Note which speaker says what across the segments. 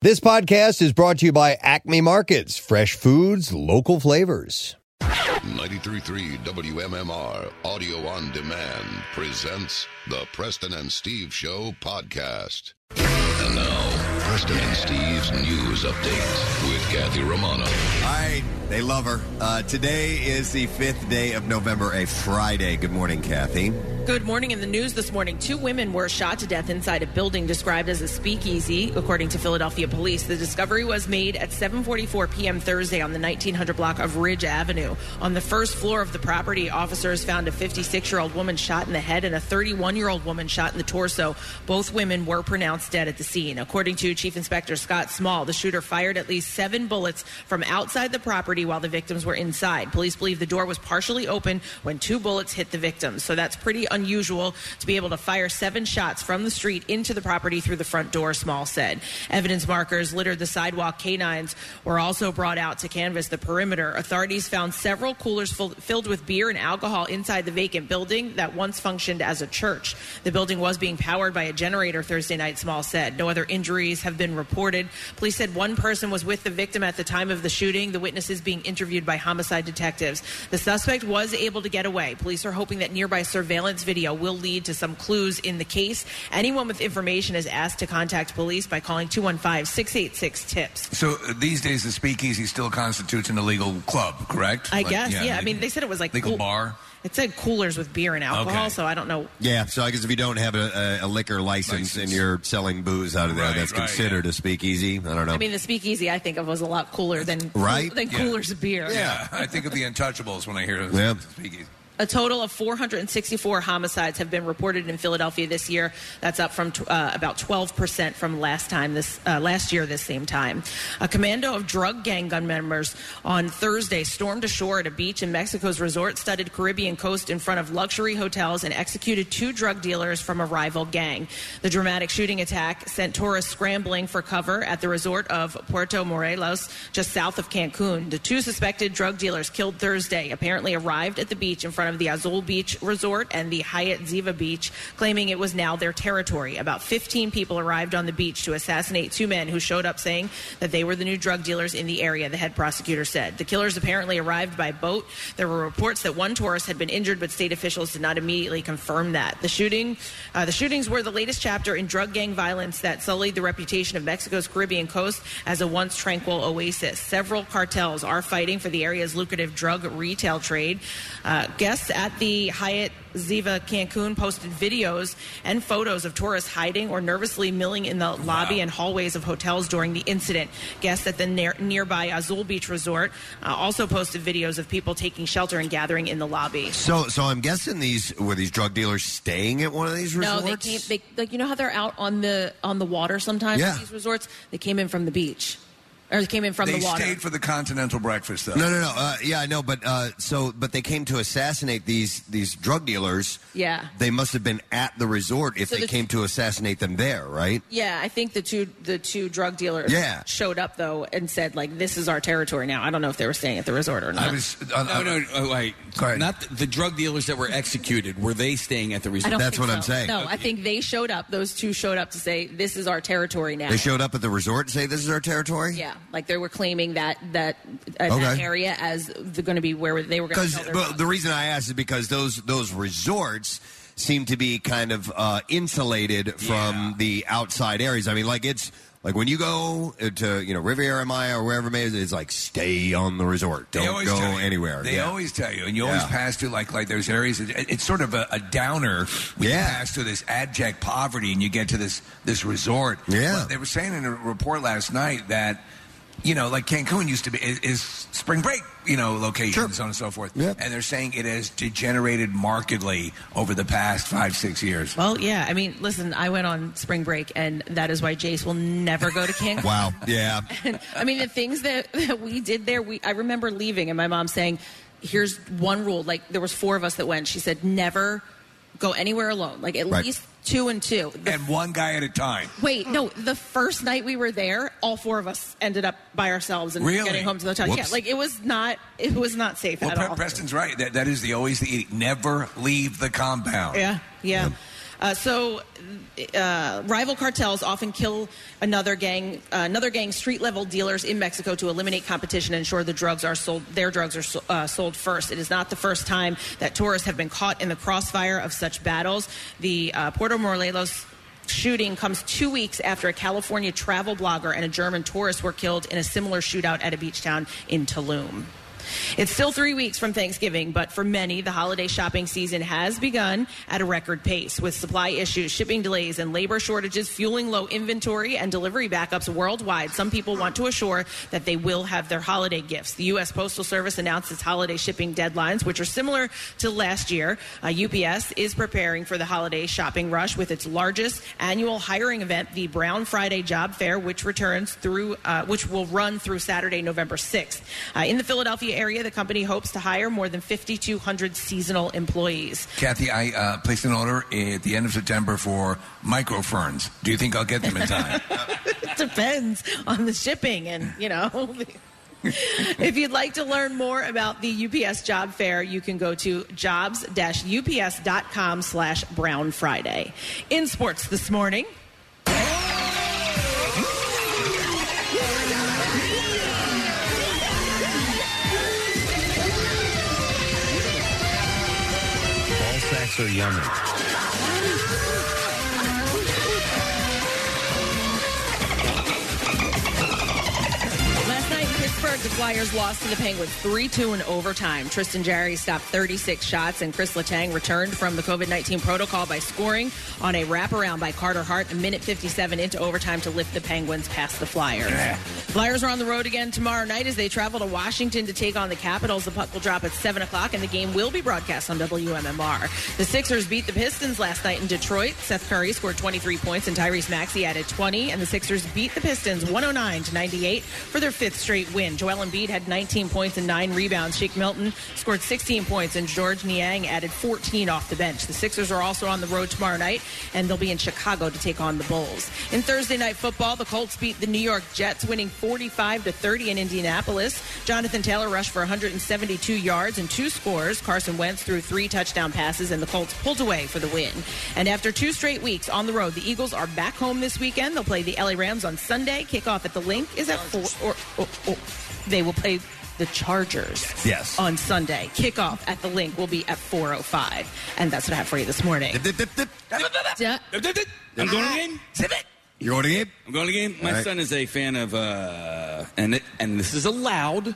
Speaker 1: This podcast is brought to you by Acme Markets, fresh foods, local flavors.
Speaker 2: 933 WMMR Audio on Demand presents the Preston and Steve Show podcast. And now, Preston and Steve's news update with Kathy Romano.
Speaker 3: All right, they love her. Uh, today is the fifth day of November, a Friday. Good morning, Kathy.
Speaker 4: Good morning. In the news this morning, two women were shot to death inside a building described as a speakeasy, according to Philadelphia police. The discovery was made at 7:44 p.m. Thursday on the 1900 block of Ridge Avenue. On the first floor of the property, officers found a 56-year-old woman shot in the head and a 31-year-old woman shot in the torso. Both women were pronounced dead at the scene. According to Chief Inspector Scott Small, the shooter fired at least seven bullets from outside the property while the victims were inside. Police believe the door was partially open when two bullets hit the victims. So that's pretty unusual to be able to fire seven shots from the street into the property through the front door, Small said. Evidence markers littered the sidewalk. Canines were also brought out to canvass the perimeter. Authorities found several coolers full, filled with beer and alcohol inside the vacant building that once functioned as a church. The building was being powered by a generator Thursday night, Small said. No other injuries have been reported. Police said one person was with the victim at the time of the shooting. The witness is being interviewed by homicide detectives. The suspect was able to get away. Police are hoping that nearby surveillance video will lead to some clues in the case. Anyone with information is asked to contact police by calling 215 686 TIPS.
Speaker 5: So uh, these days, the speakeasy still constitutes an illegal club, correct?
Speaker 4: I
Speaker 5: Like,
Speaker 4: guess, yeah. I
Speaker 5: le-
Speaker 4: mean, they said it was like
Speaker 5: legal
Speaker 4: cool-
Speaker 5: bar.
Speaker 4: It said coolers with beer and alcohol,
Speaker 5: Okay.
Speaker 4: so I don't know.
Speaker 3: Yeah, so I guess if you don't have a, a, a liquor license, and you're selling booze out of there,
Speaker 5: Right,
Speaker 3: that's
Speaker 5: right,
Speaker 3: considered a speakeasy. I don't know.
Speaker 4: I mean, the speakeasy I think of was a lot cooler than
Speaker 3: Right?
Speaker 4: than
Speaker 5: Yeah.
Speaker 4: coolers of beer.
Speaker 5: Yeah, I think of the Untouchables when I hear
Speaker 3: Yeah.
Speaker 5: speakeasy.
Speaker 4: A total of 464 homicides have been reported in Philadelphia this year. That's up from tw- uh, about 12 percent from last time this uh, last year this same time. A commando of drug gang gun members on Thursday stormed ashore at a beach in Mexico's resort-studded Caribbean coast in front of luxury hotels and executed two drug dealers from a rival gang. The dramatic shooting attack sent tourists scrambling for cover at the resort of Puerto Morelos, just south of Cancun. The two suspected drug dealers killed Thursday apparently arrived at the beach in front of the Azul Beach Resort and the Hyatt Ziva Beach, claiming it was now their territory. About 15 people arrived on the beach to assassinate two men who showed up saying that they were the new drug dealers in the area, the head prosecutor said. The killers apparently arrived by boat. There were reports that one tourist had been injured, but state officials did not immediately confirm that. The shooting, uh, the shootings were the latest chapter in drug gang violence that sullied the reputation of Mexico's Caribbean coast as a once tranquil oasis. Several cartels are fighting for the area's lucrative drug retail trade. Uh, guests at the Hyatt Ziva Cancun posted videos and photos of tourists hiding or nervously milling in the lobby and hallways of hotels during the incident. Guests at the near- nearby Azul Beach Resort uh, also posted videos of people taking shelter and gathering in the lobby.
Speaker 3: so, so I'm guessing these were these drug dealers staying at one of these resorts.
Speaker 4: No, they came. They, like you know how they're out on the on the water sometimes.
Speaker 3: Yeah.
Speaker 4: at These resorts, they came in from the beach, or they came in from
Speaker 5: They
Speaker 4: the water.
Speaker 5: stayed for the continental breakfast, though.
Speaker 3: No, no, no. Uh, yeah, I know, but uh, so, but they came to assassinate these these drug dealers.
Speaker 4: Yeah.
Speaker 3: they must have been at the resort if
Speaker 4: So
Speaker 3: they
Speaker 4: the-
Speaker 3: came to assassinate them there, right?
Speaker 4: yeah, I think the two the two drug dealers
Speaker 3: Yeah.
Speaker 4: showed up though and said like this is our territory now. I don't know if they were staying at the resort or not.
Speaker 5: I was. Uh,
Speaker 6: No, no, no, oh, wait.
Speaker 3: Go ahead.
Speaker 6: Not the, the drug dealers that were executed. Were they staying at the
Speaker 4: I
Speaker 6: resort?
Speaker 4: don't
Speaker 3: That's
Speaker 4: think
Speaker 3: what
Speaker 4: so.
Speaker 3: I'm saying.
Speaker 4: No, I think they showed up. Those two showed up to say this is our territory now.
Speaker 3: They showed up at the resort and say, "This is our territory."
Speaker 4: yeah, like they were claiming that that, uh, that
Speaker 3: Okay.
Speaker 4: area as going to be where they were going
Speaker 3: because
Speaker 4: to.
Speaker 3: the reason I asked is because those those resorts seem to be kind of uh, insulated from the outside areas. I mean, like it's like when you go uh, to you know Riviera Maya or wherever it may be, it's like stay on the resort,
Speaker 5: They
Speaker 3: don't
Speaker 5: always
Speaker 3: go
Speaker 5: tell you.
Speaker 3: anywhere.
Speaker 5: They
Speaker 3: Yeah.
Speaker 5: always tell you, and you always
Speaker 3: Yeah.
Speaker 5: pass through like like there's areas. That, it- it's sort of a, a downer when
Speaker 3: Yeah.
Speaker 5: you pass through this abject poverty, and you get to this this resort.
Speaker 3: Yeah.
Speaker 5: Well, they were saying in a report last night that you know, like Cancun used to be is, is spring break, you know, location
Speaker 3: Sure.
Speaker 5: and so on and so forth.
Speaker 3: Yep.
Speaker 5: And they're saying it has degenerated markedly over the past five six years.
Speaker 4: Well, yeah. I mean, listen, I went on spring break, and that is why Jace will never go to Cancun.
Speaker 3: Wow. Yeah.
Speaker 4: I mean, the things that, that we did there, we I remember leaving, and my mom saying, "Here's one rule." Like there was four of us that went. She said, "Never go anywhere alone. Like at
Speaker 3: Right.
Speaker 4: least two and two. The-
Speaker 5: and one guy at a time.
Speaker 4: Wait, no. The first night we were there, all four of us ended up by ourselves and
Speaker 5: Really?
Speaker 4: getting home to the hotel. Yeah,
Speaker 3: Whoops.
Speaker 4: like it was not it was not safe
Speaker 5: Well,
Speaker 4: at
Speaker 5: Pre-
Speaker 4: all.
Speaker 5: Preston's right. That that is the always the never leave the compound.
Speaker 4: Yeah, yeah. Uh, so uh, rival cartels often kill another gang, uh, another gang street level dealers in Mexico to eliminate competition and ensure the drugs are sold. Their drugs are so, uh, sold first. It is not the first time that tourists have been caught in the crossfire of such battles. The uh, Puerto Morelos shooting comes two weeks after a California travel blogger and a German tourist were killed in a similar shootout at a beach town in Tulum. It's still three weeks from Thanksgiving, but for many, the holiday shopping season has begun at a record pace, with supply issues, shipping delays, and labor shortages fueling low inventory and delivery backups worldwide. Some people want to assure that they will have their holiday gifts. The U.S. Postal Service announced its holiday shipping deadlines, which are similar to last year. Uh, UPS is preparing for the holiday shopping rush with its largest annual hiring event, the Brown Friday Job Fair, which returns through, uh, which will run through Saturday, November 6th. Uh, in the Philadelphia area, the company hopes to hire more than 5,200 seasonal employees.
Speaker 5: Kathy, I uh, placed an order at the end of September for micro ferns. Do you think I'll get them in time?
Speaker 4: it depends on the shipping and, you know. if you'd like to learn more about the UPS job fair, you can go to jobs-ups.com slash Brown Friday. In sports this morning,
Speaker 1: Ball sacks are yummy.
Speaker 4: Last night in Pittsburgh, the Flyers lost to the Penguins 3-2 in overtime. Tristan Jarry stopped 36 shots, and Chris Letang returned from the COVID-19 protocol by scoring on a wraparound by Carter Hart a minute 57 into overtime to lift the Penguins past the Flyers. Flyers are on the road again tomorrow night as they travel to Washington to take on the Capitals. The puck will drop at 7 o'clock, and the game will be broadcast on WMMR. The Sixers beat the Pistons last night in Detroit. Seth Curry scored 23 points, and Tyrese Maxey added 20, and the Sixers beat the Pistons 109 to 98 for their fifth straight win. Joel Embiid had 19 points and nine rebounds. Shake Milton scored 16 points, and George Niang added 14 off the bench. The Sixers are also on the road tomorrow night, and they'll be in Chicago to take on the Bulls. In Thursday night football, the Colts beat the New York Jets, winning 45 to 30 in Indianapolis. Jonathan Taylor rushed for 172 yards and two scores. Carson Wentz threw three touchdown passes, and the Colts pulled away for the win. And after two straight weeks on the road, the Eagles are back home this weekend. They'll play the LA Rams on Sunday. Kickoff at the link is at four. Or, or, or they will play the Chargers.
Speaker 3: Yes.
Speaker 4: On Sunday, kickoff at the link will be at 4:05, and that's what I have for you this morning. Yeah.
Speaker 6: I'm going to the game.
Speaker 3: You going to game?
Speaker 6: I'm going to the game. My
Speaker 3: All right.
Speaker 6: son is a fan of, uh, and it, and this is allowed,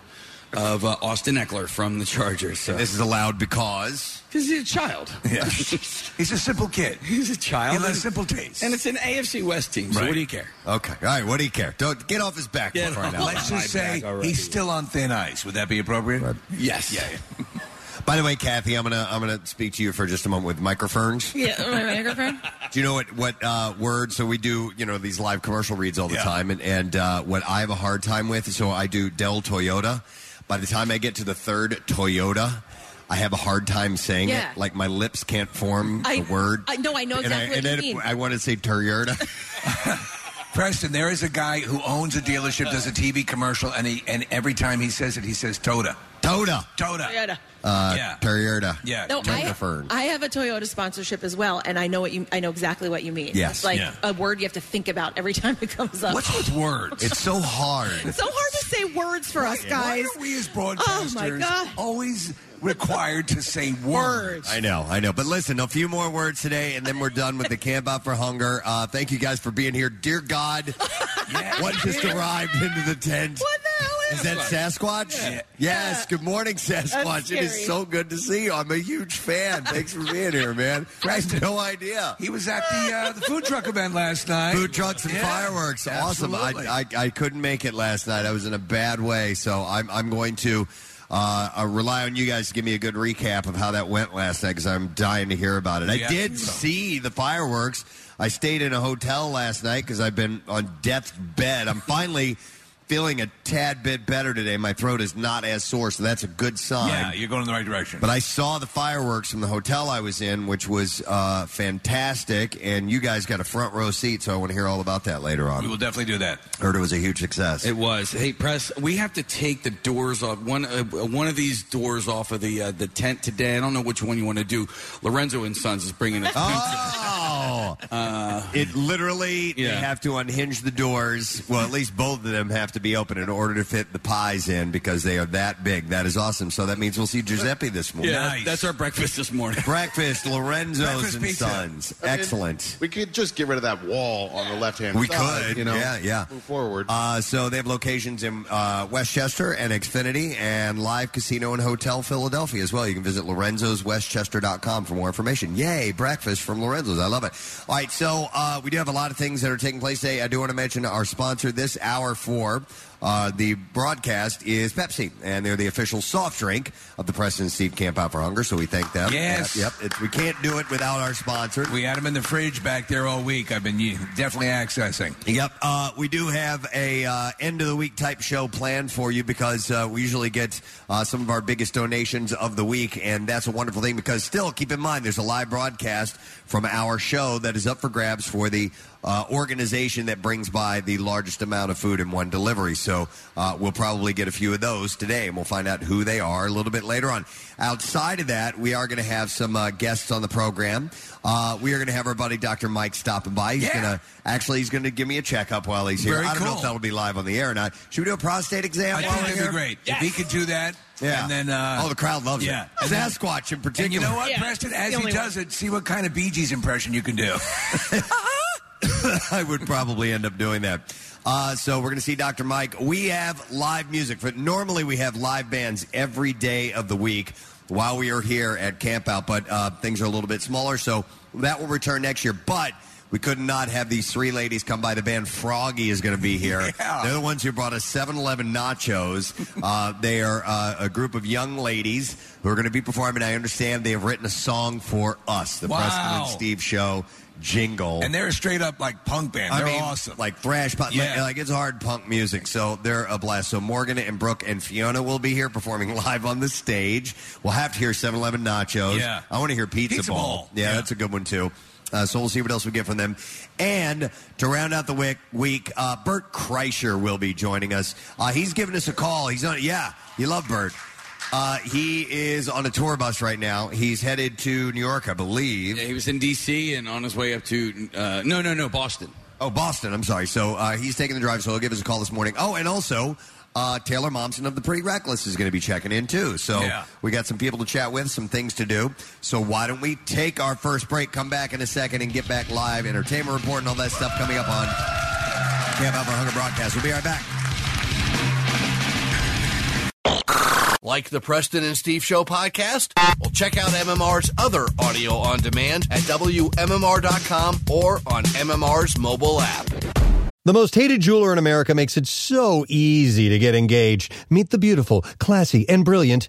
Speaker 6: of uh, Austin Eckler from the Chargers. So.
Speaker 3: This is allowed because
Speaker 6: Because he's a child.
Speaker 5: yeah. He's a simple kid.
Speaker 6: He's a
Speaker 5: He
Speaker 6: child.
Speaker 5: loves
Speaker 6: and-
Speaker 5: simple tastes.
Speaker 6: And it's an AFC West team, so
Speaker 5: Right.
Speaker 6: what do you care?
Speaker 3: okay. All right. What do you care? Don't get off his back.
Speaker 6: Get
Speaker 3: for crying
Speaker 6: off
Speaker 3: out
Speaker 5: Let's
Speaker 3: loud.
Speaker 5: just
Speaker 6: my back
Speaker 5: say
Speaker 6: already.
Speaker 5: he's still on thin ice. Would that be appropriate?
Speaker 6: Yes.
Speaker 5: Yeah, yeah.
Speaker 3: By the way, Kathy, I'm gonna I'm gonna speak to you for just a moment with microphones.
Speaker 4: Yeah, my microphone.
Speaker 3: Do you know what what uh, word? So we do you know these live commercial reads all the
Speaker 5: Yeah.
Speaker 3: time, and and uh, what I have a hard time with. So I do Dell Toyota. By the time I get to the third Toyota, I have a hard time saying
Speaker 4: Yeah.
Speaker 3: it. Like my lips can't form
Speaker 4: I-
Speaker 3: the word.
Speaker 4: I- no, I know
Speaker 3: And
Speaker 4: exactly
Speaker 3: and
Speaker 4: what
Speaker 3: then
Speaker 4: you mean.
Speaker 3: I want to say Toyota.
Speaker 5: Preston, there is a guy who owns a dealership, does a TV commercial, and he and every time he says it, he says Toda.
Speaker 3: Toda.
Speaker 5: Toda.
Speaker 4: Toyota.
Speaker 3: Uh,
Speaker 5: yeah.
Speaker 3: Toyota.
Speaker 5: yeah.
Speaker 4: No,
Speaker 3: Turn the
Speaker 4: I,
Speaker 3: fern.
Speaker 4: I have a Toyota sponsorship as well, and I know what you. I know exactly what you mean.
Speaker 3: Yes.
Speaker 4: it's like
Speaker 5: Yeah.
Speaker 4: a word you have to think about every time it comes up.
Speaker 5: What's with words?
Speaker 3: It's so hard.
Speaker 4: It's so hard to say words for us guys.
Speaker 5: Why are we as
Speaker 4: Oh, my
Speaker 5: broadcasters
Speaker 4: God.
Speaker 6: Ah.
Speaker 5: always required to say words?
Speaker 4: Words.
Speaker 3: I know, I know. But listen, a few more words today, and then we're done with the Camp Out for Hunger. Uh, thank you guys for being here. Dear God, what just arrived into the tent?
Speaker 4: What the hell is?
Speaker 3: Is that Sasquatch? Yes. Good morning, Sasquatch. It is
Speaker 4: scary.
Speaker 3: so good to see you. I'm a huge fan. Thanks for being here, man. I had no idea.
Speaker 5: He was at the uh, the food truck event last night.
Speaker 3: Food trucks and
Speaker 5: Yeah,
Speaker 3: fireworks. Awesome.
Speaker 5: absolutely.
Speaker 3: I, I, I couldn't make it last night. I was in a bad way. So I'm, I'm going to uh, uh, rely on you guys to give me a good recap of how that went last night because I'm dying to hear about it. I
Speaker 5: Yeah.
Speaker 3: did see the fireworks. I stayed in a hotel last night because I've been on death's bed. I'm finally feeling a tad bit better today. My throat is not as sore, so that's a good sign.
Speaker 5: yeah, you're going in the right direction.
Speaker 3: But I saw the fireworks from the hotel I was in, which was uh, fantastic. And you guys got a front row seat, so I want to hear all about that later
Speaker 5: we
Speaker 3: on.
Speaker 5: will definitely do that.
Speaker 3: Heard it was a huge success.
Speaker 6: It was. Hey, press. We have to take the doors off one uh, one of these doors off of the uh, the tent today. I don't know which one you want to do. Lorenzo and Sons is bringing a tent.
Speaker 3: oh, all. it literally, they
Speaker 6: yeah.
Speaker 3: have to unhinge the doors. Well, at least both of them have to be open in order to fit the pies in because they are that big. That is awesome. So that means we'll see Giuseppe this morning.
Speaker 6: Yeah,
Speaker 5: Nice.
Speaker 6: that's our breakfast this morning.
Speaker 3: Breakfast, Lorenzo's
Speaker 5: Breakfast
Speaker 3: and
Speaker 5: pizza.
Speaker 3: Sons.
Speaker 7: I mean,
Speaker 3: Excellent.
Speaker 7: We could just get rid of that wall on the left hand
Speaker 3: We
Speaker 7: side.
Speaker 3: could,
Speaker 7: you know,
Speaker 3: yeah, yeah.
Speaker 7: Move forward.
Speaker 3: Uh, so they have locations in uh, Westchester and Xfinity and Live Casino and Hotel Philadelphia as well. You can visit lorenzoswestchester.com for more information. Yay, breakfast from Lorenzo's. I love it. All right, so uh, we do have a lot of things that are taking place today. I do want to mention our sponsor this hour for uh, the broadcast is Pepsi, and they're the official soft drink of the President Steve Camp Out for Hunger, so we thank them.
Speaker 5: Yes.
Speaker 3: Yep, yep. It's, we can't do it without our sponsor.
Speaker 5: We had them in the fridge back there all week. I've been ye- definitely accessing.
Speaker 3: Yep, uh, we do have a uh, end of the week type show planned for you because uh, we usually get uh, some of our biggest donations of the week, and that's a wonderful thing. Because still, keep in mind, there's a live broadcast from our show that is up for grabs for the uh, organization that brings by the largest amount of food in one delivery. So uh, we'll probably get a few of those today, and we'll find out who they are a little bit later on. Outside of that, we are going to have some uh, guests on the program. Uh, we are going to have our buddy Dr. Mike stopping by. He's
Speaker 5: Yeah.
Speaker 3: going to Actually, he's going to give me a checkup while he's here.
Speaker 5: Very
Speaker 3: I don't know if
Speaker 5: cool.
Speaker 3: that'll be live on the air or not. Should we do a prostate exam?
Speaker 5: I
Speaker 3: while we're
Speaker 5: think that'd
Speaker 3: here?
Speaker 5: be great. If he could do that,
Speaker 3: Yeah.
Speaker 5: and then uh,
Speaker 3: oh, the crowd loves
Speaker 5: yeah.
Speaker 3: it.
Speaker 5: And then-
Speaker 3: Sasquatch in particular.
Speaker 5: and you know what,
Speaker 4: Yeah,
Speaker 5: Preston?
Speaker 4: it's
Speaker 5: As
Speaker 4: the
Speaker 5: he
Speaker 4: only
Speaker 5: does it, see what kind of Bee Gees impression you can do.
Speaker 3: I would probably end up doing that. Uh, so we're going to see Dr. Mike. We have live music, but normally we have live bands every day of the week while we are here at Camp Out, but uh, things are a little bit smaller, so that will return next year. But we could not have these three ladies come by. The band Froggy is going to be here.
Speaker 5: Yeah.
Speaker 3: They're the ones who brought us 7 Eleven nachos. Uh, they are uh, a group of young ladies who are going to be performing. I understand they have written a song for us, the
Speaker 5: Wow.
Speaker 3: Preston and Steve Show jingle.
Speaker 5: And they're a straight up like punk band.
Speaker 3: I
Speaker 5: They're
Speaker 3: mean,
Speaker 5: awesome.
Speaker 3: Like thrash punk.
Speaker 5: Yeah.
Speaker 3: Like, like, it's hard punk music. So they're a blast. So Morgan and Brooke and Fiona will be here performing live on the stage. We'll have to hear 7 Eleven Nachos.
Speaker 5: Yeah.
Speaker 3: I want to hear Pizza,
Speaker 5: Pizza
Speaker 3: Ball.
Speaker 5: Ball.
Speaker 3: Yeah,
Speaker 5: Yeah.
Speaker 3: that's a good one, too. Uh, so we'll see what else we get from them. And to round out the week, week uh, Bert Kreischer will be joining us. Uh, he's giving us a call. He's on. Yeah, you love Bert. Uh, he is on a tour bus right now. He's headed to New York, I believe.
Speaker 6: Yeah, he was in D.C. and on his way up to uh, no, no, no, Boston.
Speaker 3: Oh, Boston. I'm sorry. So uh, he's taking the drive, so he'll give us a call this morning. Oh, and also. Uh, Taylor Momsen of the Pretty Reckless is going to be checking in too. So
Speaker 5: Yeah.
Speaker 3: we got some people to chat with, some things to do. So why don't we take our first break, come back in a second, and get back live entertainment report and all that stuff coming up on Camp Out for Hunger broadcast. We'll be right back.
Speaker 8: Like the Preston and Steve Show podcast? Well, check out MMR's other audio on demand at WMMR.com or on MMR's mobile app.
Speaker 1: The most hated jeweler in America makes it so easy to get engaged. Meet the beautiful, classy, and brilliant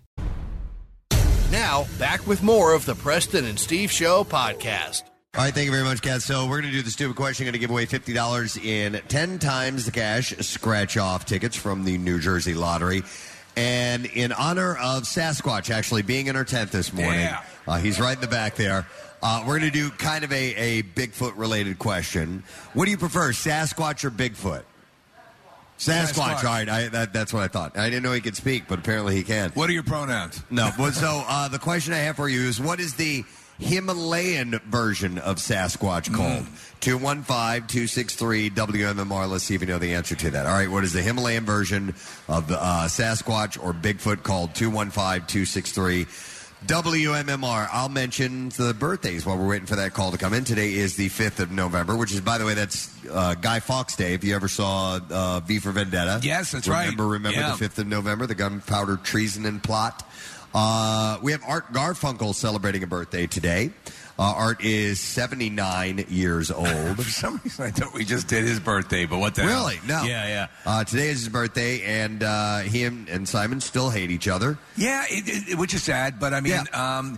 Speaker 8: Now, back with more of the Preston and Steve Show podcast.
Speaker 3: All right, thank you very much, Kat. So we're going to do the stupid question. Going to give away fifty dollars in ten times the cash scratch off tickets from the New Jersey Lottery, and in honor of Sasquatch actually being in her tent this morning,
Speaker 5: Yeah.
Speaker 3: uh, he's right in the back there. Uh, we're going to do kind of a, a Bigfoot related question. What do you prefer, Sasquatch or Bigfoot? Sasquatch.
Speaker 5: Sasquatch.
Speaker 3: All right, I, that, that's what I thought. I didn't know he could speak, but apparently he can.
Speaker 5: what are your pronouns?
Speaker 3: No, but so uh, the question I have for you is what is the Himalayan version of
Speaker 5: Hmm.
Speaker 3: Sasquatch called? 215 263 WMMR. Let's see if you know the answer to that. All right, what is the Himalayan version of the, uh, Sasquatch or Bigfoot called? 215 263 WMMR. I'll mention the birthdays while we're waiting for that call to come in. Today is the 5th of November, which is, by the way, that's uh, Guy Fawkes Day. If you ever saw uh, V for Vendetta.
Speaker 5: Yes, that's right.
Speaker 3: remember, Remember,
Speaker 5: Yeah.
Speaker 3: the 5th. 5th of November, the Gunpowder Treason and Plot. Uh, we have Art Garfunkel celebrating a birthday today. Uh, Art is 79 years old.
Speaker 5: For some reason, I thought we just did his birthday, but what the hell?
Speaker 3: really? No.
Speaker 5: Yeah, yeah.
Speaker 3: Uh, today is his birthday, and uh, he and, and Simon still hate each other.
Speaker 5: Yeah, it, it, which is sad, but I mean, um,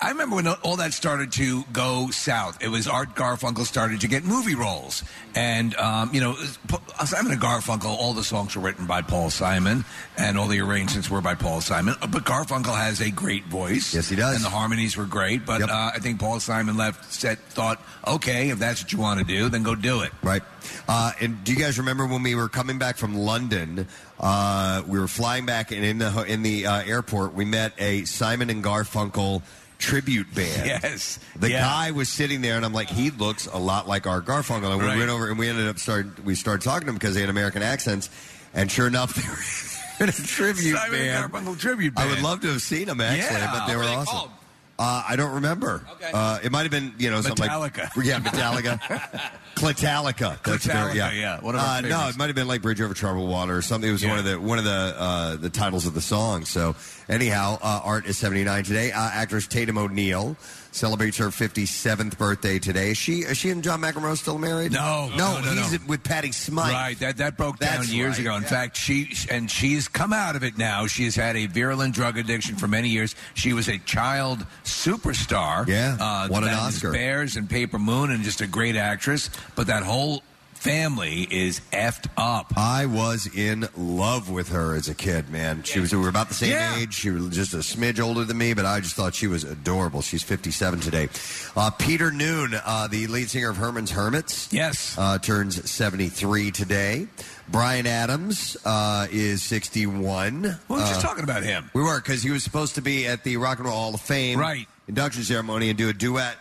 Speaker 5: I remember when all that started to go south. It was Art Garfunkel started to get movie roles, and um, you know, it was Pa- Simon and Garfunkel. All the songs were written by Paul Simon, and all the arrangements were by Paul Simon. Uh, But Garfunkel has a great voice. Yes, he does. And the harmonies were great. But uh, I think Paul Simon left set thought, okay, if that's what you want to do, then go do it.
Speaker 3: Right. Uh, and do you guys remember when we were coming back from London? Uh, we were flying back, and in the ho- in the uh, airport, we met a Simon and Garfunkel tribute band.
Speaker 5: Yes.
Speaker 3: The
Speaker 5: Yeah.
Speaker 3: guy was sitting there, and I'm like, he looks a lot like our Garfunkel. And we
Speaker 5: Right.
Speaker 3: went over, and we ended up start we started talking to him because they had American accents, and sure enough, they were in a tribute
Speaker 5: Simon
Speaker 3: band.
Speaker 5: and Garfunkel tribute band.
Speaker 3: I would love to have seen them actually,
Speaker 5: Yeah.
Speaker 3: but they were
Speaker 5: What were they
Speaker 3: awesome.
Speaker 5: called?
Speaker 3: Uh, I don't remember. Okay. Uh, it might have been you know something
Speaker 5: Metallica.
Speaker 3: like yeah Metallica. Clatalica. That's
Speaker 5: Clatalica,
Speaker 3: their-
Speaker 5: yeah. One of our
Speaker 3: uh, no,
Speaker 5: favorites.
Speaker 3: it might have been like Bridge Over Troubled Water or something. It was one of the one of the uh, the titles of the song. So anyhow, uh, Art is seventy nine today. Uh, actress Tatum O'Neill celebrates her fifty seventh birthday today. Is she is she and John McEnroe still married?
Speaker 5: No,
Speaker 3: no,
Speaker 5: no, no,
Speaker 3: he's
Speaker 5: no.
Speaker 3: with Patty Smythe.
Speaker 5: Right, that that broke
Speaker 3: That's
Speaker 5: down years
Speaker 3: right,
Speaker 5: ago. In
Speaker 3: yeah.
Speaker 5: fact, she and she's come out of it now. She has had a virulent drug addiction for many years. She was a child superstar.
Speaker 3: Yeah,
Speaker 5: uh,
Speaker 3: won
Speaker 5: the
Speaker 3: an
Speaker 5: Madness
Speaker 3: Oscar.
Speaker 5: Bears and Paper Moon, and just a great actress. But that whole family is effed up.
Speaker 3: I was in love with her as a kid, man. She was we were about the same
Speaker 5: Yeah.
Speaker 3: age. She was just a smidge older than me, but I just thought she was adorable. She's 57 today. Uh, Peter Noon, uh, the lead singer of Herman's Hermits,
Speaker 5: Yes.
Speaker 3: uh, turns 73 today. Brian Adams uh, is 61.
Speaker 5: we were
Speaker 3: Uh,
Speaker 5: just talking about him.
Speaker 3: we were because he was supposed to be at the Rock and Roll Hall of Fame
Speaker 5: Right.
Speaker 3: induction ceremony and do a duet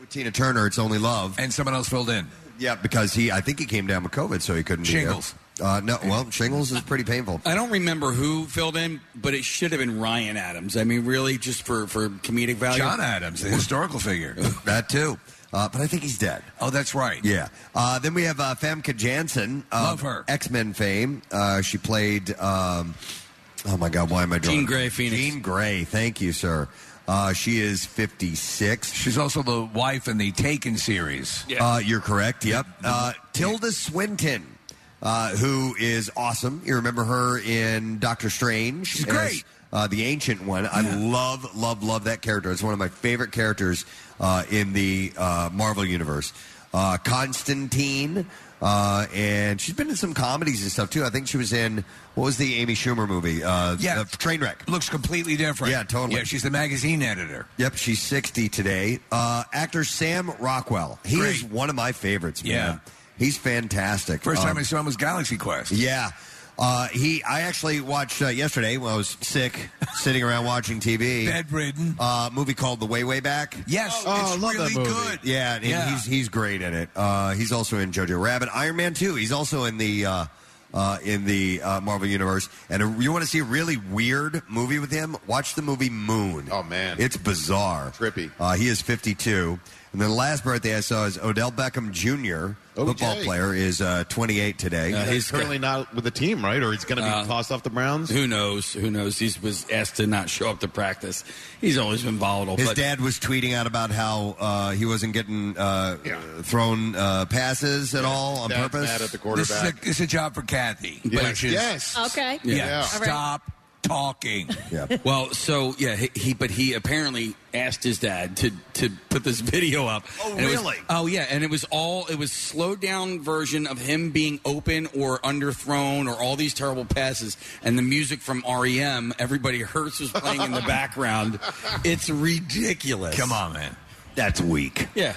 Speaker 3: with Tina Turner. It's only love.
Speaker 5: And someone else filled in.
Speaker 3: Yeah, because he, I think he came down with COVID, so he couldn't be there.
Speaker 5: Shingles.
Speaker 3: Uh, no, well, shingles is pretty painful.
Speaker 6: I don't remember who filled in, but it should have been Ryan Adams. I mean, really, just for, for comedic value.
Speaker 5: John Adams, the historical figure.
Speaker 3: That too. Uh, but I think he's dead.
Speaker 5: Oh, that's right.
Speaker 3: Yeah. Uh, then we have uh, Famke Janssen. Uh,
Speaker 5: Love her.
Speaker 3: X Men fame. Uh, she played. Um, oh my God, why am I drawing?
Speaker 6: Jean Grey Phoenix.
Speaker 3: Jean Grey. Thank you, sir. Uh, she is 56.
Speaker 5: She's also the wife in the Taken series.
Speaker 3: Uh, you're correct. Yep. Uh, Tilda Swinton, uh, who is awesome. You remember her in Doctor Strange. She's
Speaker 5: great.
Speaker 3: uh, the ancient one. I love, love, love that character. It's one of my favorite characters uh, in the uh, Marvel universe. Uh, Constantine, uh, and she's been in some comedies and stuff too. I think she was in what was the Amy Schumer movie? Uh,
Speaker 5: Yeah.
Speaker 3: the Trainwreck.
Speaker 5: Looks completely different.
Speaker 3: Yeah, totally.
Speaker 5: Yeah, she's the magazine editor.
Speaker 3: Yep, she's 60 today. Uh, actor Sam Rockwell. He
Speaker 5: Great.
Speaker 3: is one of my favorites, man.
Speaker 5: Yeah.
Speaker 3: He's fantastic.
Speaker 5: First time
Speaker 3: Um,
Speaker 5: I saw him was Galaxy Quest.
Speaker 3: Yeah. Uh, he, I actually watched uh, yesterday when I was sick, sitting around watching TV.
Speaker 5: Bedridden.
Speaker 3: Uh, movie called The Way Way Back.
Speaker 5: Yes,
Speaker 7: Oh,
Speaker 5: it's
Speaker 7: I love that
Speaker 5: really
Speaker 7: movie.
Speaker 5: good.
Speaker 3: Yeah, and
Speaker 5: Yeah.
Speaker 3: he's he's great in it. Uh, he's also in Jojo Rabbit, Iron Man Two. He's also in the uh, uh, in the uh, Marvel Universe. And a, you want to see a really weird movie with him? Watch the movie Moon.
Speaker 7: Oh, man.
Speaker 3: it's bizarre,
Speaker 7: Trippy.
Speaker 3: Uh, he is fifty two. And then the last birthday I saw is Odell Beckham Jr. Football
Speaker 7: OJ.
Speaker 3: player is uh, twenty eight today.
Speaker 7: Uh, Oh, he's currently not with the team, right? Or he's going to be tossed off the Browns.
Speaker 6: Uh, Who knows? Who knows? He was asked to not show up to practice. He's always been volatile.
Speaker 3: His
Speaker 6: but
Speaker 3: dad was tweeting out about how uh, he wasn't getting uh,
Speaker 7: Yeah.
Speaker 3: thrown uh, passes at all on
Speaker 7: That
Speaker 3: purpose.
Speaker 7: Mad
Speaker 5: This
Speaker 7: at the
Speaker 5: is, a,
Speaker 7: quarterback.
Speaker 5: this is a job for Kathy.
Speaker 7: yes.
Speaker 5: Which is,
Speaker 7: yes.
Speaker 9: Okay.
Speaker 5: Yeah.
Speaker 7: Yeah.
Speaker 9: All right.
Speaker 5: Stop talking.
Speaker 3: yeah.
Speaker 6: Well, so yeah, he, he but he apparently asked his dad to to put this video up.
Speaker 3: Oh,
Speaker 6: And it was-
Speaker 3: really?
Speaker 6: oh yeah, and it was all it was slowed down version of him being open or underthrown or all these terrible passes and the music from REM. Everybody hurts was playing in the background. It's ridiculous.
Speaker 5: Come on, man.
Speaker 3: That's weak.
Speaker 6: Yeah.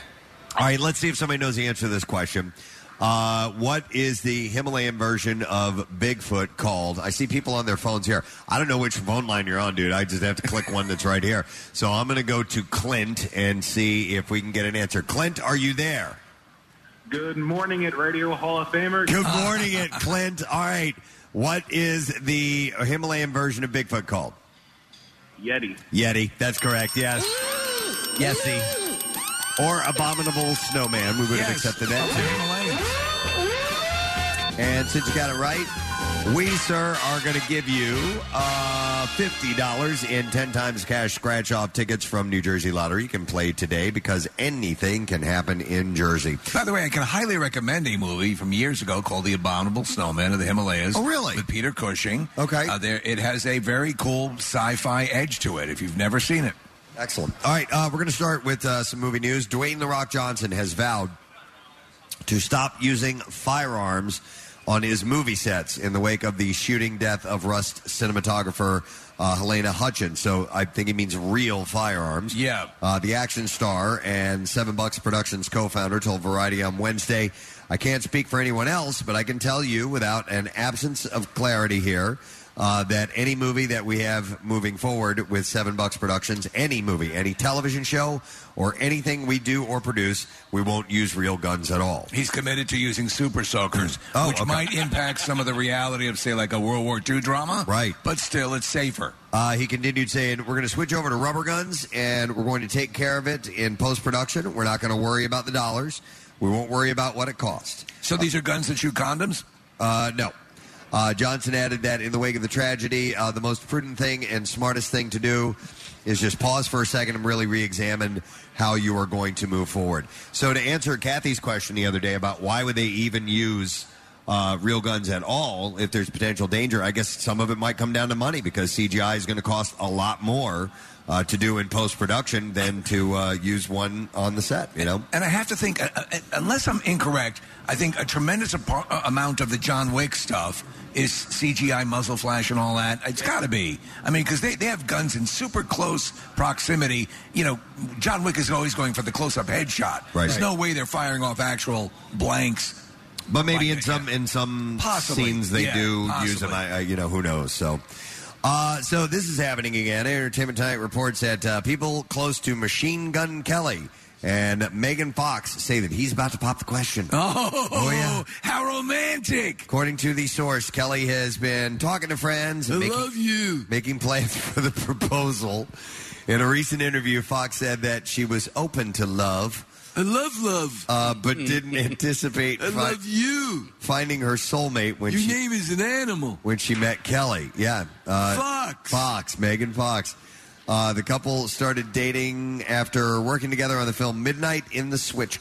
Speaker 3: All right, let's see if somebody knows the answer to this question. Uh, what is the Himalayan version of Bigfoot called? I see people on their phones here. I don't know which phone line you're on, dude. I just have to click one that's right here. So I'm going to go to Clint and see if we can get an answer. Clint, are you there?
Speaker 10: Good morning at Radio Hall of Famer.
Speaker 3: Good morning, it Clint. All right, what is the Himalayan version of Bigfoot called?
Speaker 10: Yeti.
Speaker 3: Yeti. That's correct. Yes. Yesi. Or abominable snowman. We would have
Speaker 5: Yes.
Speaker 3: accepted that too.
Speaker 5: Himalayan.
Speaker 3: And since you got it right, we, sir, are going to give you uh, $50 in 10 times cash scratch off tickets from New Jersey Lottery. You can play today because anything can happen in Jersey.
Speaker 5: By the way, I can highly recommend a movie from years ago called The Abominable Snowman of the Himalayas.
Speaker 3: Oh, really?
Speaker 5: With Peter Cushing.
Speaker 3: Okay.
Speaker 5: Uh, there, it has a very cool sci-fi edge to it. If you've never seen it,
Speaker 3: Excellent. All right, uh, we're going to start with uh, some movie news. Dwayne The Rock Johnson has vowed to stop using firearms on his movie sets in the wake of the shooting death of Rust cinematographer uh, Helena Hutchins. So I think he means real firearms.
Speaker 5: Yeah.
Speaker 3: Uh, the action star and Seven Bucks Productions co founder told Variety on Wednesday I can't speak for anyone else, but I can tell you without an absence of clarity here. Uh, that any movie that we have moving forward with Seven Bucks Productions, any movie, any television show, or anything we do or produce, we won't use real guns at all.
Speaker 5: He's committed to using super soakers,
Speaker 3: Oh,
Speaker 5: which might impact some of the reality of, say, like a World War II drama.
Speaker 3: Right.
Speaker 5: But still, it's safer.
Speaker 3: Uh, he continued saying, We're going to switch over to rubber guns and we're going to take care of it in post production. We're not going to worry about the dollars. We won't worry about what it costs.
Speaker 5: So these are guns that shoot condoms?
Speaker 3: Uh, no. Uh, Johnson added that in the wake of the tragedy, uh, the most prudent thing and smartest thing to do is just pause for a second and really re examine how you are going to move forward. So, to answer Kathy's question the other day about why would they even use uh, real guns at all if there's potential danger, I guess some of it might come down to money because CGI is going to cost a lot more. Uh, to do in post production than to uh, use one on the set, you know.
Speaker 5: And I have to think, uh, uh, unless I'm incorrect, I think a tremendous apo- uh, amount of the John Wick stuff is CGI muzzle flash and all that. It's got to be. I mean, because they, they have guns in super close proximity. You know, John Wick is always going for the close up headshot.
Speaker 3: Right.
Speaker 5: There's no way they're firing off actual blanks.
Speaker 3: But maybe in some in some
Speaker 5: Possibly.
Speaker 3: scenes they
Speaker 5: Yeah,
Speaker 3: do use them.
Speaker 5: possibly.
Speaker 3: I, I, you know, who knows? So, uh, so this is happening again. Entertainment Tonight reports that uh, people close to Machine Gun Kelly and Megan Fox say that he's about to pop the question.
Speaker 5: Oh, how romantic!
Speaker 3: According to the source, Kelly has been talking to friends. And
Speaker 5: I
Speaker 3: making,
Speaker 5: love you.
Speaker 3: Making plans for the proposal. In a recent interview, Fox said that she was open to love.
Speaker 5: I love love. Hmm.
Speaker 3: Uh, but didn't anticipate
Speaker 6: I
Speaker 3: fi-
Speaker 6: love you.
Speaker 3: finding her soulmate when
Speaker 6: Your
Speaker 3: she
Speaker 6: name is an animal.
Speaker 3: when she met Kelly. Yeah. Uh,
Speaker 6: Fox.
Speaker 3: Fox, Megan Fox. Uh, the couple started dating after working together on the film Midnight in the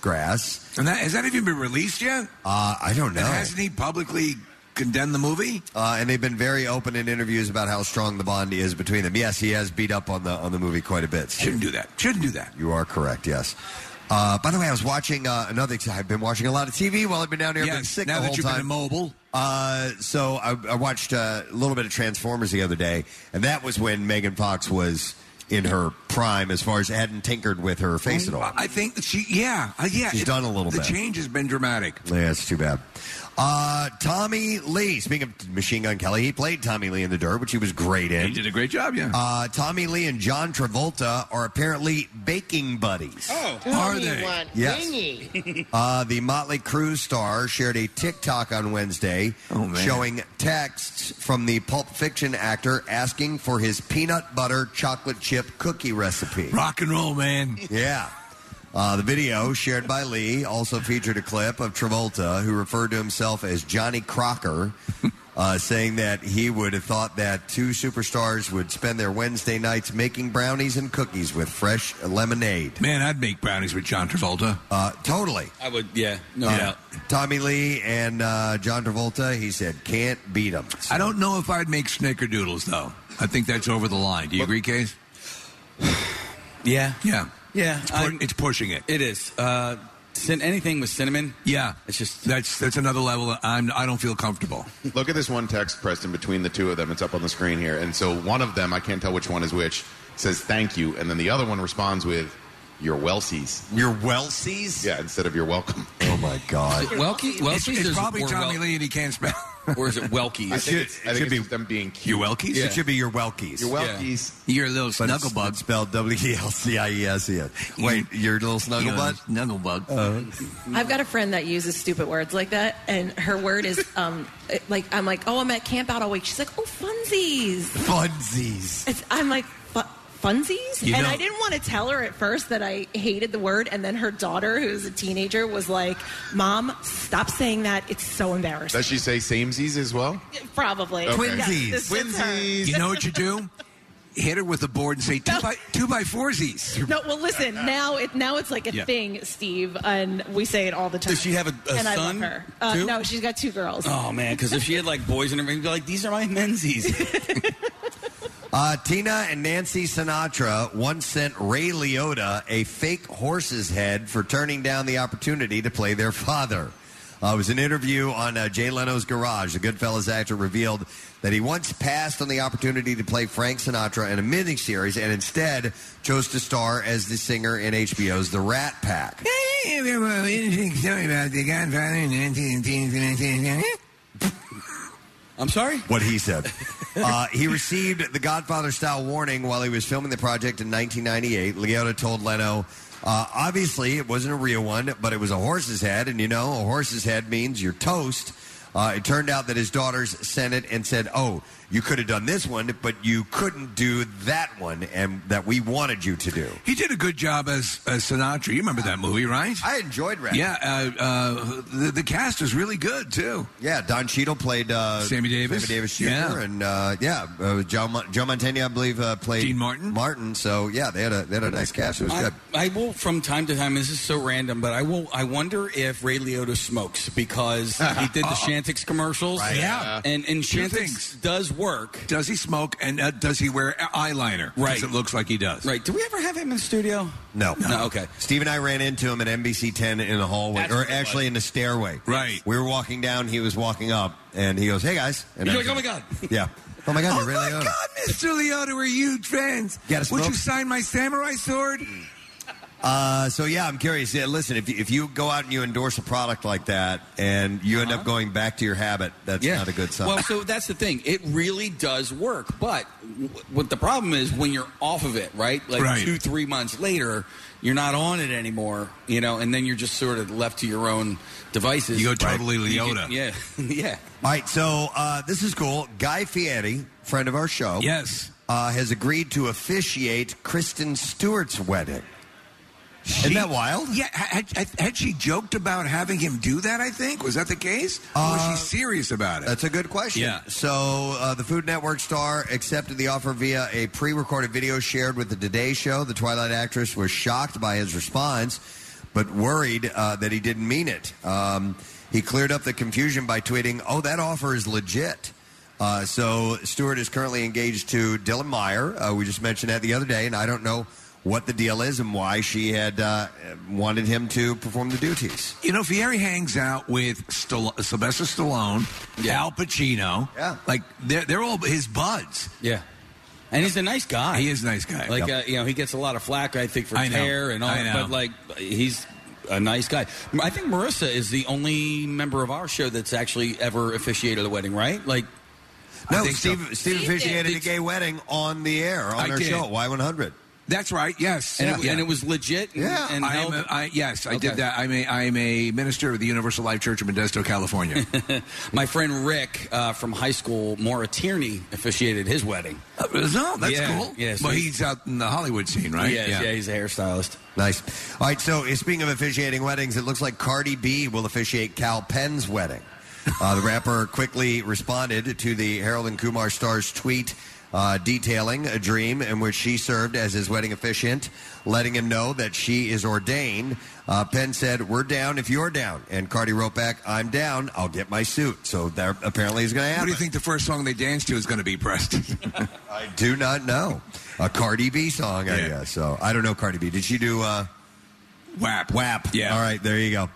Speaker 3: Switchgrass.
Speaker 5: And that, has that even been released yet?
Speaker 3: Uh, I don't know.
Speaker 5: And hasn't he publicly condemned the movie?
Speaker 3: Uh, and they've been very open in interviews about how strong the bond is between them. Yes, he has beat up on the on the movie quite a bit.
Speaker 5: Shouldn't do that. Shouldn't do that.
Speaker 3: You are correct. Yes. Uh, by the way, I was watching uh, another. I've been watching a lot of TV while I've been down here. I've been sick
Speaker 5: now
Speaker 3: the
Speaker 5: that
Speaker 3: whole
Speaker 5: you've
Speaker 3: time.
Speaker 5: been immobile.
Speaker 3: Uh, so I, I watched uh, a little bit of Transformers the other day, and that was when Megan Fox was in her prime, as far as hadn't tinkered with her face at all.
Speaker 5: I think that she, yeah, uh, yeah.
Speaker 3: She's
Speaker 5: it-
Speaker 3: done a little
Speaker 5: the
Speaker 3: bit.
Speaker 5: The change has been dramatic.
Speaker 3: Yeah, it's too bad. Uh, Tommy Lee. Speaking of Machine Gun Kelly, he played Tommy Lee in The Dirt, which he was great
Speaker 6: He
Speaker 3: in.
Speaker 6: did a great job, yeah.
Speaker 3: Uh, Tommy Lee and John Travolta are apparently baking buddies.
Speaker 11: Oh.
Speaker 5: Are they?
Speaker 3: Yes. Uh, the Motley Crue star shared a TikTok on Wednesday
Speaker 5: Oh,
Speaker 3: showing texts from the Pulp Fiction actor asking for his peanut butter chocolate chip cookie recipe.
Speaker 5: Rock and roll, man.
Speaker 3: Yeah. Uh, the video, shared by Lee, also featured a clip of Travolta, who referred to himself as Johnny Crocker, uh, saying that he would have thought that two superstars would spend their Wednesday nights making brownies and cookies with fresh lemonade.
Speaker 5: Man, I'd make brownies with John Travolta.
Speaker 3: Uh, totally.
Speaker 6: I would, yeah, no doubt.
Speaker 3: Tommy Lee and uh, John Travolta, he said, can't beat them.
Speaker 5: I don't know if I'd make snickerdoodles, though. I think that's over the line. Do you agree, Case?
Speaker 6: Yeah,
Speaker 5: Yeah.
Speaker 6: yeah.
Speaker 5: It's, pu-
Speaker 6: I'm-
Speaker 5: it's pushing it.
Speaker 6: it is. Uh, cin- anything with cinnamon?
Speaker 5: Yeah.
Speaker 6: It's just
Speaker 5: That's that's another level. I'm, I don't feel comfortable.
Speaker 7: Look at this one text, Preston, between the two of them. It's up on the screen here. And so one of them, I can't tell which one is which, says thank you. And then the other one responds with, your Welsies.
Speaker 3: Your Welsies?
Speaker 7: Yeah, instead of you're welcome.
Speaker 3: Oh, my God.
Speaker 6: Welkie.
Speaker 5: It's,
Speaker 6: Welkies
Speaker 5: it's
Speaker 6: is-
Speaker 5: probably
Speaker 6: or
Speaker 5: Tommy
Speaker 6: Wel-
Speaker 5: Lee and he can't spell.
Speaker 6: or is it Welkies?
Speaker 7: I think it's, I think it's just them being
Speaker 5: you
Speaker 7: cute.
Speaker 5: Welkies?
Speaker 3: It should be your Welkies.
Speaker 7: Your
Speaker 6: Yeah.
Speaker 7: Welkies.
Speaker 5: You're a little
Speaker 3: But it's-
Speaker 5: snuggle bug.
Speaker 3: It's spelled E W-E-L-C-I-E-S-E-S. E Wait, your little snuggle Uh, bug?
Speaker 5: Snuggle bug.
Speaker 9: I've got a friend that uses stupid words like that, and her word is um, it- like I'm like, oh, I'm at camp out all week. She's like, oh, funsies.
Speaker 3: Funsies.
Speaker 9: It's, I'm like, "Fu- funsies,
Speaker 5: You
Speaker 9: and
Speaker 5: know-
Speaker 9: I didn't want to tell her at first that I hated the word, and then her daughter, who's a teenager, was like, mom, stop saying that. It's so embarrassing.
Speaker 7: Does she say samesies as well?
Speaker 9: Probably
Speaker 7: Okay.
Speaker 9: Yes, this is her.
Speaker 7: Twinsies.
Speaker 5: You know what you do? Hit her with a board and say two by two by foursies.
Speaker 9: No, well, listen. Now it now it's like a
Speaker 6: Yeah.
Speaker 9: thing, Steve, and we say it all the time.
Speaker 6: Does she have a- a
Speaker 9: and I
Speaker 6: son, Oh,
Speaker 9: love her. Uh,
Speaker 6: too?
Speaker 9: No, she's got two girls.
Speaker 6: Oh man, because if she had like boys and everything, would be like, "These are my menzies."
Speaker 3: Uh, Tina and Nancy Sinatra once sent Ray Liotta a fake horse's head for turning down the opportunity to play their father. Uh, it was an interview on uh, Jay Leno's Garage. The Goodfellas actor revealed that he once passed on the opportunity to play Frank Sinatra in a miniseries and instead chose to star as the singer in HBO's The Rat Pack.
Speaker 5: interesting story about the Godfather and
Speaker 6: I'm sorry?
Speaker 3: What he said. Uh, he received the Godfather style warning while he was filming the project in 1998. Liotta told Leno, uh, obviously, it wasn't a real one, but it was a horse's head, and you know, a horse's head means you're toast. Uh, it turned out that his daughters sent it and said, oh, you could have done this one, but you couldn't do that one, and that we wanted you to do.
Speaker 5: He did a good job as, as Sinatra. You remember that movie, right?
Speaker 3: I enjoyed Rat.
Speaker 5: Yeah, uh, uh, the, the cast was really good too.
Speaker 3: Yeah, Don Cheadle played uh,
Speaker 5: Sammy Davis.
Speaker 3: Sammy Davis Jr.
Speaker 5: Yeah.
Speaker 3: and uh, yeah, uh, Joe Mon- Joe Montaigne, I believe, uh, played Dean Martin. Martin. So yeah, they had a they had a nice cast. It was
Speaker 6: I,
Speaker 3: good.
Speaker 6: I will, from time to time. This is so random, but I will. I wonder if Ray Liotta smokes because he did the Shantix commercials.
Speaker 5: Right. Yeah.
Speaker 6: and and
Speaker 5: Sure
Speaker 6: Shantix
Speaker 5: things.
Speaker 6: does work.
Speaker 5: Does he smoke and uh, does he wear eyeliner? 'Cause
Speaker 6: Right.
Speaker 5: it looks like he does.
Speaker 6: Right? Do we ever have him in the studio?
Speaker 3: No,
Speaker 6: No. Okay.
Speaker 3: Steve and I ran into him at NBC 10 in the hallway,
Speaker 6: That's
Speaker 3: or
Speaker 6: what it
Speaker 3: actually in the stairway.
Speaker 5: Right.
Speaker 3: We were walking down. He was walking up, and he goes, "Hey guys!" And
Speaker 6: You're
Speaker 3: I
Speaker 6: like, oh my
Speaker 3: was
Speaker 6: god.
Speaker 3: Yeah. Oh my god!
Speaker 5: Oh
Speaker 3: you really
Speaker 5: my
Speaker 3: are.
Speaker 5: God, Mr. Liotta, we're huge fans.
Speaker 3: Gotta
Speaker 5: Would
Speaker 3: smoke.
Speaker 5: you sign my samurai sword?
Speaker 6: Mm.
Speaker 3: Uh, so yeah, I'm curious. Yeah, listen, if you, if you go out and you endorse a product like that, and you end up going back to your habit, that's not a good sign.
Speaker 6: Uh-huh. Well, so that's the thing. It really does work, but w- what the problem is when you're off of it, right? Like
Speaker 5: Right.
Speaker 6: two, three months later, you're not on it anymore, you know, and then you're just sort of left to your own devices.
Speaker 5: You go totally
Speaker 6: You
Speaker 5: Leota.
Speaker 6: can- yeah, yeah.
Speaker 3: All right, so uh, this is cool. Guy Fieri, friend of our show,
Speaker 5: Yes.
Speaker 3: uh, has agreed to officiate Kristen Stewart's wedding. Isn't that wild?
Speaker 5: Yeah, had, had, had she joked about having him do that, I think? Was that the case? Or
Speaker 6: Oh,
Speaker 3: Uh,
Speaker 5: was she serious about it?
Speaker 3: That's a good question.
Speaker 5: Yeah.
Speaker 3: So uh, the Food Network star accepted the offer via a pre-recorded video shared with the Today Show. The Twilight actress was shocked by his response, but worried uh, that he didn't mean it. Um, he cleared up the confusion by tweeting, "Oh, that offer is legit." Uh, so Stewart is currently engaged to Dylan Meyer. Uh, we just mentioned that the other day, and I don't know what the deal is and why she had uh, wanted him to perform the duties.
Speaker 5: You know, Fieri hangs out with Stall- Sylvester Stallone, Al Pacino.
Speaker 3: Yeah.
Speaker 5: Like, they're, they're all his buds.
Speaker 6: Yeah. And he's a nice guy.
Speaker 5: He is a nice guy.
Speaker 6: Like uh, you know, he gets a lot of flack, I think, for
Speaker 5: I know.
Speaker 6: hair and all.
Speaker 5: I
Speaker 6: that,
Speaker 5: know.
Speaker 6: But like, he's a nice guy. I think Marissa is the only member of our show that's actually ever officiated a wedding, right? Like,
Speaker 3: No,
Speaker 5: think so.
Speaker 3: Steve, Steve
Speaker 9: Steve
Speaker 3: officiated
Speaker 9: did.
Speaker 3: a gay wedding on the air on
Speaker 5: I
Speaker 3: our
Speaker 5: did.
Speaker 3: show Y100.
Speaker 5: That's right. Yes.
Speaker 6: and, it,
Speaker 5: Yeah.
Speaker 6: and it was legit. And,
Speaker 3: Yeah,
Speaker 6: and
Speaker 5: I am
Speaker 6: held-
Speaker 5: a, I, yes, I
Speaker 6: Okay.
Speaker 5: did that. I'm a, I'm a minister of the Universal Life Church of Modesto, California.
Speaker 6: my friend Rick uh, from high school, Maura Tierney, officiated his wedding.
Speaker 5: Uh, no, that's
Speaker 6: Yeah,
Speaker 5: cool.
Speaker 6: yeah, so
Speaker 5: well,
Speaker 6: he's-
Speaker 5: he's out in the Hollywood scene, right?
Speaker 6: Yes, yeah, he's a hairstylist.
Speaker 3: Nice. All right. So uh, speaking of officiating weddings, it looks like Cardi B will officiate Cal Penn's wedding. Uh, the rapper quickly responded to the Harold and Kumar star's tweet uh, detailing a dream in which she served as his wedding officiant, letting him know that she is ordained. Uh, Penn said, "We're down if you're down," and Cardi wrote back, "I'm down. I'll get my suit." So that apparently is going to
Speaker 5: What
Speaker 3: happen.
Speaker 5: do you think the first song they dance to is going to be, Preston?
Speaker 3: I do not know. A Cardi B song, I
Speaker 5: Yeah.
Speaker 3: guess. So I don't know Cardi B. Did she do uh,
Speaker 5: WAP.
Speaker 3: WAP?
Speaker 5: Yeah.
Speaker 3: All right, there you go.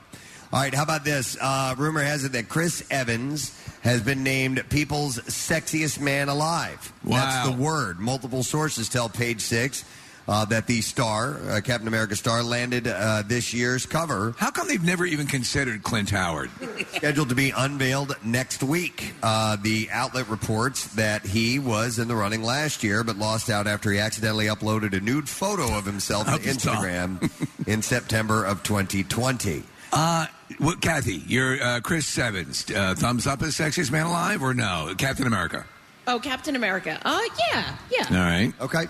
Speaker 3: All right, how about this? Uh, rumor has it that Chris Evans has been named People's Sexiest Man Alive. That's
Speaker 5: Wow.
Speaker 3: the word. Multiple sources tell Page Six uh, that the star, uh, Captain America star, landed uh, this year's cover
Speaker 5: How come they've never even considered Clint Howard?
Speaker 3: scheduled to be unveiled next week. Uh, the outlet reports that he was in the running last year, but lost out after he accidentally uploaded a nude photo of himself to
Speaker 5: Up his top.
Speaker 3: Instagram in September of 2020.
Speaker 5: Uh, what, Kathy, you're uh, Chris Evans. Uh, thumbs up as sexiest man alive or no? Captain America.
Speaker 9: Oh, Captain America. Uh, yeah, yeah.
Speaker 5: All right.
Speaker 3: Okay,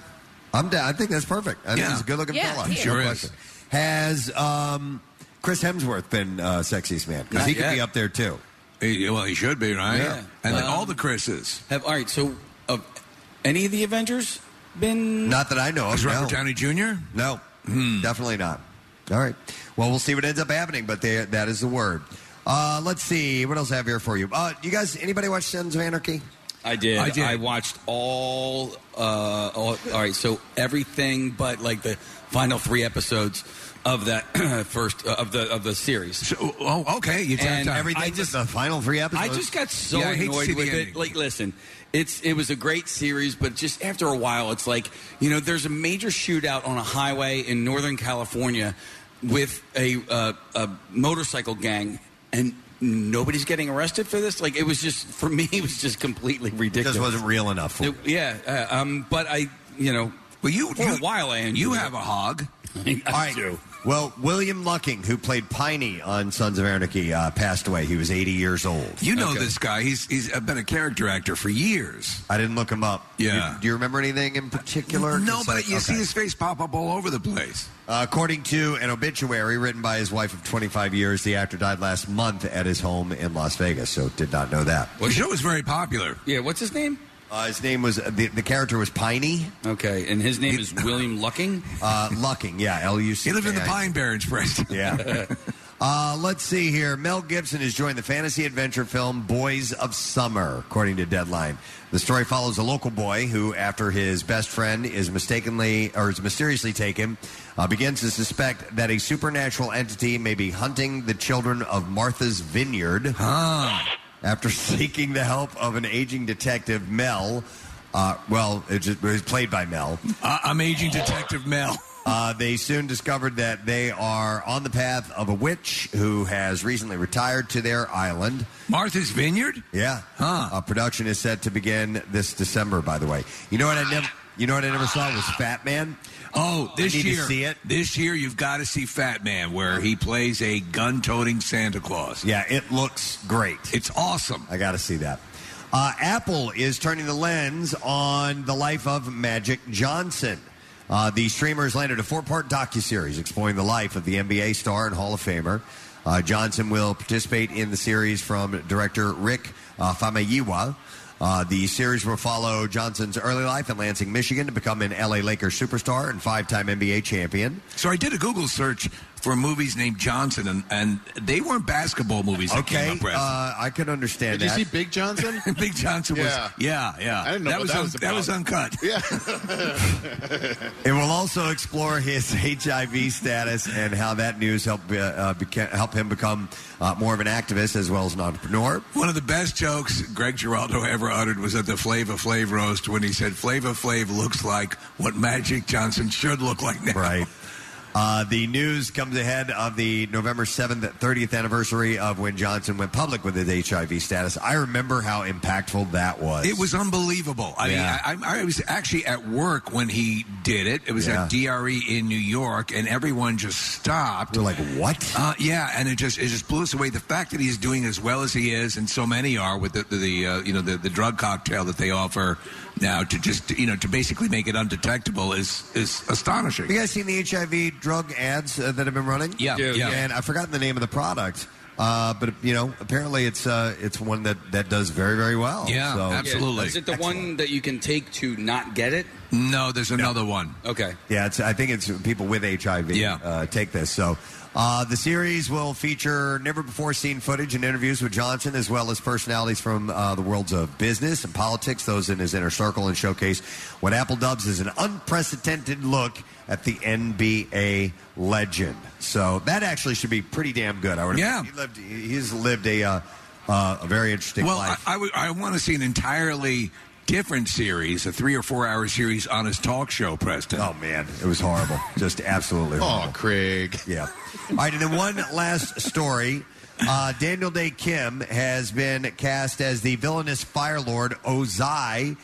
Speaker 3: I'm down. I think that's perfect. I think
Speaker 5: Yeah.
Speaker 3: he's a good-looking
Speaker 9: Yeah,
Speaker 3: fella.
Speaker 9: he is. Sure
Speaker 5: is.
Speaker 3: question. Has um, Chris Hemsworth been uh, sexiest man? Because he
Speaker 6: Not
Speaker 3: could be
Speaker 6: yet.
Speaker 3: up there too.
Speaker 5: He- well, he should be, right?
Speaker 6: Yeah.
Speaker 5: And like
Speaker 6: Um,
Speaker 5: all the Chris's.
Speaker 6: Have all right. So, oh. of any of the Avengers been?
Speaker 3: Not that I know of.
Speaker 5: Is Robert
Speaker 3: no.
Speaker 5: Downey Hmm. Jr.?
Speaker 3: No, definitely not. All right. Well, we'll see what ends up happening, but they, that is the word. Uh, let's see what else I have here for you. Uh, you guys, anybody watch Sons of Anarchy?
Speaker 6: I did.
Speaker 5: I did.
Speaker 6: watched all, uh, all. All right, so everything but like the final three episodes of that first uh, of the of the series.
Speaker 5: oh, okay. You tapped
Speaker 6: and
Speaker 5: out.
Speaker 6: everything.
Speaker 5: I
Speaker 6: I
Speaker 5: just-
Speaker 6: just
Speaker 3: the final three episodes.
Speaker 6: I just got so
Speaker 5: Yeah, I hate to
Speaker 6: annoyed
Speaker 5: see the
Speaker 6: with
Speaker 5: ending.
Speaker 6: it. Like, listen, it's it was a great series, but just after a while, it's like you know, there's a major shootout on a highway in Northern California with a uh, a motorcycle gang, and nobody's getting arrested for this. Like, it was just for me, it was just completely ridiculous.
Speaker 3: just wasn't real enough for
Speaker 6: It- yeah, uh, um, but I, you know,
Speaker 5: Well, you
Speaker 6: for a while, I enjoyed
Speaker 5: you
Speaker 6: it.
Speaker 5: have a hog.
Speaker 6: I,
Speaker 3: All right.
Speaker 6: do.
Speaker 3: Well, William Lucking, who played Piney on Sons of Anarchy, uh, passed away. He was 80 years old.
Speaker 5: You know
Speaker 6: Okay.
Speaker 5: this guy. He's he's been a character actor for years.
Speaker 3: I didn't look him up.
Speaker 5: Yeah.
Speaker 3: You- do you remember anything in particular?
Speaker 5: No,
Speaker 3: 'Cause,
Speaker 5: but
Speaker 3: like,
Speaker 5: you see
Speaker 3: okay.
Speaker 5: his face pop up all over the place.
Speaker 3: Uh, according to an obituary written by his wife of 25 years, the actor died last month at his home in Las Vegas. So did not know that.
Speaker 5: The show was very popular.
Speaker 6: Yeah, what's his name?
Speaker 3: Uh, his name was the, the character was Piney
Speaker 6: Okay, and his name is William Lucking.
Speaker 3: uh, Lucking. Yeah, L U C.
Speaker 5: He lived in the
Speaker 3: K I-
Speaker 5: Pine Barrens, Preston.
Speaker 3: Yeah. Uh, let's see here. Mel Gibson has joined the fantasy adventure film Boys of Summer, according to Deadline. The story follows a local boy who, after his best friend is mistakenly or is mysteriously taken, uh, begins to suspect that a supernatural entity may be hunting the children of Martha's Vineyard. After seeking the help of an aging detective, Mel, uh, well, it just, it was played by Mel.
Speaker 5: I- I'm aging Detective Mel.
Speaker 3: Uh, they soon discovered that they are on the path of a witch who has recently retired to their island.
Speaker 5: Martha's Vineyard.
Speaker 3: Yeah,
Speaker 5: Huh.
Speaker 3: Uh, production is set to begin this December. By the way, you know what I never, you know what I never saw was Fat Man.
Speaker 5: Oh, this
Speaker 3: I need to
Speaker 5: year,
Speaker 3: see it.
Speaker 5: this year you've got to see Fat Man, where he plays a gun-toting Santa Claus.
Speaker 3: Yeah, it looks great.
Speaker 5: It's awesome.
Speaker 3: I got to see that. Uh, Apple is turning the lens on the life of Magic Johnson. Uh, the streamer has landed a four-part docu-series exploring the life of the NBA star and Hall of Famer. Uh, Johnson will participate in the series from director Rick uh, Famuyiwa. Uh, the series will follow Johnson's early life in Lansing, Michigan, to become an LA Lakers superstar and five-time NBA champion.
Speaker 5: So I did a Google search for movies named Johnson, and, and they weren't basketball movies. That
Speaker 3: Okay,
Speaker 5: came up, Preston.
Speaker 3: uh, I can understand
Speaker 7: Did you
Speaker 3: that.
Speaker 7: see Big Johnson?
Speaker 5: Big Johnson was
Speaker 7: Yeah.
Speaker 5: yeah, yeah.
Speaker 7: I didn't know
Speaker 5: that
Speaker 7: what
Speaker 5: was
Speaker 7: that
Speaker 5: un-
Speaker 7: was
Speaker 5: that was
Speaker 7: about.
Speaker 5: uncut.
Speaker 7: yeah.
Speaker 3: It will also explore his HIV status and how that news helped uh, uh, beca- help him become uh, more of an activist as well as an entrepreneur.
Speaker 5: One of the best jokes Greg Giraldo ever uttered was at the Flavor Flav roast when he said Flavor Flav looks like what Magic Johnson should look like now.
Speaker 3: Right. Uh, the news comes ahead of the November 7th, 30th anniversary of when Johnson went public with his HIV status. I remember how impactful that was.
Speaker 5: It was unbelievable. I
Speaker 3: Yeah.
Speaker 5: mean, I, I, I was actually at work when he did it. It was at DRE in New York, and everyone just stopped.
Speaker 3: We're like, what?
Speaker 5: Uh, yeah, and it just it just blew us away. The fact that he's doing as well as he is, and so many are with the the, the uh, you know the, the drug cocktail that they offer now to just you know to basically make it undetectable is is astonishing.
Speaker 3: Have you guys seen the HIV drug ads uh, that have been running?
Speaker 5: Yeah, Dude. yeah.
Speaker 3: And I've forgotten the name of the product, uh, but you know, apparently it's uh, it's one that, that does very very well.
Speaker 5: Yeah,
Speaker 3: Oh, So-
Speaker 5: absolutely.
Speaker 6: Is it the one that you can take to not get it?
Speaker 5: No, there's another one.
Speaker 6: Okay.
Speaker 3: Yeah, it's, I think it's people with HIV
Speaker 5: Yeah.
Speaker 3: uh, take this. So uh, the series will feature never before seen footage and interviews with Johnson, as well as personalities from uh, the worlds of business and politics, those in his inner circle, and showcase what Apple dubs as an unprecedented look at the NBA legend. So that actually should be pretty damn good. I would.
Speaker 5: Yeah.
Speaker 3: he lived, he's lived a uh, uh, a very interesting
Speaker 5: Well, I,
Speaker 3: life.
Speaker 5: I, would- I want to see an entirely different series, a three or four hour series on his talk show, Preston.
Speaker 3: oh man, it was horrible. Just absolutely. horrible.
Speaker 7: Oh, Craig.
Speaker 3: Yeah. All right, and then one last story. Uh, Daniel Day Kim has been cast as the villainous Fire Lord Ozai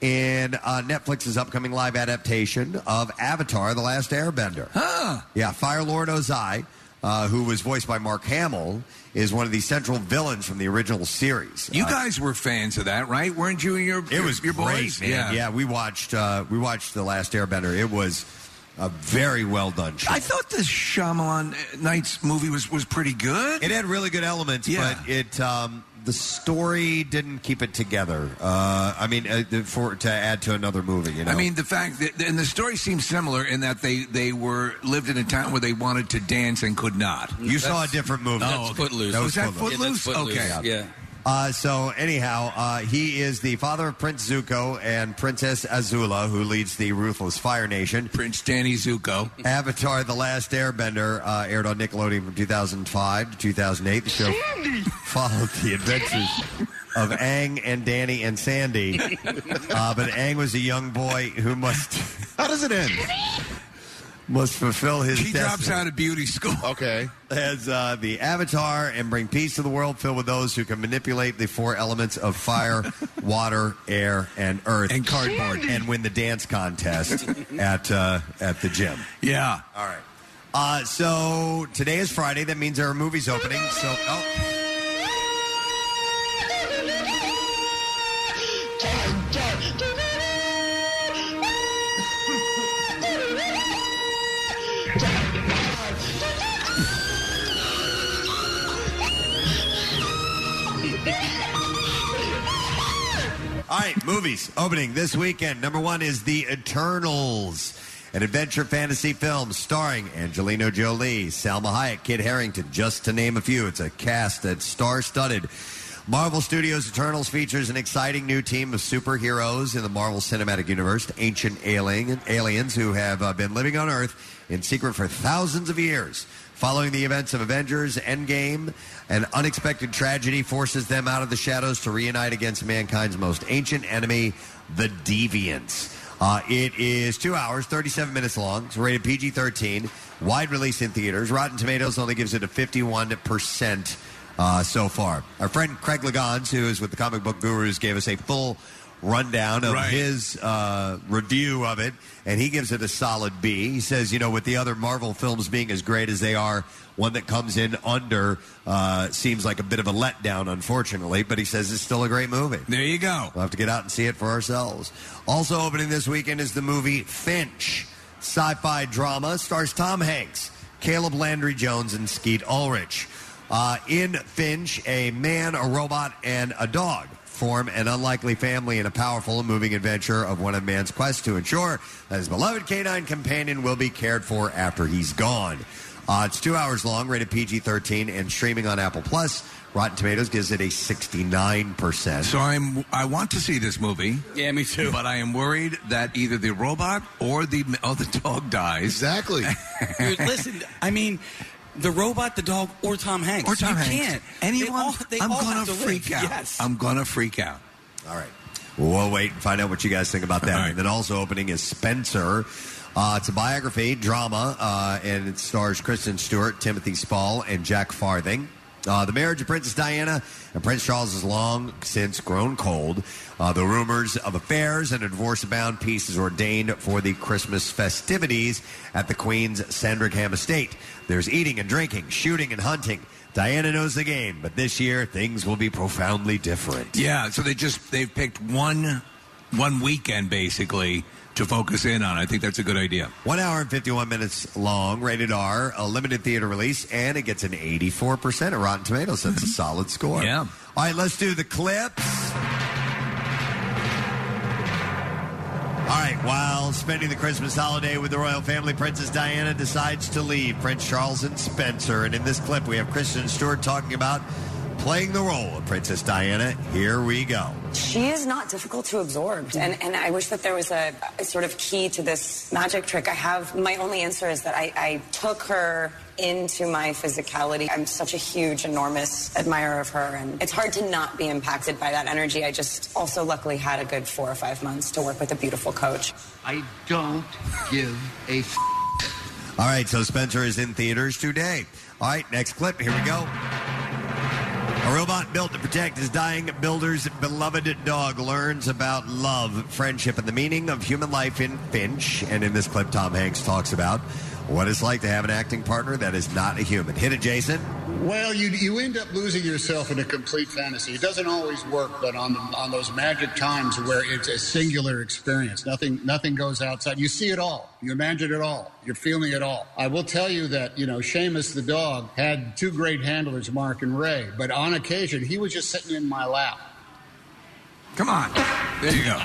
Speaker 3: in uh, Netflix's upcoming live adaptation of Avatar: The Last Airbender. Yeah, Fire Lord Ozai, uh, who was voiced by Mark Hamill, is one of the central villains from the original series.
Speaker 5: You
Speaker 3: Uh,
Speaker 5: guys were fans of that, right? Weren't you and your
Speaker 3: it was
Speaker 5: your
Speaker 3: great,
Speaker 5: boys?
Speaker 3: man. Yeah. we watched uh, we watched The Last Airbender. It was a very well done show.
Speaker 5: I thought the Shyamalan Nights movie was was pretty good.
Speaker 3: It had really good elements,
Speaker 5: Yeah.
Speaker 3: but it um, the story didn't keep it together. Uh, I mean, uh, the- for to add to another movie, you know.
Speaker 5: I mean, the fact that and the story seems similar in that they they were lived in a town where they wanted to dance and could not.
Speaker 3: you saw a different movie.
Speaker 6: that's Oh, okay. Footloose.
Speaker 3: That was,
Speaker 5: Was that
Speaker 3: Footloose.
Speaker 5: Footloose?
Speaker 6: Yeah, that's Footloose.
Speaker 5: Okay.
Speaker 6: Yeah.
Speaker 3: Uh, so anyhow, uh, he is the father of Prince Zuko and Princess Azula, who leads the Ruthless Fire Nation.
Speaker 5: Prince Danny Zuko.
Speaker 3: Avatar: The Last Airbender uh, aired on Nickelodeon from 2005 to 2008. The show followed the adventures of Aang and Danny and Sandy, uh, but Aang was a young boy who must. How does it end? Must fulfill his.
Speaker 5: He drops
Speaker 3: destiny
Speaker 5: out of beauty school.
Speaker 7: Okay.
Speaker 3: as uh, the avatar and bring peace to the world filled with those who can manipulate the four elements of fire, water, air, and earth, and cardboard, and win the dance contest at uh, at the gym.
Speaker 5: Yeah.
Speaker 3: All right. Uh, so today is Friday. That means there are movies opening. So oh, all right, movies opening this weekend. Number one is The Eternals. An adventure fantasy film starring Angelina Jolie, Salma Hayek, Kid Harrington, just to name a few. It's a cast that's star studded. Marvel Studios Eternals features an exciting new team of superheroes in the Marvel Cinematic Universe, ancient alien, aliens who have uh, been living on Earth in secret for thousands of years. Following the events of Avengers Endgame, an unexpected tragedy forces them out of the shadows to reunite against mankind's most ancient enemy, the Deviants. Uh, it is two hours, 37 minutes long. It's rated PG 13, wide release in theaters. Rotten Tomatoes only gives it a 51% uh, so far. Our friend Craig Lagans, who is with the Comic Book Gurus, gave us a full rundown of
Speaker 5: Right.
Speaker 3: his uh, review of it, and he gives it a solid B. He says, you know, with the other Marvel films being as great as they are, one that comes in under uh, seems like a bit of a letdown, unfortunately, but he says it's still a great movie.
Speaker 5: There you go.
Speaker 3: We'll have to get out and see it for ourselves. Also opening this weekend is the movie Finch, sci-fi drama, stars Tom Hanks, Caleb Landry Jones, and Skeet Ulrich. Uh, in Finch, a man, a robot, and a dog form an unlikely family in a powerful and moving adventure of one of man's quest to ensure that his beloved canine companion will be cared for after he's gone. Uh, it's two hours long, rated PG-13, and streaming on Apple Plus. Rotten Tomatoes gives it a 69%.
Speaker 5: So I'm. I want to see this movie,
Speaker 6: Yeah, me too.
Speaker 5: but I am worried that either the robot or the or the dog dies.
Speaker 7: Exactly.
Speaker 6: Dude, listen, I mean, the robot, the dog, or Tom Hanks.
Speaker 5: Or Tom
Speaker 6: you
Speaker 5: Hanks.
Speaker 6: Can't.
Speaker 5: Anyone?
Speaker 6: They all, they
Speaker 5: I'm
Speaker 6: all
Speaker 5: gonna
Speaker 6: have to
Speaker 5: freak
Speaker 6: live.
Speaker 5: out.
Speaker 6: Yes.
Speaker 5: I'm gonna freak out.
Speaker 3: All right. We'll wait and find out what you guys think about that.
Speaker 5: All right.
Speaker 3: And then also opening is Spencer. Uh, it's a biography, drama, uh, and it stars Kristen Stewart, Timothy Spall, and Jack Farthing. Uh, the marriage of Princess Diana and Prince Charles is long since grown cold. Uh, the rumors of affairs and a divorce abound. Peace is ordained for the Christmas festivities at the Queen's Sandringham estate. There's eating and drinking, shooting and hunting. Diana knows the game, but this year things will be profoundly different.
Speaker 5: Yeah. So they just they've picked one one weekend basically to focus in on. I think that's a good idea.
Speaker 3: One hour and 51 minutes long, rated R, a limited theater release, and it gets an 84% of Rotten Tomatoes. That's a solid score.
Speaker 5: Yeah.
Speaker 3: All right, let's do the clips. All right, while spending the Christmas holiday with the royal family, Princess Diana decides to leave Prince Charles and Spencer. And in this clip, we have Kristen Stewart talking about playing the role of Princess Diana. Here we go.
Speaker 12: She is not difficult to absorb. And, and I wish that there was a, a sort of key to this magic trick. I have my only answer is that I, I took her into my physicality. I'm such a huge, enormous admirer of her. And it's hard to not be impacted by that energy. I just also luckily had a good four or five months to work with a beautiful coach.
Speaker 13: I don't give a f-
Speaker 3: All right, so Spencer is in theaters today. All right, next clip. Here we go. A robot built to protect his dying builder's beloved dog learns about love, friendship, and the meaning of human life in Finch. And in this clip, Tom Hanks talks about what it's like to have an acting partner that is not a human. Hit it, Jason.
Speaker 13: Well, you you end up losing yourself in a complete fantasy. It doesn't always work, but on the, on those magic times where it's a singular experience, nothing nothing goes outside. You see it all. You imagine it all. You're feeling it all. I will tell you that you know Seamus the dog had two great handlers, Mark and Ray, but on occasion he was just sitting in my lap.
Speaker 5: Come on. There you go.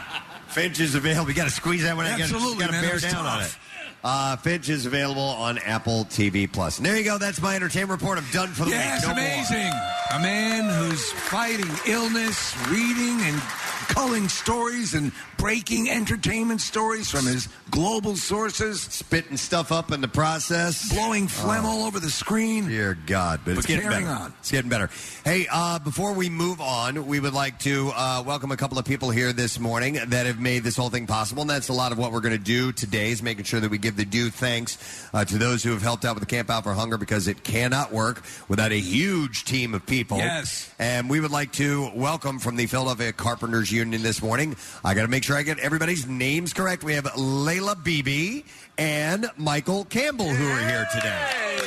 Speaker 3: Finch is available. We got to squeeze that one out.
Speaker 5: Absolutely,
Speaker 3: got to
Speaker 5: man, it
Speaker 3: bear
Speaker 5: was
Speaker 3: down on it.
Speaker 5: tough.
Speaker 3: Uh, Finch is available on Apple TV Plus. And there you go. That's my entertainment report. I'm done for the
Speaker 5: yes,
Speaker 3: week. No more.
Speaker 5: amazing. A man who's fighting illness, reading and culling stories and breaking entertainment stories from his global sources.
Speaker 3: Spitting stuff up in the process.
Speaker 5: Blowing phlegm
Speaker 3: Oh.
Speaker 5: all over the screen.
Speaker 3: Dear God, but it's
Speaker 5: But
Speaker 3: getting
Speaker 5: carrying
Speaker 3: better.
Speaker 5: on.
Speaker 3: It's getting better. Hey, uh, before we move on, we would like to uh, welcome a couple of people here this morning that have made this whole thing possible. And that's a lot of what we're going to do today is making sure that we give the due thanks uh, to those who have helped out with the Camp Out for Hunger because it cannot work without a huge team of people.
Speaker 5: Yes.
Speaker 3: And we would like to welcome from the Philadelphia Carpenters Union this morning. I got to make sure I get everybody's names correct. We have Layla Beebe and Michael Campbell who are here today.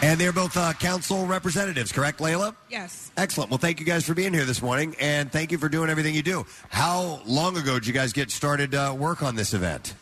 Speaker 3: And they're both uh, council representatives, correct, Layla?
Speaker 14: Yes.
Speaker 3: Excellent. Well, thank you guys for being here this morning, and thank you for doing everything you do. How long ago did you guys get started uh, work on this event?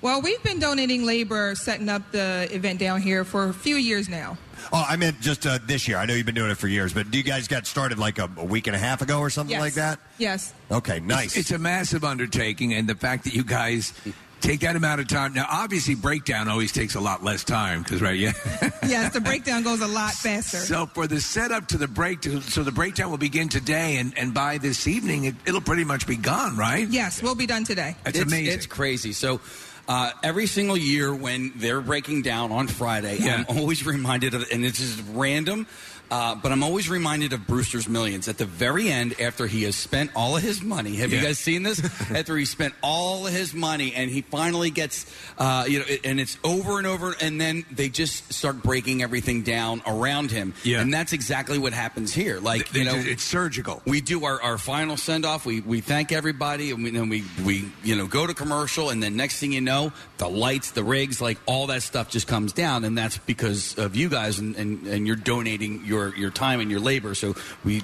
Speaker 14: Well, we've been donating labor, setting up the event down here for a few years now.
Speaker 3: Oh, I meant just uh, this year. I know you've been doing it for years, but do you guys got started like a, a week and a half ago or something
Speaker 14: Yes.
Speaker 3: like that?
Speaker 14: Yes.
Speaker 3: Okay, nice.
Speaker 5: It's, it's a massive undertaking, and the fact that you guys take that amount of time. Now, obviously, breakdown always takes a lot less time because, right? Yeah.
Speaker 14: yes, the breakdown goes a lot faster.
Speaker 5: So for the setup to the break, to, so the breakdown will begin today, and, and by this evening, it, it'll pretty much be gone, right?
Speaker 14: yes, we'll be done today.
Speaker 5: That's amazing.
Speaker 6: It's crazy. So. Uh, every single year when they're breaking down on Friday, I'm always reminded of, and it's just random, uh, but I'm always reminded of Brewster's Millions. At the very end, after he has spent all of his money, have you
Speaker 5: Yeah.
Speaker 6: guys seen this? after he spent all of his money and he finally gets, uh, you know, it- and it's over and over, and then they just start breaking everything down around him.
Speaker 5: Yeah.
Speaker 6: And that's exactly what happens here. Like,
Speaker 5: They
Speaker 6: you know,
Speaker 5: do- it's surgical.
Speaker 6: we do our, our final send off. We, we thank everybody, and we, then we we you know go to commercial, and then next thing you know, the lights, the rigs, like all that stuff just comes down, and that's because of you guys, and, and, and you're donating your your time and your labor. So we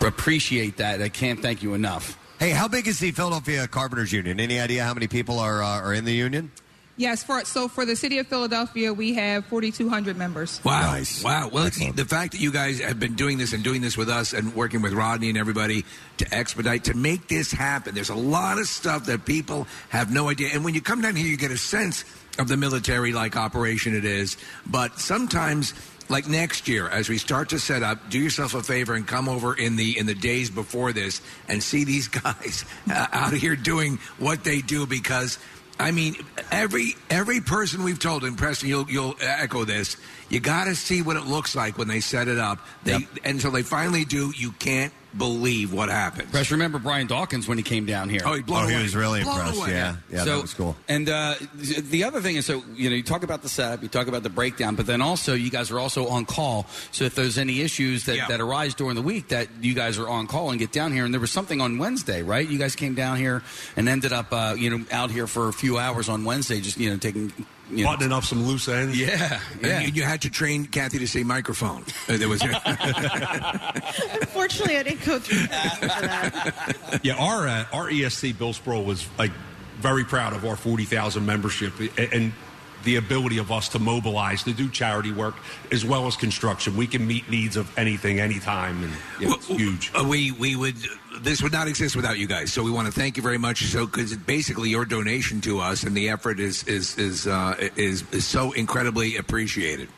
Speaker 6: appreciate that. I can't thank you enough.
Speaker 3: hey, how big is the Philadelphia Carpenters Union? Any idea how many people are uh, are in the union?
Speaker 14: Yes, for so for the city of Philadelphia, we have 4,200 members.
Speaker 5: Wow. Wow. Well, it's, the fact that you guys have been doing this and doing this with us and working with Rodney and everybody to expedite, to make this happen, there's a lot of stuff that people have no idea. And when you come down here, you get a sense of the military like operation it is. But sometimes. Like next year, as we start to set up, do yourself a favor and come over in the in the days before this and see these guys uh, out here doing what they do because I mean, every every person we've told, and Preston, you'll you'll echo this. You got to see what it looks like when they set it up. They until they finally do, you can't believe what happens.
Speaker 6: Press remember Brian Dawkins when he came down here.
Speaker 5: Oh, he blew
Speaker 3: Oh, he was really
Speaker 5: Blown
Speaker 3: impressed.
Speaker 5: away.
Speaker 3: Yeah, yeah,
Speaker 6: so,
Speaker 3: that was cool.
Speaker 6: And uh, th- the other thing is, so you know, you talk about the setup, you talk about the breakdown, but then also you guys are also on call. So if there's any issues that,
Speaker 5: Yeah.
Speaker 6: that arise during the week, that you guys are on call and get down here. And there was something on Wednesday, right? You guys came down here and ended up, uh, you know, out here for a few hours on Wednesday, just you know, taking. You know,
Speaker 15: buttoning up some loose ends.
Speaker 6: yeah, yeah.
Speaker 5: And you, you had to train Kathy to say microphone. Uh, there was.
Speaker 16: Unfortunately, I didn't go through
Speaker 15: Yeah, our uh, our
Speaker 17: E
Speaker 15: ESC Bill Sproul was like very proud of our forty thousand membership a- and the ability of us to mobilize to do charity work as well as construction. We can meet needs of anything, anytime, and you know, it's huge.
Speaker 5: Uh, we we would this would not exist without you guys. So we want to thank you very much. So because basically your donation to us and the effort is is is uh, is, is so incredibly appreciated.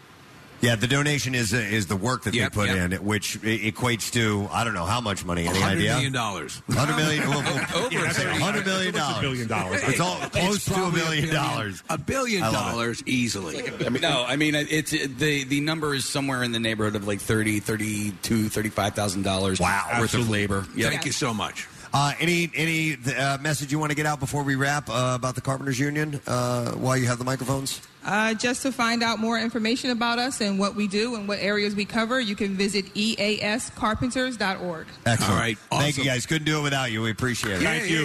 Speaker 3: Yeah, the donation is uh, is the work that
Speaker 5: Yep,
Speaker 3: they put
Speaker 5: yep.
Speaker 3: in, which e- equates to I don't know how much money. Any
Speaker 5: $100
Speaker 3: idea?
Speaker 5: million dollars.
Speaker 3: Hundred million. Well,
Speaker 5: Over a billion.
Speaker 3: hundred million
Speaker 5: It's
Speaker 3: dollars.
Speaker 5: a billion dollars.
Speaker 3: It's all
Speaker 5: It's
Speaker 3: close to a
Speaker 5: probably a
Speaker 3: billion
Speaker 5: billion.
Speaker 3: dollars.
Speaker 5: A billion
Speaker 6: I love it.
Speaker 5: dollars easily.
Speaker 6: no, I mean uh, it's it, the the number is somewhere in the neighborhood of like 30, 32, 35,000 dollars wow, worth of labor. Yeah.
Speaker 5: Thank you so much.
Speaker 3: Uh, any any uh, message you want to get out before we wrap uh, about the Carpenters Union uh, while you have the microphones?
Speaker 14: Uh, just to find out more information about us and what we do and what areas we cover, you can visit E eascarpenters.org.
Speaker 3: Excellent.
Speaker 5: All right.
Speaker 3: Thank you guys. Couldn't do it without you. We appreciate it.
Speaker 5: Thank you.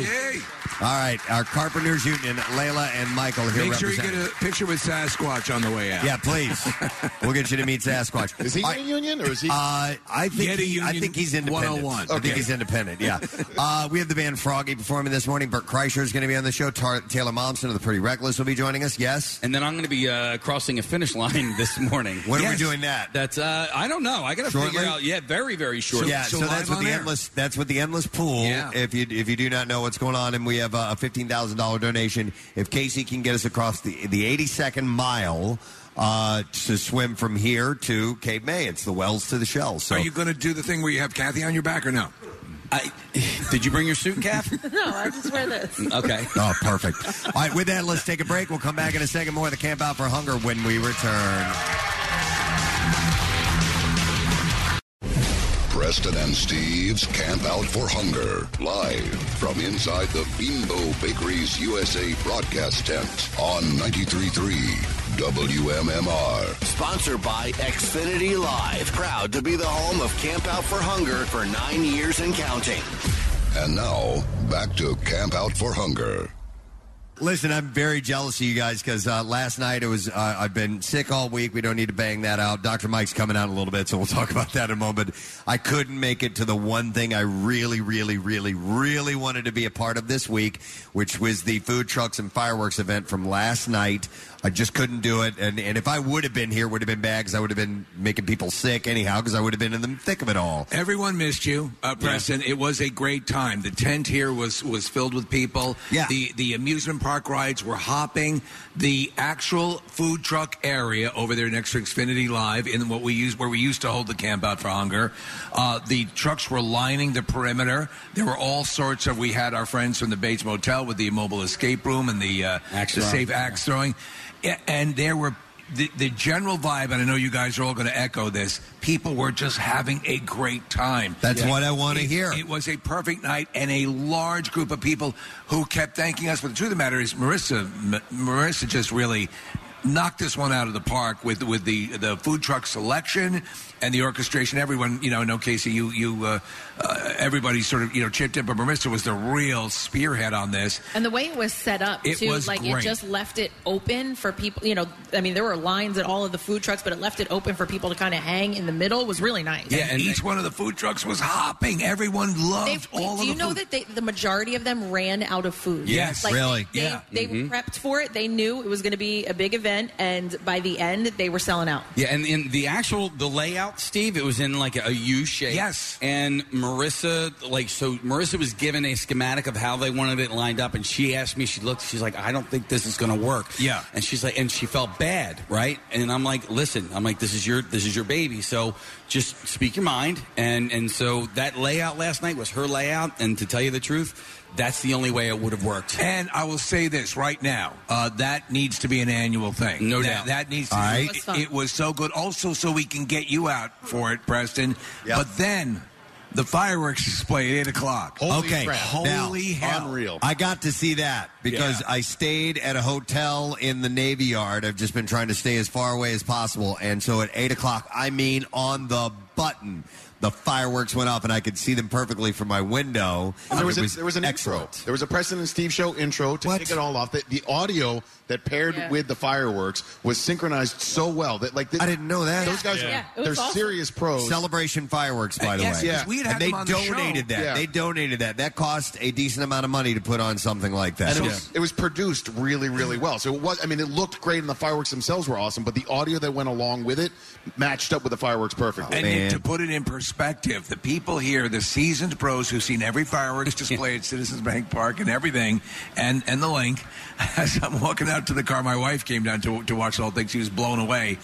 Speaker 3: All right. Our Carpenters Union, Layla and Michael here
Speaker 5: Make sure you get
Speaker 3: representing.
Speaker 5: a picture with Sasquatch on the way out.
Speaker 3: Yeah, please. we'll get you to meet Sasquatch.
Speaker 7: Is he
Speaker 3: All
Speaker 7: in a union or is he?
Speaker 3: Uh, I think
Speaker 7: Yeti
Speaker 3: he, I
Speaker 7: Union
Speaker 3: think he's independent.
Speaker 7: 101.
Speaker 3: I
Speaker 7: Okay.
Speaker 3: think he's independent. Yeah. uh, we have the band Froggy performing this morning. Bert Kreischer is going to be on the show. Tar- Taylor Momsen of the Pretty Reckless will be joining us. Yes.
Speaker 6: And then I'm going to be uh, crossing a finish line this morning.
Speaker 3: When are we doing that?
Speaker 6: That's uh, I don't know. I got to
Speaker 3: Shortly?
Speaker 6: figure out. Yeah, very very short.
Speaker 3: yeah, so, that's with the endless. That's with the endless pool.
Speaker 6: Yeah.
Speaker 3: If you if you do not know what's going on, and we have of uh, a fifteen thousand dollar donation if Casey can get us across the the eighty second mile uh, to swim from here to Cape May. It's the Wells to the Shell. So
Speaker 5: Are you going to do the thing where you have Kathy on your back or no?
Speaker 6: I, did you bring your suit, Kath?
Speaker 9: No, I just wear this.
Speaker 6: Okay.
Speaker 3: oh, perfect. All right, with that, let's take a break. We'll come back in a second more of the Camp Out for Hunger when we return.
Speaker 2: Preston and Steve's Camp Out for Hunger, live from inside the Bimbo Bakeries USA broadcast tent on 93.3 WMMR.
Speaker 8: Sponsored by Xfinity Live. Proud to be the home of Camp Out for Hunger for nine years and counting.
Speaker 2: And now, back to Camp Out for Hunger.
Speaker 3: Listen, I'm very jealous of you guys because uh, last night it was. Uh, I've been sick all week. We don't need to bang that out. Doctor Mike's coming out in a little bit, so we'll talk about that in a moment. I couldn't make it to the one thing I really, really, really, really wanted to be a part of this week, which was the food trucks and fireworks event from last night. I just couldn't do it, and and if I would have been here, it would have been bad because I would have been making people sick anyhow because I would have been in the thick of it all.
Speaker 5: Everyone missed you, uh, Preston. It was a great time. The tent here was was filled with people. Yeah. The the amusement park rides were hopping. The actual food truck area over there next to Xfinity Live, in what we use where we used to hold the camp out for hunger, uh, the trucks were lining the perimeter. There were all sorts of. We had our friends from the Bates Motel with the immobile escape room and the uh,
Speaker 6: Axe
Speaker 5: the
Speaker 6: throwing.
Speaker 5: safe axe throwing, A- and there were the, the general vibe, and I know you guys are all going to echo this. People were just having a great time.
Speaker 3: That's
Speaker 5: Yeah.
Speaker 3: what I wanna
Speaker 5: It-
Speaker 3: hear.
Speaker 5: It was a perfect night, and a large group of people who kept thanking us. But the truth of the matter is, Marissa, M- Marissa just really knocked this one out of the park with with the the food truck selection and the orchestration. Everyone, you know, no Casey, you you uh, uh, everybody sort of you know chipped in, but Marissa was the real spearhead on this.
Speaker 9: And the way it was set up,
Speaker 5: It
Speaker 9: too,
Speaker 5: was
Speaker 9: like it
Speaker 5: great.
Speaker 9: just left it open for people. You know, I mean, there were lines at all of the food trucks, but it left it open for people to kind of hang in the middle. Was really nice.
Speaker 5: Yeah, and each one of the food trucks was hopping. Everyone loved
Speaker 9: They-
Speaker 5: all
Speaker 9: do
Speaker 5: of
Speaker 9: you
Speaker 5: the
Speaker 9: know
Speaker 5: food.
Speaker 9: that they, the majority of them ran out of food?
Speaker 5: Yes,
Speaker 9: Like,
Speaker 5: really.
Speaker 9: They,
Speaker 5: Yeah.
Speaker 9: they
Speaker 6: Mhm.
Speaker 9: prepped for it. They knew it was going to be a big event, and by the end, they were selling out.
Speaker 6: Yeah, and in the actual the layout, Steve, it was in like a U shape. Yes. And Marissa, like, so Marissa was given a schematic of how they wanted it lined up, and she asked me. She looked. She's like, I don't think this is going to work. Yeah. And she's like, and she felt bad, right? And I'm like, listen, I'm like, this is your this is your baby, so just speak your mind. And and so that layout last night was her layout, and to tell you the truth, that's the only way it would have worked.
Speaker 5: And I will say this right now: uh, that needs to be an annual thing.
Speaker 6: No
Speaker 5: That-
Speaker 6: doubt.
Speaker 5: that needs to.
Speaker 6: All right.
Speaker 5: Be, it, it was so good, also, so we can get you out for it, Preston. But then, the fireworks display at eight o'clock.
Speaker 3: okay.
Speaker 5: holy
Speaker 3: now,
Speaker 5: hell!
Speaker 3: I got to see that because I stayed at a hotel in the Navy Yard. I've just been trying to stay as far away as possible. And so at 8 o'clock, I mean on the button, the fireworks went off and I could see them perfectly from my window.
Speaker 7: And there was,
Speaker 3: It
Speaker 7: a, there was an intro. There was a Preston and Steve show intro to kick it all off. The, the audio that paired
Speaker 9: Yeah.
Speaker 7: with the fireworks was synchronized so well that like I
Speaker 3: didn't know that.
Speaker 7: Those guys
Speaker 3: Yeah.
Speaker 7: are
Speaker 3: Yeah, it was
Speaker 7: they're
Speaker 3: awesome.
Speaker 7: serious pros.
Speaker 3: Celebration fireworks, by the
Speaker 7: Yes,
Speaker 3: way.
Speaker 7: 'cause we had
Speaker 3: and
Speaker 7: had
Speaker 3: they
Speaker 7: them on the show.
Speaker 3: donated that.
Speaker 7: Yeah.
Speaker 3: They donated that. That cost a decent amount of money to put on something like that.
Speaker 7: And it, was, it was produced really, really well. So it was. I mean, it looked great, and the fireworks themselves were awesome. But the audio that went along with it matched up with the fireworks
Speaker 6: Oh,
Speaker 7: perfectly.
Speaker 5: And to put it in perspective, the people here, the seasoned pros who've seen every fireworks display at Citizens Bank Park and everything, and, and the link, as I'm walking out to the car, my wife came down to, to watch the whole thing. She was blown away.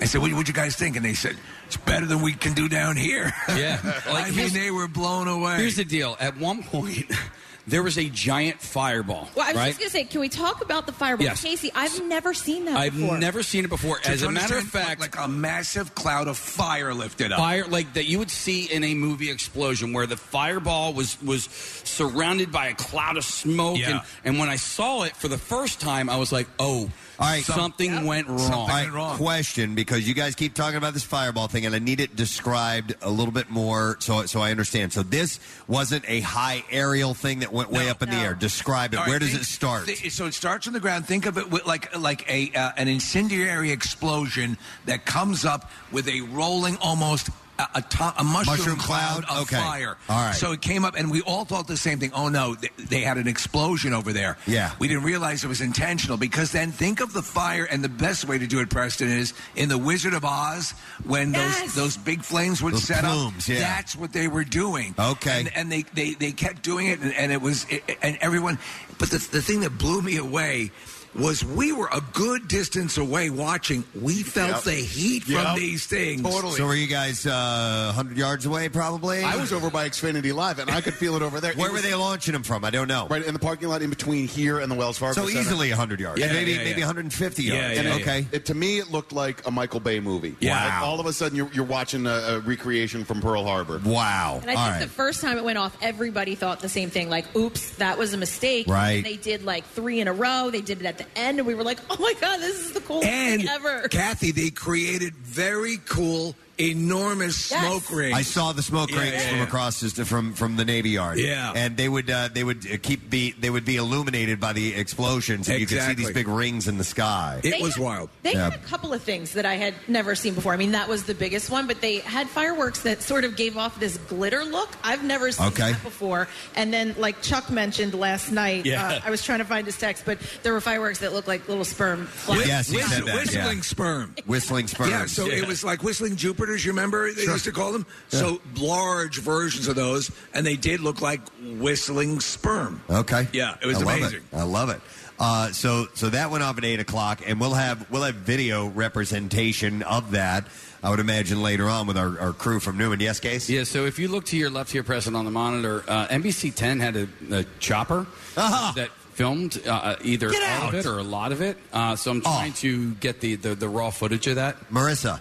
Speaker 5: I said, what would you guys think? And they said, it's better than we can do down here.
Speaker 6: Yeah.
Speaker 5: I mean, they were blown away.
Speaker 6: Here's the deal. At one point, there was a giant fireball.
Speaker 9: Well, I was
Speaker 6: right?
Speaker 9: just going to say, can we talk about the fireworks,
Speaker 6: Yes.
Speaker 9: Casey? I've never seen that.
Speaker 6: I've
Speaker 9: before.
Speaker 6: never seen it before.
Speaker 5: To-
Speaker 6: As
Speaker 5: to
Speaker 6: a matter of
Speaker 5: understand,
Speaker 6: fact,
Speaker 5: like a massive cloud of fire lifted up.
Speaker 6: fire like that you would see in a movie explosion where the fireball was was surrounded by a cloud of smoke
Speaker 5: Yeah.
Speaker 6: and, and when I saw it for the first time I was like, "Oh,
Speaker 3: All right.
Speaker 6: something went wrong."
Speaker 3: All right, Question, because you guys keep talking about this fireball thing, and I need it described a little bit more so so I understand. So this wasn't a high aerial thing that went way up in the air. Describe it.
Speaker 5: All right,
Speaker 3: Where does
Speaker 5: think-
Speaker 3: it start?
Speaker 5: thi- so it starts on the ground. Think of it with like like a uh, an incendiary explosion that comes up with a rolling almost a, a, to- a mushroom,
Speaker 3: Mushroom
Speaker 5: cloud,
Speaker 3: cloud?
Speaker 5: of
Speaker 3: Okay.
Speaker 5: fire.
Speaker 3: All right.
Speaker 5: So it came up, and we all thought the same thing. Oh no, th- they had an explosion over there.
Speaker 3: Yeah.
Speaker 5: We didn't realize it was intentional because then think of the fire, and the best way to do it, Preston, is in the Wizard of Oz when those those big flames would
Speaker 3: Those
Speaker 5: set
Speaker 3: plumes,
Speaker 5: up.
Speaker 3: yeah.
Speaker 5: That's what they were doing.
Speaker 3: Okay.
Speaker 5: And, and they, they they kept doing it, and, and it was it, and everyone. But the the thing that blew me away. Was we were a good distance away watching. We felt
Speaker 3: Yep.
Speaker 5: the heat
Speaker 3: Yep.
Speaker 5: from these things.
Speaker 3: So were you guys uh, 100 yards away, probably?
Speaker 7: I was over by Xfinity Live, and I could feel it over there.
Speaker 3: Where
Speaker 7: It
Speaker 3: were
Speaker 7: was-
Speaker 3: they launching them from? I don't know.
Speaker 7: Right in the parking lot in between here and the Wells Fargo.
Speaker 3: So
Speaker 7: Center.
Speaker 3: easily 100 yards.
Speaker 7: Yeah,
Speaker 3: maybe
Speaker 7: yeah, yeah.
Speaker 3: maybe 150 yards.
Speaker 7: And it-
Speaker 3: okay.
Speaker 7: It, to me, it looked like a Michael Bay movie.
Speaker 3: Yeah.
Speaker 7: Like, all of a sudden, you're, you're watching a, a recreation from Pearl Harbor.
Speaker 3: Wow.
Speaker 4: And I think the first time it went off, everybody thought the same thing. Like, oops, that was a mistake.
Speaker 5: Right.
Speaker 4: And they did like three in a row. They did it at the end, and we were like, oh my god, this is the coolest
Speaker 5: And
Speaker 4: thing ever.
Speaker 5: Kathy, they created very cool, enormous
Speaker 4: Yes.
Speaker 5: smoke rings.
Speaker 3: I saw the smoke
Speaker 5: Yeah,
Speaker 3: rings
Speaker 5: yeah,
Speaker 3: from
Speaker 5: yeah.
Speaker 3: across the, from from the Navy Yard.
Speaker 5: Yeah.
Speaker 3: and they would uh, they would uh, keep be they would be illuminated by the explosions. And You could see
Speaker 5: Exactly.
Speaker 3: these big rings in the sky.
Speaker 4: It They was had-
Speaker 5: wild.
Speaker 4: They had a couple of things that I had never seen before. I mean, that was the biggest one, but they had fireworks that sort of gave off this glitter look. I've never seen
Speaker 18: Okay.
Speaker 4: that before. And then, like Chuck mentioned last night,
Speaker 18: Yeah.
Speaker 4: uh, I was trying to find his text, but there were fireworks that looked like little sperm. flies.
Speaker 3: yes, he
Speaker 5: Whist-
Speaker 3: said that,
Speaker 5: whistling
Speaker 3: yeah.
Speaker 5: sperm.
Speaker 3: Whistling sperm.
Speaker 5: Yeah, so it was like whistling Jupiters. You remember they used to call them so large versions of those, and they did look like whistling sperm.
Speaker 3: Okay.
Speaker 5: Yeah, it was
Speaker 3: I love
Speaker 5: amazing.
Speaker 3: I love it. Uh, so so that went off at eight o'clock, and we'll have we'll have video representation of that. I would imagine later on with our, our crew from Newman. Yes, Case.
Speaker 6: Yeah, so if you look to your left here, President, on the monitor, uh, NBC 10 had a, a chopper
Speaker 5: Oh.
Speaker 6: that filmed uh, uh, either
Speaker 3: Get
Speaker 6: all
Speaker 3: out.
Speaker 6: of it or a lot of it. Uh,
Speaker 5: Oh.
Speaker 6: so I'm trying to get the, the, the raw footage of that.
Speaker 3: Marissa,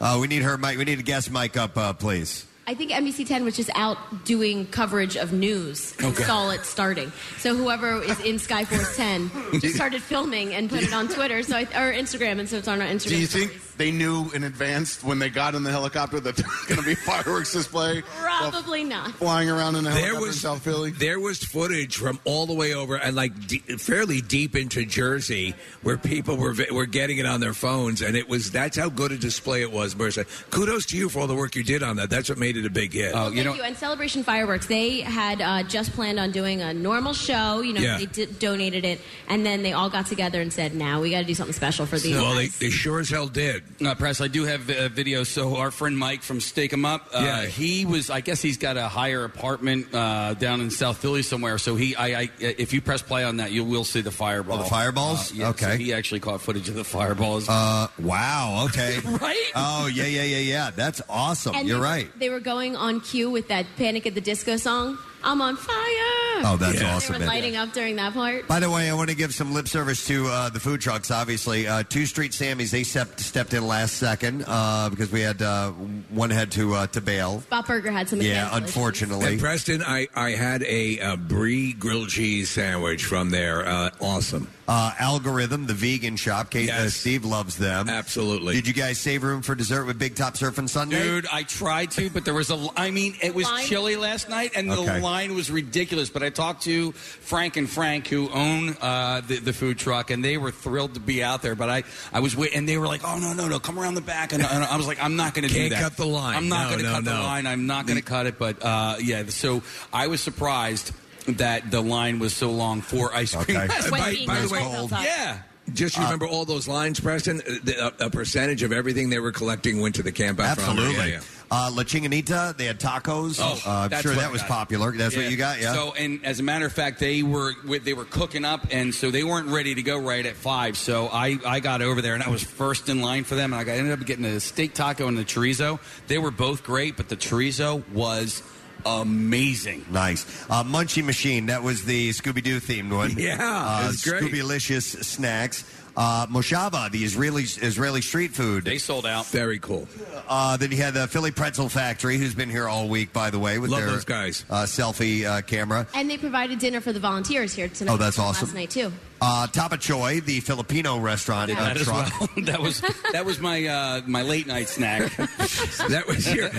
Speaker 3: uh, we need her mic. We need a guest mic up, uh, please.
Speaker 19: I think NBC 10 was just out doing coverage of news.
Speaker 3: Okay.
Speaker 19: Saw it starting. So whoever is in Skyforce 10 just started filming and put it on Twitter so I, or Instagram, and so it's on our Instagram.
Speaker 7: Do you think they knew in advance when they got in the helicopter that there was going to be fireworks display?
Speaker 19: Probably not.
Speaker 7: Flying around in a helicopter
Speaker 5: There
Speaker 7: in
Speaker 5: was
Speaker 7: South Philly?
Speaker 5: there was footage from all the way over and like de- fairly deep into Jersey where people were vi- were getting it on their phones, and it was that's how good a display it was. Marissa, kudos to you for all the work you did on that. That's what made it a big hit.
Speaker 19: Thank Oh, you. And Celebration Fireworks, they had uh, just planned on doing a normal show. You know,
Speaker 5: Yeah.
Speaker 19: they d- donated it, and then they all got together and said, "Now we got to do something special for these."
Speaker 5: well,
Speaker 19: guys."
Speaker 5: they, they sure as hell did.
Speaker 6: Uh, Press, I do have uh, video. So our friend Mike from Stake 'Em Up, uh,
Speaker 5: Yeah.
Speaker 6: he was. I guess he's got a higher apartment uh, down in South Philly somewhere. So he, I, I, if you press play on that, you will see the fireball.
Speaker 3: Oh, the fireballs?
Speaker 6: Uh, yeah, so
Speaker 3: Okay.
Speaker 6: he actually caught footage of the fireballs.
Speaker 3: Uh, wow. Okay.
Speaker 6: Right?
Speaker 3: Oh yeah yeah yeah yeah. That's awesome.
Speaker 19: And
Speaker 3: You're
Speaker 19: they were-
Speaker 3: right.
Speaker 19: They were going on cue with that Panic at the Disco song. I'm on fire.
Speaker 3: Oh, that's awesome,
Speaker 19: They were
Speaker 3: man.
Speaker 19: lighting up during that part.
Speaker 3: By the way, I want to give some lip service to uh, the food trucks. Obviously, uh, Two Street Sammys they stepped stepped in last second uh, because we had uh, one had to uh, to bail.
Speaker 19: Bob Burger had some.
Speaker 3: Yeah,
Speaker 19: cancellations.
Speaker 3: unfortunately.
Speaker 5: And Preston, I, I had a, uh brie grilled cheese sandwich from there. Uh, awesome.
Speaker 3: Uh, Algorithm, the vegan shop. Kate, uh, Steve loves them. Absolutely. Did you guys save room for dessert with Big Top Surf and Sunday?
Speaker 6: Dude, I tried to, but there was a. I mean, it was
Speaker 19: Line?
Speaker 6: chilly last night, and
Speaker 3: Okay.
Speaker 6: the line was ridiculous. But I talked to Frank and Frank, who own uh, the, the food truck, and they were thrilled to be out there. But I, I was, wait, and they were like, "Oh no, no, no, come around the back." And, and I was like, "I'm not going to do
Speaker 5: Can't
Speaker 6: that.
Speaker 5: cut the line.
Speaker 6: I'm not
Speaker 5: No,
Speaker 6: going to
Speaker 5: no,
Speaker 6: cut
Speaker 5: no.
Speaker 6: the line. I'm not going to cut it." But uh, yeah, so I was surprised that the line was so long for ice cream.
Speaker 5: By, by the way,
Speaker 6: yeah.
Speaker 5: Just remember all those lines, Preston. Uh, the- A, a percentage of everything they were collecting went to the camp out. for hunger.
Speaker 3: Absolutely.
Speaker 5: Yeah, yeah.
Speaker 3: Uh, La Chinganita, they had tacos. uh, I'm
Speaker 6: Oh, that's
Speaker 3: sure
Speaker 6: what
Speaker 3: that
Speaker 6: I
Speaker 3: was
Speaker 6: got.
Speaker 3: popular. That's what you got, yeah.
Speaker 6: So, and as a matter of fact, they were they were cooking up, and so they weren't ready to go right at five. So I I got over there, and I was first in line for them, and I got, ended up getting a steak taco and the chorizo. They were both great, but the chorizo was amazing.
Speaker 3: Nice. Uh, Munchie Machine, that was the Scooby Doo themed one.
Speaker 6: Yeah, it
Speaker 3: Uh,
Speaker 6: was great.
Speaker 3: Scooby-licious snacks. Uh, Moshaba, the Israeli Israeli street food.
Speaker 6: They sold out.
Speaker 5: Very cool.
Speaker 3: Uh, then you had the Philly Pretzel Factory, who's been here all week, by the way, with
Speaker 5: Love
Speaker 3: their
Speaker 5: those guys.
Speaker 3: Uh, selfie uh, camera.
Speaker 19: And they provided dinner for the volunteers here tonight.
Speaker 3: Oh, that's
Speaker 19: and
Speaker 3: awesome.
Speaker 19: Last night too.
Speaker 3: Uh, Tapa Choy, the Filipino restaurant. uh,
Speaker 6: that as
Speaker 3: Toronto-
Speaker 6: well. that was that was my uh, my late night snack. that
Speaker 5: was your-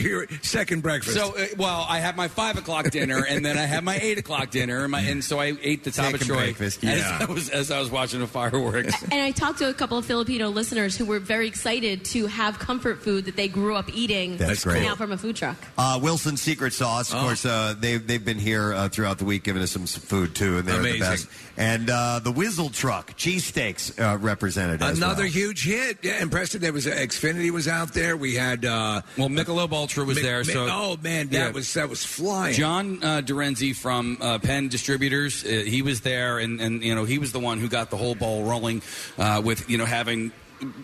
Speaker 5: your second breakfast.
Speaker 6: So, uh, well, I had my five o'clock dinner, and then I had my eight o'clock dinner, and, my, and so I ate the top
Speaker 3: Second breakfast, yeah.
Speaker 6: as, I was, as I was watching the fireworks.
Speaker 19: And I talked to a couple of Filipino listeners who were very excited to have comfort food that they grew up eating
Speaker 3: That's great.
Speaker 19: now from a food truck.
Speaker 3: Uh, Wilson's Secret Sauce, of
Speaker 5: Oh.
Speaker 3: course, uh, they've, they've been here uh, throughout the week giving us some s- food, too, and they're
Speaker 5: Amazing.
Speaker 3: the best. And uh, the Wizzle Truck, cheesesteaks uh, represented as well.
Speaker 5: Another huge hit. Yeah, and Preston, there was Xfinity was out there. We had uh,
Speaker 6: well, Michelob Ultra was there, so-
Speaker 5: oh man, that
Speaker 6: Yeah.
Speaker 5: was that was flying.
Speaker 6: John uh, Dorenzi from uh, Penn Distributors, uh, he was there, and, and you know he was the one who got the whole ball rolling uh, with you know having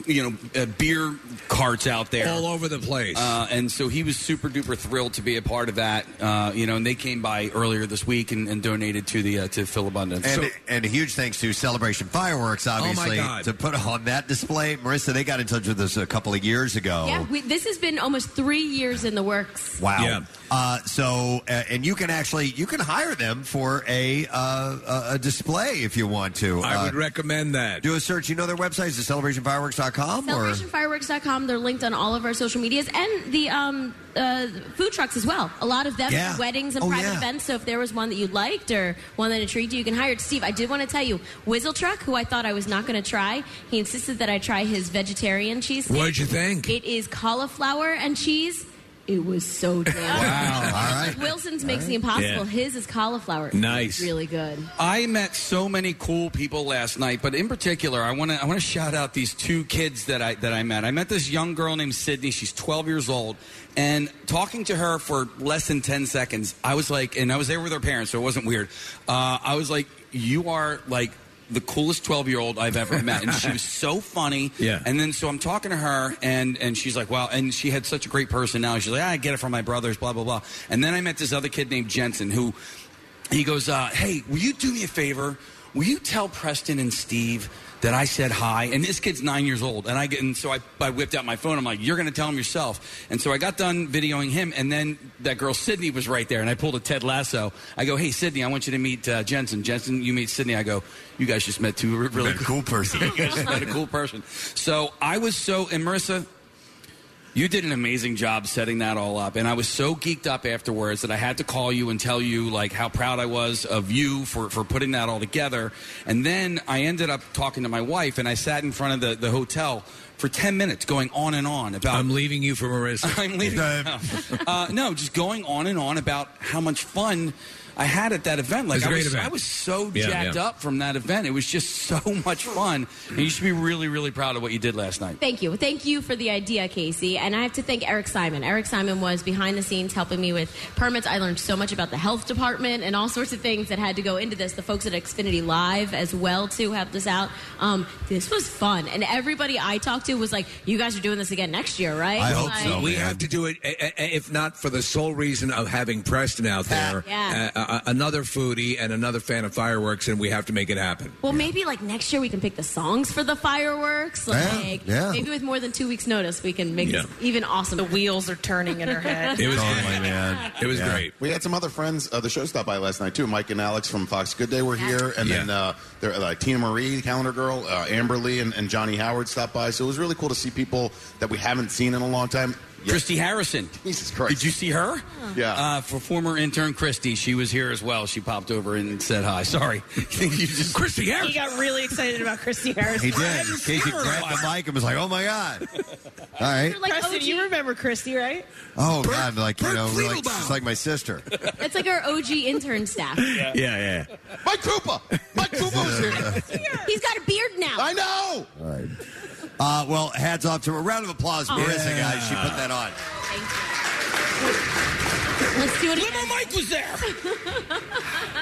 Speaker 6: you know uh, beer carts out there
Speaker 5: all over the place.
Speaker 6: Uh, and so he was super duper thrilled to be a part of that. Uh, you know, and they came by earlier this week and, and donated to the uh, to Phil Abundance.
Speaker 3: And, and a huge thanks to Celebration Fireworks,
Speaker 5: Oh
Speaker 3: obviously,
Speaker 6: God.
Speaker 3: to put on that display. Marissa, they got in touch with us a couple of years ago.
Speaker 19: Yeah, we, this has been almost three years in the works.
Speaker 3: Wow. Uh, so, uh, and you can actually you can hire them for a uh, a- a display if you want to.
Speaker 5: I
Speaker 3: Uh,
Speaker 5: would recommend that.
Speaker 3: do a search. You know their website is it celebrationfireworks.com or
Speaker 19: CelebrationFireworks.com. They're linked on all of our social medias and the um, uh, food trucks as well. A lot of them
Speaker 3: Yeah.
Speaker 19: do weddings and
Speaker 3: Oh,
Speaker 19: private
Speaker 3: yeah.
Speaker 19: events. So if there was one that you liked or one that intrigued you, you can hire it. Steve, I did want to tell you, Wizzle Truck, who I thought I was not going to try, he insisted that I try his vegetarian cheese.
Speaker 5: What'd you think?
Speaker 19: It is cauliflower and cheese. It was so good.
Speaker 6: Wow. All right.
Speaker 19: Wilson's makes
Speaker 6: All
Speaker 19: the
Speaker 6: right.
Speaker 19: impossible.
Speaker 6: Yeah.
Speaker 19: His is cauliflower. It
Speaker 6: Nice.
Speaker 19: was Really good.
Speaker 6: I met so many cool people last night, but in particular, I want to I want to shout out these two kids that I that I met. I met this young girl named Sydney. She's 12 years old, and talking to her for less than 10 seconds, I was like, and I was there with her parents, so it wasn't weird. Uh, I was like, you are like the coolest 12 year old I've ever met, and she was so funny.
Speaker 5: Yeah.
Speaker 6: And then so I'm talking to her, and and she's like, wow. And she had such a great personality. She's like, "Ah, I get it from my brothers, blah blah blah. And then I met this other kid named Jensen who he goes, uh, "Hey, will you do me a favor? Will you tell Preston and Steve that I said hi?" And this kid's nine years old, and I get, and so I, I whipped out my phone. I'm like, "You're going to tell him yourself." And so I got done videoing him, and then that girl Sydney was right there, and I pulled a Ted Lasso. I go, "Hey Sydney, I want you to meet uh, Jensen. Jensen, you meet Sydney." I go, "You guys just met two re- really
Speaker 3: Met a cool person.
Speaker 6: you guys just met a cool person." So I was so and Marissa. You did an amazing job setting that all up, and I was so geeked up afterwards that I had to call you and tell you like how proud I was of you for for putting that all together. And then I ended up talking to my wife, and I sat in front of the, the hotel for ten minutes, going on and on about.
Speaker 5: I'm leaving you for Marissa.
Speaker 6: I'm leaving. uh, no, just going on and on about how much fun I had at that event.
Speaker 5: It was
Speaker 6: Like
Speaker 5: a
Speaker 6: I
Speaker 5: great
Speaker 6: was,
Speaker 5: event.
Speaker 6: I was so
Speaker 5: Yeah,
Speaker 6: jacked
Speaker 5: yeah.
Speaker 6: up from that event. It was just so much fun, and you should be really, really proud of what you did last night.
Speaker 19: Thank you. Thank you for the idea, Casey. And I have to thank Eric Simon. Eric Simon was behind the scenes helping me with permits. I learned so much about the health department and all sorts of things that had to go into this. The folks at Xfinity Live as well too helped us out. Um, this was fun, and everybody I talked to was like, "You guys are doing this again next year, right?" Like,
Speaker 5: We have to do it, a- a- a- if not for the sole reason of having Preston out there,
Speaker 19: Yeah.
Speaker 5: uh, uh, another foodie and another fan of fireworks, and we have to make it happen.
Speaker 19: Well, maybe like next year we can pick the songs for the fireworks. Like
Speaker 5: yeah.
Speaker 19: maybe with more than two weeks' notice we can make
Speaker 7: Yeah.
Speaker 19: this even awesome. The
Speaker 4: wheels are turning in her head.
Speaker 7: man.
Speaker 5: It was great.
Speaker 7: We had some other friends. Uh, the show stopped by last night too. Mike and Alex from Fox Good Day were here, and then uh, there, uh, Tina Marie, Calendar Girl, uh, Amber Lee, and, and Johnny Howard stopped by. So it was really cool to see people that we haven't seen in a long time. Yeah.
Speaker 6: Christy Harrison.
Speaker 7: Jesus Christ!
Speaker 6: Did you see her?
Speaker 7: Yeah.
Speaker 6: Uh, for former intern Christy, she was here as well. She popped over and said hi. Sorry, you just
Speaker 5: Christy
Speaker 4: He got really excited about Christy Harris.
Speaker 3: He did. Casey grabbed the mic and was like, "Oh my god!" All right.
Speaker 4: Like, Preston, you remember Christy, right?
Speaker 3: Oh god! Like you
Speaker 4: Bert
Speaker 3: know, like,
Speaker 4: Flegelbaum.
Speaker 3: she's like my sister.
Speaker 19: It's like our OG intern staff.
Speaker 3: yeah.
Speaker 7: Mike Koopa. Mike Koopa's here.
Speaker 19: He's got a beard now. I
Speaker 7: know.
Speaker 3: All right. Uh, well, hats off to her. Round of applause, Marissa, guys. She put that on.
Speaker 19: Let's do it
Speaker 6: Limo Mike was there.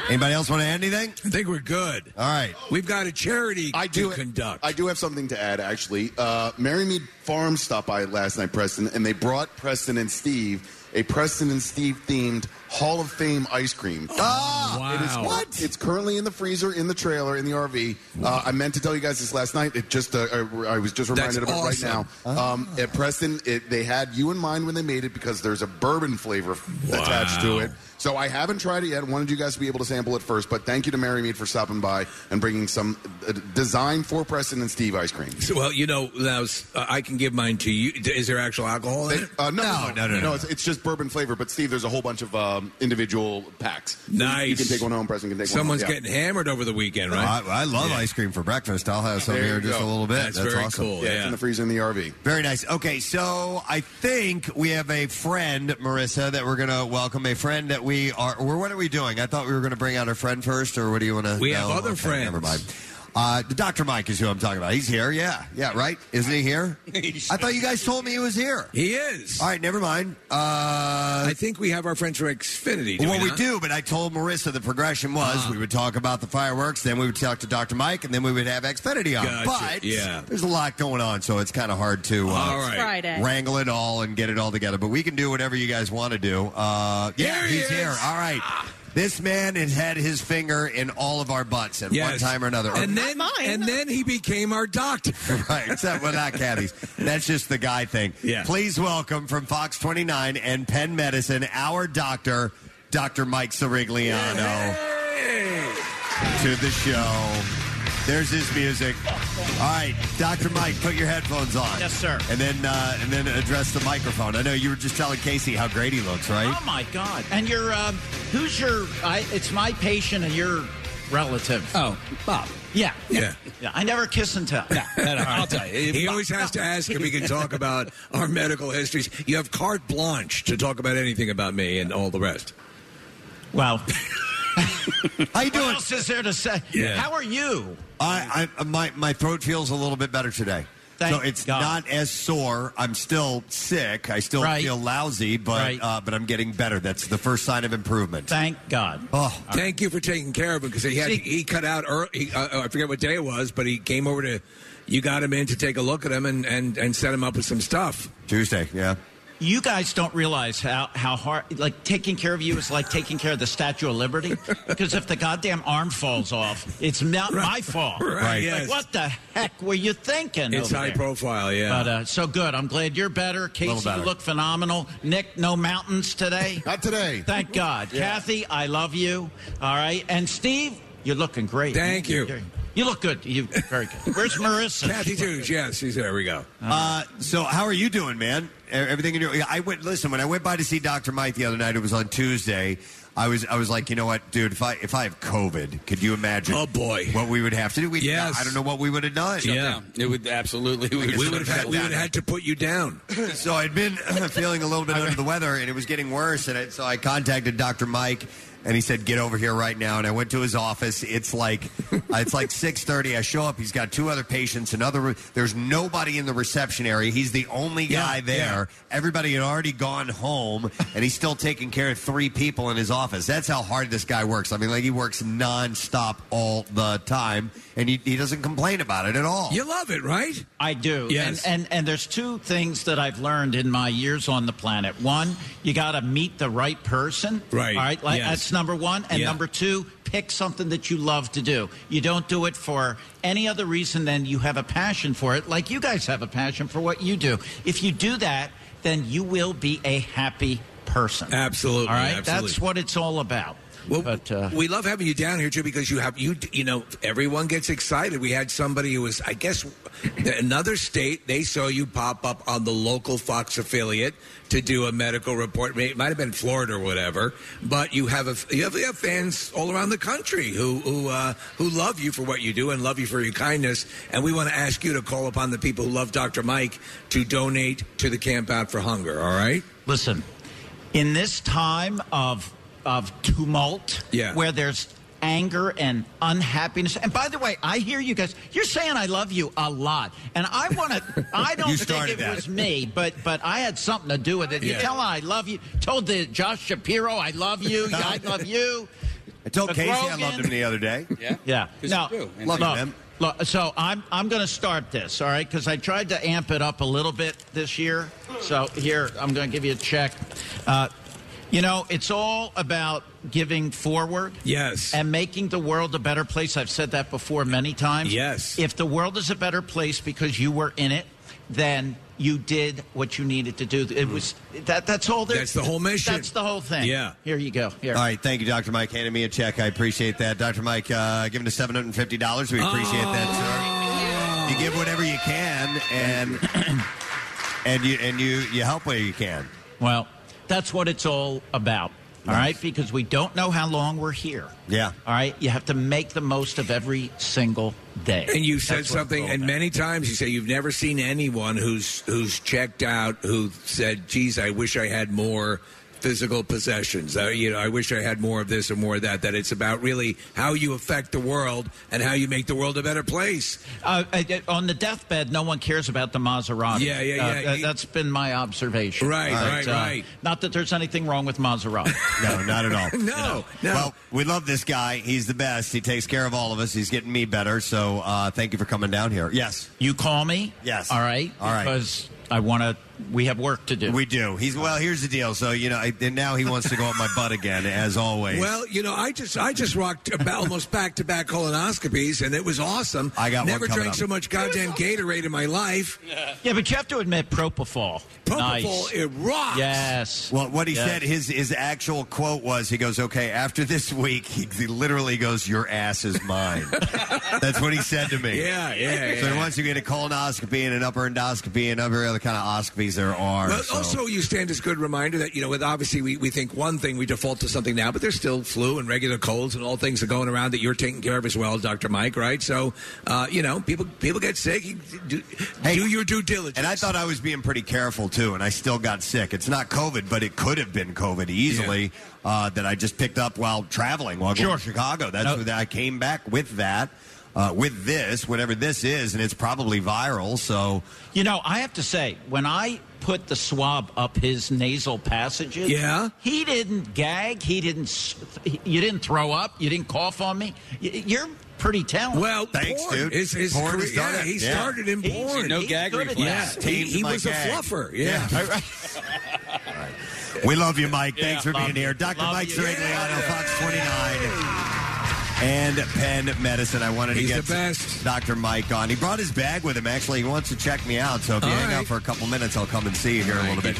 Speaker 3: Anybody else want to add anything?
Speaker 5: I think we're good.
Speaker 3: All right.
Speaker 5: We've got a charity
Speaker 7: I do
Speaker 5: to conduct.
Speaker 7: I do have something to add, actually. Uh, Merrymead Farm stopped by last night, Preston, and they brought Preston and Steve a Preston and Steve themed Hall of Fame ice cream.
Speaker 5: Oh,
Speaker 3: Ah,
Speaker 7: It is,
Speaker 3: wow.
Speaker 7: what? It's currently in the freezer, in the trailer, in the RV. Uh, I meant to tell you guys this last night. It just uh, I, I was just reminded
Speaker 3: That's
Speaker 7: of it
Speaker 3: awesome.
Speaker 7: right now. Um, At Preston, it, they had you in mind when they made it because there's a bourbon flavor attached to
Speaker 3: Wow.
Speaker 7: it. So I haven't tried it yet. Wanted you guys to be able to sample it first, but thank you to Mary Mead for stopping by and bringing some uh, design for Preston and Steve ice cream.
Speaker 5: So, well, you know, that was, uh, I can give mine to you. Is there actual alcohol in it?
Speaker 7: Uh, no,
Speaker 5: no, no, no, no.
Speaker 7: It's, it's just bourbon flavor. But Steve, there's a whole bunch of um, individual packs.
Speaker 5: Nice.
Speaker 7: You can take one home. Preston can take
Speaker 5: Someone's
Speaker 7: one home.
Speaker 5: getting hammered over the weekend, right?
Speaker 3: I, I love ice cream for breakfast. I'll have some
Speaker 7: There
Speaker 3: here
Speaker 7: you
Speaker 3: just
Speaker 7: go.
Speaker 3: a little bit.
Speaker 7: That's
Speaker 3: That's,
Speaker 7: very
Speaker 3: awesome.
Speaker 7: cool, Yeah, it's yeah. in the freezer in the RV.
Speaker 3: Very nice. Okay, so I think we have a friend, Marissa, that we're going to welcome. A friend that we are. Or what are we doing? I thought we were going to bring out our friend first, or what do you want to?
Speaker 5: We have other
Speaker 3: Never
Speaker 5: friends.
Speaker 3: mind. Uh, Dr. Mike is who I'm talking about. He's here. Yeah, yeah, right. Isn't he here? I thought you guys told me he was here.
Speaker 5: He is.
Speaker 3: All right, never mind. Uh,
Speaker 5: I think we have our friends from Xfinity. do
Speaker 3: well, we
Speaker 5: not? Uh-huh.
Speaker 3: do, but I told Marissa the progression was we would talk about the fireworks, then we would talk to Dr. Mike, and then we would have Xfinity on.
Speaker 5: Gotcha,
Speaker 3: But
Speaker 5: yeah.
Speaker 3: there's a lot going on, so it's kind of hard to uh,
Speaker 5: All right. Friday.
Speaker 3: wrangle it all and get it all together. But we can do whatever you guys want to do. Uh, yeah,
Speaker 5: There he
Speaker 3: he's
Speaker 5: is.
Speaker 3: here. All right. This man has had his finger in all of our butts at one
Speaker 5: Yes.
Speaker 3: time or another. Or-
Speaker 5: And then, and then he became our doctor.
Speaker 3: right, except we're not caddies. That's just the guy thing.
Speaker 5: Yeah.
Speaker 3: Please welcome from Fox 29 and Penn Medicine, our doctor, Dr. Mike Sirigliano, to the show. There's his music. All right, Dr. Mike, put your headphones on.
Speaker 16: Yes, sir.
Speaker 3: And then uh, and then address the microphone. I know you were just telling Casey how great he looks, right?
Speaker 16: Oh my God! And you're um, who's your? I, it's my patient and your relative.
Speaker 5: Oh,
Speaker 16: Bob. Yeah,
Speaker 5: Yeah.
Speaker 16: yeah. I never kiss and tell. Yeah, I'll tell you.
Speaker 5: He always has to ask if he can talk about our medical histories. You have carte blanche to talk about anything about me and all the rest.
Speaker 16: Wow.
Speaker 3: How you
Speaker 16: doing? What else is there to say?
Speaker 3: Yeah.
Speaker 16: How are you?
Speaker 3: I, I my my throat feels a little bit better today.
Speaker 16: Thank
Speaker 3: so it's
Speaker 16: God.
Speaker 3: not as sore. I'm still sick. I still
Speaker 16: Right.
Speaker 3: feel lousy, but
Speaker 16: Right.
Speaker 3: uh, but I'm getting better. That's the first sign of improvement.
Speaker 16: Thank God.
Speaker 3: Oh,
Speaker 5: Thank you for taking care of him because he had, he cut out. ear he, uh, I forget what day it was, but he came over to. You got him in to take a look at him and and, and set him up with some stuff.
Speaker 3: Tuesday, yeah.
Speaker 16: You guys don't realize how, how hard, like, taking care of you is like taking care of the Statue of Liberty. Because if the goddamn arm falls off, it's not my fault.
Speaker 5: Right,
Speaker 16: Like,
Speaker 5: yes.
Speaker 16: what the heck were you thinking?
Speaker 5: It's
Speaker 16: over
Speaker 5: high
Speaker 16: there?
Speaker 5: profile, yeah.
Speaker 16: But uh, so good. I'm glad you're better. Casey,
Speaker 5: better.
Speaker 16: you look phenomenal. Nick, no mountains today.
Speaker 7: Not today.
Speaker 16: Thank God.
Speaker 7: Yeah.
Speaker 16: Kathy, I love you. All right. And Steve, you're looking great.
Speaker 5: Thank you.
Speaker 16: You're- You look good. You very good. Where's Marissa?
Speaker 5: Kathy Tooze, yes, she's there. We go.
Speaker 3: Uh, so how are you doing, man? E- Everything in your I went listen when I went by to see Doctor Mike the other night. It was on Tuesday. I was I was like, you know what, dude? If I if I have COVID, could you imagine?
Speaker 6: Oh, boy.
Speaker 3: what we would have to do? We,
Speaker 6: Yes.
Speaker 3: I don't know what we would have done.
Speaker 6: Shut down. It would absolutely.
Speaker 3: We
Speaker 5: We would have had, we would have had to put you down.
Speaker 3: so I'd been feeling a little bit under the weather, and it was getting worse. And I, so I contacted Dr. Mike, and he said, "Get over here right now." And I went to his office. It's like it's like six thirty. I show up. He's got two other patients. Another. re- There's nobody in the reception area. He's the only guy there. Everybody had already gone home, and he's still taking care of three people in his office. That's how hard this guy works. I mean, like he works nonstop all the time, and he, he doesn't complain about it at all.
Speaker 5: You love it, right?
Speaker 16: I do.
Speaker 5: Yes.
Speaker 16: And, and and there's two things that I've learned in my years on the planet. One, you got to meet the right person.
Speaker 5: Right.
Speaker 16: All right. Like,
Speaker 5: Yes.
Speaker 16: That's number one. And
Speaker 5: Yeah.
Speaker 16: number two, pick something that you love to do. You don't do it for any other reason than you have a passion for it, like you guys have a passion for what you do. If you do that, then you will be a happy person.
Speaker 5: Absolutely.
Speaker 16: All right.
Speaker 5: absolutely.
Speaker 16: That's what it's all about.
Speaker 5: Well,
Speaker 16: but, uh,
Speaker 5: we love having you down here too because you have you you know everyone gets excited. We had somebody who was I guess another state. They saw you pop up on the local Fox affiliate to do a medical report. It might have been Florida or whatever, but you have a you have, you have fans all around the country who who uh, who love you for what you do and love you for your kindness. And we want to ask you to call upon the people who love Dr. Mike to donate to the Camp Out for Hunger. All right.
Speaker 16: Listen, in this time of of tumult,
Speaker 5: Yeah.
Speaker 16: where there's anger and unhappiness. And by the way, I hear you guys. You're saying I love you a lot, and I want to. I don't
Speaker 3: You
Speaker 16: think
Speaker 3: started
Speaker 16: it
Speaker 3: that.
Speaker 16: was me, but but I had something to do with it.
Speaker 3: Yeah.
Speaker 16: You tell I love you. Told the Josh Shapiro I love you. Yeah, I love you.
Speaker 3: I told
Speaker 16: The
Speaker 3: Casey
Speaker 16: Grogan.
Speaker 3: I loved him the other day.
Speaker 6: Yeah.
Speaker 16: Yeah. No.
Speaker 3: Love you,
Speaker 16: look,
Speaker 3: man.
Speaker 16: look, so I'm I'm going to start this, all right? Because I tried to amp it up a little bit this year. So here I'm going to give you a check. Uh, You know, it's all about giving forward.
Speaker 5: Yes.
Speaker 16: And making the world a better place. I've said that before many times.
Speaker 6: Yes.
Speaker 16: If the world is a better place because you were in it, then you did what you needed to do. It was that that's all there
Speaker 6: That's the whole mission.
Speaker 16: That's the whole thing.
Speaker 3: Yeah.
Speaker 16: Here you go. Here.
Speaker 3: All right, thank you, Dr. Mike. Handing me a check. I appreciate that. Dr. Mike, uh, giving us $750. We appreciate
Speaker 5: Oh.
Speaker 3: that, sir. You give whatever you can, and and you and you you help where you can.
Speaker 16: Well, that's what it's all about. All right, because we don't know how long we're here.
Speaker 3: Yeah.
Speaker 16: All right, you have to make the most of every single day.
Speaker 5: And you
Speaker 16: That's what
Speaker 5: said
Speaker 16: it's
Speaker 5: something,
Speaker 16: all
Speaker 5: and
Speaker 16: about.
Speaker 5: many times you say you've never seen anyone who's who's checked out who said, "Geez, I wish I had more." Physical possessions. Uh, you know, I wish I had more of this or more of that. That it's about really how you affect the world and how you make the world a better place.
Speaker 16: Uh, uh, uh, on the deathbed, no one cares about the Maserati.
Speaker 5: Yeah, yeah,
Speaker 16: Uh,
Speaker 5: yeah.
Speaker 16: that- that's been my observation.
Speaker 5: Right,
Speaker 16: But,
Speaker 5: right,
Speaker 16: uh,
Speaker 5: right.
Speaker 16: Not that there's anything wrong with Maserati.
Speaker 3: No, not at all.
Speaker 5: No, no.
Speaker 3: Well, we love this guy. He's the best. He takes care of all of us. He's getting me better. So uh, thank you for coming down here. Yes.
Speaker 16: You call me.
Speaker 3: Yes.
Speaker 16: All right.
Speaker 3: All right.
Speaker 16: Because I want to. We have work to do.
Speaker 3: We do. He's well. Here's the deal. So you know, I, and now he wants to go up my butt again, as always.
Speaker 5: Well, you know, I just I just rocked about almost back to back colonoscopies, and it was awesome.
Speaker 3: I got one
Speaker 5: never
Speaker 3: coming
Speaker 5: drank
Speaker 3: up.
Speaker 5: so much goddamn Gatorade in my life.
Speaker 16: Yeah, but you have to admit propofol.
Speaker 5: Propofol,
Speaker 16: Nice.
Speaker 5: it rocks.
Speaker 16: Yes.
Speaker 3: Well, what he
Speaker 16: Yes.
Speaker 3: said, his his actual quote was, he goes, "Okay, after this week, he, he literally goes, your ass is mine." That's what he said to me.
Speaker 5: Yeah, yeah,
Speaker 3: So
Speaker 5: yeah.
Speaker 3: once you get a colonoscopy and an upper endoscopy and every other kind of oscopies there are.
Speaker 5: Well,
Speaker 3: so-
Speaker 5: also, you stand as good reminder that you know, with obviously we, we think one thing, we default to something now, but there's still flu and regular colds and all things that are going around that you're taking care of as well, Doctor Mike. Right? So, uh, you know, people people get sick. You do, do your due diligence.
Speaker 3: And I thought I was being pretty careful too, and I still got sick. It's not COVID, but it could have been COVID easily uh, that I just picked up while traveling while going
Speaker 16: Sure.
Speaker 3: to Chicago. That's
Speaker 16: No.
Speaker 3: what I came back with that, uh, with this, whatever this is, and it's probably viral. So
Speaker 16: You know, I have to say, when I put the swab up his nasal passages,
Speaker 3: Yeah?
Speaker 16: he didn't gag. He didn't. s- You didn't throw up. You didn't cough on me. Y- You're pretty talented.
Speaker 5: Well, porn. His, his career, yeah, he started in porn. He's good at that. He, he was a fluffer. Yeah.
Speaker 3: We love you, Mike.
Speaker 5: Yeah,
Speaker 3: Thanks for
Speaker 5: love
Speaker 3: being
Speaker 5: you.
Speaker 3: here. Dr.
Speaker 5: Love
Speaker 3: Mike
Speaker 5: you.
Speaker 3: Sirigliano, Fox 29. And Penn Medicine. I wanted
Speaker 5: He's
Speaker 3: to get
Speaker 5: the best.
Speaker 3: Dr. Mike on. He brought his bag with him, actually. He wants to check me out. So if you
Speaker 5: All
Speaker 3: hang out
Speaker 5: right.
Speaker 3: for a couple minutes, I'll come and see you here a little bit.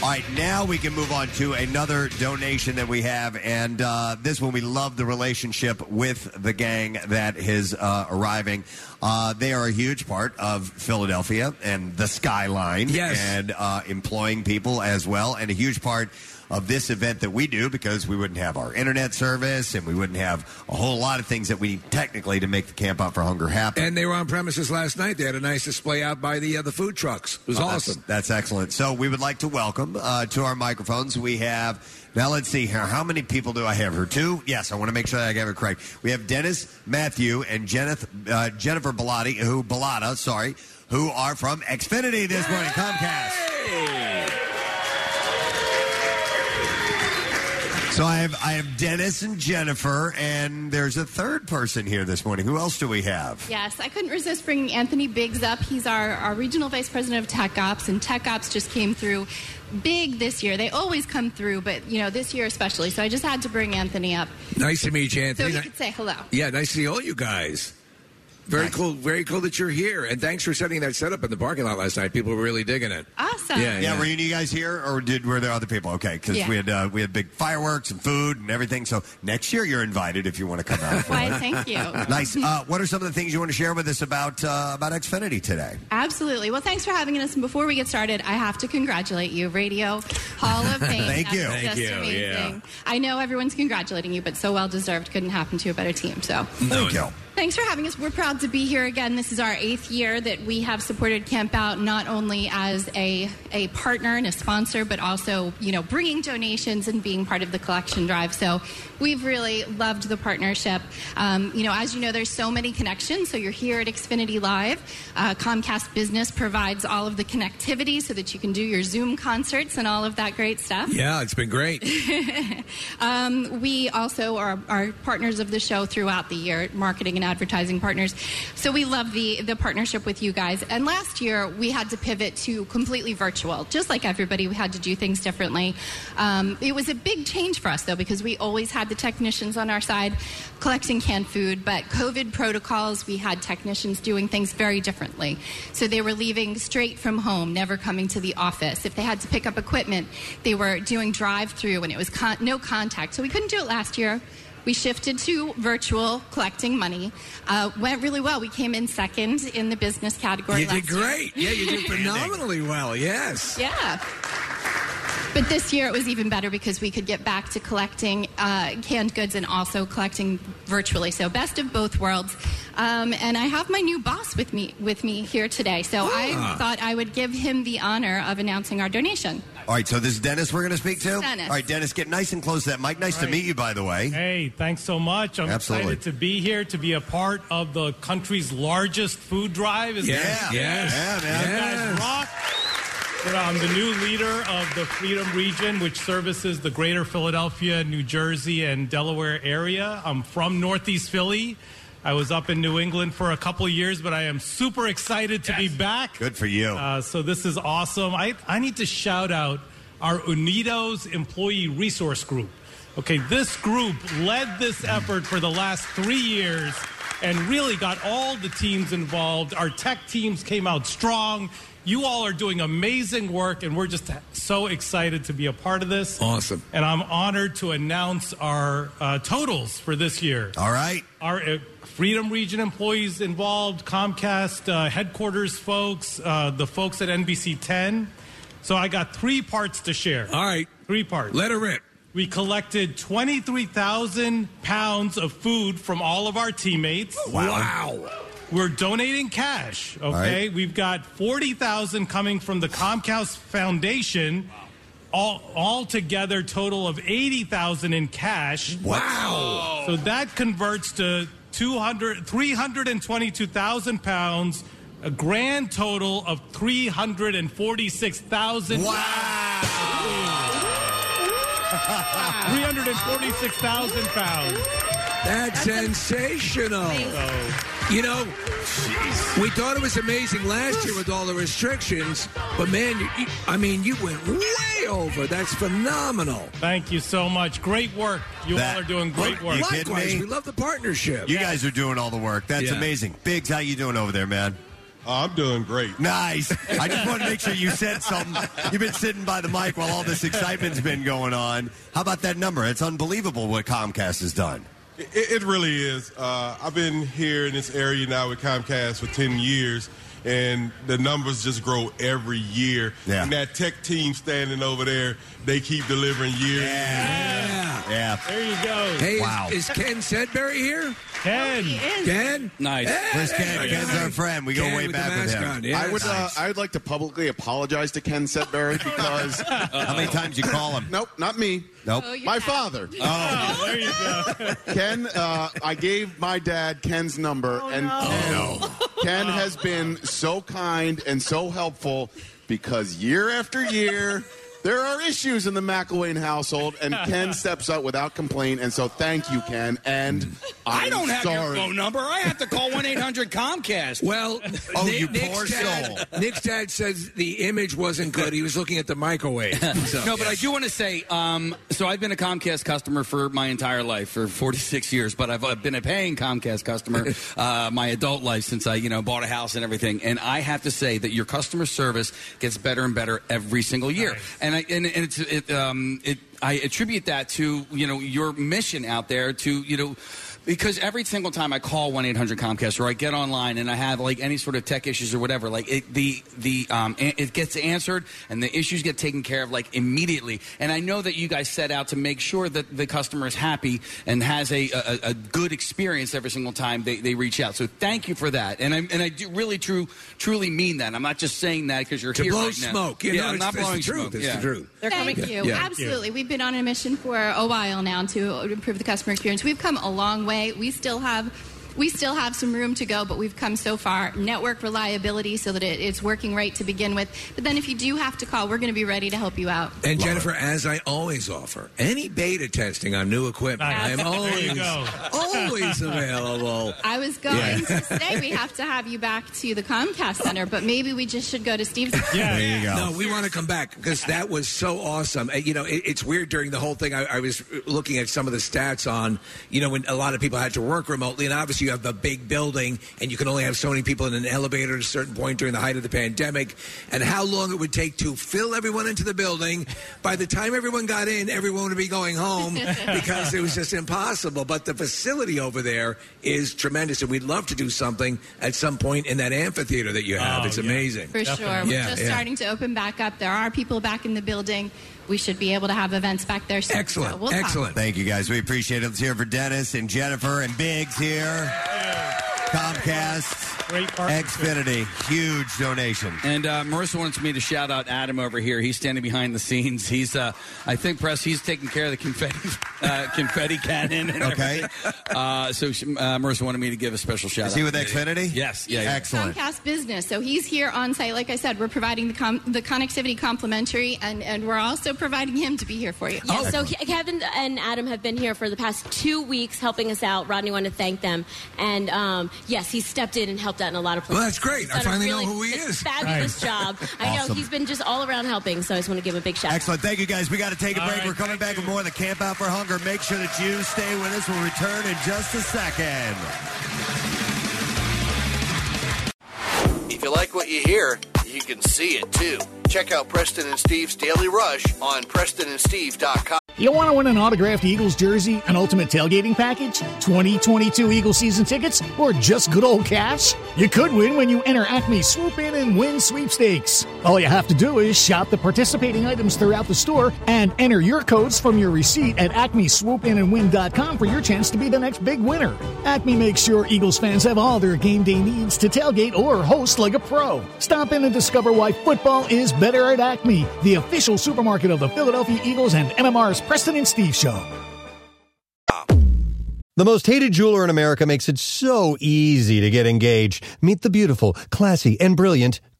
Speaker 3: All right, now we can move on to another donation that we have. And uh, this one, we love the relationship with the gang that is uh, arriving. Uh, they are a huge part of Philadelphia and the skyline.
Speaker 5: Yes.
Speaker 3: And uh, employing people as well. And a huge part of this event that we do because we wouldn't have our internet service and we wouldn't have a whole lot of things that we need technically to make the Camp Out for Hunger happen.
Speaker 5: And they were on premises last night. They had a nice display out by the uh, the food trucks. It was
Speaker 3: Oh, that's-
Speaker 5: awesome.
Speaker 3: That's, excellent. So we would like to welcome uh, to our microphones. We have now. Let's see here. How many people do I have here? Two. Yes, I want to make sure that I have it correct. We have Dennis Matthew and Jennifer uh, Jennifer Bellotti, who Bellotta, sorry, who are from Xfinity this morning. Comcast. So I have I have Dennis and Jennifer, and there's a third person here this morning. Who else do we have?
Speaker 20: Yes, I couldn't resist bringing Anthony Biggs up. He's our, our regional vice president of Tech Ops, and Tech Ops just came through big this year. They always come through, but you know this year especially. So I just had to bring Anthony up
Speaker 5: Nice to meet you,
Speaker 20: so
Speaker 5: Anthony.
Speaker 20: he could say hello.
Speaker 5: yeah, nice to see all you guys. Very cool. Very cool that you're here. And thanks for setting that setup in the parking lot last night. People were really digging it.
Speaker 20: Awesome.
Speaker 5: Yeah, yeah.
Speaker 3: were you you guys here, or did were there other people? Okay, because
Speaker 20: Yeah.
Speaker 3: we had uh, we had big fireworks and food and everything. So next year you're invited if you want to come out.
Speaker 20: Why, thank you.
Speaker 3: nice. Uh, what are some of the things you want to share with us about uh, about Xfinity today?
Speaker 20: Absolutely. Well, thanks for having us. And before we get started, I have to congratulate you, Radio Hall of Fame.
Speaker 3: Thank
Speaker 20: That's
Speaker 3: you. Thank
Speaker 20: just
Speaker 3: you, yeah.
Speaker 20: Amazing. I know everyone's congratulating you, but so well deserved. Couldn't happen to a better team. So
Speaker 3: Thank you.
Speaker 20: Thanks for having us. We're proud to be here again. This is our eighth year that we have supported Camp Out not only as a, a partner and a sponsor, but also, you know, bringing donations and being part of the collection drive. So we've really loved the partnership. Um, you know, as you know, there's so many connections. So you're here at Xfinity Live. Uh, Comcast Business provides all of the connectivity so that you can do your Zoom concerts and all of that great stuff.
Speaker 5: Yeah, it's been great.
Speaker 20: um, we also are, are partners of the show throughout the year, marketing and advertising partners. So we love the the partnership with you guys. And last year we had to pivot to completely virtual, just like everybody. We had to do things differently. Um, it was a big change for us though because we always had the technicians on our side collecting canned food, but COVID protocols we had technicians doing things very differently. So they were leaving straight from home, never coming to the office. If they had to pick up equipment, they were doing drive-through, and it was con- no contact. So we couldn't do it last year. We shifted to virtual collecting money. Uh, went really well. We came in second in the business category.
Speaker 5: You
Speaker 20: last
Speaker 5: did great.
Speaker 20: Year.
Speaker 5: Yeah, you did phenomenally well. Yes.
Speaker 20: Yeah. But this year it was even better because we could get back to collecting uh, canned goods and also collecting virtually. So best of both worlds. Um, and I have my new boss with me with me here today. So
Speaker 3: Ah.
Speaker 20: I thought I would give him the honor of announcing our donation.
Speaker 3: All right, so this is Dennis we're going to speak to.
Speaker 20: Dennis.
Speaker 3: All right, Dennis, get nice and close to that mic. Nice to
Speaker 21: Right.
Speaker 3: meet you, by the way.
Speaker 21: Hey, thanks so much. I'm
Speaker 3: Absolutely.
Speaker 21: excited to be here to be a part of the country's largest food drive. Is
Speaker 3: Yeah.
Speaker 21: that-
Speaker 3: Yes. Yeah, man.
Speaker 21: You guys
Speaker 3: Yes.
Speaker 21: rock. You know, I'm the new leader of the Freedom Region, which services the greater Philadelphia, New Jersey, and Delaware area. I'm from Northeast Philly. I was up in New England for a couple years, but I am super excited to be back.
Speaker 3: Good for you.
Speaker 21: Uh, so this is awesome. I, I need to shout out our Unidos Employee Resource Group. Okay, this group led this effort for the last three years and really got all the teams involved. Our tech teams came out strong. You all are doing amazing work, and we're just so excited to be a part of this.
Speaker 14: Awesome.
Speaker 21: And I'm honored to announce our uh, totals for this year.
Speaker 3: All right.
Speaker 21: Our uh, Freedom Region employees involved, Comcast uh, headquarters folks, uh, the folks at NBC 10. So I got three parts to share. All
Speaker 14: right.
Speaker 21: Three parts.
Speaker 14: Let her rip.
Speaker 21: We collected 23,000 pounds of food from all of our teammates.
Speaker 14: Wow.
Speaker 21: We're donating cash, okay?
Speaker 14: right.
Speaker 21: We've got 40,000 coming from the Comcast Foundation. All, all together, total of 80,000 in cash. Wow. So that converts to 200 322,000 pounds, a grand total of 346,000. Wow. 346,000 pounds.
Speaker 5: That's sensational. You know, we thought it was amazing last year with all the restrictions, but man, you, you- I mean, you went way over. That's phenomenal.
Speaker 21: Thank you so much. Great work. You
Speaker 3: That- Oh,
Speaker 21: all are doing great work.
Speaker 3: You kidding
Speaker 5: Likewise,
Speaker 3: me?
Speaker 5: we love the partnership.
Speaker 3: You guys are doing all the work. That's
Speaker 5: Yeah.
Speaker 3: amazing. Biggs, how you doing over there, man?
Speaker 22: I'm doing great.
Speaker 3: Nice. I just want to make sure you said something. You've been sitting by the mic while all this excitement's been going on. How about that number? It's unbelievable what Comcast has done.
Speaker 22: It, it really is. Uh, I've been here in this area now with Comcast for 10 years, and the numbers just grow every year.
Speaker 3: Yeah.
Speaker 22: And that tech team standing over there, they keep delivering years.
Speaker 5: Yeah.
Speaker 3: Yeah.
Speaker 21: There you go.
Speaker 5: Hey, is, is Ken Sedbury here?
Speaker 21: Ken.
Speaker 5: Ken?
Speaker 6: Nice.
Speaker 3: Where's Ken? Ken's our friend. We go
Speaker 5: Ken
Speaker 22: with
Speaker 3: way
Speaker 22: the
Speaker 3: back with him.
Speaker 22: mascot,
Speaker 7: I would uh, I would like to publicly apologize to Ken Setberry because
Speaker 3: How many times you call him?
Speaker 7: Nope, not me.
Speaker 3: Nope.
Speaker 7: my father.
Speaker 3: Oh.
Speaker 21: there you go.
Speaker 7: Ken, uh, I gave my dad Ken's number,
Speaker 17: Oh,
Speaker 7: and Ken,
Speaker 6: Oh,
Speaker 7: Ken has been so kind and so helpful because year after year. There are issues in the McElwain household, and Ken steps up without complaint. And so, thank you, Ken. And I'm
Speaker 6: I don't have your
Speaker 7: sorry.
Speaker 6: phone number. I have to call 1 800 Comcast.
Speaker 5: Well,
Speaker 6: Oh,
Speaker 5: Nick-
Speaker 6: you
Speaker 5: Nick's
Speaker 6: poor
Speaker 5: dad,
Speaker 6: soul.
Speaker 5: Nick's dad says the image wasn't good. He was looking at the microwave. So,
Speaker 6: no, but I do want to say. Um, so I've been a Comcast customer for my entire life, for 46 years. But I've, uh been a paying Comcast customer uh, my adult life since I, you know, bought a house and everything. And I have to say that your customer service gets better and better every single year. And I and, and it's it, um, it I attribute that to you know your mission out there to you know. Because every single time I call one eight hundred Comcast or I get online and I have like any sort of tech issues or whatever, like it, the the um, a- it gets answered and the issues get taken care of like immediately. And I know that you guys set out to make sure that the customer is happy and has a a, a good experience every single time they, they reach out. So thank you for that. And I and I do really true truly mean that. I'm not just saying that because you're
Speaker 5: To
Speaker 6: here
Speaker 5: blow
Speaker 6: right now.
Speaker 5: smoke. You
Speaker 6: Yeah,
Speaker 5: know,
Speaker 6: I'm
Speaker 5: it's-
Speaker 6: not
Speaker 5: it's the
Speaker 6: blowing
Speaker 5: truth.
Speaker 6: smoke.
Speaker 5: It's
Speaker 6: yeah.
Speaker 5: the truth.
Speaker 20: Thank you.
Speaker 6: Yeah.
Speaker 20: Absolutely. We've been on a mission for a while now to improve the customer experience. We've come a long way. We still have we still have some room to go, but we've come so far. Network reliability so that it, it's working right to begin with. But then if you do have to call, we're going to be ready to help you out.
Speaker 5: And Jennifer, as I always offer, any beta testing on new equipment, I am
Speaker 20: There you
Speaker 5: always,
Speaker 20: go.
Speaker 5: always available.
Speaker 20: I was going
Speaker 5: Yeah.
Speaker 20: to say we have to have you back to the Comcast Center, but maybe we just should go to Steve's.
Speaker 5: There you go. No, we want to come back because that was so awesome. Uh, You know, it, it's weird during the whole thing. I, I was looking at some of the stats on, you know, when a lot of people had to work remotely, and obviously you have the big building, and you can only have so many people in an elevator at a certain point during the height of the pandemic, and how long it would take to fill everyone into the building. By the time everyone got in, everyone would be going home because it was just impossible. But the facility over there is tremendous, and we'd love to do something at some point in that amphitheater that you have.
Speaker 23: Oh,
Speaker 5: it's
Speaker 23: yeah.
Speaker 5: amazing.
Speaker 20: For sure. We're
Speaker 5: Yeah,
Speaker 20: just
Speaker 5: yeah.
Speaker 20: starting to open back up. There are people back in the building. We should be able to have events back there soon. So we'll talk.
Speaker 3: Thank you guys. We appreciate it. Let's hear it for Dennis and Jennifer and Biggs here. Comcast,
Speaker 23: Great
Speaker 3: Xfinity, huge donation.
Speaker 6: And uh, Marissa wants me to shout out Adam over here. He's standing behind the scenes. He's, uh, I think, press. He's taking care of the confetti, uh, confetti cannon. And
Speaker 3: Okay.
Speaker 6: everything. Uh, so she, uh, Marissa wanted me to give a special shout
Speaker 3: Is
Speaker 6: out.
Speaker 3: he with
Speaker 6: to him.
Speaker 3: Xfinity?
Speaker 6: Yes. Yeah. yeah.
Speaker 20: Comcast business. So he's here on site. Like I said, we're providing the com- the connectivity complimentary, and, and we're also providing him to be here for you.
Speaker 19: Yeah, so Ke- Kevin and Adam have been here for the past two weeks helping us out. Rodney wanted to thank them. And um, yes, he stepped in and helped out in a lot of places.
Speaker 5: Well, that's great.
Speaker 19: He's
Speaker 5: I
Speaker 19: done a
Speaker 5: finally know
Speaker 19: really
Speaker 5: who he is.
Speaker 3: Nice.
Speaker 19: Fabulous job. I know.
Speaker 3: Awesome.
Speaker 19: He's been just all around helping, so I just want to give him a big shout
Speaker 3: Excellent. Thank you guys. We got to take a
Speaker 19: All
Speaker 3: break.
Speaker 19: right,
Speaker 3: We're coming back with more of the Camp Out for Hunger. Make sure that you stay with us. We'll return in just a second.
Speaker 8: If you like what you hear, you can see it too. Check out Preston and Steve's Daily Rush on PrestonandSteve.com.
Speaker 24: You want to win an autographed Eagles jersey, an ultimate tailgating package, 2022 Eagle season tickets, or just good old cash? You could win when you enter Acme Swoop In and Win sweepstakes. All you have to do is shop the participating items throughout the store and enter your codes from your receipt at acmeswoopinandwin.com for your chance to be the next big winner. Acme makes sure Eagles fans have all their game day needs to tailgate or host like a pro. Stop in and discover why football is better at Acme, the official supermarket of the Philadelphia Eagles and MMR's Preston and Steve Show.
Speaker 25: The most hated jeweler in America makes it so easy to get engaged. Meet the beautiful, classy, and brilliant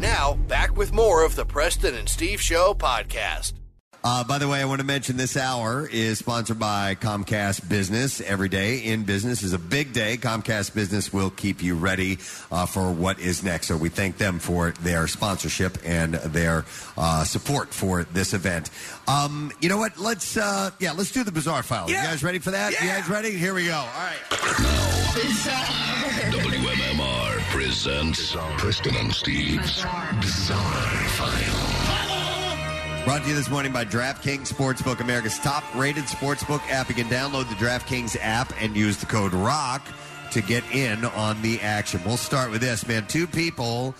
Speaker 8: Now, back with more of the Preston and Steve Show podcast.
Speaker 3: Uh, by the way, I want to mention this hour is sponsored by Comcast Business. Every day in business is a big day. Comcast Business will keep you ready uh, for what is next. So we thank them for their sponsorship and their uh, support for this event. Um, you know what? Let's uh, yeah, let's do the bizarre file. You guys ready for that? You guys ready? Here we go. All right.
Speaker 2: WMMR presents Preston and Steve's Bizarre File.
Speaker 3: Brought to you this morning by DraftKings Sportsbook, America's top rated sportsbook app. You can download the DraftKings app and use the code ROCK to get in on the action. We'll start with this, man. Two people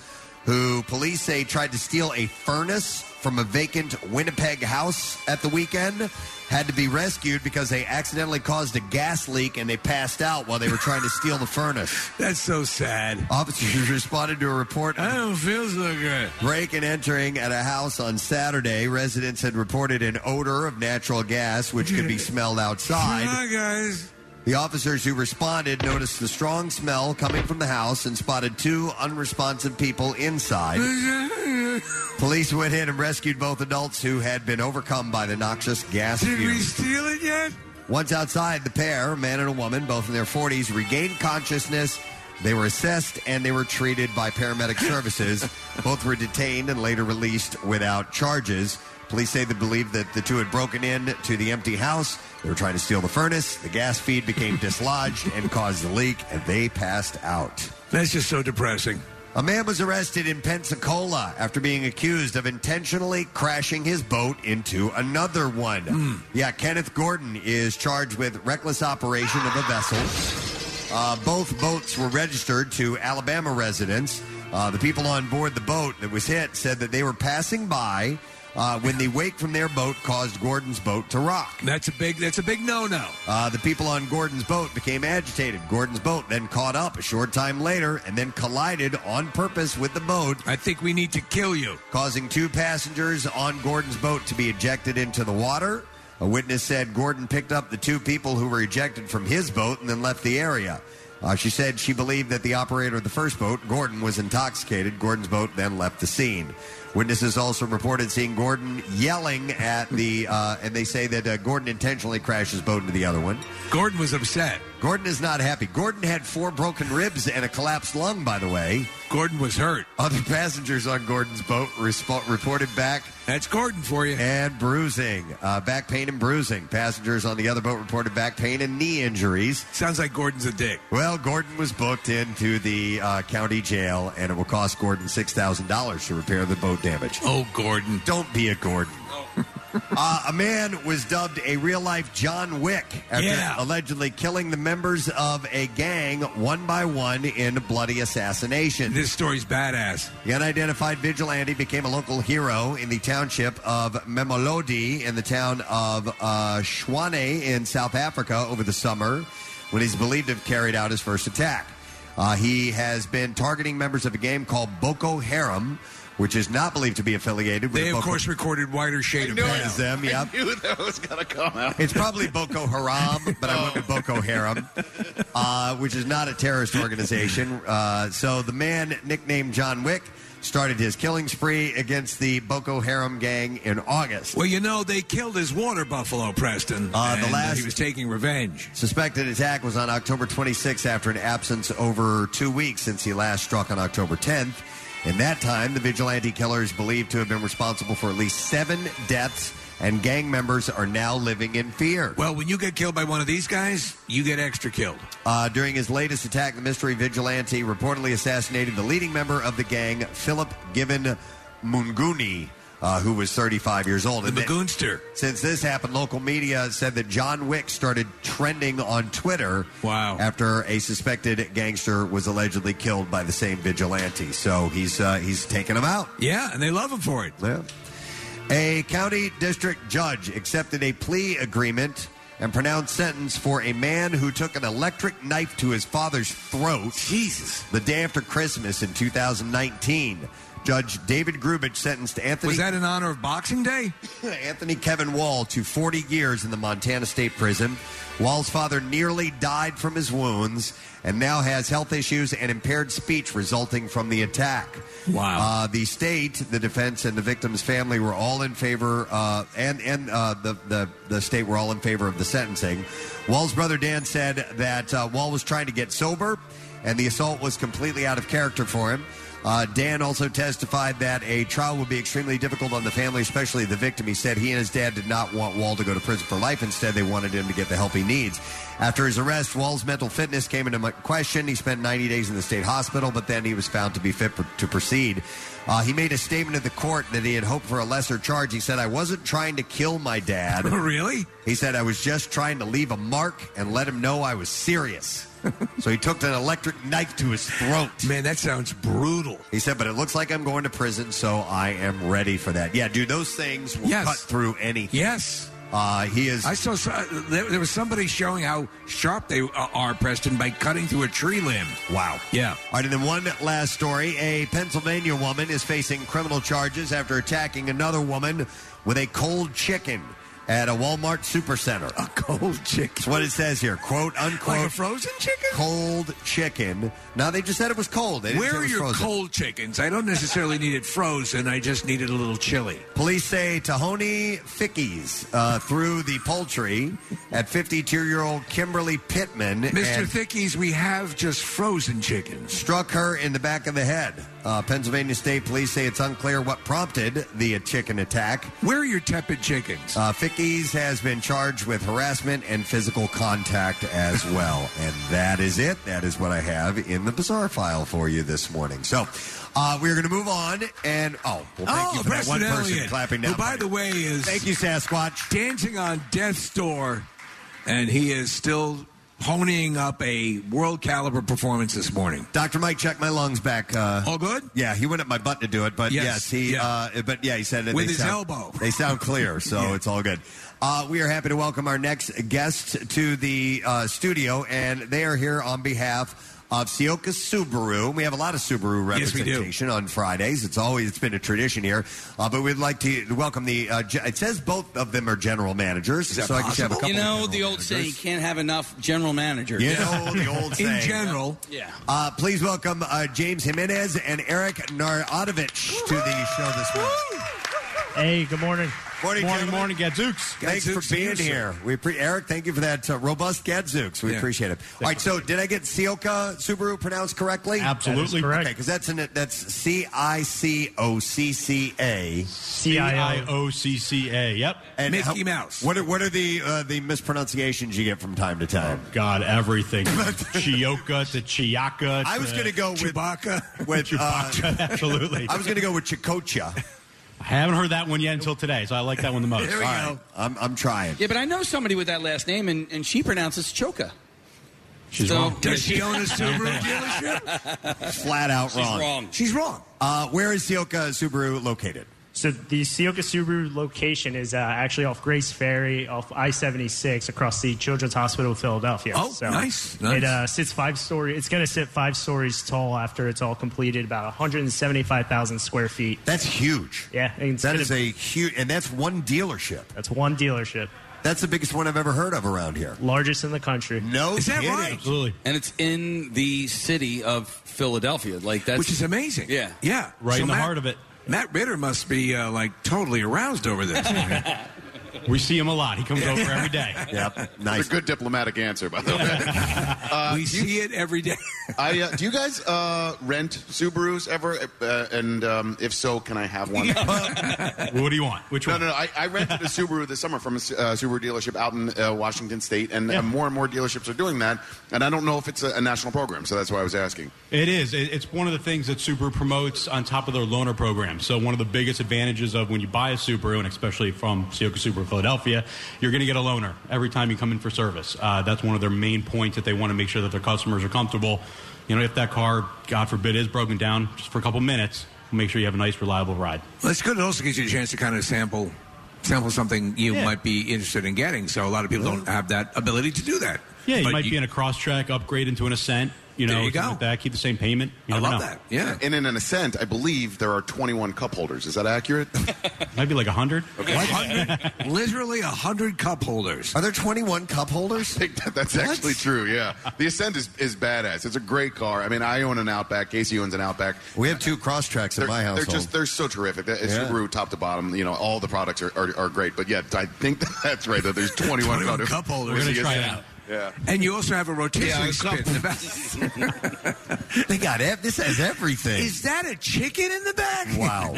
Speaker 3: who police say tried to steal a furnace from a vacant Winnipeg house at the weekend had to be rescued because they accidentally caused a gas leak and they passed out while they were trying to steal the furnace.
Speaker 5: That's so sad.
Speaker 3: Officers responded to a report. I don't feel so good. Break and entering at a house on Saturday. Residents had reported an odor of natural gas, which could be smelled outside.
Speaker 5: Hi, guys.
Speaker 3: The officers who responded noticed the strong smell coming from the house and spotted two unresponsive people inside. Police went in and rescued both adults who had been overcome by the noxious gas
Speaker 5: Did we
Speaker 3: fumes.
Speaker 5: steal it yet?
Speaker 3: Once outside, the pair, a man and a woman, both in their 40s, regained consciousness. They were assessed and they were treated by paramedic services. both were detained and later released without charges. Police say they believe that the two had broken in to the empty house. They were trying to steal the furnace. The gas feed became dislodged and caused the leak, and they passed out.
Speaker 5: That's just so depressing.
Speaker 3: A man was arrested in Pensacola after being accused of intentionally crashing his boat into another one.
Speaker 5: Hmm.
Speaker 3: Yeah, Kenneth Gordon is charged with reckless operation of a vessel. Uh, both boats were registered to Alabama residents. Uh, the people on board the boat that was hit said that they were passing by uh, when the wake from their boat caused Gordon's boat to rock.
Speaker 17: That's a big. That's a big no-no.
Speaker 3: Uh, the people on Gordon's boat became agitated. Gordon's boat then caught up a short time later and then collided on purpose with the boat.
Speaker 17: I think we need to kill you.
Speaker 3: Causing two passengers on Gordon's boat to be ejected into the water. A witness said Gordon picked up the two people who were ejected from his boat and then left the area. Uh, she said she believed that the operator of the first boat, Gordon, was intoxicated. Gordon's boat then left the scene. Witnesses also reported seeing Gordon yelling at the, uh, and they say that uh, Gordon intentionally crashed his boat into the other one.
Speaker 17: Gordon was upset.
Speaker 3: Gordon is not happy. Gordon had four broken ribs and a collapsed lung, by the way.
Speaker 17: Gordon was hurt.
Speaker 3: Other passengers on Gordon's boat respo- reported back.
Speaker 17: That's Gordon for you.
Speaker 3: And bruising. Uh, back pain and bruising. Passengers on the other boat reported back pain and knee injuries.
Speaker 17: Sounds like Gordon's a dick.
Speaker 3: Well, Gordon was booked into the uh, county jail, and it will cost Gordon $6,000 to repair the boat damage.
Speaker 17: Oh, Gordon. Oh.
Speaker 3: Don't be a Gordon. uh, a man was dubbed a real life John Wick after
Speaker 17: Yeah.
Speaker 3: allegedly killing the members of a gang one by one in bloody assassination.
Speaker 17: This story's badass.
Speaker 3: The unidentified vigilante became a local hero in the township of Memolodi in the town of uh, Shwane in South Africa over the summer when he's believed to have carried out his first attack. Uh, he has been targeting members of a game called Boko Haram, which is not believed to be affiliated with
Speaker 17: They,
Speaker 3: the
Speaker 17: of
Speaker 3: Boko
Speaker 17: course, recorded Whiter Shade of
Speaker 3: knew
Speaker 17: Brown.
Speaker 3: it was them, yep.
Speaker 7: I knew that was going to come out.
Speaker 3: It's probably Boko Haram, but I went with Boko Haram, uh, which is not a terrorist organization. Uh, so the man nicknamed John Wick started his killing spree against the Boko Haram gang in August.
Speaker 17: Well, you know, they killed his water buffalo, Preston.
Speaker 3: Uh, the
Speaker 17: and
Speaker 3: last-
Speaker 17: He was taking revenge.
Speaker 3: Suspected attack was on October 26 after an absence over two weeks since he last struck on October 10th. In that time, the vigilante killer is believed to have been responsible for at least seven deaths, and gang members are now living in fear.
Speaker 17: Well, when you get killed by one of these guys, you get extra killed.
Speaker 3: Uh, during his latest attack, the mystery vigilante reportedly assassinated the leading member of the gang, Philip Gibbon Munguni, uh, who was 35 years old.
Speaker 17: The
Speaker 3: And then-
Speaker 17: Magoonster.
Speaker 3: since this happened, local media said that John Wick started trending on Twitter. Wow! After a suspected gangster was allegedly killed by the same vigilante, so he's uh, he's taking him out.
Speaker 17: Yeah, and they love him for it.
Speaker 3: Yeah. A county district judge accepted a plea agreement and pronounced sentence for a man who took an electric knife to his father's throat. Jesus. The day after Christmas in 2019. Judge David Grubich sentenced Anthony.
Speaker 17: Was that in honor of Boxing Day?
Speaker 3: Anthony Kevin Wall to 40 years in the Montana State Prison. Wall's father nearly died from his wounds and now has health issues and impaired speech resulting from the attack. Wow. Uh, the state, the defense, and the victim's family were all in favor, uh, and, and uh, the, the, the state were all in favor of the sentencing. Wall's brother Dan said that uh, Wall was trying to get sober and the assault was completely out of character for him. Uh, Dan also testified that a trial would be extremely difficult on the family, especially the victim. He said he and his dad did not want Wall to go to prison for life. Instead, they wanted him to get the help he needs. After his arrest, Wall's mental fitness came into mu- question. He spent 90 days in the state hospital, but then he was found to be fit pr- to proceed. Uh, he made a statement to the court that he had hoped for a lesser charge. He said, I wasn't trying to kill my dad.
Speaker 17: really?
Speaker 3: He said, I was just trying to leave a mark and let him know I was serious. so he took an electric knife to his throat.
Speaker 17: Man, that sounds brutal.
Speaker 3: He said, but it looks like I'm going to prison, so I am ready for that. Yeah, dude, those things will
Speaker 17: Yes.
Speaker 3: cut through anything.
Speaker 17: Yes.
Speaker 3: Uh, he is.
Speaker 17: I saw so- there, there was somebody showing how sharp they uh, are, Preston, by cutting through a tree limb.
Speaker 3: Wow.
Speaker 17: Yeah.
Speaker 3: All right, and then one last story. A Pennsylvania woman is facing criminal charges after attacking another woman with a cold chicken at a Walmart supercenter. A
Speaker 17: cold chicken.
Speaker 3: That's what it says here. Quote, unquote.
Speaker 17: Like a frozen chicken?
Speaker 3: Cold chicken. Now, they just said it was cold. They didn't say
Speaker 17: Where
Speaker 3: it
Speaker 17: are
Speaker 3: was
Speaker 17: your
Speaker 3: frozen.
Speaker 17: cold chickens? I don't necessarily need it frozen. I just need it a little chilly.
Speaker 3: Police say Tahoni Fickies uh, threw the poultry at 52 year old Kimberly Pittman.
Speaker 17: Mr.
Speaker 3: and
Speaker 17: Thickies, we have just frozen chicken.
Speaker 3: Struck her in the back of the head. Uh, Pennsylvania State Police say it's unclear what prompted the uh, chicken attack.
Speaker 17: Where are your tepid chickens?
Speaker 3: Uh, Fickies has been charged with harassment and physical contact as well. and that is it. That is what I have in the bizarre file for you this morning. So uh, we're going to move on. And, oh, well, thank you for that
Speaker 17: Preston
Speaker 3: one person
Speaker 17: Elliott,
Speaker 3: clapping down.
Speaker 17: Who, by the way, is
Speaker 3: Thank you, Sasquatch.
Speaker 17: Dancing on death's door, and he is still
Speaker 5: honing up a world caliber performance this morning.
Speaker 3: Dr. Mike checked my lungs back. Uh, All good? Yeah, he went up my butt to do it, but yes,
Speaker 5: Yes,
Speaker 3: he.
Speaker 5: yeah.
Speaker 3: Uh, but yeah, he said that
Speaker 5: With
Speaker 3: they
Speaker 5: his
Speaker 3: sound-
Speaker 5: elbow.
Speaker 3: They sound clear, so
Speaker 5: Yeah.
Speaker 3: it's all good. Uh, we are happy to welcome our next guest to the uh, studio, and they are here on behalf of Sioka Subaru. We have a lot of Subaru
Speaker 5: Yes, we do.
Speaker 3: representation on Fridays. It's always it's been a tradition here, uh, but we'd like to welcome the. Uh, ge- it says both of them are general managers,
Speaker 6: Is that
Speaker 3: so I can have a couple.
Speaker 6: you know the old
Speaker 3: managers.
Speaker 6: saying, you can't have enough general managers.
Speaker 3: You know the old saying.
Speaker 6: Yeah.
Speaker 3: Uh, please welcome uh, James Jimenez and Eric Narodovich to the show this morning.
Speaker 17: Hey, good morning.
Speaker 3: Morning,
Speaker 17: morning, morning,
Speaker 3: gentlemen.
Speaker 17: Gadzooks.
Speaker 3: Thanks for being here. We appre Eric, thank you for that uh, robust Gadzooks. We
Speaker 17: Yeah.
Speaker 3: appreciate it. All right, so did I get Sioka Subaru pronounced correctly?
Speaker 17: Absolutely That is correct.
Speaker 3: Okay, because that's in it. That's C I C O C C A.
Speaker 17: C I O C C A. Yep.
Speaker 3: And how- What are, what are the uh, the mispronunciations you get from time to time?
Speaker 17: Oh, God, everything. Chioka to Chiaka.
Speaker 3: I was
Speaker 17: to
Speaker 3: going to go with
Speaker 17: Chewbacca.
Speaker 3: With
Speaker 17: Chewbacca,
Speaker 3: uh,
Speaker 17: absolutely.
Speaker 3: I was going to go with Chicocha.
Speaker 17: I haven't heard that one yet until today, so I like that one the most.
Speaker 6: There we All go. right.
Speaker 3: I'm, I'm trying.
Speaker 6: Yeah, but I know somebody with that last name, and, and she pronounces Choka.
Speaker 17: She's
Speaker 6: wrong.
Speaker 3: Does she own a Subaru
Speaker 6: dealership?
Speaker 3: Flat out
Speaker 6: She's
Speaker 3: wrong.
Speaker 6: wrong.
Speaker 3: She's wrong. Uh, where is Sioka Subaru located?
Speaker 17: So
Speaker 26: the Sioka Subaru location is uh, actually off Grace Ferry, off I-76, across the Children's Hospital of Philadelphia.
Speaker 5: Oh, nice, nice.
Speaker 26: It uh, sits five story. It's going to sit five stories tall after it's all completed, about 175,000 square feet.
Speaker 3: That's huge.
Speaker 26: Yeah, and it's
Speaker 3: That
Speaker 26: gonna-
Speaker 3: is a huge, and that's one dealership.
Speaker 26: That's one dealership.
Speaker 3: That's the biggest one I've ever heard of around here.
Speaker 26: Largest in the country.
Speaker 3: No,
Speaker 17: Absolutely.
Speaker 6: And it's in the city of Philadelphia. Like that's
Speaker 5: Which is amazing.
Speaker 6: Yeah.
Speaker 5: Yeah. So Matt- Matt Ritter must be uh, like totally aroused over this.
Speaker 17: we see him a lot. He comes over every day.
Speaker 3: Yep.
Speaker 7: Nice. a good diplomatic answer, by the way. Uh,
Speaker 5: we see it every day.
Speaker 7: I, uh, do you guys uh, rent Subarus ever? Uh, and um, if so, can I have one?
Speaker 17: what do you want? Which
Speaker 7: no, one? No, no, I, I rented a Subaru this summer from a Su- uh, Subaru dealership out in uh, Washington State, and uh, more and more dealerships are doing that. And I don't know if it's a, a national program, so that's why I was asking.
Speaker 17: It is. It- It's one of the things that Subaru promotes on top of their loaner program. So one of the biggest advantages of when you buy a Subaru, and especially from Sioka Subaru Philadelphia, you're going to get a loaner every time you come in for service. Uh, that's one of their main points that they want to make sure that their customers are comfortable. You know, if that car, God forbid, is broken down just for a couple minutes, make sure you have a nice, reliable ride.
Speaker 5: Well, it's good. It also gives you a chance to kind of sample sample something you might be interested in getting. So a lot of people don't have that ability to do that.
Speaker 17: Yeah, you
Speaker 5: But
Speaker 17: might be in a cross track, upgrade into an Ascent. You know,
Speaker 5: There you
Speaker 17: something
Speaker 5: go.
Speaker 17: like that. Keep the same payment. You never know.
Speaker 5: Yeah.
Speaker 7: And in an Ascent, I believe there are 21 cup holders. Is that accurate?
Speaker 17: Maybe like 100.
Speaker 5: Literally 100 cup holders.
Speaker 3: Are there 21 cup holders?
Speaker 7: that's
Speaker 5: What?
Speaker 7: actually true, yeah. The Ascent is, is badass. It's a great car. I mean, I own an Outback. Casey owns an Outback.
Speaker 3: We have two cross tracks in
Speaker 7: They're,
Speaker 3: my household.
Speaker 7: they're just they're so terrific. That- It's
Speaker 3: Yeah.
Speaker 7: Subaru top to bottom. You know, all the products are, are, are great. But yeah, I think that's right. That there's 21,
Speaker 5: 21 cup holders. We're gonna
Speaker 7: Yes,
Speaker 5: try it
Speaker 7: yeah.
Speaker 5: out.
Speaker 7: Yeah.
Speaker 5: And you also have a rotisserie
Speaker 7: Yeah, a
Speaker 5: spit in the back.
Speaker 3: they got ev- this has everything.
Speaker 5: Is that a chicken in the back?
Speaker 3: Wow.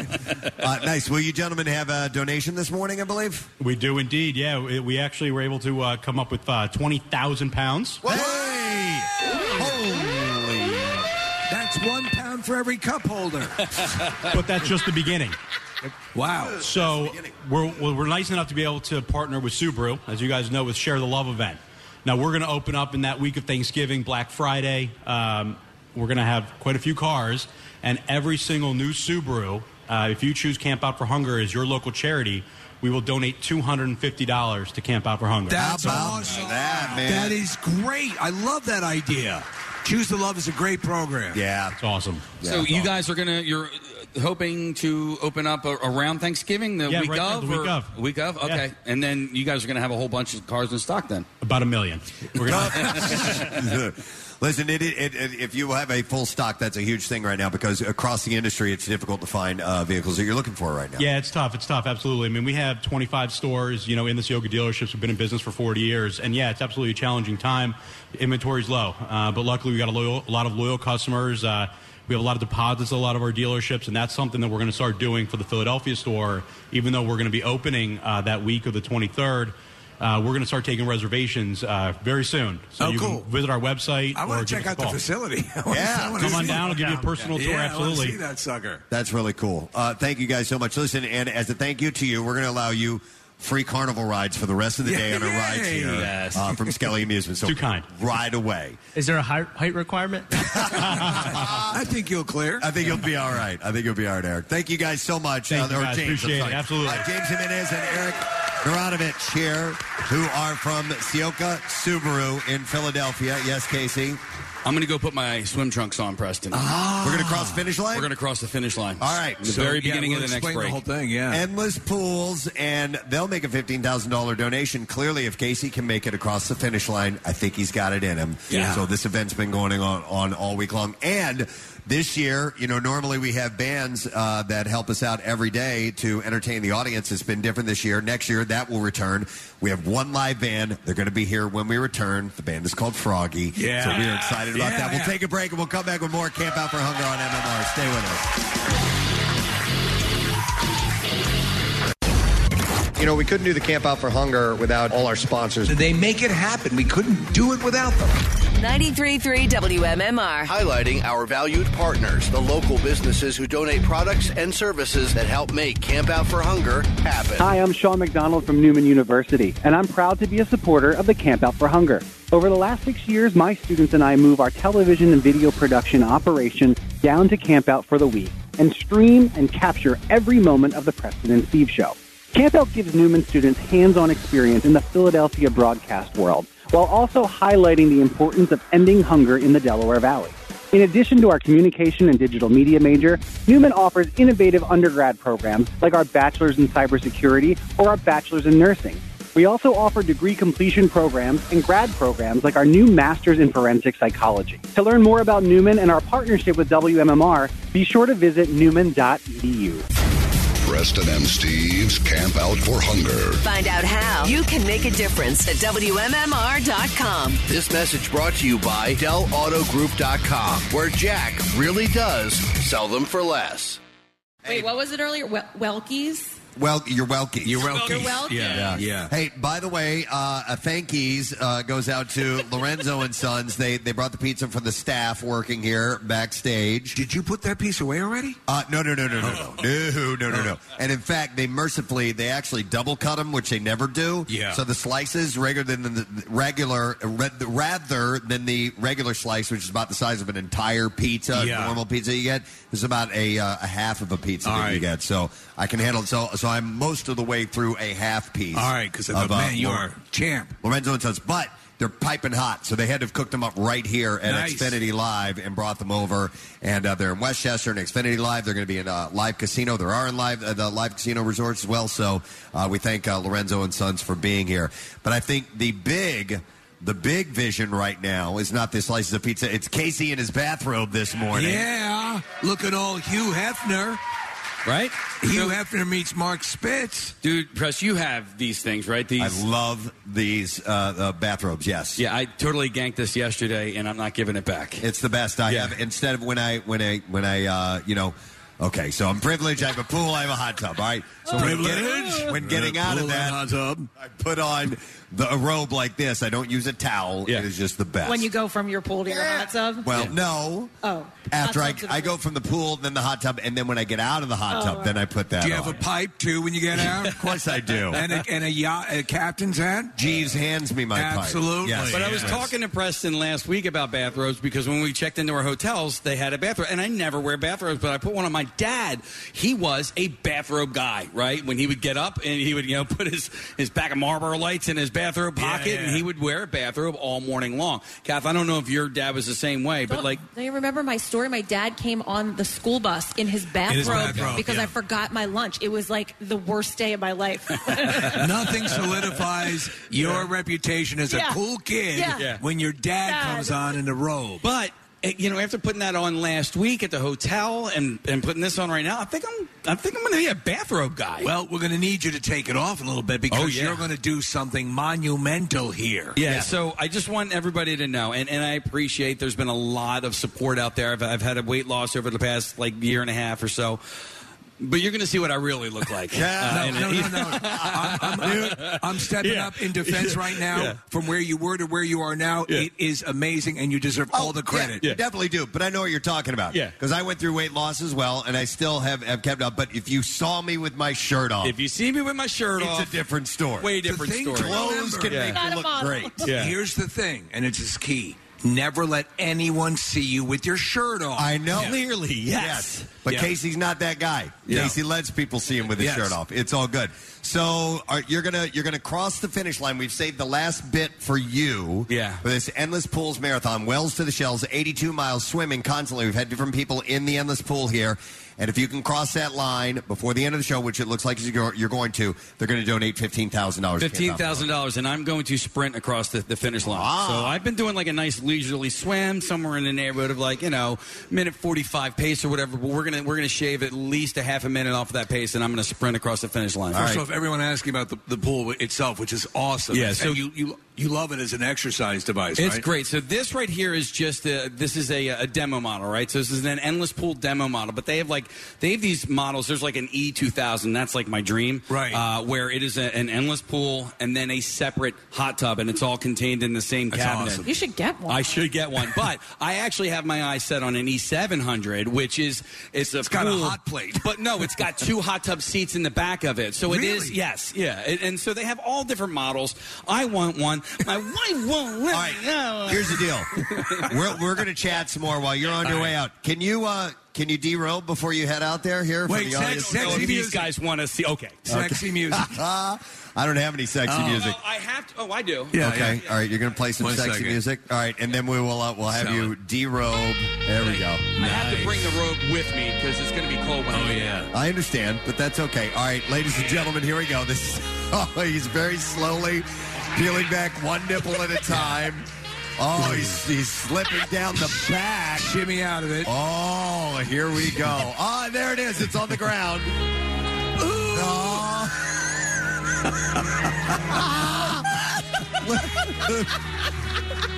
Speaker 3: uh, nice. Will you gentlemen have a donation this morning? I believe.
Speaker 17: We do indeed. Yeah, we, we actually were able to uh, come up with uh, twenty thousand pounds.
Speaker 3: Hey! Holy!
Speaker 5: That's one pound for every cup holder.
Speaker 17: but that's just the beginning.
Speaker 5: Wow.
Speaker 17: So we're, well, we're nice enough to be able to partner with Subaru, as you guys know, with Share the Love event. Now, we're going to open up in that week of Thanksgiving, Black Friday. Um, we're going to have quite a few cars, and every single new Subaru, uh, if you choose Camp Out for Hunger as your local charity, we will donate $250 to Camp Out for Hunger.
Speaker 5: That's awesome. That is great. I love that idea. Choose to Love is a great program.
Speaker 3: Yeah.
Speaker 17: It's awesome.
Speaker 6: so you guys are gonna you're uh, hoping to open up a, around Thanksgiving the
Speaker 17: Yeah,
Speaker 6: week
Speaker 17: right now,
Speaker 6: of
Speaker 17: the week
Speaker 6: or-
Speaker 17: of.
Speaker 6: week of okay, and then you guys are gonna have a whole bunch of cars in stock then.
Speaker 17: About a million. We're gonna-
Speaker 3: Listen, it, it, it, if you have a full stock, that's a huge thing right now because across the industry, it's difficult to find uh, vehicles that you're looking for right now.
Speaker 17: Yeah, it's tough. It's tough. Absolutely. I mean, we have 25 stores, you know, in this yoga dealerships. We've been in business for 40 years. And yeah, it's absolutely a challenging time. Inventory's low. Uh, but luckily, we got a, loyal, a lot of loyal customers. Uh, we have a lot of deposits, at a lot of our dealerships. And that's something that we're going to start doing for the Philadelphia store, even though we're going to be opening uh, that week of the 23rd. Uh, we're going to start taking reservations uh, very soon. So
Speaker 5: Oh,
Speaker 17: you
Speaker 5: cool.
Speaker 17: can visit our website.
Speaker 5: I
Speaker 17: or
Speaker 5: want
Speaker 17: give
Speaker 5: to
Speaker 17: us
Speaker 5: check
Speaker 17: a
Speaker 5: out the
Speaker 17: call.
Speaker 5: facility. I wanna- I
Speaker 17: Yeah,
Speaker 5: wanna
Speaker 17: come on
Speaker 5: see
Speaker 17: down.
Speaker 5: it.
Speaker 17: I'll give you a personal tour.
Speaker 5: Yeah, I wanna
Speaker 17: Absolutely.
Speaker 5: see that sucker.
Speaker 3: That's really cool. Uh, thank you guys so much. Listen, and as a thank you to you, we're going to allow you free carnival rides for the rest of the day on our rides here
Speaker 26: Yes.
Speaker 3: uh, from Skelly Amusement. So
Speaker 26: Too kind.
Speaker 3: Right away.
Speaker 26: Is there a height, height requirement?
Speaker 3: I
Speaker 5: think you'll clear.
Speaker 3: I think you'll be all right. I think you'll be all right, Eric. Thank you guys so much. uh,
Speaker 5: Thank you
Speaker 3: or
Speaker 5: guys.
Speaker 3: James, I'm
Speaker 5: Appreciate it.
Speaker 3: sorry.
Speaker 5: Absolutely.
Speaker 3: Uh, James Jimenez and Eric Narodovich here, who are from Sioka Subaru in Philadelphia. Yes, Casey.
Speaker 6: I'm going to go put my swim trunks on, Preston.
Speaker 5: Ah.
Speaker 3: We're going to cross finish line?
Speaker 6: We're going to cross the finish line.
Speaker 3: All right.
Speaker 6: The very beginning of the next break.
Speaker 3: Endless pools, and they'll make a $15,000 donation. Clearly, if Casey can make it across the finish line, I think he's got it in him.
Speaker 6: Yeah.
Speaker 3: So this event's been going on, on all week long. And this year, you know, normally we have bands uh, that help us out every day to entertain the audience. It's been different this year. Next year, that will return. We have one live band. They're going to be here when we return. The band is called Froggy.
Speaker 5: Yeah.
Speaker 3: So we're excited about
Speaker 5: Yeah,
Speaker 3: that. We'll
Speaker 5: yeah.
Speaker 3: take a break and we'll come back with more Camp Out for Hunger on MMR. Stay with us. You know, we couldn't do the Camp Out for Hunger without all our sponsors.
Speaker 5: They make it happen. We couldn't do it without them.
Speaker 8: 933 WMMR. Highlighting our valued partners, the local businesses who donate products and services that help make Camp Out for Hunger happen.
Speaker 27: Hi, I'm Sean McDonald from Newman University, and I'm proud to be a supporter of the Camp Out for Hunger. Over the last six years, my students and I move our television and video production operation down to Camp Out for the week and stream and capture every moment of the Preston and Steve show. Camp Out gives Newman students hands-on experience in the Philadelphia broadcast world, while also highlighting the importance of ending hunger in the Delaware Valley. In addition to our communication and digital media major, Newman offers innovative undergrad programs like our bachelor's in cybersecurity or our bachelor's in nursing. We also offer degree completion programs and grad programs like our new master's in forensic psychology. To learn more about Newman and our partnership with WMMR, be sure to visit newman.edu.
Speaker 2: Preston and Steve's Camp Out for Hunger.
Speaker 13: Find out how you can make a difference at WMMR.com.
Speaker 8: This message brought to you by DellAutoGroup.com, where Jack really does sell them for less.
Speaker 4: Wait, what was it earlier? Wel- Welkies?
Speaker 3: Well, you're Welkies. You're
Speaker 4: Welkies. You're Welkies. Yeah, yeah.
Speaker 3: Hey, by the way, uh, a thankies uh, goes out to Lorenzo and Sons. They they brought the pizza for the staff working here backstage.
Speaker 5: Did you put that piece away already? Oh.
Speaker 3: Uh, no, no, no, no, no, no, no, no, no, no. And in fact, they mercifully they actually double cut them, which they never do.
Speaker 5: Yeah.
Speaker 3: So the slices rather than the the regular rather than the regular slice, which is about the size of an entire pizza,
Speaker 5: Yeah.
Speaker 3: normal pizza you get, is about a uh, a half of a pizza
Speaker 5: All
Speaker 3: that you
Speaker 5: right.
Speaker 3: get. So I can handle. So so I'm most of the way through a half piece. uh,
Speaker 5: All right, 'cause I thought, man, you are
Speaker 3: champ, Lorenzo and Sons, but. They're piping hot, so they had to have cooked them up right here at
Speaker 5: Nice.
Speaker 3: Xfinity Live and brought them over. And uh, they're in Westchester and Xfinity Live. They're going to be in uh, live casino. There are in live uh, the live casino resorts as well. So uh, we thank uh, Lorenzo and Sons for being here. But I think the big. The big vision right now is not the slices of pizza. It's Casey in his bathrobe this morning.
Speaker 5: Yeah, look at all Hugh Hefner.
Speaker 6: Right?
Speaker 5: Hugh Hefner meets Mark Spitz.
Speaker 6: Dude, Press, you have these things, right? These.
Speaker 3: I love these uh, uh, bathrobes. Yes.
Speaker 6: yeah, I totally ganked this yesterday, and I'm not giving it back.
Speaker 3: It's the best I
Speaker 6: Yeah.
Speaker 3: have. Instead of when I when I when I uh, you know, okay, so I'm privileged. I have a pool. I have a hot tub. All right, so when getting,
Speaker 5: Privilege?
Speaker 3: when getting
Speaker 5: Uh,
Speaker 3: out of
Speaker 5: pool and
Speaker 3: that
Speaker 5: hot
Speaker 3: I put on the a robe like this. I don't use a towel. It is just the best.
Speaker 4: When you go from your pool to your hot tub?
Speaker 3: well, no.
Speaker 4: Oh.
Speaker 3: After I,
Speaker 4: Hot tub to
Speaker 3: I go from the pool, then the hot tub, and then when I get out of the hot
Speaker 5: Oh,
Speaker 3: tub, then I put that.
Speaker 5: Do you
Speaker 3: on.
Speaker 5: have a pipe too when you get out?
Speaker 3: Of course I do.
Speaker 5: and a, and a yacht, a captain's hat.
Speaker 3: Jeeves hands me my pipe.
Speaker 5: Absolutely.
Speaker 3: Yes.
Speaker 6: But I was talking to Preston last week about bathrobes because when we checked into our hotels, they had a bathrobe. And I never wear bathrobes, but I put one on my dad. He was a bathrobe guy, right? When he would get up and he would, you know, put his, his pack of Marlboro lights in his bathrobe pocket and he would wear a bathrobe all morning long. Kath, I don't know if your dad was the same way, but like,
Speaker 4: Now you remember my story. My dad came on the school bus in his bathrobe,
Speaker 6: his bathrobe,
Speaker 4: because
Speaker 6: yeah.
Speaker 4: I forgot my lunch. It was like the worst day of my life.
Speaker 5: Nothing solidifies your reputation as
Speaker 4: Yeah.
Speaker 5: a cool kid
Speaker 4: Yeah. Yeah.
Speaker 5: when your dad,
Speaker 6: Dad.
Speaker 5: comes on in the robe.
Speaker 6: but. eh, You know, after putting that on last week at the hotel and, and putting this on right now, I think I'm I think I'm going to be a bathrobe guy.
Speaker 5: Well, we're going to need you to take it off a little bit because
Speaker 6: Oh, yeah.
Speaker 5: you're going to do something monumental here.
Speaker 6: Yeah, so I just want everybody to know, and, and I appreciate there's been a lot of support out there. I've, I've had a weight loss over the past like year and a half or so. But you're going to see what I really look like.
Speaker 17: Yeah,
Speaker 6: Uh,
Speaker 17: no,
Speaker 6: in
Speaker 17: no,
Speaker 6: a-
Speaker 17: no, no. I'm, I'm- dude, I'm stepping
Speaker 6: Yeah.
Speaker 17: up in defense
Speaker 6: Yeah.
Speaker 17: right now
Speaker 6: Yeah.
Speaker 17: from where you were to where you are now.
Speaker 3: Yeah.
Speaker 17: It is amazing, and you deserve all the credit.
Speaker 3: You Oh, definitely do. But I know what you're talking about.
Speaker 17: Yeah.
Speaker 3: Because I went through weight loss as well, and I still have, have kept up. But if you saw me with my shirt off,
Speaker 6: If you see me with my shirt
Speaker 3: it's
Speaker 6: off,
Speaker 3: a different story.
Speaker 6: Way different
Speaker 3: the thing
Speaker 6: story.
Speaker 3: Clothes can
Speaker 6: Yeah.
Speaker 3: make you look great.
Speaker 17: Here's the thing, and it's his key. Never let anyone see you with your shirt off.
Speaker 3: I know.
Speaker 17: Clearly, yes.
Speaker 3: But
Speaker 17: Yeah.
Speaker 3: Casey's not that guy.
Speaker 17: Yeah.
Speaker 3: Casey lets people see him with his
Speaker 17: Yes.
Speaker 3: shirt off. It's all good. So are, you're gonna you're gonna cross the finish line. We've saved the last bit for you. Yeah. For this endless pools marathon, Wells to the Shells, 82 miles swimming constantly. We've had different people in the endless pool here. And if you can cross that line before the end of the show, which it looks like you're you're going to, they're going to donate fifteen thousand dollars.
Speaker 6: Fifteen thousand dollars, and I'm going to sprint across the, the finish line.
Speaker 3: Ah.
Speaker 6: So I've been doing like a nice leisurely swim, somewhere in the neighborhood of like you know minute forty five pace or whatever. But we're gonna we're gonna shave at least a half a minute off of that pace, and I'm gonna sprint across the finish line.
Speaker 17: All
Speaker 5: First off, everyone asking about the, the pool itself, which is awesome.
Speaker 6: Yeah, so-
Speaker 5: and you, you you love it as an exercise device.
Speaker 6: It's
Speaker 5: right?
Speaker 6: great. So this right here is just a, this is a, a demo model, right? So this is an endless pool demo model, but they have like they have these models. There's like an E two thousand. That's like my dream, right? Uh, where it is a, an endless pool and then a separate hot tub, and it's all contained in the same cabinet.
Speaker 9: You should get one.
Speaker 6: I should get one, but I actually have my eyes set on an E700, which is it's a it's
Speaker 5: got a hot plate.
Speaker 6: but no, it's got two hot tub seats in the back of it. So it is
Speaker 5: Really?
Speaker 6: yes, yeah, and, and so they have all different models. I want one. My wife won't let me know.
Speaker 3: Here's the deal. we're we're going to chat some more while you're on your
Speaker 6: All
Speaker 3: way
Speaker 6: right.
Speaker 3: out. Can you uh can you derobe before you head out there here? for
Speaker 6: Wait,
Speaker 3: the
Speaker 6: sex-
Speaker 3: audience?
Speaker 6: sexy Oh, if these music. guys want to see. Okay,
Speaker 3: Okay. I don't have any sexy
Speaker 6: Oh,
Speaker 3: music.
Speaker 6: no, I have to. Oh, I do.
Speaker 3: okay. All right. You're going to play some
Speaker 6: One
Speaker 3: sexy
Speaker 6: second.
Speaker 3: music. All right, and then we will uh, we'll have
Speaker 6: Sell
Speaker 3: you derobe. There we go.
Speaker 6: I have to bring the robe with me because it's going to be cold. When oh yeah.
Speaker 3: I understand, but that's okay. All right, ladies and gentlemen, here we go. This is, oh, he's very slowly peeling back one nipple at a time. Oh, he's, he's slipping down the back.
Speaker 17: Shimmy out of it.
Speaker 3: Oh, here we go. Ah, there it is. It's on the ground. Oh.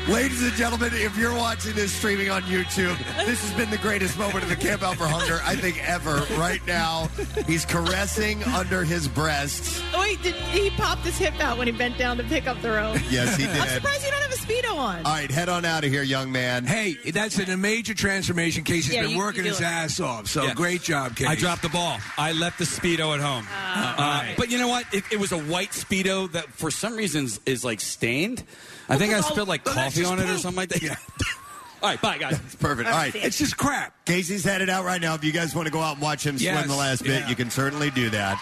Speaker 3: Ladies and gentlemen, if you're watching this streaming on YouTube, this has been the greatest moment of the Camp Out for Hunger, I think, ever. Right now, he's caressing under his breasts.
Speaker 4: Oh, wait, did, he popped his hip out when he bent down to pick up the rope.
Speaker 3: Yes, he
Speaker 4: I'm
Speaker 3: did.
Speaker 4: surprised you don't have a Speedo on.
Speaker 3: All right, head on out of here, young man.
Speaker 17: Hey, that's a major transformation. Casey's
Speaker 4: Yeah,
Speaker 17: been
Speaker 4: you-
Speaker 17: working
Speaker 4: you do
Speaker 17: his
Speaker 4: it.
Speaker 17: ass off. So
Speaker 6: Yeah.
Speaker 17: great job, Casey.
Speaker 6: I dropped the ball. I left the speedo at home. Uh, But you know what? It, it was a white speedo that, for some reason, is- is like stained. I think I spilled like coffee on it or something like that. Yeah. All right, bye guys. It's
Speaker 3: perfect. All right. It's
Speaker 17: just crap.
Speaker 3: Casey's headed out right now. If you guys want to go out and watch him
Speaker 6: Yes,
Speaker 3: swim the last bit,
Speaker 6: yeah.
Speaker 3: you can certainly do that.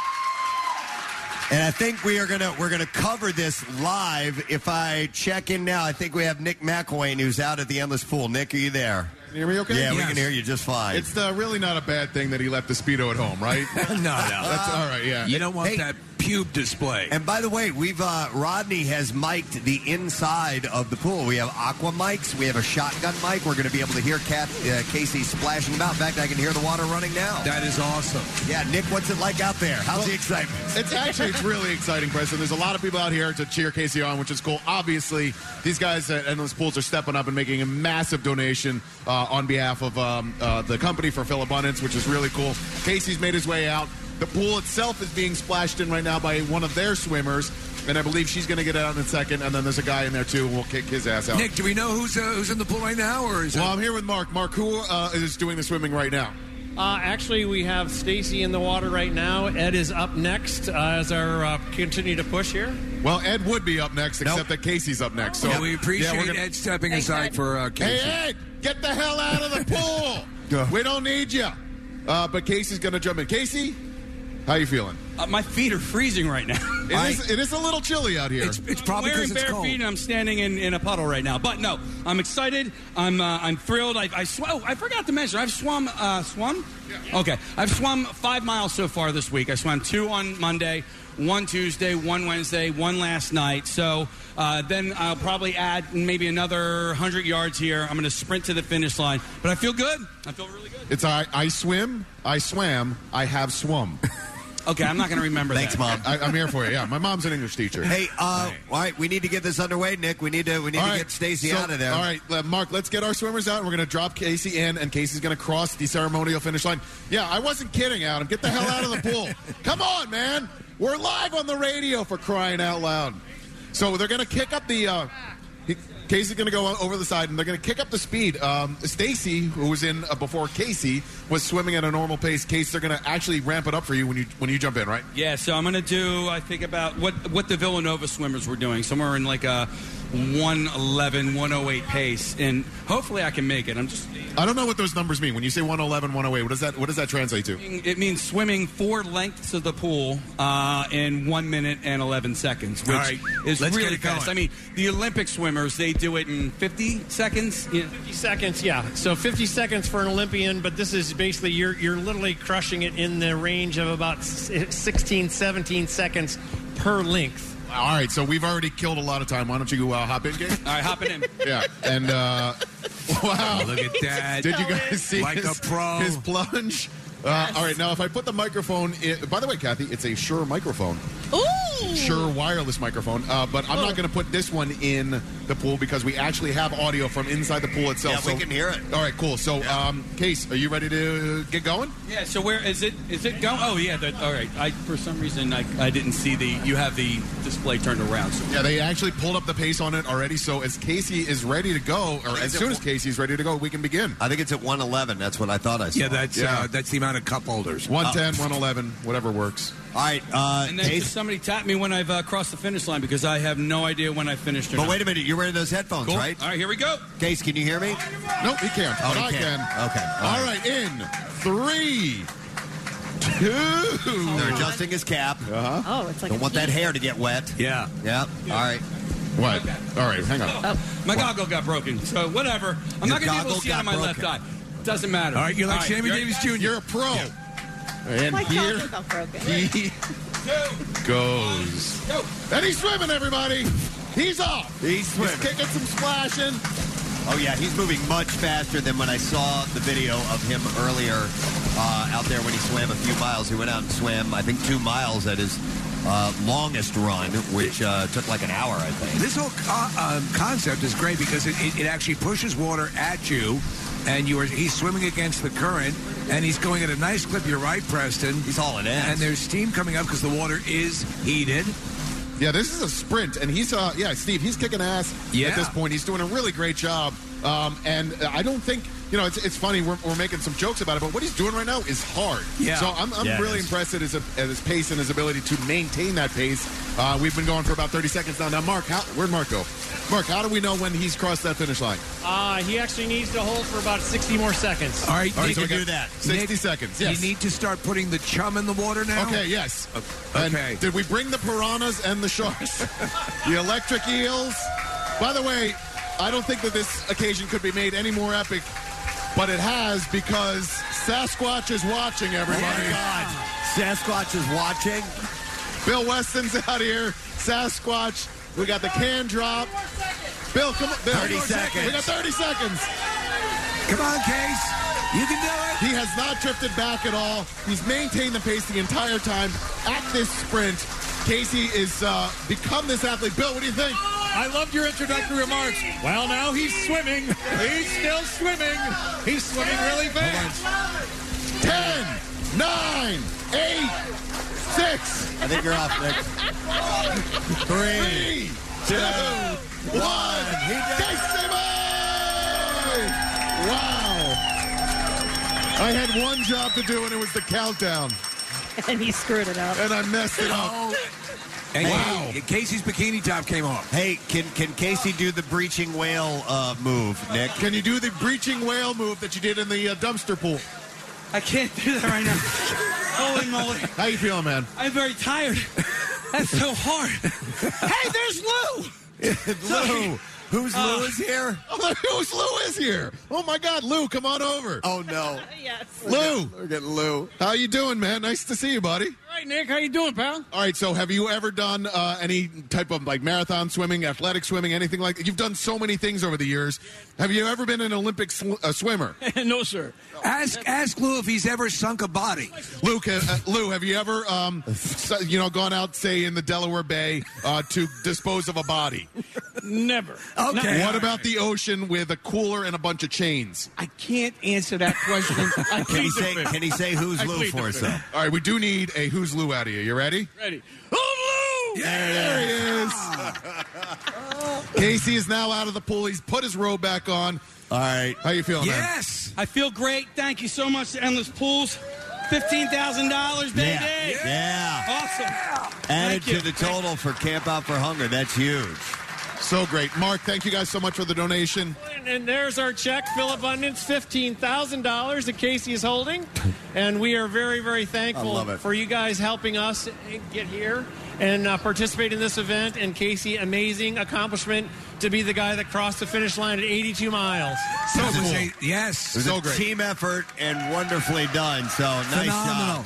Speaker 3: And I think we are gonna we're gonna cover this live. If I check in now, I think we have Nick McElwain who's out at the endless pool. Nick, are you there?
Speaker 7: Can you hear me okay?
Speaker 3: Yeah, we can hear you just fine.
Speaker 7: It's uh, really not a bad thing that he left the Speedo at home, right?
Speaker 17: no, no.
Speaker 7: That's all right, yeah.
Speaker 17: You don't want
Speaker 7: Hey,
Speaker 17: that pube display.
Speaker 3: And by the way, we've uh, Rodney has mic'd the inside of the pool. We have aqua mics. We have a shotgun mic. We're going to be able to hear Cat, uh, Casey splashing about. In fact, I can hear the water running now.
Speaker 17: That is awesome.
Speaker 3: Yeah, Nick, what's it like out there? How's the excitement?
Speaker 7: It's actually it's really exciting, Preston. There's a lot of people out here to cheer Casey on, which is cool. Obviously, these guys at Endless Pools are stepping up and making a massive donation uh, on behalf of um, uh, the company for Phil Abundance, which is really cool. Casey's made his way out. The pool itself is being splashed in right now by one of their swimmers, and I believe she's going to get out in a second. And then there's a guy in there too, and we'll kick his ass out.
Speaker 17: Nick, do we know who's uh, who's in the pool right now, or is
Speaker 7: well, I'm here with Mark. Mark, who uh, is doing the swimming right now?
Speaker 14: Uh, actually, we have Stacy in the water right now. Ed is up next uh, as our uh, continue to push here.
Speaker 7: Well, Ed would be up next, except that Casey's up next. So
Speaker 17: Yeah, we appreciate
Speaker 7: we're
Speaker 17: Ed stepping Thanks, aside Ed. for, uh, Casey.
Speaker 7: Hey, Ed, get the hell out of the pool. we don't need you. Uh, but Casey's going to jump in. Casey, how you feeling?
Speaker 6: Uh, my feet are freezing right now.
Speaker 7: It is it is a little chilly out here.
Speaker 6: It's,
Speaker 7: probably
Speaker 6: I'm wearing
Speaker 7: 'cause it's
Speaker 6: bare
Speaker 7: cold.
Speaker 6: feet and I'm standing in, in a puddle right now. But no, I'm excited. I'm uh, I'm thrilled. I I, sw- oh, I forgot to mention I've swum uh, swum. Okay, I've swum five miles so far this week. I swam two on Monday, one Tuesday, one Wednesday, one last night. So uh, then I'll probably add maybe another hundred yards here. I'm going to sprint to the finish line, but I feel good. I feel really good.
Speaker 7: It's I, I swim, I swam, I have swum.
Speaker 6: Okay, I'm not going to remember
Speaker 3: Thanks,
Speaker 6: that.
Speaker 3: Mom.
Speaker 7: I, I'm here for you. Yeah, my mom's an English teacher.
Speaker 3: Hey, uh, all right, we need to get this underway, Nick. We need to we need to get Stacy
Speaker 7: so-
Speaker 3: out of there.
Speaker 7: All right, uh, Mark, let's get our swimmers out. and We're going to drop Casey in, and Casey's going to cross the ceremonial finish line. Yeah, I wasn't kidding, Adam. Get the hell out of the pool. Come on, man. We're live on the radio for crying out loud. So they're going to kick up the. Uh, he- Casey's going to go o- over the side, and they're going to kick up the speed. Um, Stacy, who was in uh, before Casey, was swimming at a normal pace. Casey, they're going to actually ramp it up for you when you when you jump in, right?
Speaker 6: Yeah, so I'm going to do, I think, about what, what the Villanova swimmers were doing, somewhere in like a 111, 108 pace. And hopefully I can make it. I'm just,
Speaker 7: I don't know what those numbers mean. When you say 111, 108, what does that what does that translate to?
Speaker 6: it means swimming four lengths of the pool uh, in one minute and 11 seconds, which
Speaker 7: All right,
Speaker 6: is
Speaker 7: let's get
Speaker 6: really
Speaker 7: it going.
Speaker 6: fast. I mean, the Olympic swimmers, they do it in 50 seconds. Yeah.
Speaker 14: 50 seconds, yeah. So 50 seconds for an Olympian, but this is basically you're you're literally crushing it in the range of about s- 16, 17 seconds per length.
Speaker 7: All right, so we've already killed a lot of time. Why don't you uh, hop in, Gabe?
Speaker 6: All right, hopping in.
Speaker 7: Yeah, and uh, wow,
Speaker 6: Look at that.
Speaker 7: Did you guys see
Speaker 6: Like
Speaker 7: his,
Speaker 6: a pro.
Speaker 7: his plunge? Uh, all right, now if I put the microphone, in, by the way, Kathy, it's a Sure microphone,
Speaker 4: Ooh.
Speaker 7: Sure wireless microphone. Uh, but I'm not going to put this one in the pool because we actually have audio from inside the pool itself.
Speaker 3: Yeah, we can hear it.
Speaker 7: All right, cool. So, um, Case, are you ready to get going?
Speaker 6: Yeah, so where is it? Is it going? Oh, yeah. The, all right. I for some reason I, I didn't see the. You have the display turned around. So
Speaker 7: Yeah, they actually pulled up the pace on it already. So as Casey is ready to go, or as soon as Casey's ready to go, we can begin.
Speaker 3: I think it's at 111. That's what I thought I saw.
Speaker 7: Yeah, that's, uh,
Speaker 3: that's the amount of cup holders.
Speaker 7: 110, 111, whatever works.
Speaker 3: All right, uh,
Speaker 6: and then just somebody tapped me when I've uh, crossed the finish line because I have no idea when I finished. Or
Speaker 3: But
Speaker 6: not.
Speaker 3: wait a minute, you're wearing those headphones,
Speaker 6: Cool.
Speaker 3: right?
Speaker 6: All right, here we go.
Speaker 3: Case, can you hear me?
Speaker 7: Nope, he can't.
Speaker 3: Oh,
Speaker 7: but I
Speaker 3: he
Speaker 7: can.
Speaker 3: can. Okay.
Speaker 7: All right. in three, two.
Speaker 3: They're adjusting his cap. Uh-huh.
Speaker 4: Oh, it's like
Speaker 3: Don't
Speaker 4: a
Speaker 3: want that
Speaker 4: team.
Speaker 3: hair to get wet. Yeah. Yeah. All right.
Speaker 7: What? All right, hang on.
Speaker 6: Oh, My goggle got broken. So whatever. I'm
Speaker 3: Your
Speaker 6: not gonna be able
Speaker 3: goggle
Speaker 6: to see out
Speaker 3: got
Speaker 6: of my left eye.
Speaker 3: broken.
Speaker 6: Doesn't matter.
Speaker 17: All right, you're like Sammy Davis Jr.
Speaker 7: You're a pro. And
Speaker 4: My
Speaker 7: here
Speaker 4: jaws got broken.
Speaker 7: he goes. And he's swimming, everybody. He's off.
Speaker 3: He's swimming.
Speaker 7: kicking some splashing.
Speaker 3: Oh yeah, he's moving much faster than when I saw the video of him earlier uh, out there when he swam a few miles. He went out and swam, I think, two miles at his uh, longest run, which uh, took like an hour, I think.
Speaker 17: This whole co- um, concept is great because it, it, it actually pushes water at you, and you are he's swimming against the current, and he's going at a nice clip. You're right, Preston. He's
Speaker 3: all in.
Speaker 17: And there's steam coming up because the water is heated.
Speaker 7: Yeah, this is a sprint, and he's uh, yeah, Steve, he's kicking ass at
Speaker 17: Yeah.
Speaker 7: this point. He's doing a really great job, um, and uh, I don't think you know it's, it's funny. We're, we're making some jokes about it, but what he's doing right now is hard.
Speaker 17: Yeah.
Speaker 7: So I'm, I'm
Speaker 17: Yeah, it
Speaker 7: really
Speaker 17: is.
Speaker 7: impressed at his, at his pace and his ability to maintain that pace. Uh, we've been going for about 30 seconds now. Now, Mark, how, where'd Mark go? Mark, how do we know when he's crossed that finish line?
Speaker 14: Uh, he actually needs to hold for about 60 more seconds.
Speaker 17: All right, Nick,
Speaker 7: so we got 60
Speaker 17: Nick,
Speaker 7: seconds. Yes.
Speaker 17: You need to start putting the chum in the water now.
Speaker 7: Okay, yes.
Speaker 17: Okay.
Speaker 7: And did we bring the piranhas and the sharks? the electric eels? By the way, I don't think that this occasion could be made any more epic, but it has because Sasquatch is watching, everybody.
Speaker 3: Oh, my God. Sasquatch is watching.
Speaker 7: Bill Weston's out here. Sasquatch. We got the can drop. Bill, come on. Bill,
Speaker 17: 30 seconds.
Speaker 7: We got 30 seconds.
Speaker 17: Come on, Case. You can do
Speaker 7: it. He has not drifted back at all. He's maintained the pace the entire time at this sprint. Casey is uh, become this athlete. Bill, what do you think?
Speaker 17: I loved your introductory remarks.
Speaker 7: Well, now he's swimming. He's still swimming. He's swimming really fast. Ten, nine, eight, six.
Speaker 3: I think you're off, Nick.
Speaker 7: Three, two, one. Casey May! Wow. I had one job to do, and it was the countdown.
Speaker 4: And he screwed it up.
Speaker 7: And I messed it up.
Speaker 17: And
Speaker 3: Oh. Wow.
Speaker 17: Casey- Casey's bikini top came off.
Speaker 3: Hey, can can Casey do the breaching whale uh, move, Nick?
Speaker 7: Can you do the breaching whale move that you did in the uh, dumpster pool?
Speaker 6: I can't do that right now. Holy moly!
Speaker 7: How you feeling, man?
Speaker 6: I'm very tired. That's so hard. hey, there's Lou.
Speaker 3: Lou, who's
Speaker 6: Uh,
Speaker 3: Lou is here?
Speaker 7: Oh, who's Lou is here? Oh my God, Lou, come on over.
Speaker 3: Oh no,
Speaker 4: Yes.
Speaker 7: Lou,
Speaker 3: look at Lou.
Speaker 7: how you doing, man? Nice to see you, buddy.
Speaker 6: right, Nick, how you doing, pal?
Speaker 7: All right, so have you ever done uh, any type of like marathon swimming, athletic swimming, anything like? You've done so many things over the years. Have you ever been an Olympic sw- uh, swimmer?
Speaker 6: no, sir.
Speaker 7: Ask Ask Lou if he's ever sunk a body. Luke, uh, uh, Lou, have you ever, um, so- you know, gone out say in the Delaware Bay uh, to dispose of a body?
Speaker 6: Never.
Speaker 7: Okay. What about the ocean with a cooler and a bunch of chains?
Speaker 6: I can't answer that question. I
Speaker 7: Can he
Speaker 6: plead the
Speaker 7: say-
Speaker 6: fifth.
Speaker 7: can he say who's
Speaker 6: I
Speaker 7: Lou
Speaker 6: plead the
Speaker 7: for us,
Speaker 6: fifth.
Speaker 7: though? All right, we do need a who's Lou out of you. You ready?
Speaker 6: Ready? Oh, Lou!
Speaker 7: There he is. Casey is now out of the pool. He's put his robe back on. All right. How you feeling, man?
Speaker 6: I feel great. Thank you so much to Endless Pools. $15,000, baby.
Speaker 3: Yeah. Yeah.
Speaker 6: Awesome.
Speaker 3: Added
Speaker 6: Thank you.
Speaker 3: to the total for Camp Out for Hunger. That's huge.
Speaker 7: So great. Mark, thank you guys so much for the donation.
Speaker 14: And, and there's our check, Phil Abundance, fifteen thousand dollars that Casey is holding, and we are very, very
Speaker 3: I
Speaker 14: thankful
Speaker 3: love it.
Speaker 14: for you guys helping us get here and uh, participate in this event. And Casey, amazing accomplishment to be the guy that crossed the finish line at 82 miles. So
Speaker 3: yes. It was
Speaker 14: So
Speaker 3: a
Speaker 14: great.
Speaker 3: team effort and wonderfully done. So nice
Speaker 14: Phenomenal.
Speaker 3: job.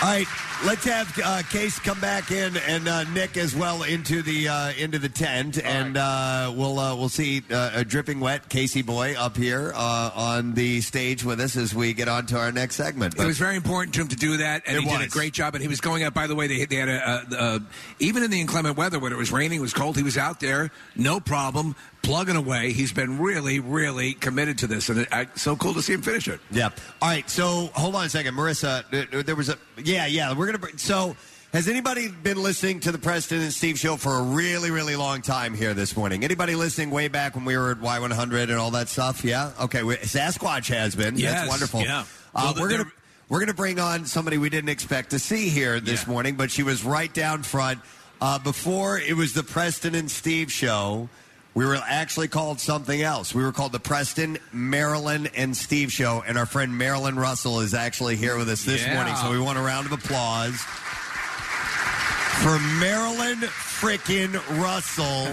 Speaker 3: All right, let's have uh, Case come back in and uh, Nick as well into the uh, into the tent, and uh, we'll uh, we'll see uh, a dripping wet Casey boy up here uh, on the stage with us as we get on to our next segment.
Speaker 5: It was very important to him to do that, and
Speaker 3: It
Speaker 5: he did
Speaker 3: was.
Speaker 5: a great job. And he was going out. By the way, they, they had a, a, a even in the inclement weather when it was raining, it was cold. He was out there, no problem, plugging away. He's been really, really committed to this, and it, I, so cool to see him finish it.
Speaker 3: Yeah. All right. So hold on a second, Marissa. th- th- There was a yeah, yeah. We're gonna. br- So has anybody been listening to the Preston and Steve show for a really, really long time here this morning? Anybody listening way back when we were at Y one hundred and all that stuff? Yeah. Okay. we- Sasquatch has been.
Speaker 6: Yes,
Speaker 3: That's wonderful.
Speaker 6: yeah.
Speaker 3: Uh,
Speaker 6: Well, the-
Speaker 3: we're gonna. We're going to bring on somebody we didn't expect to see here this morning, but she was right down front. Uh, before it was the Preston and Steve show, we were actually called something else. We were called the Preston, Marilyn, and Steve show, and our friend Marilyn Russell is actually here with us this
Speaker 6: Yeah.
Speaker 3: morning, so we want a round of applause for Marilyn frickin' Russell,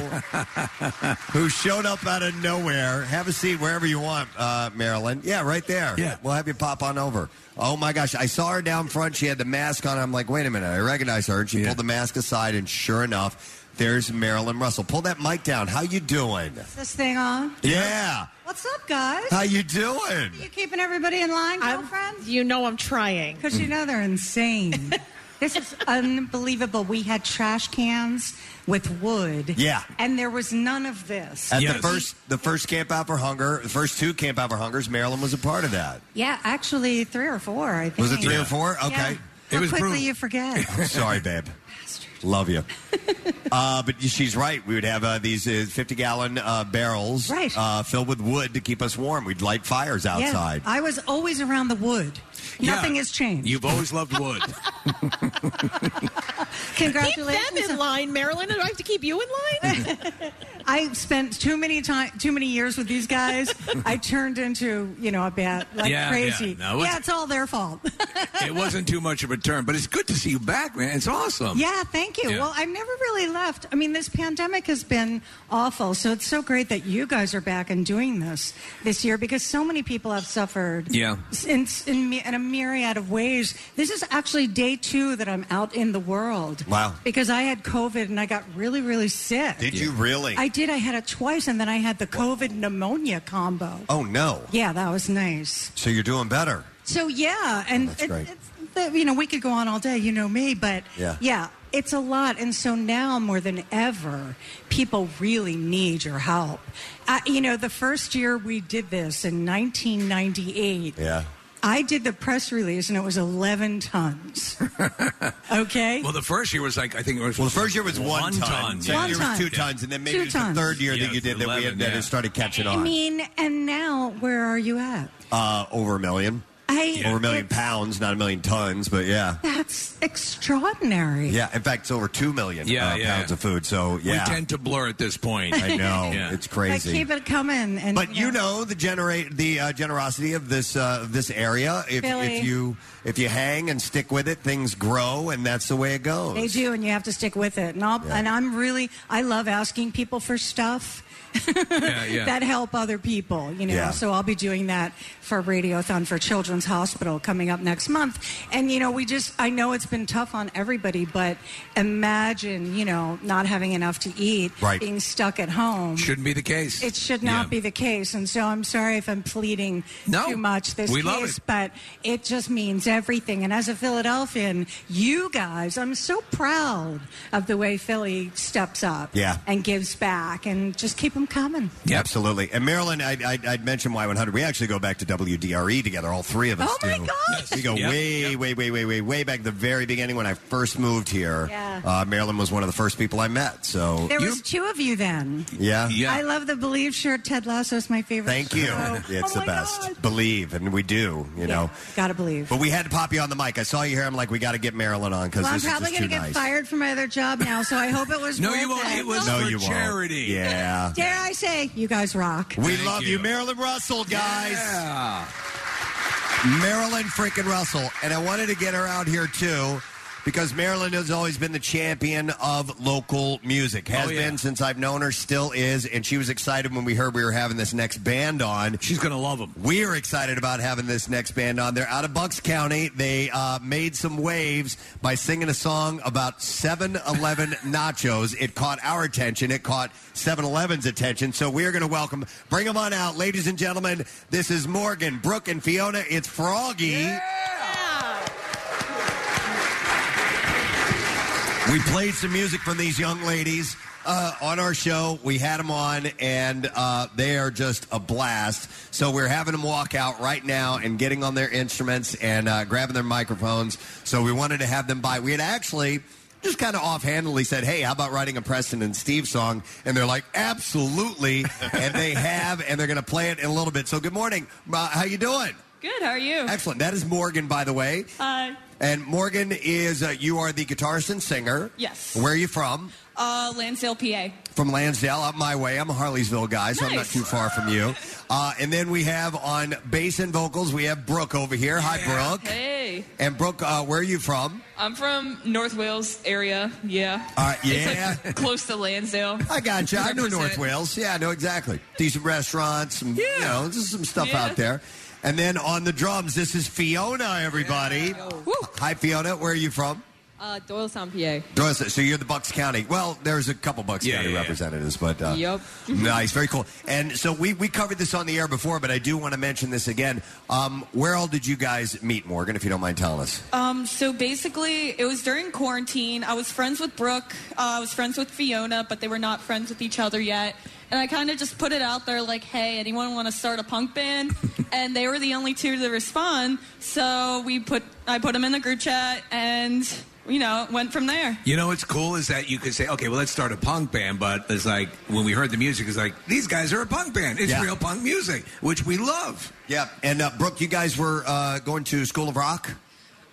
Speaker 3: who showed up out of nowhere. Have a seat wherever you want, uh, Marilyn. Yeah, right there. Yeah. We'll have you pop on over. Oh my gosh, I saw her down front. She had the mask on. I'm like, wait a minute, I recognize her. And she pulled the mask aside, and sure enough, there's Marilyn Russell. Pull that mic down. How you doing?
Speaker 18: This thing on.
Speaker 3: Yeah.
Speaker 18: What's up, guys?
Speaker 3: How you doing?
Speaker 18: You keeping everybody in line, girlfriend? you know I'm trying. Because you know they're insane. this is unbelievable. We had trash cans with wood.
Speaker 3: Yeah.
Speaker 18: And there was none of this.
Speaker 3: At the first, the first Camp Out for Hunger, the first two Camp Out for Hungers, Marilyn was a part of that.
Speaker 18: Yeah, actually three or four, I think.
Speaker 3: Was it three or four?
Speaker 18: Yeah.
Speaker 3: Okay.
Speaker 18: How quickly you forget.
Speaker 3: Sorry, babe. Love you. uh, but she's right. We would have uh, these uh, 50 gallon uh, barrels
Speaker 18: Right.
Speaker 3: uh, filled with wood to keep us warm. We'd light fires
Speaker 18: Yeah,
Speaker 3: outside.
Speaker 18: I was always around the wood. Nothing has changed.
Speaker 3: You've always loved wood.
Speaker 18: Congratulations.
Speaker 28: Keep them in line, Marilyn. Do I have to keep you in line?
Speaker 18: I spent too many time, too many years with these guys. I turned into, you know, a bat like
Speaker 5: Yeah, yeah.
Speaker 18: crazy.
Speaker 5: No, it's-
Speaker 18: yeah, it's all their fault.
Speaker 5: it wasn't too much of a turn, but it's good to see you back, man. It's awesome.
Speaker 18: yeah, thank you.
Speaker 5: Yeah.
Speaker 18: Well, I've never really left. I mean, this pandemic has been awful, so it's so great that you guys are back and doing this this year because so many people have suffered.
Speaker 5: Yeah.
Speaker 18: In, in, my- in a myriad of ways. This is actually day two that I'm out in the world.
Speaker 3: Wow.
Speaker 18: Because I had COVID and I got really, really sick.
Speaker 3: Did you really?
Speaker 18: I did. I had it twice, and then I had the COVID pneumonia combo.
Speaker 3: oh, no.
Speaker 18: Yeah, that was nice.
Speaker 3: So you're doing better.
Speaker 18: So yeah, and
Speaker 3: that's
Speaker 18: it-
Speaker 3: great.
Speaker 18: it's the, you know we could go on all day. You know me, but
Speaker 3: Yeah.
Speaker 18: it's a lot. And so now more than ever, people really need your help. Uh, you know, the first year we did this in 1998.
Speaker 3: Yeah.
Speaker 18: I did the press release and it was 11 tons. Okay.
Speaker 5: Well, the first year was like I think it was.
Speaker 3: Well, the first year was one, ton. Second year was two tons, and then maybe
Speaker 18: Two
Speaker 3: it was the
Speaker 18: tons.
Speaker 3: third year that you did that we had that it started catching
Speaker 18: I
Speaker 3: on.
Speaker 18: mean, and now where are you at?
Speaker 3: uh, over a million.
Speaker 18: I-
Speaker 3: over a million pounds, not a million tons, but yeah.
Speaker 18: That's extraordinary.
Speaker 3: Yeah, in fact, it's over two million
Speaker 5: Yeah,
Speaker 3: uh,
Speaker 5: yeah.
Speaker 3: pounds of food. So
Speaker 5: We
Speaker 3: yeah,
Speaker 5: tend to blur at this point.
Speaker 3: I know
Speaker 5: Yeah.
Speaker 3: it's crazy.
Speaker 18: But keep it coming. And
Speaker 3: But you know the generate the uh, generosity of this uh, of this area. If,
Speaker 18: Billy.
Speaker 3: if you if you hang and stick with it, things grow, and that's the way it goes.
Speaker 18: They do, and you have to stick with it. And, I'll,
Speaker 3: Yeah.
Speaker 18: and I'm really, I love asking people for stuff
Speaker 3: yeah.
Speaker 18: that help other people, you know.
Speaker 3: Yeah.
Speaker 18: So I'll be doing that for Radiothon for Children. Children's Hospital coming up next month. And, you know, we just, I know it's been tough on everybody, but imagine, you know, not having enough to eat,
Speaker 5: Right.
Speaker 18: being stuck at home.
Speaker 5: Shouldn't be the case.
Speaker 18: It should not
Speaker 5: Yeah.
Speaker 18: be the case. And so I'm sorry if I'm pleading
Speaker 5: No,
Speaker 18: too much this
Speaker 5: we
Speaker 18: case,
Speaker 5: love it.
Speaker 18: but it just means everything. And as a Philadelphian, you guys, I'm so proud of the way Philly steps up
Speaker 3: Yeah.
Speaker 18: and gives back and just keep them coming.
Speaker 3: Absolutely. And Marilyn, I, I, I'd mentioned Y100. We actually go back to WDRE E together, all three of us
Speaker 18: Oh, my
Speaker 3: do.
Speaker 18: gosh! Yes.
Speaker 3: We go
Speaker 18: Yep,
Speaker 3: way, way, way, way, way, way back to the very beginning when I first moved here.
Speaker 18: Yeah.
Speaker 3: Uh, Marilyn was one of the first people I met. So,
Speaker 18: There was two of you then.
Speaker 3: yeah.
Speaker 18: I love the Believe shirt. Ted Lasso is my favorite.
Speaker 3: Thank you.
Speaker 18: show.
Speaker 3: It's the best. Believe, and we do, you know.
Speaker 18: Gotta believe.
Speaker 3: But we had to pop you on the mic. I saw you here. I'm like, we got to get Marilyn on because
Speaker 18: Well, I'm
Speaker 3: this
Speaker 18: probably
Speaker 3: is just too
Speaker 18: gonna
Speaker 3: nice.
Speaker 18: get fired from my other job now, so I hope it was
Speaker 3: No,
Speaker 18: worth
Speaker 3: you won't.
Speaker 18: It.
Speaker 3: It was No, for you won't. charity. Yeah.
Speaker 18: Dare I say, you guys rock.
Speaker 3: We love you. Marilyn Russell, guys. Marilyn freaking Russell. And I wanted to get her out here too because Marilyn has always been the champion of local music. Has
Speaker 5: Oh, yeah.
Speaker 3: been since I've known her, still is. And she was excited when we heard we were having this next band on. She's going to love them. We're excited about having this next band on. They're out of Bucks County. They uh, made some waves by singing a song about 7 Eleven nachos. It caught our attention, it caught 7 Eleven's attention. So we're going to welcome, bring them on out, ladies and gentlemen. This is Morgan, Brooke, and Fiona. It's Froggy. We played some music from these young ladies uh, on our show. We had them on, and uh, they are just a blast. So we're having them walk out right now and getting on their instruments and uh, grabbing their microphones. So we wanted to have them by. We had actually. Just kind of offhandedly said, "Hey, how about writing a Preston and Steve song?" And they're like, "Absolutely!" and they have, and they're going to play it in a little bit. So, good morning. Uh, how you doing?
Speaker 29: Good. How are you?
Speaker 3: Excellent. That is Morgan, by the way.
Speaker 29: Hi.
Speaker 3: And Morgan is uh, you are the guitarist and singer.
Speaker 29: Yes.
Speaker 3: Where are you from?
Speaker 29: Uh, Lansdale, PA.
Speaker 3: From Lansdale, up my way. I'm a Harleysville guy, so I'm not too far from you. Uh, and then we have on bass and vocals, we have Brooke over here. Hi, Brooke.
Speaker 29: Hey.
Speaker 3: And Brooke, uh, where are you from?
Speaker 29: I'm from North Wales area. Yeah.
Speaker 3: All right,
Speaker 29: It's like close to Lansdale.
Speaker 3: Uh, I gotcha. I know North
Speaker 29: Represent.
Speaker 3: Wales. Yeah, I know exactly. Decent restaurants. Some, You
Speaker 29: Yeah.
Speaker 3: know, just some stuff
Speaker 29: Yeah.
Speaker 3: out there. And then on the drums, this is Fiona, everybody. Hi, Fiona. Where are you from?
Speaker 11: Uh, Doylestown, PA.
Speaker 3: Dorset, so you're the Bucks County. Well, there's a couple Bucks County representatives, but uh,
Speaker 11: Yup.
Speaker 3: nice, very cool. And so we we covered this on the air before, but I do want to mention this again. Um, where all did you guys meet, Morgan? If you don't mind telling us.
Speaker 29: Um, so basically, it was during quarantine. I was friends with Brooke. Uh, I was friends with Fiona, but they were not friends with each other yet. And I kind of just put it out there, like, "Hey, anyone want to start a punk band?" and they were the only two to respond. So we put, I put them in the group chat, and you know, it went from there.
Speaker 5: You know what's cool is that you could say, okay, well, let's start a punk band, but it's like when we heard the music, it's like these guys are a punk band. It's
Speaker 3: Yeah.
Speaker 5: real punk music, which we love.
Speaker 3: Yeah, and uh, Brooke, you guys were uh, going to School of Rock.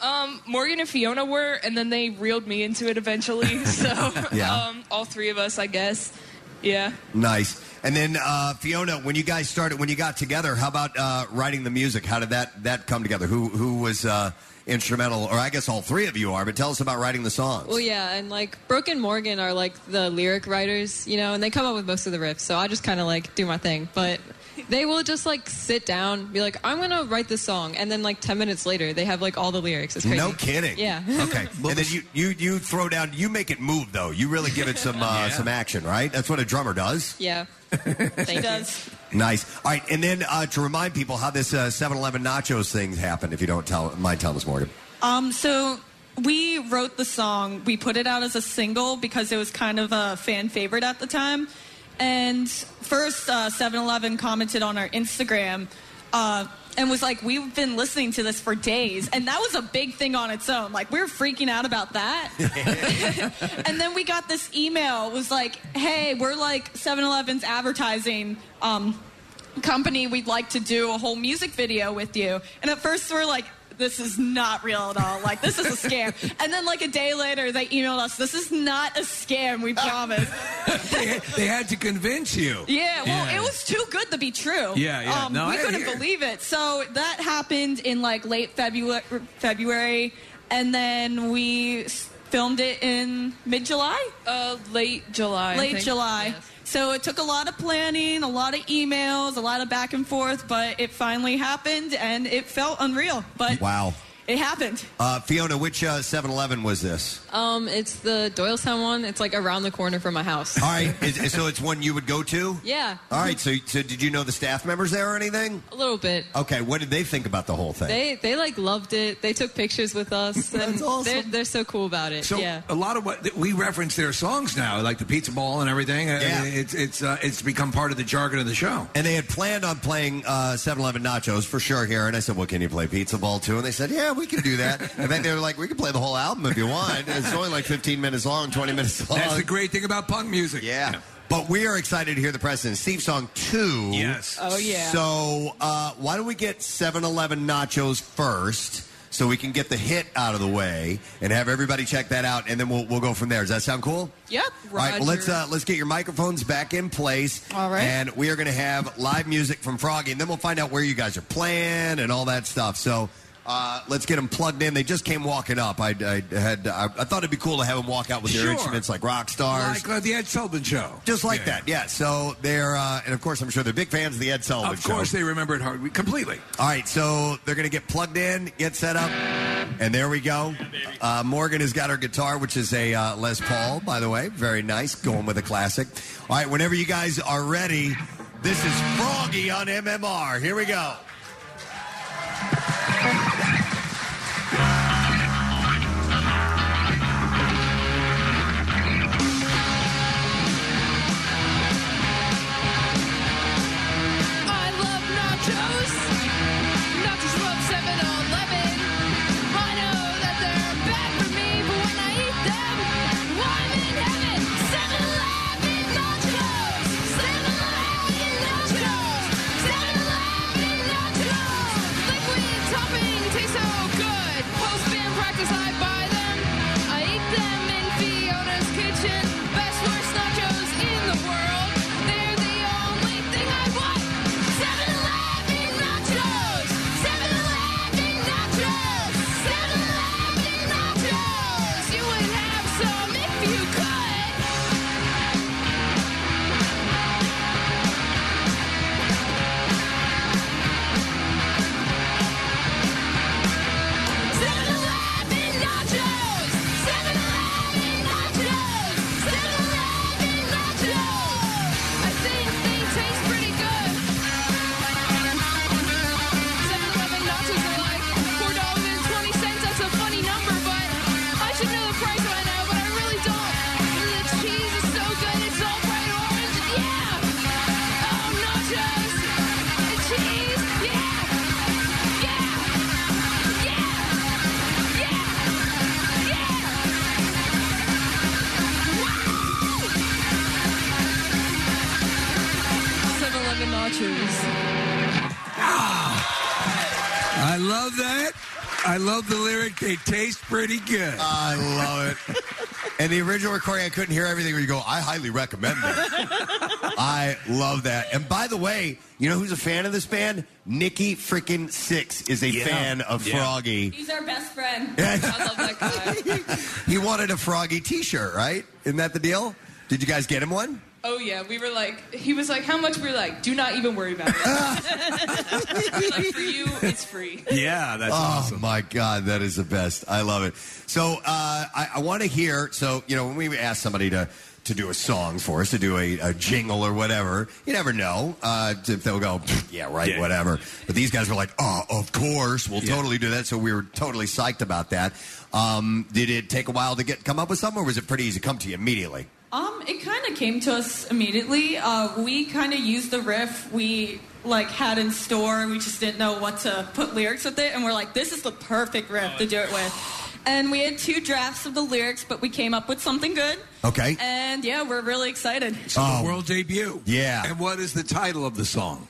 Speaker 11: Um, Morgan and Fiona were, and then they reeled me into it eventually. So,
Speaker 3: Yeah.
Speaker 11: um, all three of us, I guess. Yeah.
Speaker 3: Nice. And then uh, Fiona, when you guys started, when you got together, how about uh, writing the music? How did that that come together? Who who was uh, instrumental, or I guess all three of you are. But tell us about writing the song.
Speaker 11: Well, yeah, and like Brooke and Morgan are like the lyric writers, you know, and they come up with most of the riffs. So I just kind of like do my thing, but they will just like sit down, be like, "I'm gonna write this song," and then like ten minutes later, they have like all the lyrics. It's crazy.
Speaker 3: No kidding.
Speaker 11: Yeah.
Speaker 3: okay. and then you, you you throw down. You make it move though. You really give it some uh, some action, right? That's what a drummer does.
Speaker 11: yeah. she does.
Speaker 3: Nice. All right. And then uh, to remind people how this uh, 7-Eleven nachos thing happened, if you don't tell mind telling us, Morgan.
Speaker 29: Um, so we wrote the song. We put it out as a single because it was kind of a fan favorite at the time. And first, uh, 7-Eleven commented on our Instagram uh, and was like, "We've been listening to this for days," and that was a big thing on its own. Like we were freaking out about that. and then we got this email. It was like, "Hey, we're like 7-Eleven's advertising." Um, company we'd like to do a whole music video with you and at first we're like this is not real at all like this is a scam and then like a day later they emailed us this is not a scam we promise
Speaker 5: they, they had to convince you.
Speaker 29: yeah well it was too good to be true
Speaker 5: Yeah, yeah.
Speaker 29: um,
Speaker 5: No,
Speaker 29: we
Speaker 5: I
Speaker 29: couldn't
Speaker 5: hear.
Speaker 29: believe it so that happened in like late february february and then we s- filmed it in mid-july
Speaker 11: Uh, late July. I
Speaker 29: late
Speaker 11: think.
Speaker 29: July. So it took a lot of planning, a lot of emails, a lot of back and forth, but it finally happened and it felt unreal. But
Speaker 3: Wow.
Speaker 29: it happened.
Speaker 3: Uh, Fiona, which uh, 7-Eleven was this?
Speaker 30: Um, it's the Doylestown one. It's like around the corner from my house.
Speaker 3: All right, is, so it's one you would go to?
Speaker 30: Yeah.
Speaker 3: All right, so, so did you know the staff members there or anything?
Speaker 30: A little bit.
Speaker 3: Okay, what did they think about the whole thing?
Speaker 30: They they like loved it. They took pictures with us. and They're they're so cool about it.
Speaker 5: So
Speaker 30: yeah.
Speaker 5: a lot of what we reference their songs now, like the Pizza Ball and everything. Yeah. it's it's uh, it's become part of the jargon of the show.
Speaker 3: And they had planned on playing uh, 7-Eleven nachos for sure here. And I said, well, can you play Pizza Ball too? And they said, yeah, we can do that. In fact, they were like, we can play the whole album if you want. It's only like 15 minutes long, 20 minutes long.
Speaker 5: That's the great thing about punk music.
Speaker 3: Yeah. But we are excited to hear the President Steve song two.
Speaker 5: Yes.
Speaker 29: Oh, yeah.
Speaker 3: So uh, why don't we get 7-Eleven nachos first? So we can get the hit out of the way and have everybody check that out, and then we'll, we'll go from there. Does that sound cool?
Speaker 29: Yep.
Speaker 3: All right, well, let's uh, let's get your microphones back in place.
Speaker 29: All right.
Speaker 3: and we are going to have live music from Froggy, and then we'll find out where you guys are playing and all that stuff. So. Uh, let's get them plugged in. They just came walking up. I, I had I, I thought it'd be cool to have them walk out with their
Speaker 5: Sure.
Speaker 3: instruments like rock stars,
Speaker 5: Like uh, the Ed Sullivan Show.
Speaker 3: just like
Speaker 5: Yeah.
Speaker 3: that. Yeah. So they're uh, and of course I'm sure they're big fans of the Ed Sullivan
Speaker 5: Of
Speaker 3: Show.
Speaker 5: course, they remember it hard completely.
Speaker 3: All right, so they're going to get plugged in, get set up, and there we go. Uh, Morgan has got her guitar, which is a uh, Les Paul, by the way. Very nice, going with a classic. All right, whenever you guys are ready, this is Froggy on MMR. Here we go.
Speaker 31: I love nachos. Nachos from 7-Eleven. I know that they're bad for me, but when I eat them, I'm in heaven. 7-Eleven nachos. 7-Eleven nachos. 7-Eleven nachos. Liquid topping tastes so good. Post band practice, I buy them. I eat them in Fiona's kitchen. Best worst nachos in the world. They're the only thing I want. 7-Eleven nachos! 7-Eleven nachos! 7-Eleven nachos! You would have some if you could! Cheese, yeah, yeah, yeah.
Speaker 30: Seven Eleven nachos.
Speaker 17: I love that. I love the lyric. They taste pretty good.
Speaker 3: I love it. And the original recording, I couldn't hear everything. Where you go, I highly recommend it. I love that. And by the way, you know who's a fan of this band? Nikki freaking Six is a
Speaker 31: Yeah.
Speaker 3: fan of
Speaker 31: Yeah.
Speaker 3: Froggy.
Speaker 31: He's our best friend.
Speaker 3: I
Speaker 31: love that guy.
Speaker 3: He wanted a Froggy T-shirt, right? Isn't that the deal? Did you guys get him one?
Speaker 31: Oh yeah, we were like, he was like, how much? We were like, do not even worry about it. We were like, for you, it's free.
Speaker 3: Yeah, that's oh, awesome. my God, that is the best. I love it. So uh, I, I want to hear. So you know, when we ask somebody to to do a song for us, to do a, a jingle or whatever, you never know uh, if they'll go, "Pfft, yeah, right,
Speaker 20: Yeah.
Speaker 3: whatever. But these guys were like, oh, of course, we'll totally do that. So we were totally psyched about that. Um, did it take a while to get come up with something, or was it pretty easy to come to you immediately?
Speaker 29: Um, it kind of came to us immediately. Uh, we kind of used the riff we like had in store, and we just didn't know what to put lyrics with it. And we're like, this is the perfect riff to do it with. And we had two drafts of the lyrics, but we came up with something good.
Speaker 3: Okay.
Speaker 29: And yeah, we're really excited.
Speaker 5: So the world debut.
Speaker 3: Yeah.
Speaker 5: And what is the title of the song?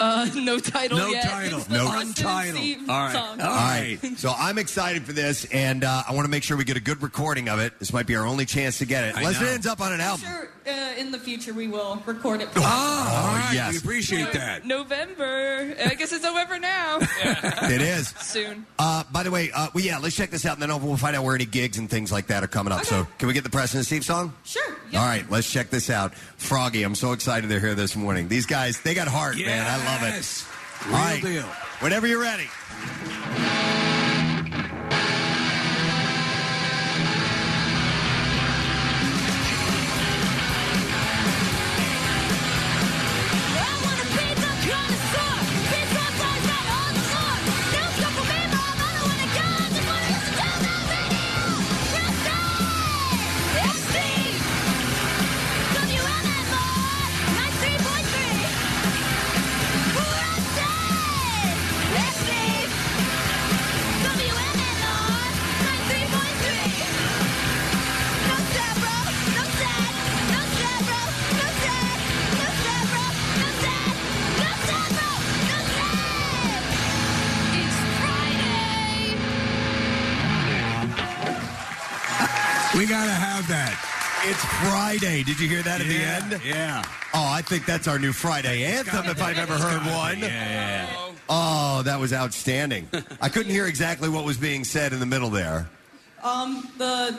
Speaker 31: Uh, no title
Speaker 5: No
Speaker 31: yet.
Speaker 5: title.
Speaker 31: It's the
Speaker 5: No
Speaker 31: Preston and
Speaker 5: title.
Speaker 31: Steve
Speaker 5: All right.
Speaker 31: song.
Speaker 5: All right.
Speaker 3: So I'm excited for this, and uh, I want to make sure we get a good recording of it. This might be our only chance to get it,
Speaker 5: I
Speaker 3: unless
Speaker 5: know.
Speaker 3: it ends up on an album.
Speaker 31: Sure,
Speaker 29: uh, in the future we will record
Speaker 3: Oh,
Speaker 29: it.
Speaker 5: Ah,
Speaker 3: Ah,
Speaker 5: all right.
Speaker 29: yes.
Speaker 5: We appreciate that.
Speaker 29: November. I guess it's November now.
Speaker 3: It is.
Speaker 29: Soon.
Speaker 3: Uh, by the way, uh, well, yeah, let's check this out, and then we'll find out where any gigs and things like that are coming up. So, can we get the President Steve song?
Speaker 29: Sure.
Speaker 3: All right, let's check this out. Froggy, I'm so excited they're here this morning. These guys, they got heart, man. I love it.
Speaker 5: Real
Speaker 3: All right,
Speaker 5: deal.
Speaker 3: whenever you're ready.
Speaker 5: We gotta have that.
Speaker 3: It's Friday. Did you hear that at the end?
Speaker 5: Yeah.
Speaker 3: Oh, I think that's our new Friday anthem if I've ever heard one. Oh, that was outstanding. I couldn't hear exactly what was being said in the middle there.
Speaker 29: Um, the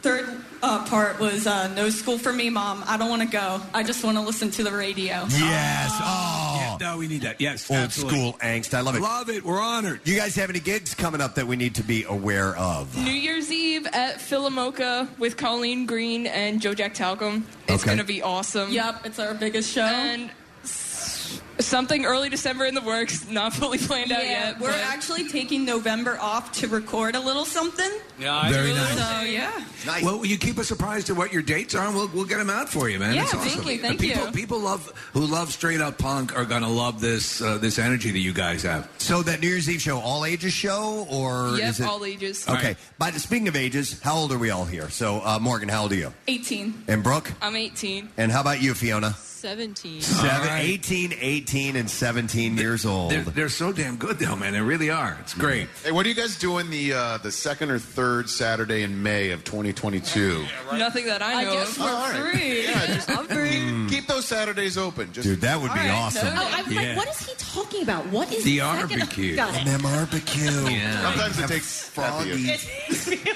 Speaker 29: third uh, part was uh, no school for me, mom. I don't want to go. I just want to listen to the radio.
Speaker 3: Yes. Oh.
Speaker 5: no, we need that. Yes.
Speaker 3: Old
Speaker 5: absolutely.
Speaker 3: school angst. I love it.
Speaker 5: Love it. We're honored.
Speaker 3: You guys have any gigs coming up that we need to be aware of?
Speaker 9: New Year's Eve at Philomoka with Colleen Green and Joe Jack Talcum. It's
Speaker 3: Okay.
Speaker 9: going to be awesome.
Speaker 29: Yep, it's our biggest show.
Speaker 9: And s- something early December in the works, not fully planned out
Speaker 29: Yeah,
Speaker 9: yet.
Speaker 29: we're
Speaker 9: but-
Speaker 29: actually taking November off to record a little something.
Speaker 5: Yeah, Very nice.
Speaker 29: So yeah.
Speaker 5: Well, will you keep us surprised of what your dates are, and we'll, we'll get them out for you, man.
Speaker 29: Yeah,
Speaker 5: It's awesome.
Speaker 29: thank you, thank
Speaker 5: And people,
Speaker 29: you.
Speaker 5: People love who love straight up punk are gonna love this uh, this energy that you guys have.
Speaker 3: So that New Year's Eve show, all ages show, or
Speaker 9: Yep,
Speaker 3: is it
Speaker 9: all ages.
Speaker 3: Okay. By the speaking of ages, how old are we all here? So uh, Morgan, how old are you?
Speaker 9: 18.
Speaker 3: And Brooke,
Speaker 9: I'm 18.
Speaker 3: and how about you, Fiona?
Speaker 9: 17.
Speaker 3: Seven, 18, 18, and 17 years old.
Speaker 5: They're, they're so damn good, though, man. They really are. It's great.
Speaker 7: Hey, what are you guys doing the uh, the second or third Saturday in May of 2022?
Speaker 9: Nothing that I know
Speaker 7: guess
Speaker 9: of.
Speaker 7: we're All right.
Speaker 9: free.
Speaker 7: I'm free. Keep those Saturdays open. Just
Speaker 3: Dude, that would be awesome.
Speaker 4: Oh, I was like, what is he talking about? What is
Speaker 7: The
Speaker 4: second-
Speaker 7: barbecue.
Speaker 4: Got it.
Speaker 3: barbecue.
Speaker 7: Sometimes it
Speaker 3: Have
Speaker 7: takes
Speaker 3: froggy.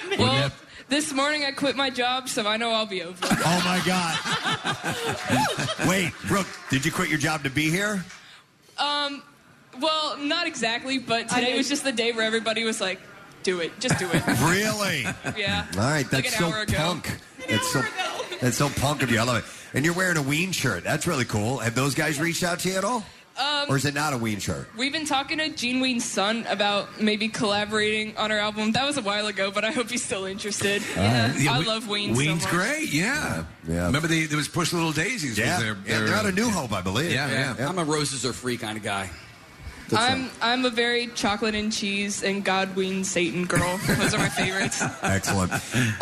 Speaker 9: well, this morning I quit my job, so I know I'll be over.
Speaker 3: Oh my God. Wait, Brooke, did you quit your job to be here?
Speaker 9: Um, well, not exactly, but
Speaker 29: I
Speaker 9: today
Speaker 29: did.
Speaker 9: was just the day where everybody was like, "Do it, just do it."
Speaker 3: Really?
Speaker 9: yeah.
Speaker 3: All right,
Speaker 9: Like
Speaker 3: that's
Speaker 9: an
Speaker 3: so
Speaker 9: hour ago.
Speaker 3: punk. That's so that's so punk of you. I love it. And you're wearing a Ween shirt. That's really cool. Have those guys reached out to you at all,
Speaker 9: Um,
Speaker 3: or is it not a Ween shirt?
Speaker 9: We've been talking to Gene Ween's son about maybe collaborating on our album. That was a while ago, but I hope he's still interested.
Speaker 5: All right.
Speaker 9: I
Speaker 5: We-
Speaker 9: love Ween.
Speaker 5: Ween's
Speaker 9: so much.
Speaker 5: great. Yeah.
Speaker 3: Yeah.
Speaker 5: Remember they, there was Push Little Daisies.
Speaker 9: Yeah.
Speaker 5: Was their,
Speaker 9: Yeah,
Speaker 5: their-
Speaker 9: they're out of
Speaker 3: New Hope, I believe.
Speaker 5: Yeah, yeah.
Speaker 6: I'm a roses are free kind of guy.
Speaker 9: I'm I'm a very chocolate and cheese and God Ween Satan girl. Those are my favorites.
Speaker 3: Excellent. All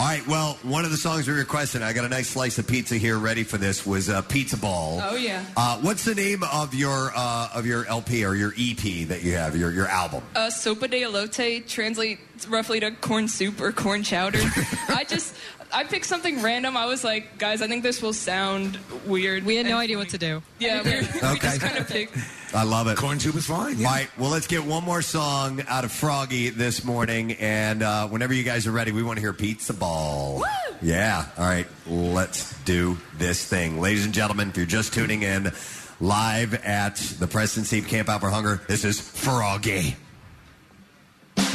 Speaker 3: right. Well, one of the songs we requested, I got a nice slice of pizza here ready for this. Was uh, Pizza Ball.
Speaker 9: Oh, yeah.
Speaker 3: Uh, what's the name of your uh, of your LP or your EP that you have your your album?
Speaker 9: Uh, sopa de elote translates roughly to corn soup or corn chowder. I just, I picked something random. I was like, guys, I think this will sound weird. We had no idea what to do. Yeah, we, we
Speaker 3: Okay.
Speaker 9: just kind of picked.
Speaker 3: I love it.
Speaker 5: Corn soup is fine.
Speaker 3: All right. Well, let's get one more song out of Froggy this morning, and uh, whenever you guys are ready, we want to hear Pizza Ball. Yeah. All right. Let's do this thing, ladies and gentlemen. If you're just tuning in, live at the Preston Steve Camp Out for Hunger, this is Froggy.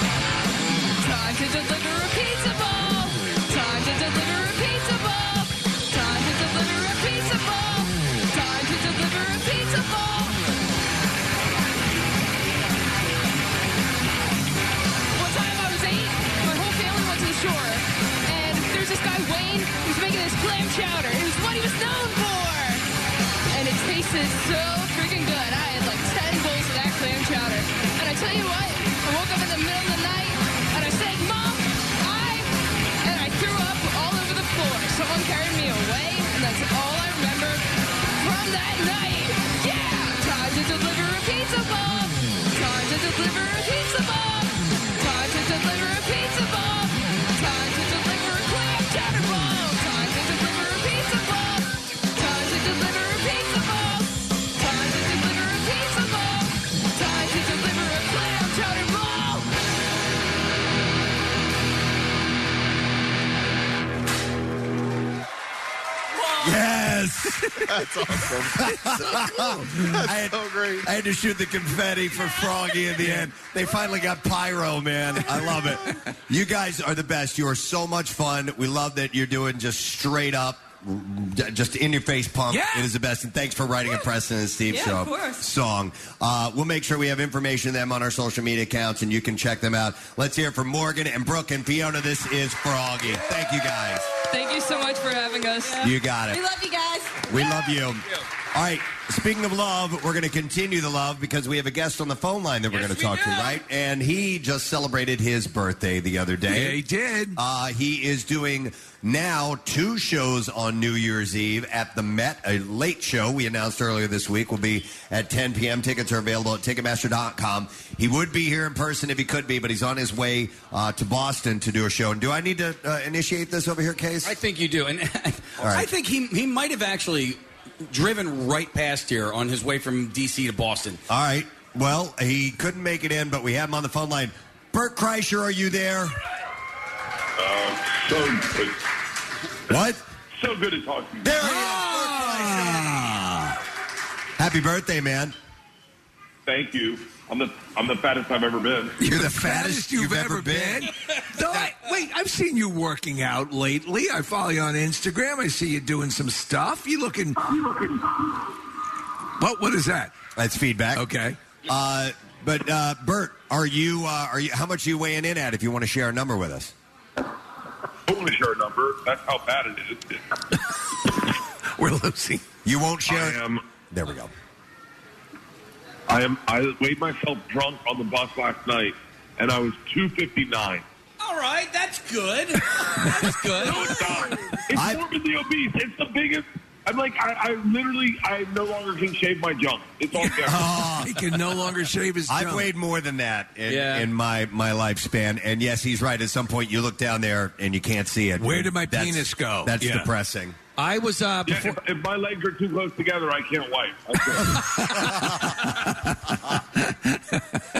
Speaker 31: Time to deliver a pizza ball. Time to deliver a pizza ball. Time to deliver a pizza ball. Time to deliver a pizza ball. One time I was eight, my whole family went to the shore, and there's this guy Wayne who's making this clam chowder. It was what he was known for, and it tasted so freaking good. I had like ten bowls of that clam chowder, and I tell you what, I woke up in the middle of the night and I said, "Mom, I," and I threw up all over the floor. Someone carried me away, and that's all I remember from that night. Yeah, time to deliver a pizza ball. Time to deliver a pizza bomb. Time to deliver a pizza bomb. Time to deliver a clam chowder bomb. Time to deliver a pizza bomb. Time to deliver a pizza bomb. Time to deliver a pizza bomb. Time to deliver a clam chowder bomb.
Speaker 3: Yes.
Speaker 32: That's awesome.
Speaker 3: I had, I had to shoot the confetti for Froggy in the end. They finally got pyro, man.
Speaker 5: Uh,
Speaker 3: I love it. You guys are the best. You are so much fun. We love that you're doing just straight up, j- just in your face pump.
Speaker 31: Yeah.
Speaker 3: It is the best. And thanks for writing a Preston and Steve
Speaker 31: Yeah,
Speaker 3: show
Speaker 31: of course.
Speaker 3: song. Uh, we'll make sure we have information of them on our social media accounts and you can check them out. Let's hear from Morgan and Brooke and Fiona. This is Froggy. Thank you guys.
Speaker 9: Thank you so much for having us.
Speaker 3: You got it. We love
Speaker 9: you guys.
Speaker 3: We love you. All right. Speaking of love, we're going to continue the love because we have a guest on the phone line that we're going to talk to, right? And he just celebrated his birthday the other day.
Speaker 5: Yeah, he
Speaker 3: did. Uh, he is doing now two shows on New Year's Eve at the Met. A late show we announced earlier this week will be at 10 p.m. Tickets are available at Ticketmaster.com. He would be here in person if he could be, but he's on his way uh, to Boston to do a show. And do I need to uh, initiate this over here, Case?
Speaker 6: I think you do, and
Speaker 3: right.
Speaker 6: I think he he might have actually driven right past here on his way from D.C. to Boston.
Speaker 3: All right. Well, he couldn't make it in, but we have him on the phone line. Bert Kreischer, are you there? What?
Speaker 1: Uh, So good at talking.
Speaker 3: There he is.
Speaker 15: Ah!
Speaker 3: Happy birthday, man.
Speaker 1: Thank you. I'm the I'm the fattest I've ever been.
Speaker 3: You're the fattest
Speaker 5: you've, ever, been. no, I, wait, I've seen you working out lately. I follow you on Instagram. I see you doing some stuff. You looking? What? What is that?
Speaker 3: That's feedback.
Speaker 5: Okay.
Speaker 3: Uh, but uh, Bert, are you? Uh, are you? How much are you weighing in at? If you want to share a number with us,
Speaker 1: Totally share number. That's how bad it is.
Speaker 5: we're losing.
Speaker 3: You won't share.
Speaker 1: I am.
Speaker 3: There we go.
Speaker 1: I am. I weighed myself drunk on the bus last night, and I was 259.
Speaker 6: All right, that's good. That's good.
Speaker 1: no, it's not. It's morbidly obese. It's the biggest. I'm like, I, I literally, I no longer can shave my junk. It's all there.
Speaker 5: he can no longer shave his.
Speaker 3: I've
Speaker 5: junk.
Speaker 3: Ah. weighed more than that in,
Speaker 5: Yeah.
Speaker 3: in my my lifespan, and yes, he's right. At some point, you look down there and you can't see it.
Speaker 5: Where did my
Speaker 3: That's-
Speaker 5: penis go?
Speaker 3: That's
Speaker 5: Yeah.
Speaker 3: depressing.
Speaker 6: I was uh,
Speaker 1: before. if, if my legs are too close together, I can't wipe.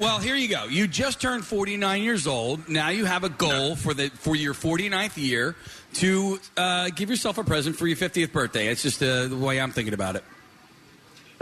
Speaker 6: well, here you go. You just turned 49 years old. Now you have a goal for the for your 49th year to uh, give yourself a present for your 50th birthday. It's just uh, the way I'm thinking about it.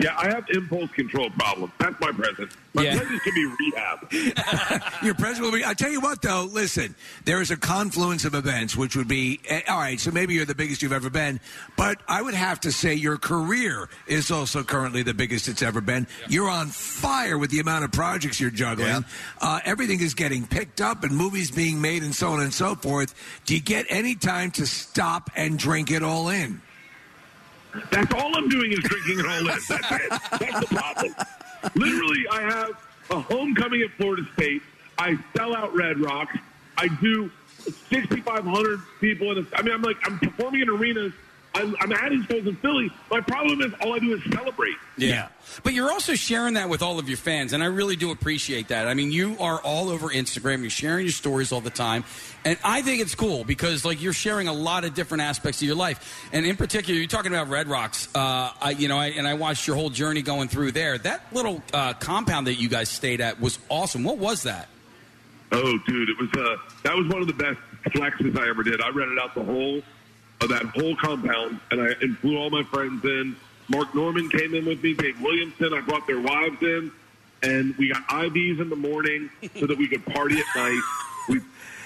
Speaker 1: Yeah, I have impulse control problems. That's my present. My
Speaker 5: Yeah.
Speaker 1: present should be rehab.
Speaker 5: Your president will be. I tell you what, though. Listen, there is a confluence of events, which would be eh, all right. So maybe you're the biggest you've ever been, but I would have to say your career is also currently the biggest it's ever been. You're on fire with the amount of projects you're juggling. Uh, everything is getting picked up, and movies being made, and so on and so forth. Do you get any time to stop and drink it all in?
Speaker 1: That's all I'm doing is drinking it all in. That's it. That's the problem. Literally, I have a homecoming at Florida State. I sell out Red Rocks. I do 6,500 people. In a, I mean, I'm like, I'm performing in arenas. I'm, I'm adding shows in Philly. My problem is all I do is celebrate.
Speaker 6: Yeah. But you're also sharing that with all of your fans, and I really do appreciate that. I mean, you are all over Instagram. You're sharing your stories all the time. And I think it's cool because, like, you're sharing a lot of different aspects of your life. And in particular, you're talking about Red Rocks, uh, I, you know, I, and I watched your whole journey going through there. That little uh, compound that you guys stayed at was awesome. What was that?
Speaker 1: Oh, dude, it was uh, that was one of the best flexes I ever did. I rented out the whole of that whole compound, and I and flew all my friends in. Mark Norman came in with me, Dave Williamson. I brought their wives in, and we got IVs in the morning so that we could party at night. We,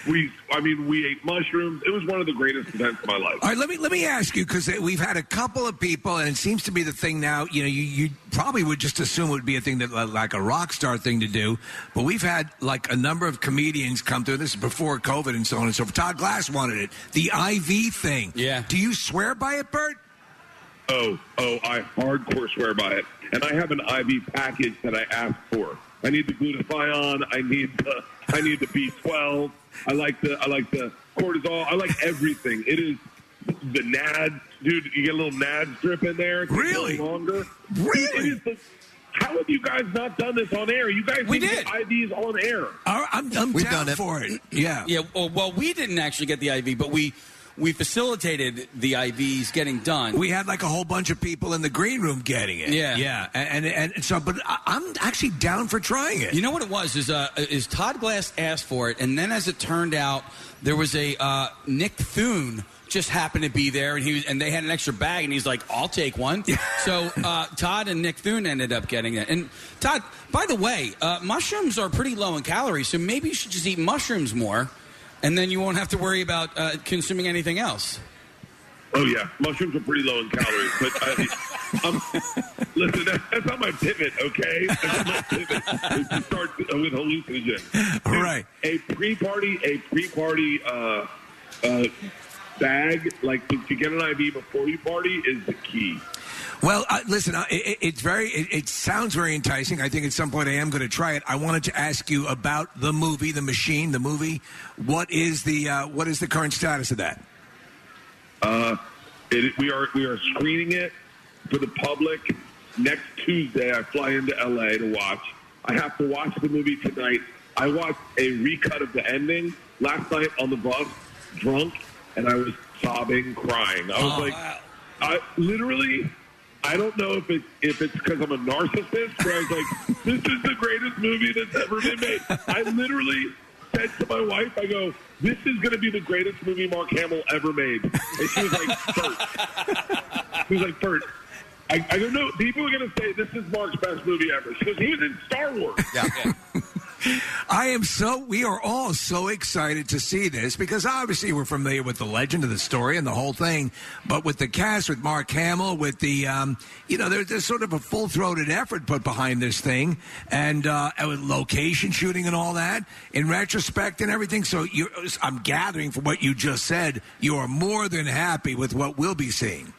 Speaker 1: we, I mean, we ate mushrooms. It was one of the greatest events of my life.
Speaker 5: All right, let me let me ask you because we've had a couple of people, and it seems to be the thing now. You know, you, you probably would just assume it would be a thing that like a rock star thing to do, but we've had like a number of comedians come through. This is before COVID and so on and so forth. Todd Glass wanted it, the IV thing. Yeah. Do you swear by it, Bert?
Speaker 1: Oh, oh, I hardcore swear by it. And I have an IV package that I asked for. I need the glutathione. I need the I need the B12. I like the I like the cortisol. I like everything. It is the NAD, dude. You get a little NAD drip in there. Really? Longer. Really? It is the, How have you guys not done this on air? You guys
Speaker 6: We
Speaker 1: didn't
Speaker 6: did.
Speaker 1: get IVs on air.
Speaker 5: I'm, I'm
Speaker 1: We've down done it. for it.
Speaker 6: Yeah. Yeah. Well, well, we didn't actually get the IV, but we we facilitated the IVs getting done.
Speaker 5: We had like a whole bunch of people in the green room getting it.
Speaker 6: Yeah.
Speaker 5: yeah, and and, and so, but I, I'm actually down for trying it.
Speaker 6: You know what it was is uh, is Todd Glass asked for it, and then as it turned out, there was a uh, Nick Thune just happened to be there, and he was, and they had an extra bag, and he's like, "I'll take one." so uh, Todd and Nick Thune ended up getting it. And Todd, by the way, uh, mushrooms are pretty low in calories, so maybe you should just eat mushrooms more, and then you won't have to worry about uh, consuming anything else.
Speaker 1: Oh yeah, mushrooms are pretty low in calories. But I, um, listen, that, that's not my pivot. Okay, that's not my pivot. Is to start with hallucinogen.
Speaker 5: Right.
Speaker 1: A pre-party, a pre-party uh, uh, bag, like to, to get an IV before you party, is the key.
Speaker 5: Well, uh, listen, uh, it, it- it's very. It, it sounds very enticing. I think at some point I am going to try it. I wanted to ask you about the movie, The Machine, the movie. What is the uh, what is the current status of that?
Speaker 1: Uh, it, we are we are screening it for the public next Tuesday. I fly into LA to watch. I have to watch the movie tonight. I watched a recut of the ending last night on the bus, drunk, and I was sobbing, crying. I was
Speaker 32: Oh,
Speaker 1: like, I literally. I don't know if it's if it's because I'm a narcissist, but I was like, "This is the greatest movie that's ever been made." I literally said to my wife, "I go, this is going to be the greatest movie Mark Hamill ever made," and she was like, "Bert," she was like, "Bert." I, I go, "No, people are going to say this is Mark's best movie ever." She goes, "He was in Star Wars."
Speaker 3: yeah.
Speaker 5: I am so. We are all so excited to see this because obviously we're familiar with the legend of the story and the whole thing, but with the cast, with Mark Hamill, with the um, you know, there, there's sort of a full throated effort put behind this thing, and, uh, and with location shooting and all that in retrospect and everything. So you, I'm gathering from what you just said, you are more than happy with what we'll be seeing.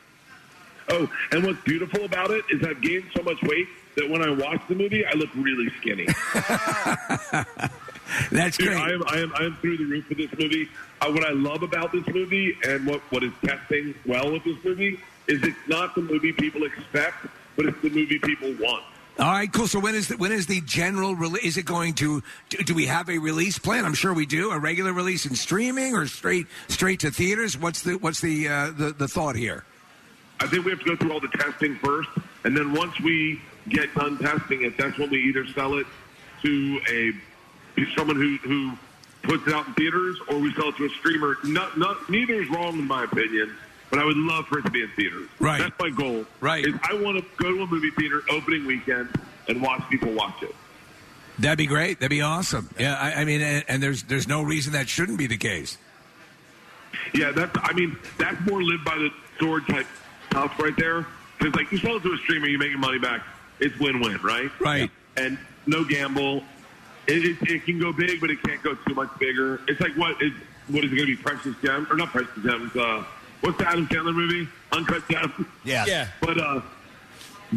Speaker 1: Oh, and what's beautiful about it is I've gained so much weight that when I watch the movie, I look really skinny.
Speaker 5: That's
Speaker 1: Dude, I am, I am, I am through the roof with this movie. Uh, what I love about this movie and what, what is testing well with this movie is it's not the movie people expect, but it's the movie people want.
Speaker 5: All right, cool. So when is the, when is the general release? Is it going to do, do we have a release plan? I'm sure we do. A regular release in streaming or straight straight to theaters? What's the what's the uh, the, the thought here?
Speaker 1: I think we have to go through all the testing first, and then once we get done testing it, that's when we either sell it to a to someone who who puts it out in theaters, or we sell it to a streamer. Not, not, neither is wrong in my opinion, but I would love for it to be in theaters. Right, that's my goal. Right, is I want to go to a movie theater opening weekend and watch people watch it.
Speaker 5: That'd be great. That'd be awesome. Yeah, I, I mean, and, and there's there's no reason that shouldn't be the case.
Speaker 1: Yeah, that's. I mean, that's more live by the sword type stuff right there. Because like you sell it to a streamer, you're making money back. It's win-win, right?
Speaker 5: Right.
Speaker 1: And no gamble. It, it, it can go big, but it can't go too much bigger. It's like what is what is it going to be? Precious Gems or not Precious Gems? Uh, what's the Adam Sandler movie? Uncut Gems.
Speaker 3: Yeah.
Speaker 6: Yeah.
Speaker 1: But uh,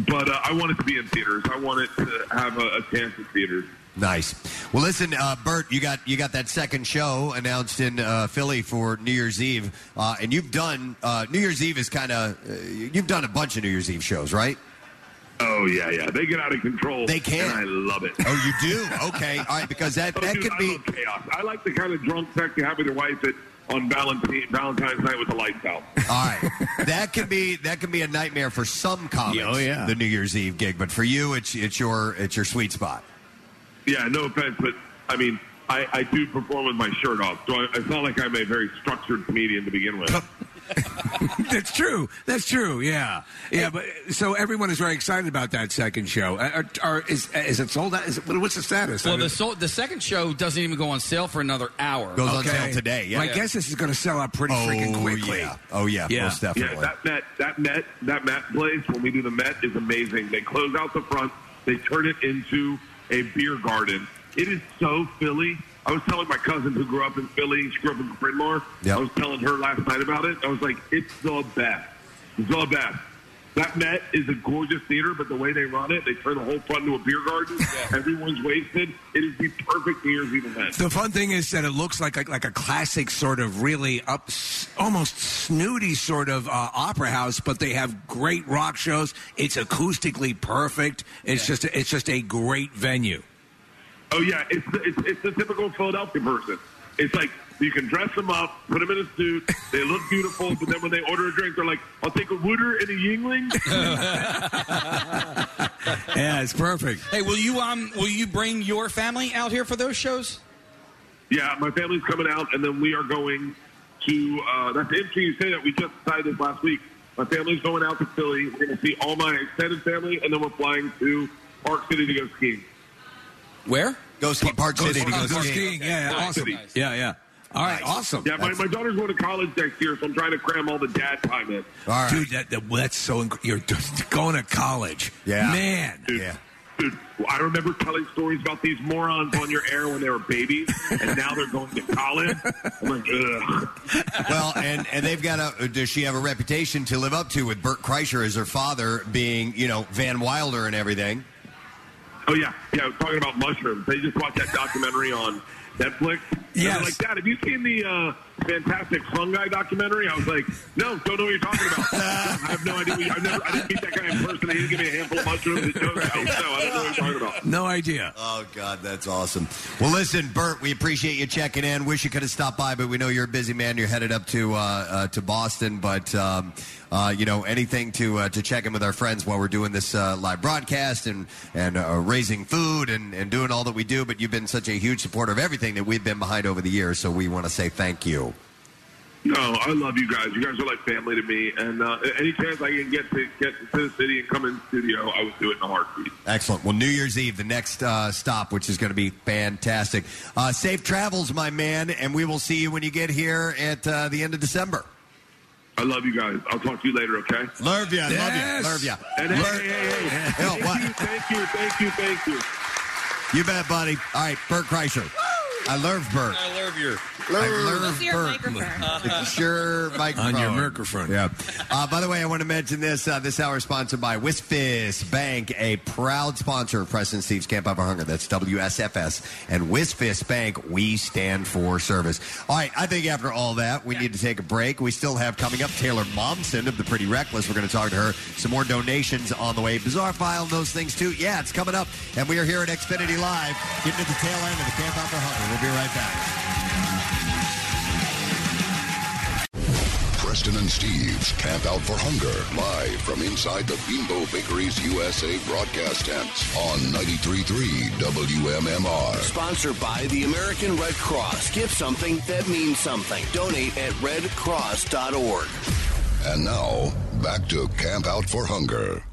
Speaker 1: but uh, I want it to be in theaters. I want it to have a, a chance in theaters.
Speaker 3: Nice. Well, listen, uh, Bert, you got you got that second show announced in uh, Philly for New Year's Eve, uh, and you've done uh, New Year's Eve is kind of uh, you've done a bunch of New Year's Eve shows, right?
Speaker 1: Oh yeah, yeah. They get out of control. They can. And I love it.
Speaker 3: Oh, you do? Okay, all right. Because that
Speaker 1: Oh,
Speaker 3: that
Speaker 1: dude,
Speaker 3: could
Speaker 1: I
Speaker 3: be
Speaker 1: love chaos. I like the kind of drunk sex you have with your wife at, on Valentine, Valentine's night with the lights out.
Speaker 3: all right. That could be that could be a nightmare for some comics.
Speaker 1: Oh, yeah.
Speaker 3: the New Year's Eve gig, but for you, it's it's your it's your sweet spot.
Speaker 1: Yeah, no offense, but I mean, I, I do perform with my shirt off, so I, it's not like I'm a very structured comedian to begin with.
Speaker 5: That's true. That's true. Yeah, yeah. But so everyone is very excited about that second show. Uh, Are, are, is is it sold out? Is it, what's the status?
Speaker 6: Well, the so- the second show doesn't even go on sale for another hour.
Speaker 5: I guess this is going to sell out
Speaker 17: Oh,
Speaker 5: pretty freaking quickly.
Speaker 1: Yeah, that Met, that Met, that Met place when we do the Met is amazing. They close out the front, they turn it into a beer garden. It is so Philly. I was telling my cousin who grew up in Philly, she grew up in Bryn Mawr.
Speaker 3: Yep.
Speaker 1: I was telling her last night about it. I was like, it's the best, the best. That Met is a gorgeous theater, but the way they run it, they turn the whole front into a beer garden. Everyone's wasted. It is the perfect New Year's Eve event.
Speaker 17: The fun thing is that it looks like like, like a classic sort of really up, almost snooty sort of uh, opera house, but they have great rock shows. It's acoustically perfect. It's just a, it's just a great venue.
Speaker 1: Oh yeah, it's the, it's, it's the typical Philadelphia person. It's like you can dress them up, put them in a suit, they look beautiful, but then when they order a drink, they're like, "I'll take a Wooter and a Yingling."
Speaker 17: yeah, it's perfect.
Speaker 6: Hey, will you um will you bring your family out here for those shows?
Speaker 1: yeah, my family's coming out, and then we are going to. Uh, that's interesting you say that. We just decided this last week. My family's going out to Philly. We're going to see all my extended family, and then we're flying to Park City to go skiing.
Speaker 6: Where?
Speaker 3: Go ski Park
Speaker 1: Go
Speaker 17: City to go
Speaker 1: ski- go
Speaker 17: skiing.
Speaker 1: skiing.
Speaker 17: Yeah,
Speaker 1: Nice.
Speaker 17: awesome.
Speaker 1: Nice.
Speaker 17: Yeah, yeah. All right, awesome.
Speaker 1: Yeah, my,
Speaker 17: That's-
Speaker 1: my daughter's going to college next year, so I'm trying to cram all the dad time in.
Speaker 17: Dude, that, that, well, that's so inc- you're going to college.
Speaker 1: Yeah.
Speaker 17: man. yeah.
Speaker 1: Dude, I remember telling stories about these morons on your air when they were babies, and now they're going to college. I'm like, ugh.
Speaker 3: well, and, and they've got a. Does she have a reputation to live up to with Burt Kreischer as her father being, you know, Van Wilder and everything?
Speaker 1: Oh yeah, yeah. Talking about mushrooms, they just watched that documentary on Netflix. Yeah, like Dad, Have you seen the uh, fantastic fungi documentary? I was like, No, don't know what you're talking about. I have no idea. What you, I've never, I didn't meet that guy in person. He didn't give me a handful of mushrooms. It goes, oh, no, I don't know what you're talking about.
Speaker 17: No idea.
Speaker 3: Oh God, that's awesome. Well, listen, Bert, we appreciate you checking in. Wish you could have stopped by, but we know you're a busy man. You're headed up to uh, uh, to Boston, but um, uh, you know anything to uh, to check in with our friends while we're doing this uh, live broadcast and and uh, raising food and and doing all that we do. But you've been such a huge supporter of everything that we've been behind over the years, so we want to say thank you.
Speaker 1: No, I love you guys. You guys are like family to me. And uh, any chance I can get to get to the city and come in the studio, I would do it in a heartbeat.
Speaker 3: Excellent. Well, New Year's Eve, the next uh, stop, which is going to be fantastic. Uh, safe travels, my man, and we will see you when you get here at uh, the end of December.
Speaker 1: I love you guys. I'll talk to you later. Okay.
Speaker 3: Love you. Love you. Love you.
Speaker 1: And hey, hey, hey, hey. Thank you. Thank you. Thank you. Thank you.
Speaker 3: You bet, buddy. All right, Bert Kreischer. I love Bert.
Speaker 6: I love your.
Speaker 3: love Bert. It's your microphone.
Speaker 17: On your microphone.
Speaker 3: Yeah. Uh, by the way, I want to mention this. Uh, this hour is sponsored by WisFis Bank, a proud sponsor of Preston Steve's Camp Out for Hunger. That's WSFS. And WisFis Bank, we stand for service. All right, I think after all that, we need to take a break. We still have coming up Taylor Momsen of The Pretty Reckless. We're going to talk to her. Some more donations on the way. Bizarre File, and those things too. Yeah, it's coming up. And we are here at Xfinity Live, getting at the tail end of the Camp Out for Hunger. We'll be right back.
Speaker 2: Preston and Steve's Camp Out for Hunger, live from inside the Bimbo Bakeries USA broadcast tents on 93.3 WMMR.
Speaker 8: Sponsored by the American Red Cross. Give something that means something. Donate at redcross.org.
Speaker 2: And now, back to Camp Out for Hunger.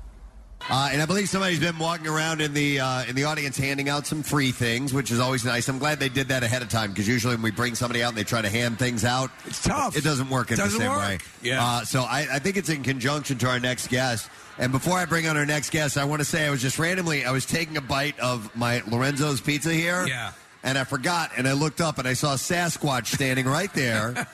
Speaker 3: Uh, and I believe somebody's been walking around in the uh, in the audience handing out some free things, which is always nice. I'm glad they did that ahead of time because usually when we bring somebody out and they try to hand things out, it's
Speaker 17: tough.
Speaker 3: It doesn't work in
Speaker 17: Doesn't
Speaker 3: the same
Speaker 17: work.
Speaker 3: way.
Speaker 17: Yeah.
Speaker 3: Uh, so I, I think it's in conjunction to our next guest. And before I bring on our next guest, I want to say I was just randomly I was taking a bite of my Lorenzo's pizza here.
Speaker 17: Yeah.
Speaker 3: And I forgot, and I looked up and I saw Sasquatch standing right there,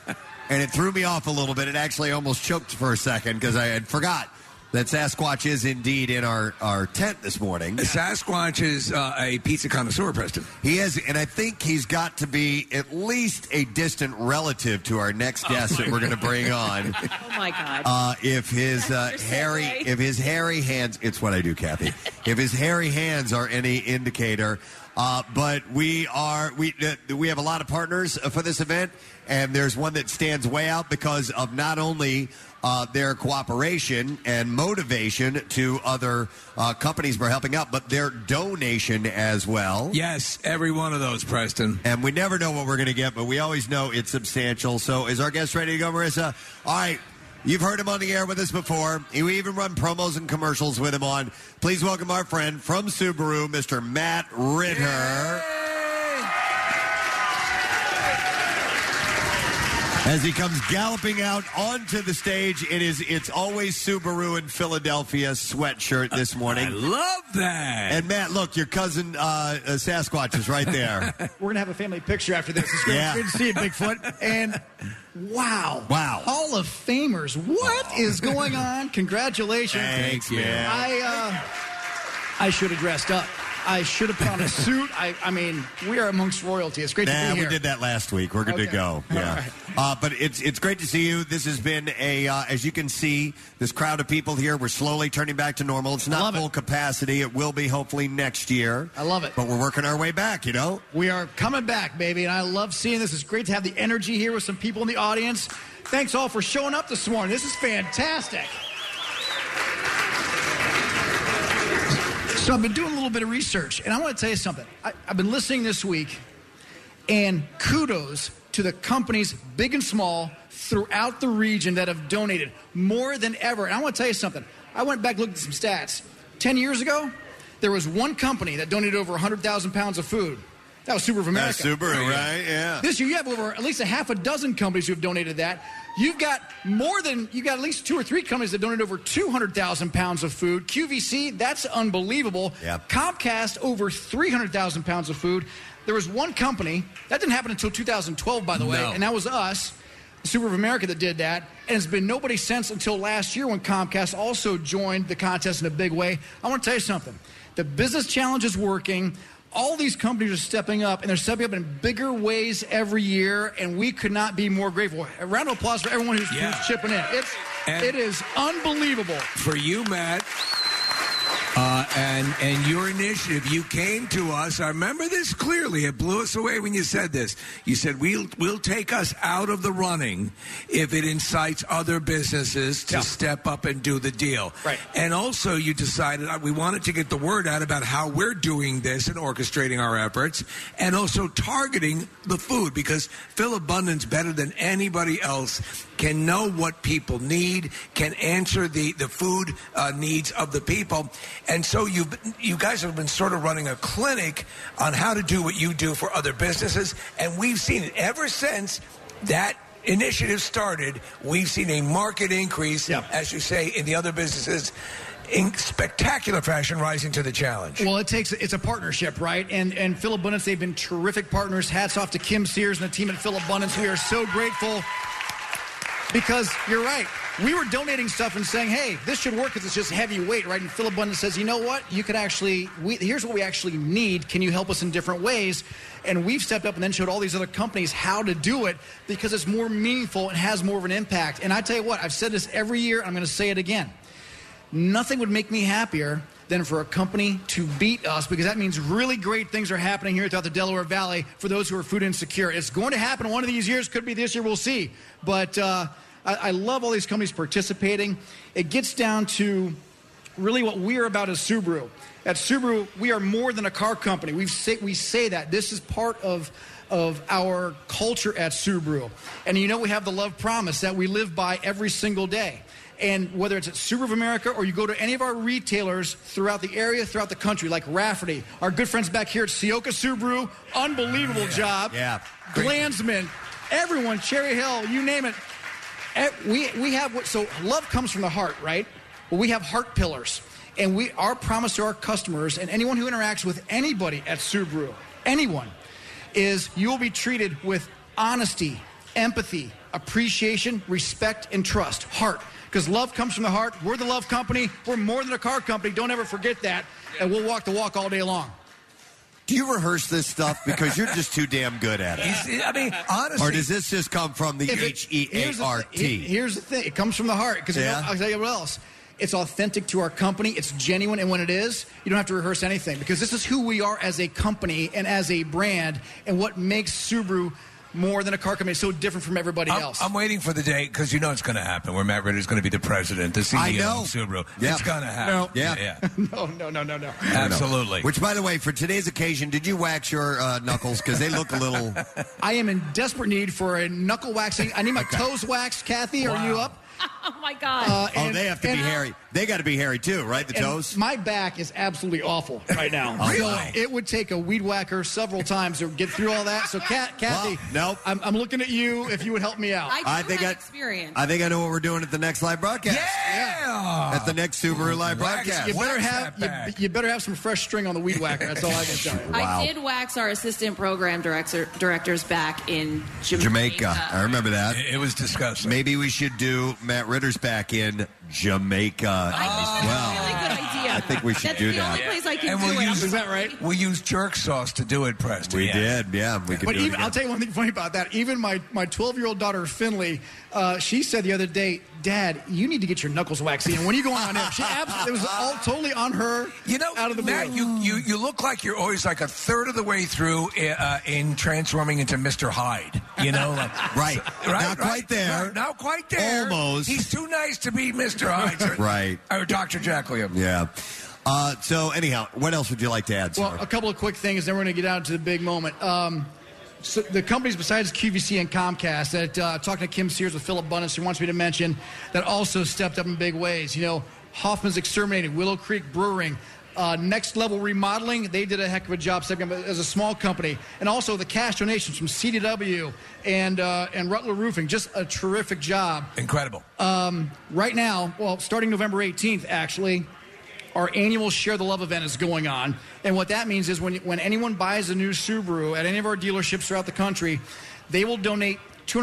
Speaker 3: and it threw me off a little bit. It actually almost choked for a second because I had forgot that Sasquatch is indeed in our, our tent this morning.
Speaker 17: Sasquatch is uh, a pizza connoisseur, Preston.
Speaker 3: He is, and I think he's got to be at least a distant relative to our next
Speaker 17: Oh,
Speaker 3: guest that we're going to bring on.
Speaker 4: Oh my God.
Speaker 3: Uh, if his uh, hairy, if his hairy hands, it's what I do, Kathy. if his hairy hands are any indicator, uh, but we are we uh, we have a lot of partners uh, for this event, and there's one that stands way out because of not only. Uh, their cooperation and motivation to other uh, companies we're helping out, but their donation as well.
Speaker 17: Yes, every one of those, Preston.
Speaker 3: And we never know what we're going to get, but we always know it's substantial. So is our guest ready to go, Marissa? All right. You've heard him on the air with us before. We even run promos and commercials with him on. Please welcome our friend from Subaru, Mr. Matt Ritter. As he comes galloping out onto the stage in his It's Always Subaru in Philadelphia sweatshirt this morning. I
Speaker 17: love that.
Speaker 3: And Matt, look, your cousin uh, uh, Sasquatch is right there.
Speaker 10: We're gonna have a family picture after this. It's great.
Speaker 3: Yeah.
Speaker 10: Good to see you, Bigfoot. And Wow.
Speaker 3: Wow.
Speaker 10: Hall of Famers. What is going on? Congratulations.
Speaker 31: Thanks, man.
Speaker 10: I, uh, I should have dressed up. I should have put on a suit. I, I mean, we are amongst royalty. It's great to
Speaker 3: Nah,
Speaker 10: be here.
Speaker 3: we did that last week. We're good to
Speaker 10: Okay.
Speaker 3: go. Yeah, uh, but it's it's great to see you. This has been a uh, as you can see, this crowd of people here. We're slowly turning back to normal. It's not full capacity. It will be hopefully next year. I
Speaker 10: love it.
Speaker 3: But we're working our way back. You know,
Speaker 10: We are coming back, baby, and I love seeing this. It's great to have the energy here with some people in the audience. Thanks all for showing up this morning. This is fantastic. So I've been doing a little bit of research, and I want to tell you something. I, I've been listening this week, and kudos to the companies, big and small, throughout the region that have donated more than ever. And I want to tell you something. I went back and looked at some stats. Ten years ago, there was one company that donated over 100,000 pounds of food. That was Subaru of America.
Speaker 3: That's Subaru, right? Yeah.
Speaker 10: This year, you have over at least a half a dozen companies who have donated that. You've got more than you got at least two or three companies that donated over 200,000 pounds of food. QVC, that's unbelievable.
Speaker 3: Yep.
Speaker 10: Comcast over 300,000 pounds of food. There was one company that didn't happen until 2012, by the way,
Speaker 33: No.
Speaker 10: and that was us, Super of America, that did that. And it's been nobody since until last year when Comcast also joined the contest in a big way. I want to tell you something. The business challenge is working. All these companies are stepping up, and they're stepping up in bigger ways every year, and we could not be more grateful. A round of applause for everyone who's,
Speaker 5: Yeah.
Speaker 10: who's chipping in. It's,
Speaker 5: And-
Speaker 10: it is unbelievable.
Speaker 5: for you, Matt. Uh, and and your initiative, you came to us. I remember this clearly. It blew us away when you said this. You said we'll we'll take us out of the running if it incites other businesses to step up and do the deal. Right. And also, you decided uh, we wanted to get the word out about how we're doing this and orchestrating our efforts, and also targeting the food because Phil Abundance better than anybody else can know what people need, can answer the the food uh, needs of the people, and so you you guys have been sort of running a clinic on how to do what you do for other businesses, and we've seen it ever since that. Initiative started, we've seen a market increase, as you say, in the other businesses in spectacular fashion rising to the challenge.
Speaker 10: Well, it takes it's a partnership, right? And and Phil Abundance, they've been terrific partners. Hats off to Kim Sears and the team at Phil Abundance. We are so grateful because you're right. We were donating stuff and saying, "Hey, this should work because it's just heavy weight, right?" And Phil Abundance says, "You know what? You could actually. We, here's what we actually need. Can you help us in different ways?" And we've stepped up and then showed all these other companies how to do it because it's more meaningful and has more of an impact. And I tell you what, I've said this every year. I'm going to say it again nothing would make me happier than for a company to beat us because that means really great things are happening here throughout the Delaware Valley for those who are food insecure. It's going to happen one of these years, could be this year, we'll see. But uh, I, I love all these companies participating. It gets down to really what we're about is Subaru. At Subaru, we are more than a car company. We say, we say that. This is part of, of our culture at Subaru. And you know, we have the love promise that we live by every single day. And whether it's at Subaru of America or you go to any of our retailers throughout the area, throughout the country, like Rafferty, our good friends back here at Sioka Subaru, unbelievable job.
Speaker 3: Yeah.
Speaker 10: Glansman, everyone, Cherry Hill, you name it. Eh, We, we have what, so love comes from the heart, right? Well, we have heart pillars. And we our promise to our customers and anyone who interacts with anybody at Subaru, anyone, is you'll be treated with honesty, empathy, appreciation, respect, and trust. Heart. Because love comes from the heart. We're the love company. We're more than a car company. Don't ever forget that. And we'll walk the walk all day long.
Speaker 3: do you rehearse this stuff because you're just too damn good at it?
Speaker 5: I mean, honestly,
Speaker 3: or does this just come from the
Speaker 10: If it-
Speaker 3: H E
Speaker 10: here's
Speaker 3: A
Speaker 10: the
Speaker 3: R
Speaker 10: thi-
Speaker 3: T?
Speaker 10: Here's the thing: it comes from the heart. Because
Speaker 3: Yeah.
Speaker 10: I'll tell you what else. It's authentic to our company. It's genuine, and when it is, you don't have to rehearse anything because this is who we are as a company and as a brand, and what makes Subaru more than a car company so different from everybody
Speaker 5: I'm,
Speaker 10: else.
Speaker 5: I'm waiting for the day because you know it's going to happen where Matt Ritter's going to be the president, the CEO
Speaker 3: I know.
Speaker 5: of Subaru.
Speaker 3: Yeah.
Speaker 5: It's going to happen.
Speaker 3: No. Yeah.
Speaker 5: yeah.
Speaker 10: no, no, no, no, no.
Speaker 5: Absolutely.
Speaker 3: Which, by the way, for today's occasion, did you wax your uh, knuckles? Because they look a little.
Speaker 10: I am in desperate need for a knuckle waxing. I need my toes waxed. Kathy, are you up?
Speaker 4: oh my god!
Speaker 10: Uh,
Speaker 3: oh, they have to be hairy. They got to be hairy too, right? The
Speaker 10: And
Speaker 3: toes.
Speaker 10: My back is absolutely awful right now.
Speaker 3: Oh,
Speaker 10: So
Speaker 3: wow.
Speaker 10: it would take a weed whacker several times to get through all that. So, Cat, Kathy,
Speaker 3: nope.
Speaker 10: I'm, I'm looking at you if you would help me out.
Speaker 3: I think I, I think I know what we're doing at the next live broadcast. Yeah. At the next Subaru live broadcast.
Speaker 10: You better have you, you better have some fresh string on the weed whacker. That's all I can tell you.
Speaker 9: I did wax our assistant program director directors back in Jamaica.
Speaker 3: Jamaica. I remember that.
Speaker 5: It was disgusting.
Speaker 3: Maybe we should do Matt Ritter's back in Jamaica
Speaker 5: Um,
Speaker 3: as well. I think we should do that.
Speaker 5: and we'll Use, is that right? We'll use jerk sauce to do it, Preston.
Speaker 3: We
Speaker 5: yeah.
Speaker 3: did, yeah. We could
Speaker 10: But
Speaker 3: do it
Speaker 10: even,
Speaker 3: again.
Speaker 10: I'll tell you one thing funny about that. Even my my 12 year old daughter Finley, uh, she said the other day, "Dad, you need to get your knuckles waxed." And when are you going on air? She absolutely it was all totally on her.
Speaker 5: You know,
Speaker 10: out of the
Speaker 5: Matt,
Speaker 10: blue.
Speaker 5: you, you, you look like you're always like a third of the way through uh, in transforming into Mr. Hyde. You know, like,
Speaker 3: Right.
Speaker 5: right,
Speaker 3: Not
Speaker 5: right,
Speaker 3: quite there.
Speaker 5: Right, not quite there.
Speaker 3: Almost.
Speaker 5: He's too nice to be Mr. Hyde. sir.
Speaker 3: Right.
Speaker 5: Or Dr. Jekyll.
Speaker 3: Yeah. Uh, so anyhow, what else would you like to add, sir?
Speaker 10: Well, a couple of quick things, then we're going to get out to the big moment. Um, so the companies besides QVC and Comcast that uh, talking to Kim Sears with Philip Bunnis, who wants me to mention, that also stepped up in big ways. You know, Hoffman's Exterminated, Willow Creek Brewing, uh, Next Level Remodeling, they did a heck of a job stepping up as a small company. And also the cash donations from CDW and, uh, and Rutler Roofing, just a terrific job.
Speaker 5: Incredible.
Speaker 10: Um, right now, well, starting November 18th, actually, our annual Share the Love event is going on. And what that means is when, when anyone buys a new Subaru at any of our dealerships throughout the country, they will donate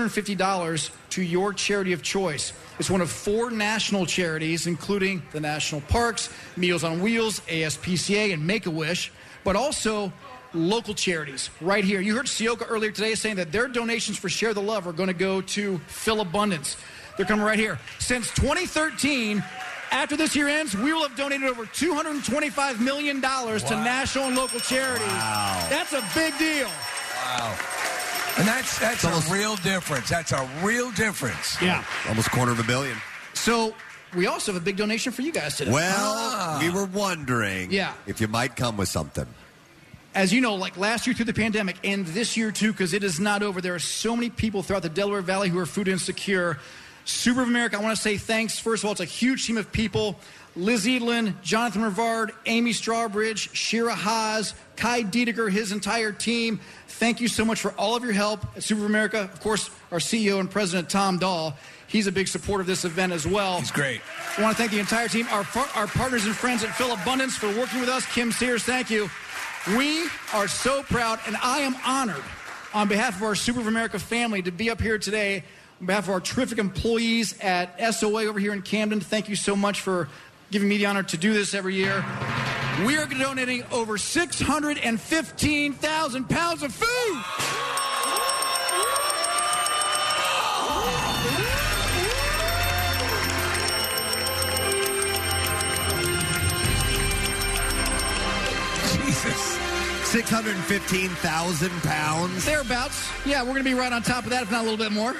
Speaker 10: $250 to your charity of choice. It's one of four national charities, including the National Parks, Meals on Wheels, ASPCA, and Make a Wish, but also local charities right here. You heard Sioka earlier today saying that their donations for Share the Love are going to go to Phil Abundance. They're coming right here. Since 2013, after this year ends, we will have donated over $225 million to national and local charities.
Speaker 5: Wow.
Speaker 10: That's a big deal.
Speaker 5: Wow. And that's that's a real difference. That's a real difference.
Speaker 10: Yeah.
Speaker 3: Almost quarter of a billion.
Speaker 10: So we also have a big donation for you guys today. Ah.
Speaker 3: Well, we were wondering
Speaker 10: Yeah.
Speaker 3: if you might come with something.
Speaker 10: as you know, like last year through the pandemic and this year too, because it is not over. There are so many people throughout the Delaware Valley who are food insecure. Super of America, I want to say thanks. First of all, it's a huge team of people. Liz Edlin, Jonathan Rivard, Amy Strawbridge, Shira Haas, Kai Diedeker, his entire team. Thank you so much for all of your help at Super of America. Of course, our CEO and president, Tom Dahl. He's a big supporter of this event as well. He's
Speaker 5: great.
Speaker 10: I want to thank the entire team, our, par- our partners and friends at Phil Abundance for working with us. Kim Sears, thank you. We are so proud, and I am honored on behalf of our Super of America family to be up here today, on behalf of our terrific employees at SOA over here in Camden. Thank you so much for giving me the honor to do this every year. We are donating over 615,000 pounds of food.
Speaker 5: Jesus.
Speaker 3: 615,000 pounds.
Speaker 10: Thereabouts. Yeah, we're going to be right on top of that, if not a little bit more.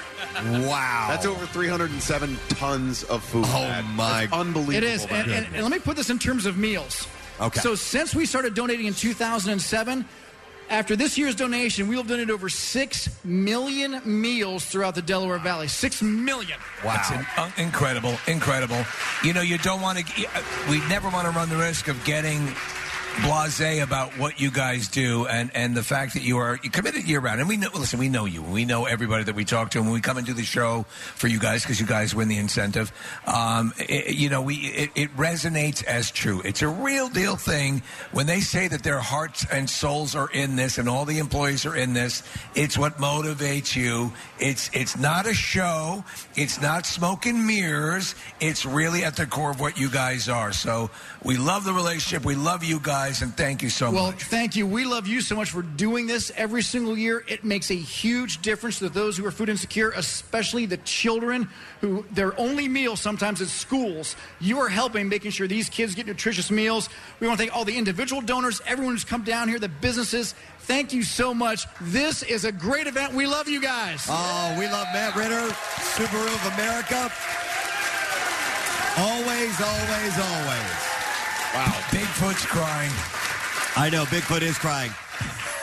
Speaker 3: Wow.
Speaker 7: That's over 307 tons of food.
Speaker 3: Oh, my-
Speaker 7: That's unbelievable.
Speaker 10: It is. And, and, and let me put this in terms of meals.
Speaker 7: Okay.
Speaker 10: So since we started donating in 2007, after this year's donation, we will have donated over 6 million meals throughout the Delaware Valley. 6 million.
Speaker 5: Wow. It's in- un- uh, incredible, incredible. You know, you don't want to, we never want to run the risk of getting blase about what you guys do and, and the fact that you are committed year round. And we know, listen, we know you. We know everybody that we talk to. And when we come and do the show for you guys, because you guys win the incentive, um, it, you know, we it, it resonates as true. It's a real deal thing. When they say that their hearts and souls are in this and all the employees are in this, it's what motivates you. It's, it's not a show. It's not smoke and mirrors. It's really at the core of what you guys are. So we love the relationship. We love you guys, and thank you so
Speaker 10: Well,
Speaker 5: much.
Speaker 10: thank you. We love you so much for doing this every single year. It makes a huge difference to those who are food insecure, especially the children who their only meal sometimes is schools. You are helping making sure these kids get nutritious meals. We want to thank all the individual donors, everyone who's come down here, the businesses. Thank you so much. This is a great event. We love you guys.
Speaker 3: Oh, we love Matt Ritter, Subaru of America. Always, always, always.
Speaker 5: Wow. Bigfoot's crying.
Speaker 3: I know, Bigfoot is crying.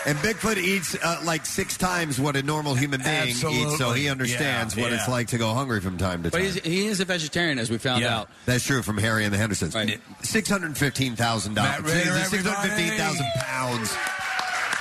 Speaker 3: And Bigfoot eats uh, like six times what a normal human being eats, so
Speaker 6: Absolutely.
Speaker 3: he understands
Speaker 6: Yeah,
Speaker 3: what it's
Speaker 6: yeah.
Speaker 3: like to go hungry from time to
Speaker 6: But
Speaker 3: time.
Speaker 6: he's, he is a vegetarian, as we found out.
Speaker 3: That's true from Harry and the Hendersons. Six hundred fifteen thousand dollars. Six hundred fifteen thousand pounds.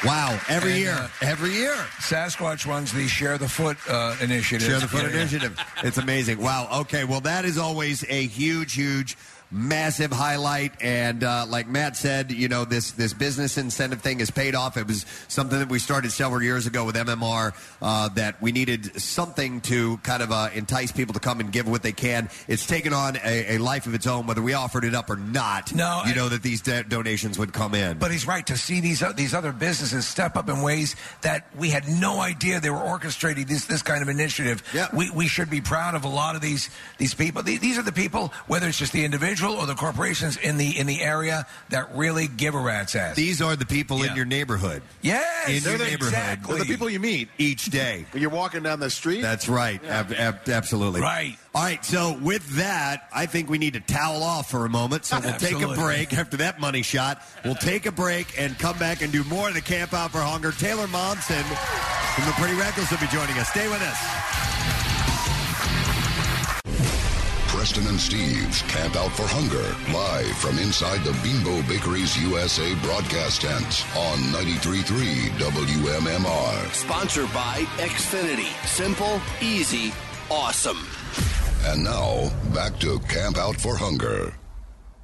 Speaker 3: Wow! Every
Speaker 17: And,
Speaker 3: year,
Speaker 17: uh,
Speaker 3: every year.
Speaker 17: Sasquatch runs the Share the Foot uh, initiative.
Speaker 3: Share the Foot
Speaker 17: Yeah, yeah.
Speaker 3: Initiative. It's amazing. Wow. Okay. Well, that is always a huge, huge, massive highlight. And uh, like Matt said, you know, this this business incentive thing has paid off. It was something that we started several years ago with MMR uh, that we needed something to kind of uh, entice people to come and give what they can. It's taken on a, a life of its own, whether we offered it up or not. No, you know that these de- donations would come in.
Speaker 17: But he's right to see these o- these other businesses step up in ways that we had no idea they were orchestrating this this kind of initiative. Yeah. We, we should be proud of a lot of these these people. The- These are the people, whether it's just the individual or the corporations in the in the area that really give a rat's ass.
Speaker 3: These are the people in your neighborhood.
Speaker 17: Yes,
Speaker 3: in your neighborhood.
Speaker 7: They're the people you meet
Speaker 3: each day.
Speaker 7: When you're walking down the street.
Speaker 3: That's right. Ab- ab- absolutely.
Speaker 7: Right.
Speaker 3: All right. So with that, I think we need to towel off for a moment. So we'll take a
Speaker 17: Absolutely.
Speaker 3: break after that money shot. We'll take a break and come back and do more of the Camp Out for Hunger. Taylor Momsen from the Pretty Reckless will be joining us. Stay with us.
Speaker 2: Preston and Steve's Camp Out for Hunger, live from inside the Bimbo Bakeries USA broadcast tent on 93.3 WMMR.
Speaker 8: Sponsored by Xfinity. Simple, easy, awesome.
Speaker 2: And now, back to Camp Out for Hunger.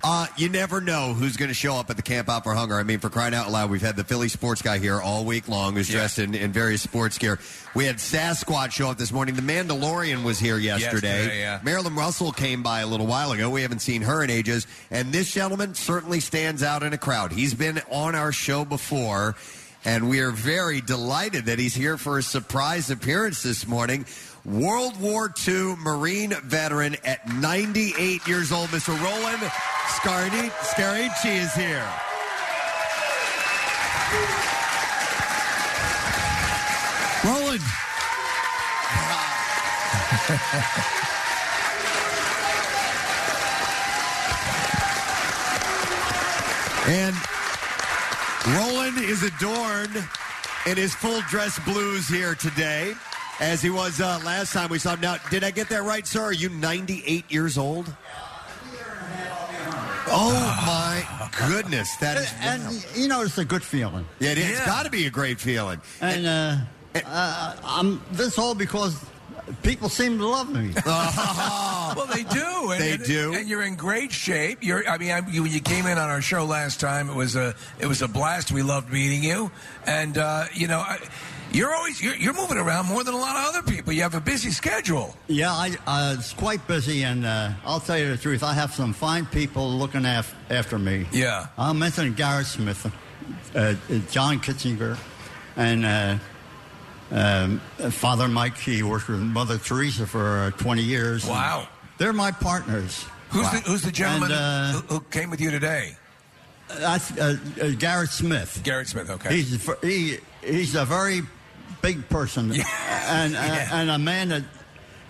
Speaker 3: Uh, you never know who's going to show up at the Camp Out for Hunger. I mean, for crying out loud, we've had the Philly sports guy here all week long who's dressed in, in various sports gear. We had Sasquatch show up this morning. The Mandalorian was here yesterday.
Speaker 17: Yesterday, yeah.
Speaker 3: Marilyn Russell came by a little while ago. We haven't seen her in ages. And this gentleman certainly stands out in a crowd. He's been on our show before, and we are very delighted that he's here for a surprise appearance this morning. World War II Marine veteran at 98 years old, Mr. Roland Scardi- Scarici is here.
Speaker 33: Roland.
Speaker 3: And Roland is adorned in his full dress blues here today, as he was uh, last time we saw him. Now, did I get that right, sir? Are you 98 years old? Oh my goodness, that is
Speaker 33: And, you know, it's a good feeling.
Speaker 3: Yeah, it- it's
Speaker 33: Yeah.
Speaker 3: got to be a great feeling.
Speaker 33: And uh, uh, I'm this all because people seem to love me.
Speaker 17: well, they do. And,
Speaker 33: They
Speaker 17: and-
Speaker 33: do.
Speaker 17: And you're in great shape. You're. I mean, I, you, when you came in on our show last time, it was a it was a blast. We loved meeting you, and uh, you know, I, you're always you're, you're moving around more than a lot of other people. You have a busy schedule.
Speaker 33: Yeah, I, uh, it's quite busy, and uh, I'll tell you the truth. I have some fine people looking af- after me.
Speaker 17: Yeah.
Speaker 33: I'll mention Garrett Smith, uh, uh, John Kitzinger, and uh, um, Father Mike. He worked with Mother Teresa for uh, 20 years.
Speaker 17: Wow.
Speaker 33: They're my partners.
Speaker 17: Who's the Who's the gentleman
Speaker 3: uh,
Speaker 33: And,
Speaker 17: who, who came with you today?
Speaker 33: uh, that's uh, uh, Garrett Smith.
Speaker 17: Garrett Smith. Okay.
Speaker 33: He's v- he, he's a very big person, and uh, and a man that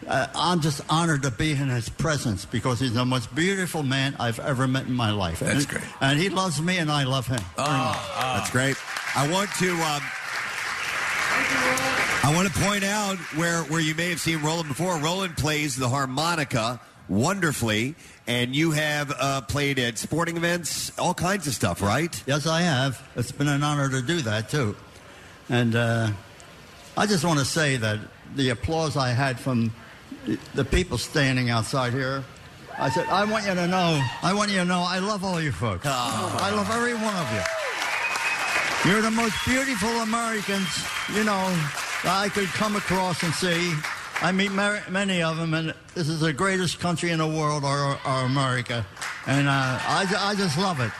Speaker 33: uh, I'm just honored to be in his presence because he's the most beautiful man I've ever met in my life.
Speaker 3: That's
Speaker 33: and,
Speaker 3: great.
Speaker 33: And he loves me, and I love him.
Speaker 17: Ah,
Speaker 3: That's great. I want to. Um, I want to point out where where you may have seen Roland before. Roland plays the harmonica wonderfully, and you have uh, played at sporting events, all kinds of stuff, right?
Speaker 33: Yes, I have. It's been an honor to do that too, and uh, I just want to say that the applause I had from the- the people standing outside here. I said, I want you to know, I want you to know, I love all you folks. I love every one of you. You're the most beautiful Americans, you know, that I could come across and see. I meet mar- many of them, and this is the greatest country in the world, or, or America. And uh, I, ju- I just love it.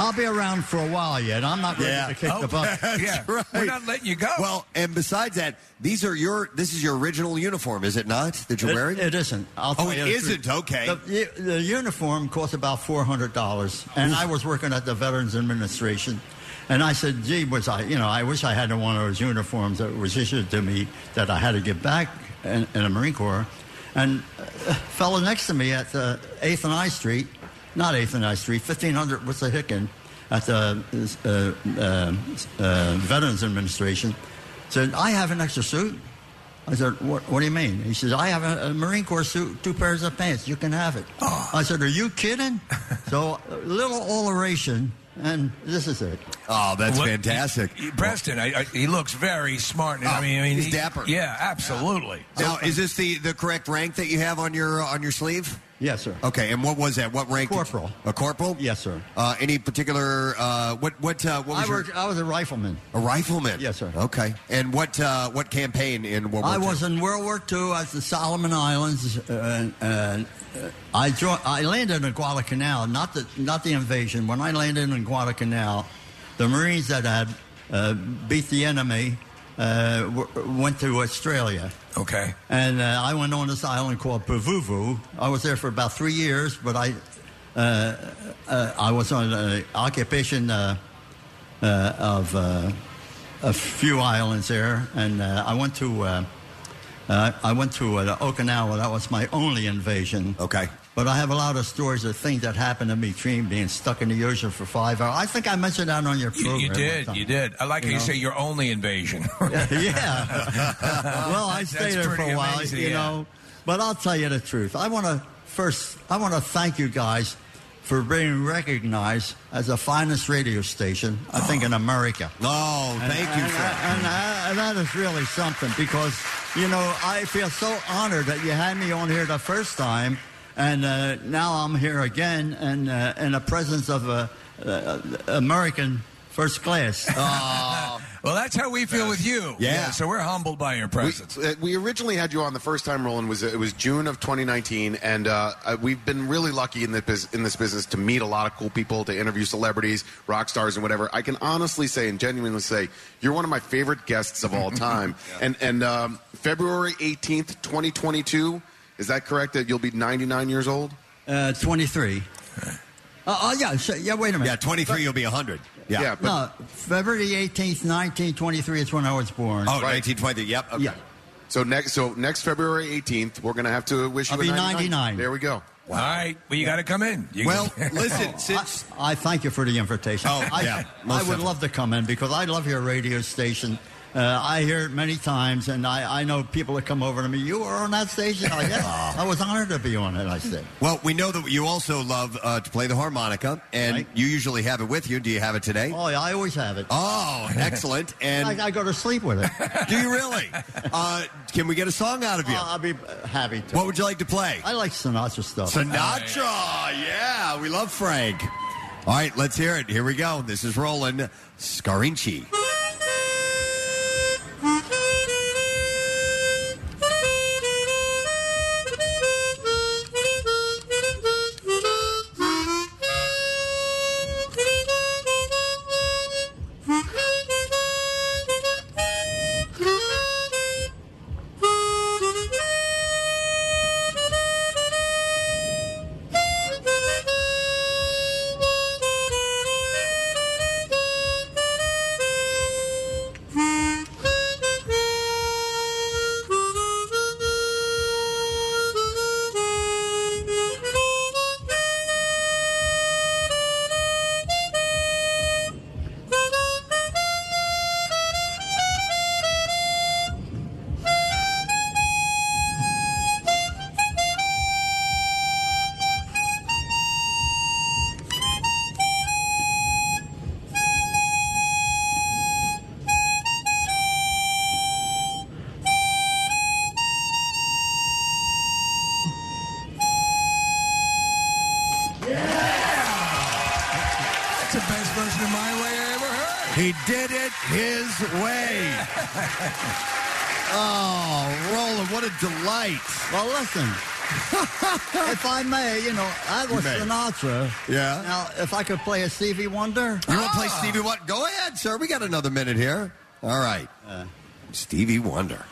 Speaker 33: I'll be around for a while yet. I'm not ready to kick the bucket.
Speaker 3: Oh, That's right.
Speaker 17: letting you go.
Speaker 3: Well, and besides that, these are your. This is your original uniform, is it not? That you're
Speaker 33: It-
Speaker 3: wearing?
Speaker 33: It isn't. I'll tell
Speaker 3: oh, it
Speaker 33: you the truth.
Speaker 3: isn't. Okay.
Speaker 33: The, the uniform cost about four hundred dollars, and I was working at the Veterans Administration, and I said, "Gee, was I? You know, I wish I had one of those uniforms that was issued to me that I had to give back in, in the Marine Corps." And a uh, fella next to me at Eighth and I Street, not Eighth and I Street, fifteen hundred was the Hicken, at the uh, uh, uh, Veterans Administration, said, I have an extra suit. I said, what, what do you mean? He says, I have a, a Marine Corps suit, two pairs of pants. You can have it. I said, are you kidding? so a little alteration, and this is it.
Speaker 3: Oh, that's
Speaker 5: What-
Speaker 3: fantastic.
Speaker 5: Preston, I, I, he looks very smart. and I
Speaker 3: Oh,
Speaker 5: mean, I mean
Speaker 3: he's
Speaker 5: he-
Speaker 3: dapper.
Speaker 5: Yeah, absolutely.
Speaker 3: Now, is this the, the correct rank that you have on your uh, on your sleeve?
Speaker 33: Yes, sir.
Speaker 3: Okay, and what was that? What rank? did you-
Speaker 33: Corporal.
Speaker 3: a corporal?
Speaker 33: Yes, sir.
Speaker 3: Uh, any particular? Uh, what what uh, what was
Speaker 33: I,
Speaker 3: your?
Speaker 33: worked, I was a rifleman.
Speaker 3: A rifleman.
Speaker 33: Yes, sir.
Speaker 3: Okay, and what uh, what campaign in World War
Speaker 33: I
Speaker 3: II?
Speaker 33: was in World War II. I was the Solomon Islands. Uh, uh, I jo- I landed in Guadalcanal, not the not the invasion. When I landed in Guadalcanal, the Marines that had uh, beat the enemy uh, w- went to Australia.
Speaker 5: Okay.
Speaker 33: And uh, I went on this island called Pavuvu. I was there for about three years, but I uh, uh, I was on uh, occupation uh, uh, of uh, a few islands there, and uh, I went to uh, uh, I went to uh, Okinawa. That was my only invasion.
Speaker 3: Okay.
Speaker 33: But I have a lot of stories of things that happened to me, between being stuck in the ocean for five hours. I think I mentioned that on your
Speaker 5: You,
Speaker 33: program.
Speaker 5: you did, you did. I like
Speaker 33: You
Speaker 5: how you
Speaker 33: know?
Speaker 5: say your only invasion.
Speaker 33: yeah. well, I
Speaker 5: That's
Speaker 33: stayed there for
Speaker 5: pretty
Speaker 33: a while,
Speaker 5: amazing,
Speaker 33: you
Speaker 5: yeah.
Speaker 33: know. But I'll tell you the truth. I want to first. I want to thank you guys for being recognized as the finest radio station I think in America.
Speaker 3: Oh, thank you, sir.
Speaker 33: And, I- and that is really something because you know I feel so honored that you had me on here the first time, and uh, now I'm here again and uh, in the presence of a, a, a American first class.
Speaker 5: well, that's how we feel with you.
Speaker 33: Yeah.
Speaker 5: So we're humbled by your presence.
Speaker 7: We, uh, we originally had you on the first time, Roland. Was uh, it was June of 2019, and uh, uh, we've been really lucky in the bus- in this business to meet a lot of cool people, to interview celebrities, rock stars, and whatever. I can honestly say and genuinely say you're one of my favorite guests of all time. And and um, February 18th, 2022, is that correct? That you'll be 99 years old.
Speaker 33: Uh, 23. Oh, oh, yeah, sure. yeah, wait a minute.
Speaker 3: Yeah, 23, you'll be 100. Yeah.
Speaker 7: Yeah,
Speaker 33: no, February 18th, 1923 is when I was born.
Speaker 3: Oh, 1920. Yep. Okay.
Speaker 33: Yeah.
Speaker 7: So next, so next February 18th, we're gonna have to wish you
Speaker 33: I'll
Speaker 7: a
Speaker 33: be
Speaker 7: 99.
Speaker 33: 99.
Speaker 7: There we go.
Speaker 5: All right. Well, you got to come in. You
Speaker 33: Well,
Speaker 3: listen,
Speaker 33: since. I thank you for the invitation.
Speaker 3: Oh,
Speaker 33: I, I
Speaker 3: yeah, most
Speaker 33: would
Speaker 3: definitely.
Speaker 33: love to come in because I love your radio station. Uh, I hear it many times, and I, I know people that come over to me. You were on that station. I, yes, I was honored to be on it. I said.
Speaker 3: Well, we know that you also love uh, to play the harmonica, and you usually have it with you. Do you have it today?
Speaker 33: Oh, yeah, I always have it.
Speaker 3: Oh, excellent! And
Speaker 33: I, I go to sleep with it.
Speaker 3: do you really? Uh, can we get a song out of you?
Speaker 33: I'll be happy to.
Speaker 3: What would you like to play?
Speaker 33: I like Sinatra stuff.
Speaker 3: Sinatra, yeah, we love Frank. All right, let's hear it. Here we go. This is Roland Scarinci.
Speaker 5: That's the best version of my way I ever heard.
Speaker 3: He did it his way. oh, Roland, what a delight.
Speaker 33: Well, listen, if I may, you know, I was
Speaker 3: may.
Speaker 33: Sinatra.
Speaker 3: Yeah.
Speaker 33: Now, if I could play a Stevie Wonder. Ah!
Speaker 3: You want to play Stevie Wonder? Go ahead, sir. We got another minute here. All right.
Speaker 17: Uh.
Speaker 3: Stevie Wonder.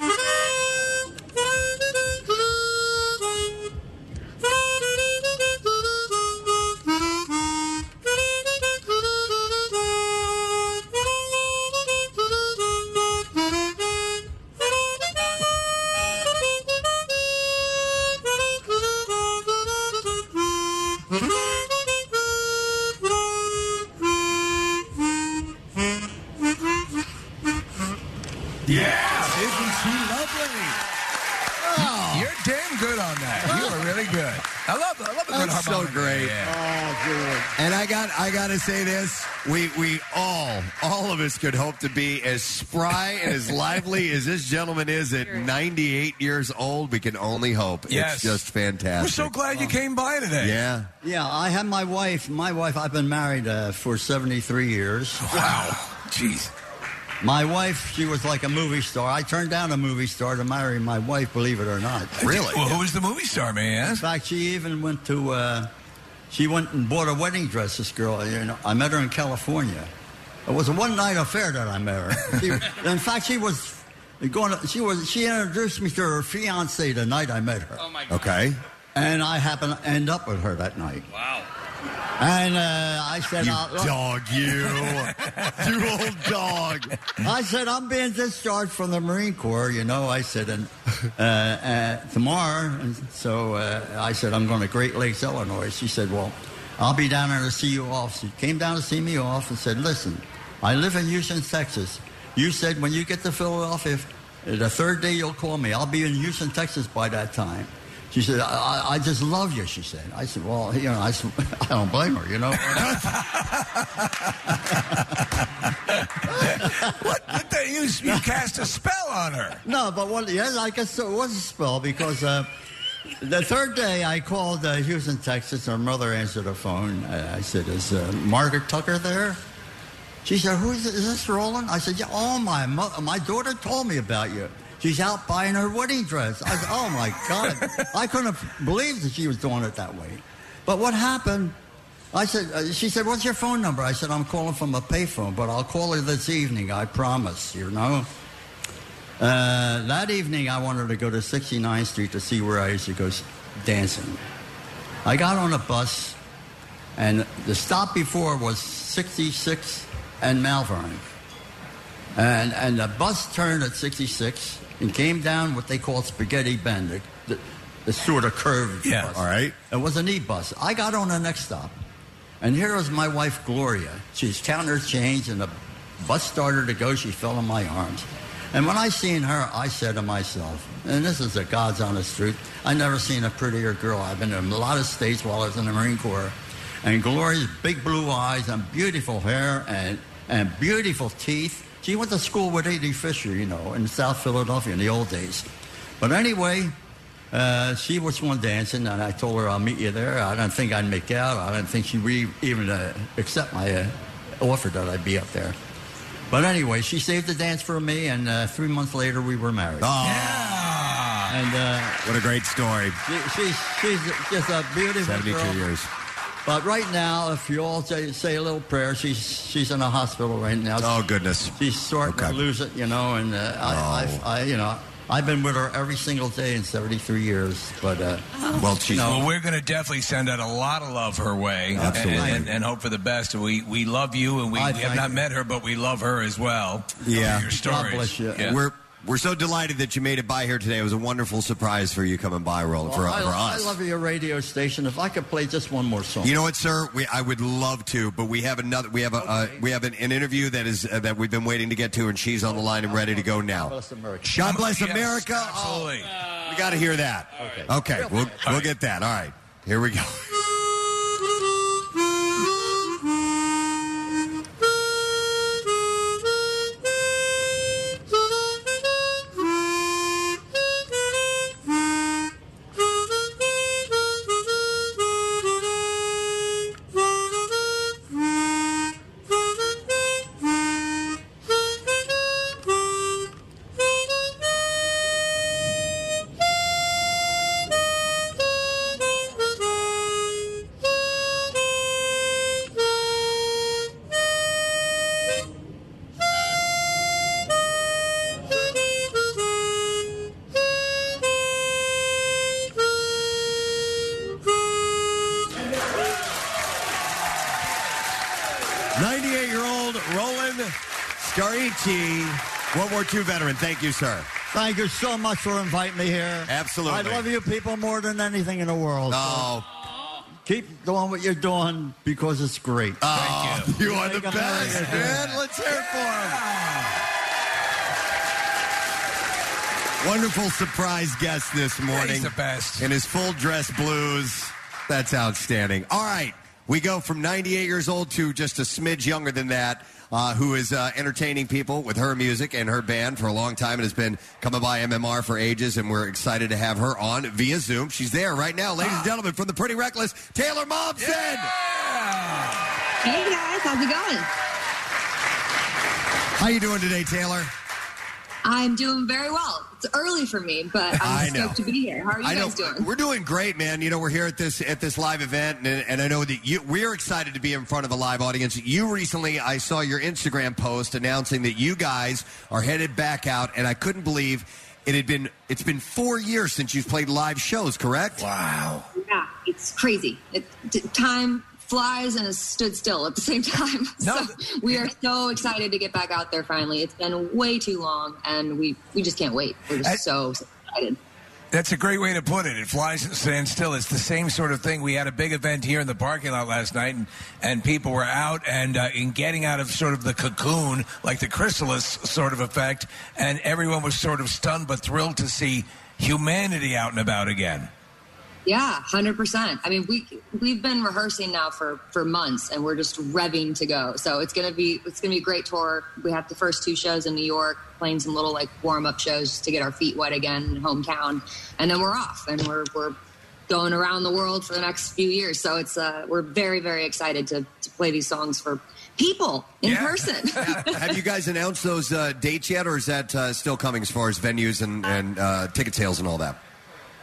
Speaker 31: Thank you.
Speaker 17: Yes! Isn't she lovely? You're damn good on that. You are really good. I love, I love a good
Speaker 3: That's so
Speaker 17: harmonica.
Speaker 3: great.
Speaker 33: Oh,
Speaker 17: Yeah.
Speaker 3: And I got I got to say this, we we all all of us could hope to be as spry and as lively as this gentleman is at 98 years old. We can only hope.
Speaker 17: Yes.
Speaker 3: It's just fantastic.
Speaker 17: We're so glad you came by today.
Speaker 3: Yeah.
Speaker 33: Oh. Yeah, I had my wife. My wife, I've been married uh, for 73 years.
Speaker 17: Wow. Jeez.
Speaker 33: My wife, she was like a movie star. I turned down a movie star to marry my wife, believe it or not.
Speaker 17: Really? Well, who was the movie star, may I ask?
Speaker 33: In fact, she even went to, uh, she went and bought a wedding dress, this girl. You know, I met her in California. It was a one-night affair that I met her. She, in fact, she was going, to, she was, she introduced me to her fiance the night I met her. Oh, my
Speaker 3: God. Okay.
Speaker 33: And I happened to end up with her that night.
Speaker 6: Wow.
Speaker 33: And uh, I said,
Speaker 31: You
Speaker 33: I'll-
Speaker 31: dog, you.
Speaker 33: you old dog. I said, I'm being discharged from the Marine Corps, you know. I said, and uh, uh, tomorrow. And so uh, I said, I'm going to Great Lakes, Illinois. She said, Well, I'll be down there to see you off. She came down to see me off and said, Listen, I live in Houston, Texas. You said when you get to Philadelphia, if- the third day you'll call me. I'll be in Houston, Texas by that time. She said, I, I- I just love you, she said. I said, well, you know, I, said, I don't blame her, you know.
Speaker 17: What the, you, you cast a spell on her.
Speaker 33: No, but what? Yes, I guess it was a spell because uh, the third day I called uh, Houston, Texas. Her mother answered the phone. Uh, I said, "Is uh, Margaret Tucker there?" She said, "Who's is this, Roland?" I said, "Yeah, oh my mo- my daughter told me about you. She's out buying her wedding dress." I said, "Oh my God, I couldn't have believed that she was doing it that way." But what happened? I said, uh, she said, "What's your phone number?" I said, "I'm calling from a payphone, but I'll call her this evening. I promise." You know. Uh, that evening, I wanted to go to 69th Street to see where I used to go s- dancing. I got on a bus, and the stop before was 66 and Malvern. And, and the bus turned at 66 and came down what they call Spaghetti Bend, the, the, the sort of curved
Speaker 17: Yeah.
Speaker 33: bus. All right. It was an E bus. I got on the next stop, and here was my wife, Gloria. She's counting her change, and the bus started to go. She fell in my arms. And when I seen her, I said to myself, and this is the God's honest truth, I never seen a prettier girl. I've been in a lot of states while I was in the Marine Corps. And Gloria's big blue eyes and beautiful hair and, and beautiful teeth. She went to school with A.D. Fisher, you know, in South Philadelphia in the old days. But anyway, uh, she was one dancing, and I told her I'll meet you there. I don't think I'd make out. I don't think she would even uh, accept my uh, offer that I'd be up there. But anyway, she saved the dance for me, and uh, three months later we were married.
Speaker 3: Oh.
Speaker 33: And uh,
Speaker 3: What a great story.
Speaker 33: she, she's she's just a beautiful
Speaker 3: 72
Speaker 33: girl.
Speaker 3: years.
Speaker 33: But right now, if you all say, say a little prayer, she's she's in a hospital right now.
Speaker 3: Oh goodness. Oh.
Speaker 33: She's starting to lose it, you know. And uh, I, I, I, you know, I've been with her every single day in 73 years. But uh,
Speaker 3: well,
Speaker 33: she.
Speaker 17: Well, we're going to definitely send out a lot of love her way,
Speaker 33: Absolutely.
Speaker 17: and, and, and hope for the best. We we love you, and we,
Speaker 33: I
Speaker 17: we have
Speaker 33: thank
Speaker 17: not
Speaker 33: you.
Speaker 17: met her, but we love her as well.
Speaker 3: Yeah.
Speaker 17: your stories. Yeah.
Speaker 3: We're we're so delighted that you made it by here today. It was a wonderful surprise for you coming by, Roland, for,
Speaker 33: Well, I,
Speaker 3: for
Speaker 33: I
Speaker 3: us.
Speaker 33: love your radio station. If I could play just one more song.
Speaker 3: You know what, sir? We, I would love to, but we have another. We have a uh, we have an, an interview that is uh, that we've been waiting to get to, and she's on the line and ready to go now. God
Speaker 33: bless America.
Speaker 3: God bless
Speaker 17: Yes,
Speaker 3: America. Oh,
Speaker 17: Absolutely.
Speaker 3: We got to hear that. Okay, we'll we'll get that. All right, here we go. Ninety-eight-year-old Roland Scarici, World War II veteran. Thank you, sir.
Speaker 33: Thank you so much for inviting me here.
Speaker 3: Absolutely.
Speaker 33: I love you people more than anything in the world.
Speaker 3: Oh.
Speaker 33: Keep doing what you're doing because it's great.
Speaker 3: Oh, Thank you. You are the best, man. Let's hear it for him. Wonderful surprise guest this morning.
Speaker 5: he's the best.
Speaker 3: In his full dress blues. That's outstanding. All right. We go from 98 years old to just a smidge younger than that, uh, who is uh, entertaining people with her music and her band for a long time and has been coming by MMR for ages, and we're excited to have her on via Zoom. She's there right now, ladies and gentlemen, from the Pretty Reckless, Taylor Momsen.
Speaker 12: Hey guys, how's it going?
Speaker 3: How you doing today, Taylor?
Speaker 12: I'm doing very well. It's early for me, but
Speaker 3: I
Speaker 12: I'm
Speaker 3: know.
Speaker 12: stoked to be here. How are you
Speaker 3: I know.
Speaker 12: guys doing?
Speaker 3: We're doing great, man. You know, we're here at this at this live event, and, and I know that you, we're excited to be in front of a live audience. You recently, I saw your Instagram post announcing that you guys are headed back out, and I couldn't believe it had been it's been four years since you've played live shows. Correct? Wow.
Speaker 12: Yeah, it's crazy. It, t- time flies and has stood still at the same time.
Speaker 5: No.
Speaker 12: So we are so excited to get back out there finally. It's been way too long, and we we just can't wait. We're just so, so excited.
Speaker 5: That's a great way to put it. It flies and stands still. It's the same sort of thing. We had a big event here in the parking lot last night, and, and people were out and uh, in getting out of sort of the cocoon, like the chrysalis sort of effect, and everyone was sort of stunned but thrilled to see humanity out and about again.
Speaker 12: Yeah, hundred percent. I mean, we we've been rehearsing now for for months, and we're just revving to go. So it's gonna be it's gonna be a great tour. We have the first two shows in New York, playing some little like warm up shows just to get our feet wet again in hometown, and then we're off, and we're we're going around the world for the next few years. So it's uh, we're very very excited to to play these songs for people in person.
Speaker 3: Have you guys announced those uh, dates yet, or is that uh, still coming as far as venues and, and uh, ticket sales and all that?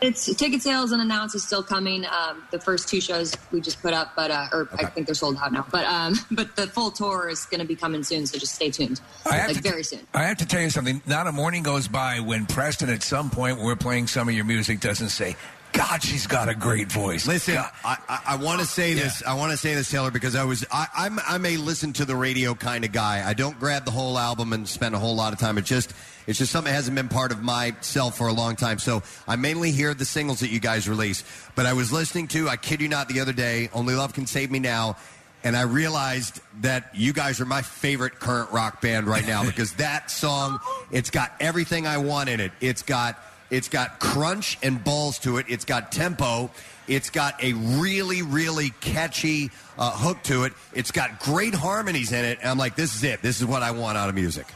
Speaker 12: It's ticket sales and announce is still coming. Um, the first two shows we just put up, but uh, or I think they're sold out now. But um, but the full tour is going to be coming soon, so just stay tuned.
Speaker 5: Oh, I have
Speaker 12: like
Speaker 5: to-
Speaker 12: very soon.
Speaker 5: I have to tell you something. Not a morning goes by when Preston, at some point, when we're playing some of your music, doesn't say, God, she's got a great voice.
Speaker 3: Listen, I, I, I want to say this. I want to say this, Taylor, because I was I, I'm I'm a listen to the radio kind of guy. I don't grab the whole album and spend a whole lot of time. It's just it's just something that hasn't been part of myself for a long time. So I mainly hear the singles that you guys release. But I was listening to I kid you not the other day. Only love can save me now. And I realized that you guys are my favorite current rock band right now because that song, it's got everything I want in it. It's got it's got crunch and balls to it. It's got tempo. It's got a really, really catchy uh, hook to it. It's got great harmonies in it. And I'm like, this is it. This is what I want out of music.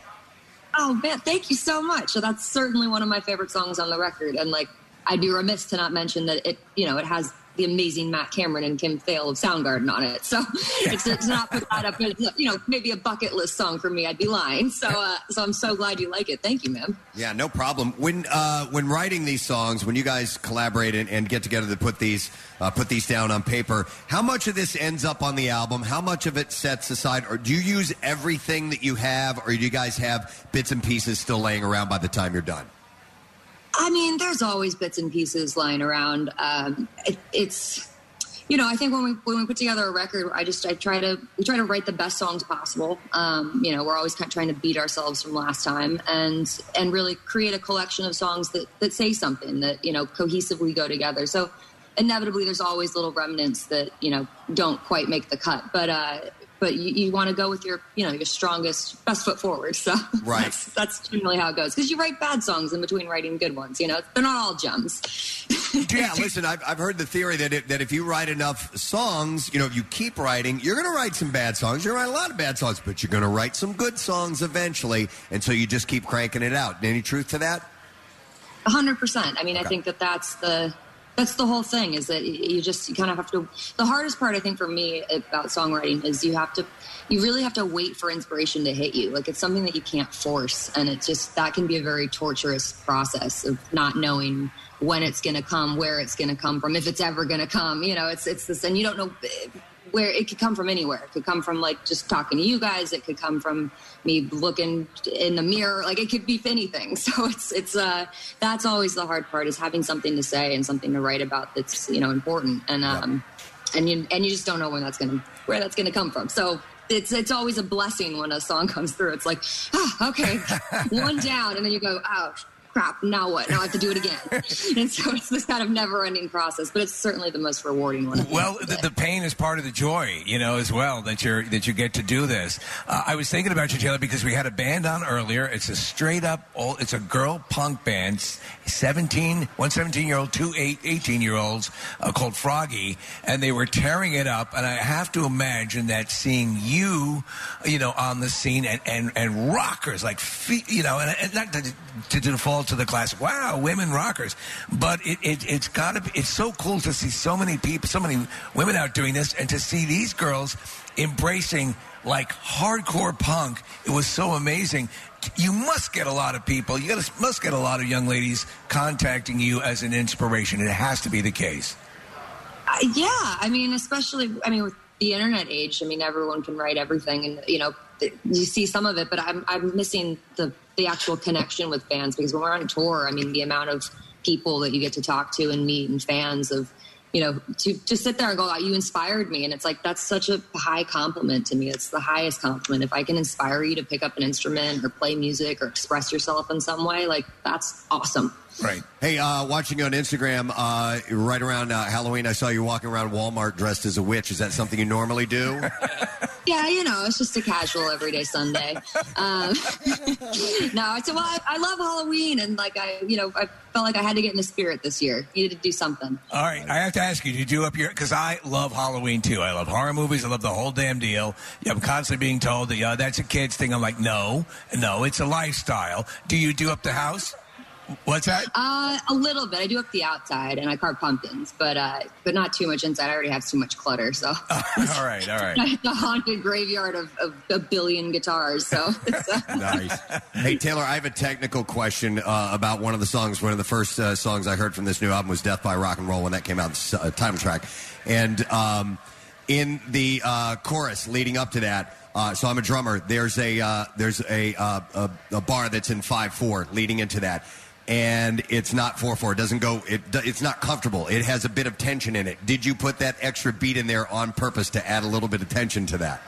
Speaker 12: Oh man, thank you so much. So that's certainly one of my favorite songs on the record, and like I'd be remiss to not mention that it you know it has the amazing Matt Cameron and Kim Thale of Soundgarden on it. So it's to not put that up as you know maybe a bucket list song for me, I'd be lying. So uh, so I'm so glad you like it. Thank you, ma'am.
Speaker 3: Yeah, no problem. When uh, when writing these songs, when you guys collaborate and, and get together to put these uh, put these down on paper, how much of this ends up on the album? How much of it sets aside, or do you use everything that you have, or do you guys have bits and pieces still laying around by the time you're done?
Speaker 12: I mean, there's always bits and pieces lying around. Um, it, it's, you know, I think when we when we put together a record, I just I try to we try to write the best songs possible. Um, you know, we're always kind of trying to beat ourselves from last time, and and really create a collection of songs that that say something that you know cohesively go together. So inevitably, there's always little remnants that you know don't quite make the cut, but. uh but you, you want to go with your, you know, your strongest, best foot forward. So
Speaker 3: Right.
Speaker 12: that's, that's generally how it goes. Because you write bad songs in between writing good ones. You know, they're not all gems.
Speaker 3: yeah, listen, I've, I've heard the theory that it, that if you write enough songs, you know, if you keep writing, you're going to write some bad songs. You're going to write a lot of bad songs, but you're going to write some good songs eventually. And so you just keep cranking it out. Any truth to that?
Speaker 12: A hundred percent. I mean,
Speaker 3: Okay.
Speaker 12: I think that that's the that's the whole thing is that y- you just you kind of have to. The hardest part, I think, for me about songwriting is you have to you really have to wait for inspiration to hit you. Like it's something that you can't force, and it's just that can be a very torturous process of not knowing when it's going to come, where it's going to come from, if it's ever going to come. You know, it's it's this, and you don't know where it could come from anywhere. It could come from like just talking to you guys. It could come from me looking in the mirror. Like it could be anything. So it's it's uh that's always the hard part is having something to say and something to write about that's you know important and um and you and you just don't know when that's gonna where that's gonna come from. So. It's, it's always a blessing when a song comes through. It's like, ah, okay, one down, and then you go, oh crap, now what? Now I have to do it again. and so it's this kind of never ending process, but it's certainly the most rewarding one.
Speaker 5: Well, the, the pain is part of the joy, you know, as well that you're that you get to do this. Uh, I was thinking about you, Taylor, because we had a band on earlier. It's a straight up, old, it's a girl punk band, 17, one 17 year old, two eight, 18 year olds uh, called Froggy, and they were tearing it up. And I have to imagine that seeing you, you know, on the scene and and, and rockers like fe- you know, and, and not to, to default to the classic. Wow, women rockers, but it, it it's got to be. It's so cool to see so many people, so many women out doing this, and to see these girls embracing like hardcore punk. It was so amazing. You must get a lot of people. You gotta, must get a lot of young ladies contacting you as an inspiration. It has to be the case.
Speaker 12: Uh, yeah, I mean, especially I mean with the internet age, I mean everyone can write everything, and you know th- you see some of it, but I'm I'm missing the the actual connection with fans because when we're on tour, I mean the amount of people that you get to talk to and meet and fans of you know to to sit there and go, "Oh, you inspired me, and it's like that's such a high compliment to me. It's the highest compliment if I can inspire you to pick up an instrument or play music or express yourself in some way. Like that's awesome.
Speaker 5: Right.
Speaker 3: Hey, uh, watching you on Instagram, uh, right around uh, Halloween, I saw you walking around Walmart dressed as a witch. Is that something you normally do?
Speaker 12: Yeah, you know, it's just a casual everyday Sunday. Um, no, it's well, I, I love Halloween, and like I, you know, I felt like I had to get in the spirit this year. Needed to do something.
Speaker 5: All right, I have to ask you, did you do up your? Because I love Halloween too. I love horror movies. I love the whole damn deal. I'm constantly being told that uh, that's a kids thing. I'm like, no, no, it's a lifestyle. Do you do up the house? What's that?
Speaker 12: Uh, a little bit. I do up the outside, and I carve pumpkins, but uh, but not too much inside. I already have too much clutter, so
Speaker 5: all right, all right.
Speaker 12: the haunted graveyard of, of a billion guitars. So it's, uh,
Speaker 3: nice. Hey, Taylor, I have a technical question uh, about one of the songs. One of the first uh, songs I heard from this new album was Death by Rock and Roll when that came out, the uh, title track. And um, in the uh, chorus leading up to that, uh, so I'm a drummer. There's a uh, there's a, uh, a a bar that's in five four leading into that, and it's not four four. It doesn't go. It do- it's not comfortable. It has a bit of tension in it. Did you put that extra beat in there on purpose to add a little bit of tension to that?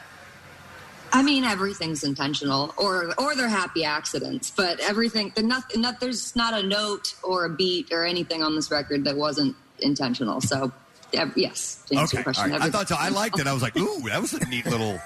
Speaker 12: I mean, everything's intentional, or or they're happy accidents. But everything, the noth- not, there's not a note or a beat or anything on this record that wasn't intentional. So, ev- yes, to answer your
Speaker 3: all
Speaker 12: question,
Speaker 3: right. I thought so. I liked it. I was like, ooh, that was a neat little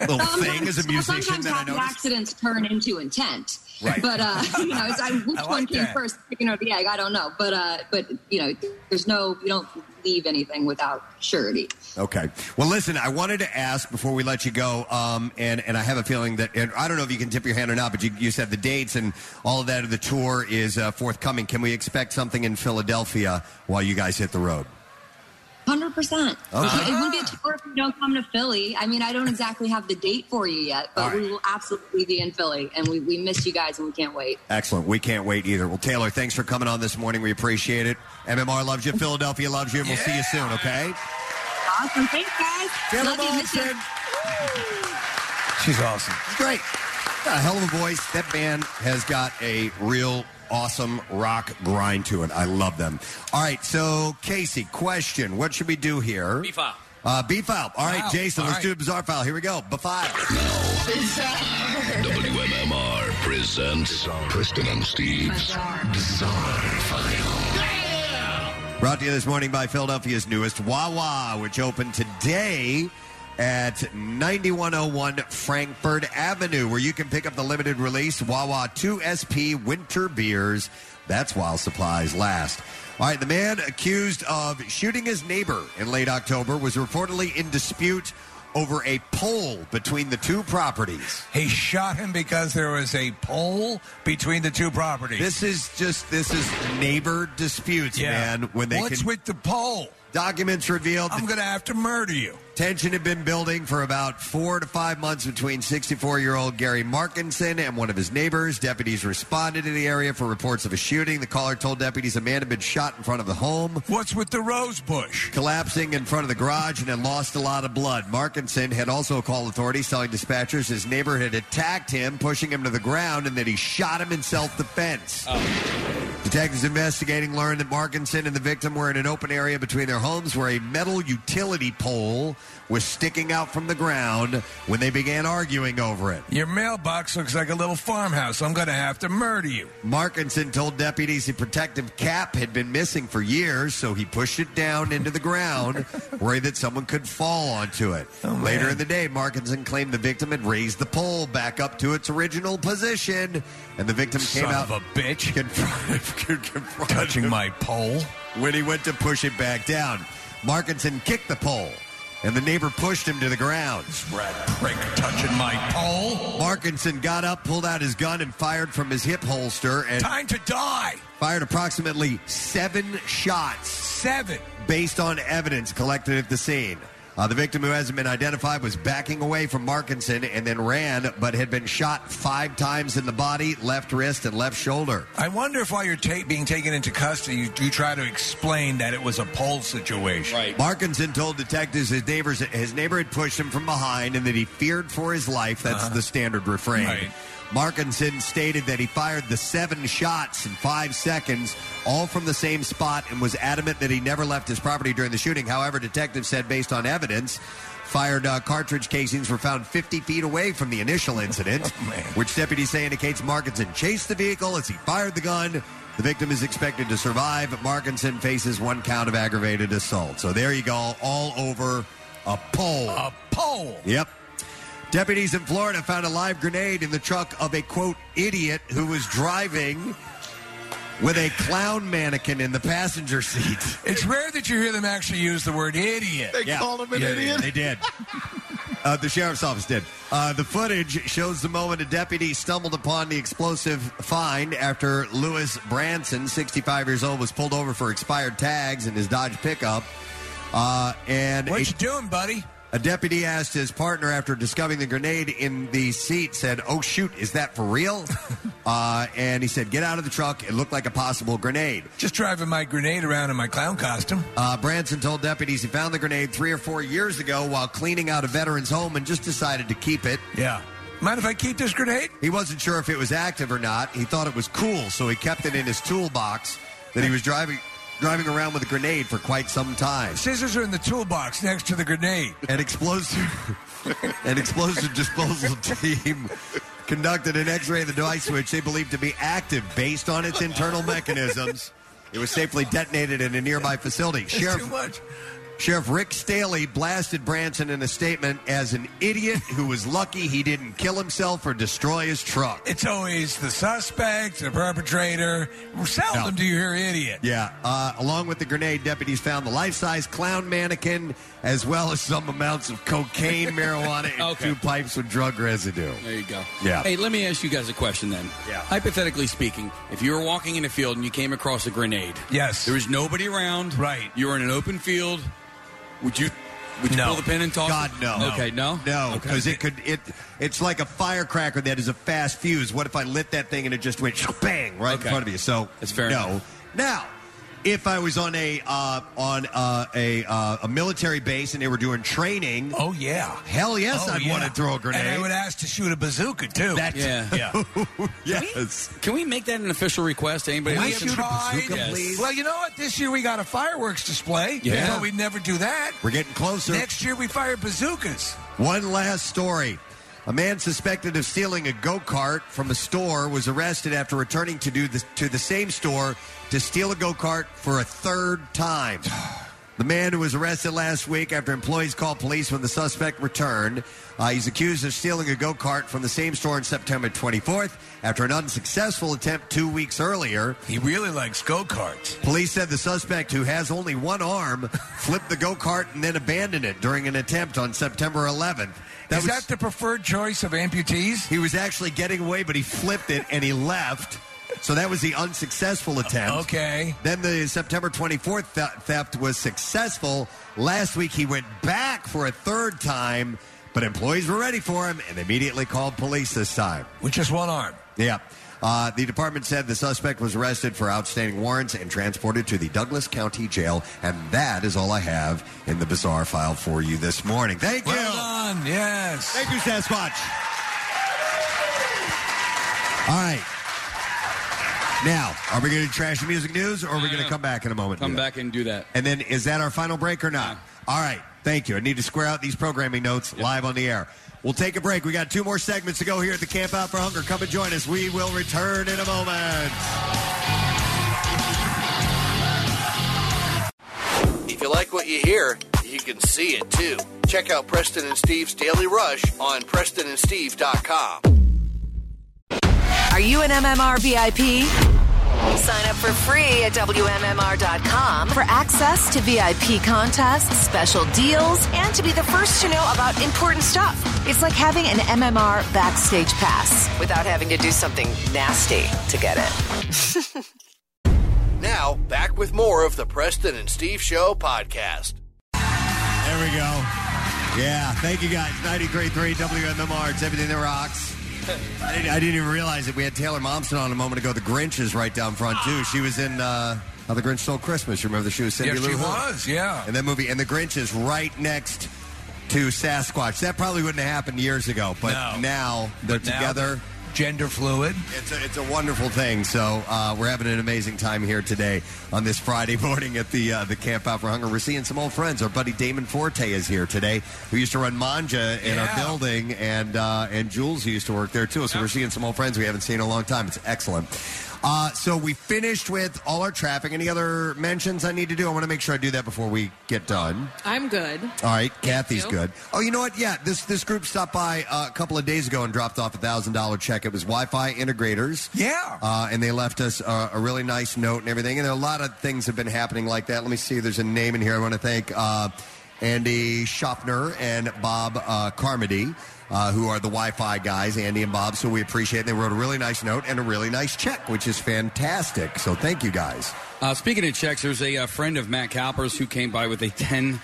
Speaker 3: little thing as a musician
Speaker 12: sometimes
Speaker 3: that I
Speaker 12: happy
Speaker 3: noticed.
Speaker 12: accidents turn into intent.
Speaker 3: Right.
Speaker 12: But uh, you know, it's, I, which
Speaker 3: I like
Speaker 12: one came
Speaker 3: that.
Speaker 12: first, chicken or the egg? I don't know. But uh, but you know, there's no you don't leave anything without surety.
Speaker 3: Okay. Well, listen, I wanted to ask before we let you go, um, and, and I have a feeling that, and I don't know if you can tip your hand or not, but you, you said the dates and all of that of the tour is uh, forthcoming. Can we expect something in Philadelphia while you guys hit the road?
Speaker 12: Hundred percent.
Speaker 3: Okay.
Speaker 12: It wouldn't be a tour if you don't come to Philly. I mean, I don't exactly have the date for you yet, but
Speaker 3: All right.
Speaker 12: we will absolutely be in Philly, and we, we miss you guys, and we can't wait.
Speaker 3: Excellent. We can't wait either. Well, Taylor, thanks for coming on this morning. We appreciate it. MMR loves you. Philadelphia loves you. And we'll see you soon, okay?
Speaker 12: Awesome. Thanks, guys.
Speaker 31: Taylor
Speaker 12: Love you, miss you.
Speaker 31: Momsen.
Speaker 5: She's awesome.
Speaker 3: It's great. Got a hell of a voice. That band has got a real awesome rock grind to it. I love them. All right, so Casey, question: What should we do here? B
Speaker 31: file.
Speaker 3: Uh, B file. All right,
Speaker 31: Wow.
Speaker 3: Jason,
Speaker 31: All
Speaker 3: let's
Speaker 31: right.
Speaker 3: do a bizarre file. Here we go. B file.
Speaker 2: WMMR presents Kristen and Steve's Bizarre File.
Speaker 3: Brought to you this morning by Philadelphia's newest Wawa, which opened today at 9101 Frankfurt Avenue, where you can pick up the limited release Wawa 2SP Winter Beers. That's while supplies last. All right, the man accused of shooting his neighbor in late October was reportedly in dispute over a pole between the two properties.
Speaker 5: He shot him because there was a pole between the two properties.
Speaker 3: This is just this is neighbor disputes,
Speaker 5: Yeah.
Speaker 3: man. When they
Speaker 5: What's
Speaker 3: can,
Speaker 5: with the pole?
Speaker 3: Documents revealed.
Speaker 5: I'm gonna have to murder you.
Speaker 3: Tension had been building for about four to five months between 64-year-old Gary Markinson and one of his neighbors. Deputies responded to the area for reports of a shooting. The caller told deputies a man had been shot in front of the home.
Speaker 5: What's with the rose bush?
Speaker 3: Collapsing in front of the garage and had lost a lot of blood. Markinson had also called authorities, telling dispatchers his neighbor had attacked him, pushing him to the ground, and that he shot him in self-defense. Detectives investigating learned that Markinson and the victim were in an open area between their homes where a metal utility pole was sticking out from the ground when they began arguing over it.
Speaker 5: Your mailbox looks like a little farmhouse. I'm going to have to murder you.
Speaker 3: Markinson told deputies the protective cap had been missing for years, so he pushed it down into the ground, worried that someone could fall onto it.
Speaker 5: Oh,
Speaker 3: Later in the day, Markinson claimed the victim had raised the pole back up to its original position, and the victim
Speaker 5: Son
Speaker 3: came out
Speaker 5: of a bitch.
Speaker 3: touching my pole. When he went to push it back down, Markinson kicked the pole, and the neighbor pushed him to the ground.
Speaker 5: Rat prick touching my pole.
Speaker 3: Markinson got up, pulled out his gun, and fired from his hip holster. And
Speaker 5: Time to die.
Speaker 3: Fired approximately seven shots.
Speaker 5: Seven.
Speaker 3: Based on evidence collected at the scene. Uh, the victim, who hasn't been identified, was backing away from Markinson and then ran, but had been shot five times in the body, left wrist, and left shoulder.
Speaker 5: I wonder if while you're ta- being taken into custody, you, you try to explain that it was a pole situation. Right.
Speaker 3: Markinson told detectives his neighbors his neighbor had pushed him from behind and that he feared for his life. That's the standard refrain.
Speaker 5: Uh-huh. Right.
Speaker 3: Markinson stated that he fired the seven shots in five seconds, all from the same spot, and was adamant that he never left his property during the shooting. However, detectives said, based on evidence, fired uh, cartridge casings were found 50 feet away from the initial incident, which deputies say indicates Markinson chased the vehicle as he fired the gun. The victim is expected to survive. Markinson faces one count of aggravated assault. So there you go, all over a pole. A
Speaker 5: pole.
Speaker 3: Yep. Deputies in Florida found a live grenade in the truck of a quote idiot who was driving with a clown mannequin in the passenger seat.
Speaker 5: It's rare that you hear them actually use the word idiot.
Speaker 3: Yeah. Yeah, they- They did. Uh, the sheriff's office did. Uh, the footage shows the moment a deputy stumbled upon the explosive find after Lewis Branson, 65 years old, was pulled over for expired tags in his Dodge pickup. Uh, and what you
Speaker 5: doing, buddy?
Speaker 3: A deputy asked his partner after discovering the grenade in the seat, said, "Oh shoot, is that for real?" uh, and he said, "Get out of the truck. It looked like a possible grenade."
Speaker 5: Just driving my grenade around in my clown costume.
Speaker 3: Uh, Branson told deputies he found the grenade three or four years ago while cleaning out a veteran's home and just decided to keep it.
Speaker 5: Yeah. Mind if I keep this grenade?
Speaker 3: He wasn't sure if it was active or not. He thought it was cool, so he kept it in his toolbox that he was driving driving around with a grenade for quite some time.
Speaker 5: Scissors are in the toolbox next to the grenade.
Speaker 3: An explosive, an explosive disposal team conducted an X-ray of the device, which they believed to be active based on its internal mechanisms. It was safely detonated in a nearby facility.
Speaker 5: It's too much.
Speaker 3: Sheriff Rick Staley blasted Branson in a statement as an idiot who was lucky he didn't kill himself or destroy his truck.
Speaker 5: It's always the suspect, the perpetrator. Seldom do you hear idiot.
Speaker 3: Yeah. Uh, along with the grenade, deputies found the life-size clown mannequin, as well as some amounts of cocaine, marijuana, and
Speaker 6: Okay.
Speaker 3: two pipes with drug residue.
Speaker 6: There you go.
Speaker 3: Yeah.
Speaker 6: Hey, let me ask you guys a question then. Yeah. Hypothetically speaking, if you were walking in a field and you came across a grenade,
Speaker 5: Yes.
Speaker 6: there was nobody around.
Speaker 5: Right.
Speaker 6: You were in an open field. Would you? Would you
Speaker 3: No.
Speaker 6: pull the pin and toss?
Speaker 3: God
Speaker 6: it?
Speaker 3: no.
Speaker 6: Okay, no,
Speaker 3: no,
Speaker 6: Okay.
Speaker 3: because it could it. It's like a firecracker that is a fast fuse. What if I lit that thing and it just went bang right in front of you? So
Speaker 6: That's fair
Speaker 3: No.
Speaker 6: enough.
Speaker 3: Now, if I was on a uh, on uh, a uh, a military base and they were doing training,
Speaker 5: oh yeah,
Speaker 3: hell yes,
Speaker 5: Oh,
Speaker 3: I'd
Speaker 5: yeah.
Speaker 3: want to throw a grenade.
Speaker 5: And I would ask to shoot a bazooka too.
Speaker 3: That's-
Speaker 6: Yeah.
Speaker 3: yes.
Speaker 6: Can we make that an official request to anybody?
Speaker 5: We
Speaker 6: listening?
Speaker 5: tried.
Speaker 6: Yes.
Speaker 5: Well, you know what? This year we got a fireworks display.
Speaker 3: Yeah.
Speaker 5: But we'd never do that.
Speaker 3: We're getting closer.
Speaker 5: Next year we fire bazookas.
Speaker 3: One last story. A man suspected of stealing a go kart from a store was arrested after returning to do the, to the same store to steal a go kart for a third time. The man who was arrested last week after employees called police when the suspect returned, uh, he's accused of stealing a go kart from the same store on September 24th after an unsuccessful attempt two weeks earlier.
Speaker 5: He really likes go karts.
Speaker 3: Police said the suspect, who has only one arm, flipped the go kart and then abandoned it during an attempt on September 11th.
Speaker 5: Is that the preferred choice of amputees?
Speaker 3: He was actually getting away, but he flipped it and he left. So that was the unsuccessful attempt.
Speaker 5: Okay.
Speaker 3: Then the September 24th th- theft was successful. Last week he went back for a third time, but employees were ready for him and immediately called police this time.
Speaker 5: With just one arm.
Speaker 3: Yeah. Uh, the department said the suspect was arrested for outstanding warrants and transported to the Douglas County Jail. And that is all I have in the bizarre file for you this morning. Thank you.
Speaker 5: Well done. Yes.
Speaker 3: Thank you, Sasquatch. All right. Now, are we going to trash the music news, or are we
Speaker 6: No,
Speaker 3: going to
Speaker 6: no.
Speaker 3: come back in a moment? and
Speaker 6: Come
Speaker 3: do that?
Speaker 6: back and do that.
Speaker 3: And then, is that our final break or not? All right. Thank you. I need to square out these programming notes live on the air. We'll take a break. We got two more segments to go here at the Camp Out for Hunger. Come and join us. We will return in a moment.
Speaker 8: If you like what you hear, you can see it too. Check out Preston and Steve's Daily Rush on PrestonandSteve.com.
Speaker 13: Are you an MMR VIP? Sign up for free at WMMR.com for access to VIP contests, special deals, and to be the first to know about important stuff. It's like having an MMR backstage pass without having to do something nasty to get it.
Speaker 8: Now, back with more of the Preston and Steve Show podcast.
Speaker 3: There we go. Yeah. Thank you, guys. 93.3 WMMR. It's everything that rocks. I didn't, I didn't even realize that we had Taylor Momsen on a moment ago. The Grinch is right down front, too. She was in uh, How the Grinch Stole Christmas. You remember the shoe? Cindy
Speaker 5: Yes,
Speaker 3: Lou
Speaker 5: she
Speaker 3: Who?
Speaker 5: was, yeah.
Speaker 3: in that movie. And the Grinch is right next to Sasquatch. That probably wouldn't have happened years ago, but now they're
Speaker 5: But now
Speaker 3: together.
Speaker 5: Gender fluid.
Speaker 3: It's a, it's a wonderful thing. So uh, we're having an amazing time here today on this Friday morning at the uh, the Camp Out for Hunger. We're seeing some old friends. Our buddy Damon Forte is here today, who used to run Manja in our building, and uh, and Jules who used to work there too. So we're seeing some old friends we haven't seen in a long time. It's excellent. Uh, so we finished with all our traffic. Any other mentions I need to do? I want to make sure I do that before we get done.
Speaker 9: I'm good.
Speaker 3: All right, Kathy's
Speaker 9: you.
Speaker 3: good. Oh, you know what? Yeah, this this group stopped by uh, a couple of days ago and dropped off a thousand dollar check. It was Wi-Fi integrators.
Speaker 5: Yeah,
Speaker 3: uh, and they left us uh, a really nice note and everything. And there are a lot of things have been happening like that. Let me see. There's a name in here. I want to thank uh, Andy Schopner and Bob uh, Carmody. Uh, who are the Wi-Fi guys, Andy and Bob? So we appreciate. It. They wrote a really nice note and a really nice check, which is fantastic. So thank you guys.
Speaker 6: Uh, speaking of checks, there's a, uh friend of Matt Cowper's who came by with a ten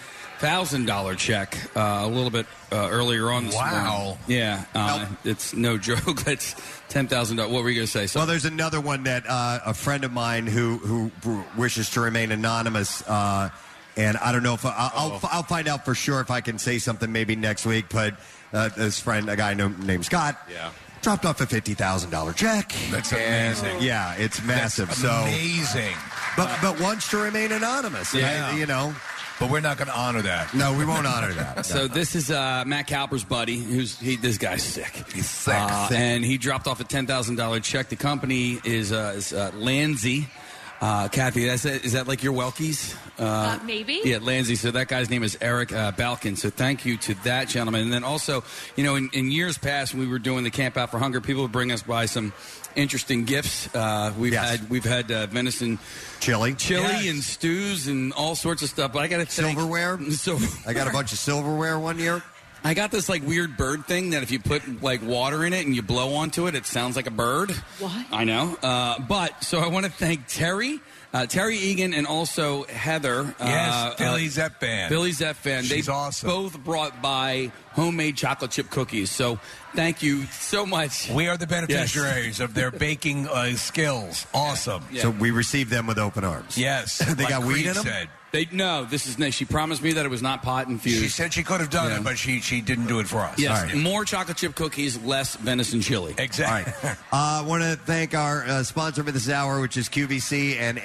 Speaker 6: thousand dollar check uh, a little bit uh, earlier on. This
Speaker 3: Wow.
Speaker 6: morning. Yeah, uh, it's no joke. That's ten thousand dollars. What were you going to say? So,
Speaker 3: Well, there's another one that uh, a friend of mine who who wishes to remain anonymous, uh, and I don't know if I, I'll I'll, I'll find out for sure if I can say something maybe next week. But uh, this friend, a guy no- named Scott, yeah. dropped off a fifty thousand dollar check.
Speaker 5: That's
Speaker 3: And,
Speaker 5: amazing.
Speaker 3: yeah, it's massive.
Speaker 5: That's
Speaker 3: so
Speaker 5: amazing.
Speaker 3: but but wants to remain anonymous. and I- you know.
Speaker 5: But we're not going to honor that.
Speaker 3: No, we won't honor that.
Speaker 6: So this is uh, Matt Cowper's buddy. Who's he? This guy's sick. He's sick, and he dropped off a ten thousand dollar check. The company is uh, is uh, Landsey. Uh, Kathy, that's it. Is that like your Welkies? Uh,
Speaker 31: Uh, maybe.
Speaker 6: Yeah, Landsey. So that guy's name is Eric uh, Balkin. So thank you to that gentleman. And then also, you know, in, in years past, when we were doing the Camp Out for Hunger, people would bring us by some interesting gifts. Uh, we've had we've had uh, venison
Speaker 3: chili,
Speaker 6: chili, and stews and all sorts of stuff. But I got to
Speaker 3: silverware. I got a bunch of silverware one year.
Speaker 6: I got this like weird bird thing that if you put like water in it and you blow onto it, it sounds like a bird. What? I know. Uh, but so I want to thank Terry, uh, Terry Egan, and also Heather.
Speaker 5: Yes,
Speaker 6: uh,
Speaker 5: Philly Zepp Band.
Speaker 6: Philly Zepp Band.
Speaker 5: She's
Speaker 6: they
Speaker 5: awesome.
Speaker 6: both brought by homemade chocolate chip cookies. So thank you so much.
Speaker 5: We are the beneficiaries of their baking uh, skills. Awesome.
Speaker 3: So we received them with open arms.
Speaker 5: Yes.
Speaker 3: they
Speaker 5: like
Speaker 3: got weed
Speaker 5: Creed
Speaker 3: in them.
Speaker 5: said.
Speaker 6: They no. This is she promised me that it was not pot infused.
Speaker 5: She said she could have done it, but she, she didn't do it for us.
Speaker 6: Yes, more chocolate chip cookies, less venison chili.
Speaker 5: Exactly.
Speaker 3: Uh, I want to thank our uh, sponsor for this hour, which is QVC and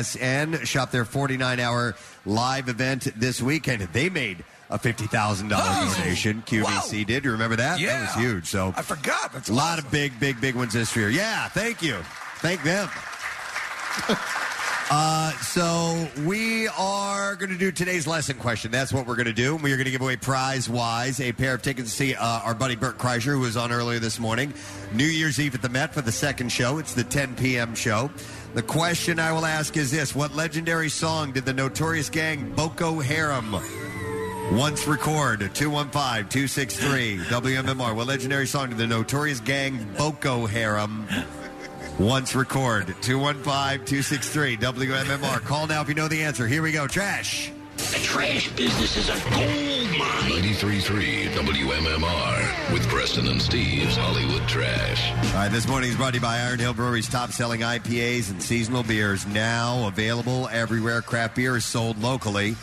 Speaker 3: HSN. Shop their 49 hour live event this weekend. They made a $50,000 donation. QVC did. You remember that?
Speaker 5: Yeah.
Speaker 3: That was huge. So I
Speaker 5: forgot.
Speaker 3: a lot of big, big, big ones this year. Yeah. Thank you. Thank them. Uh, so we are going to do today's lesson question. That's what we're going to do. We are going to give away prize-wise a pair of tickets to see uh, our buddy Bert Kreischer, who was on earlier this morning, New Year's Eve at the Met for the second show. It's the 10 p.m. show. The question I will ask is this: What legendary song did the notorious gang Boko Haram once record? 215-263 WMMR. What legendary song did the notorious gang Boko Haram once record 215-263 WMMR. Call now if you know the answer. Here we go. Trash.
Speaker 2: The trash business is a gold mine. 93.3 WMMR with Preston and Steve's Hollywood Trash.
Speaker 3: All right, this morning is brought to you by Iron Hill Brewery's top-selling IPAs and seasonal beers now available everywhere. Craft beer is sold locally.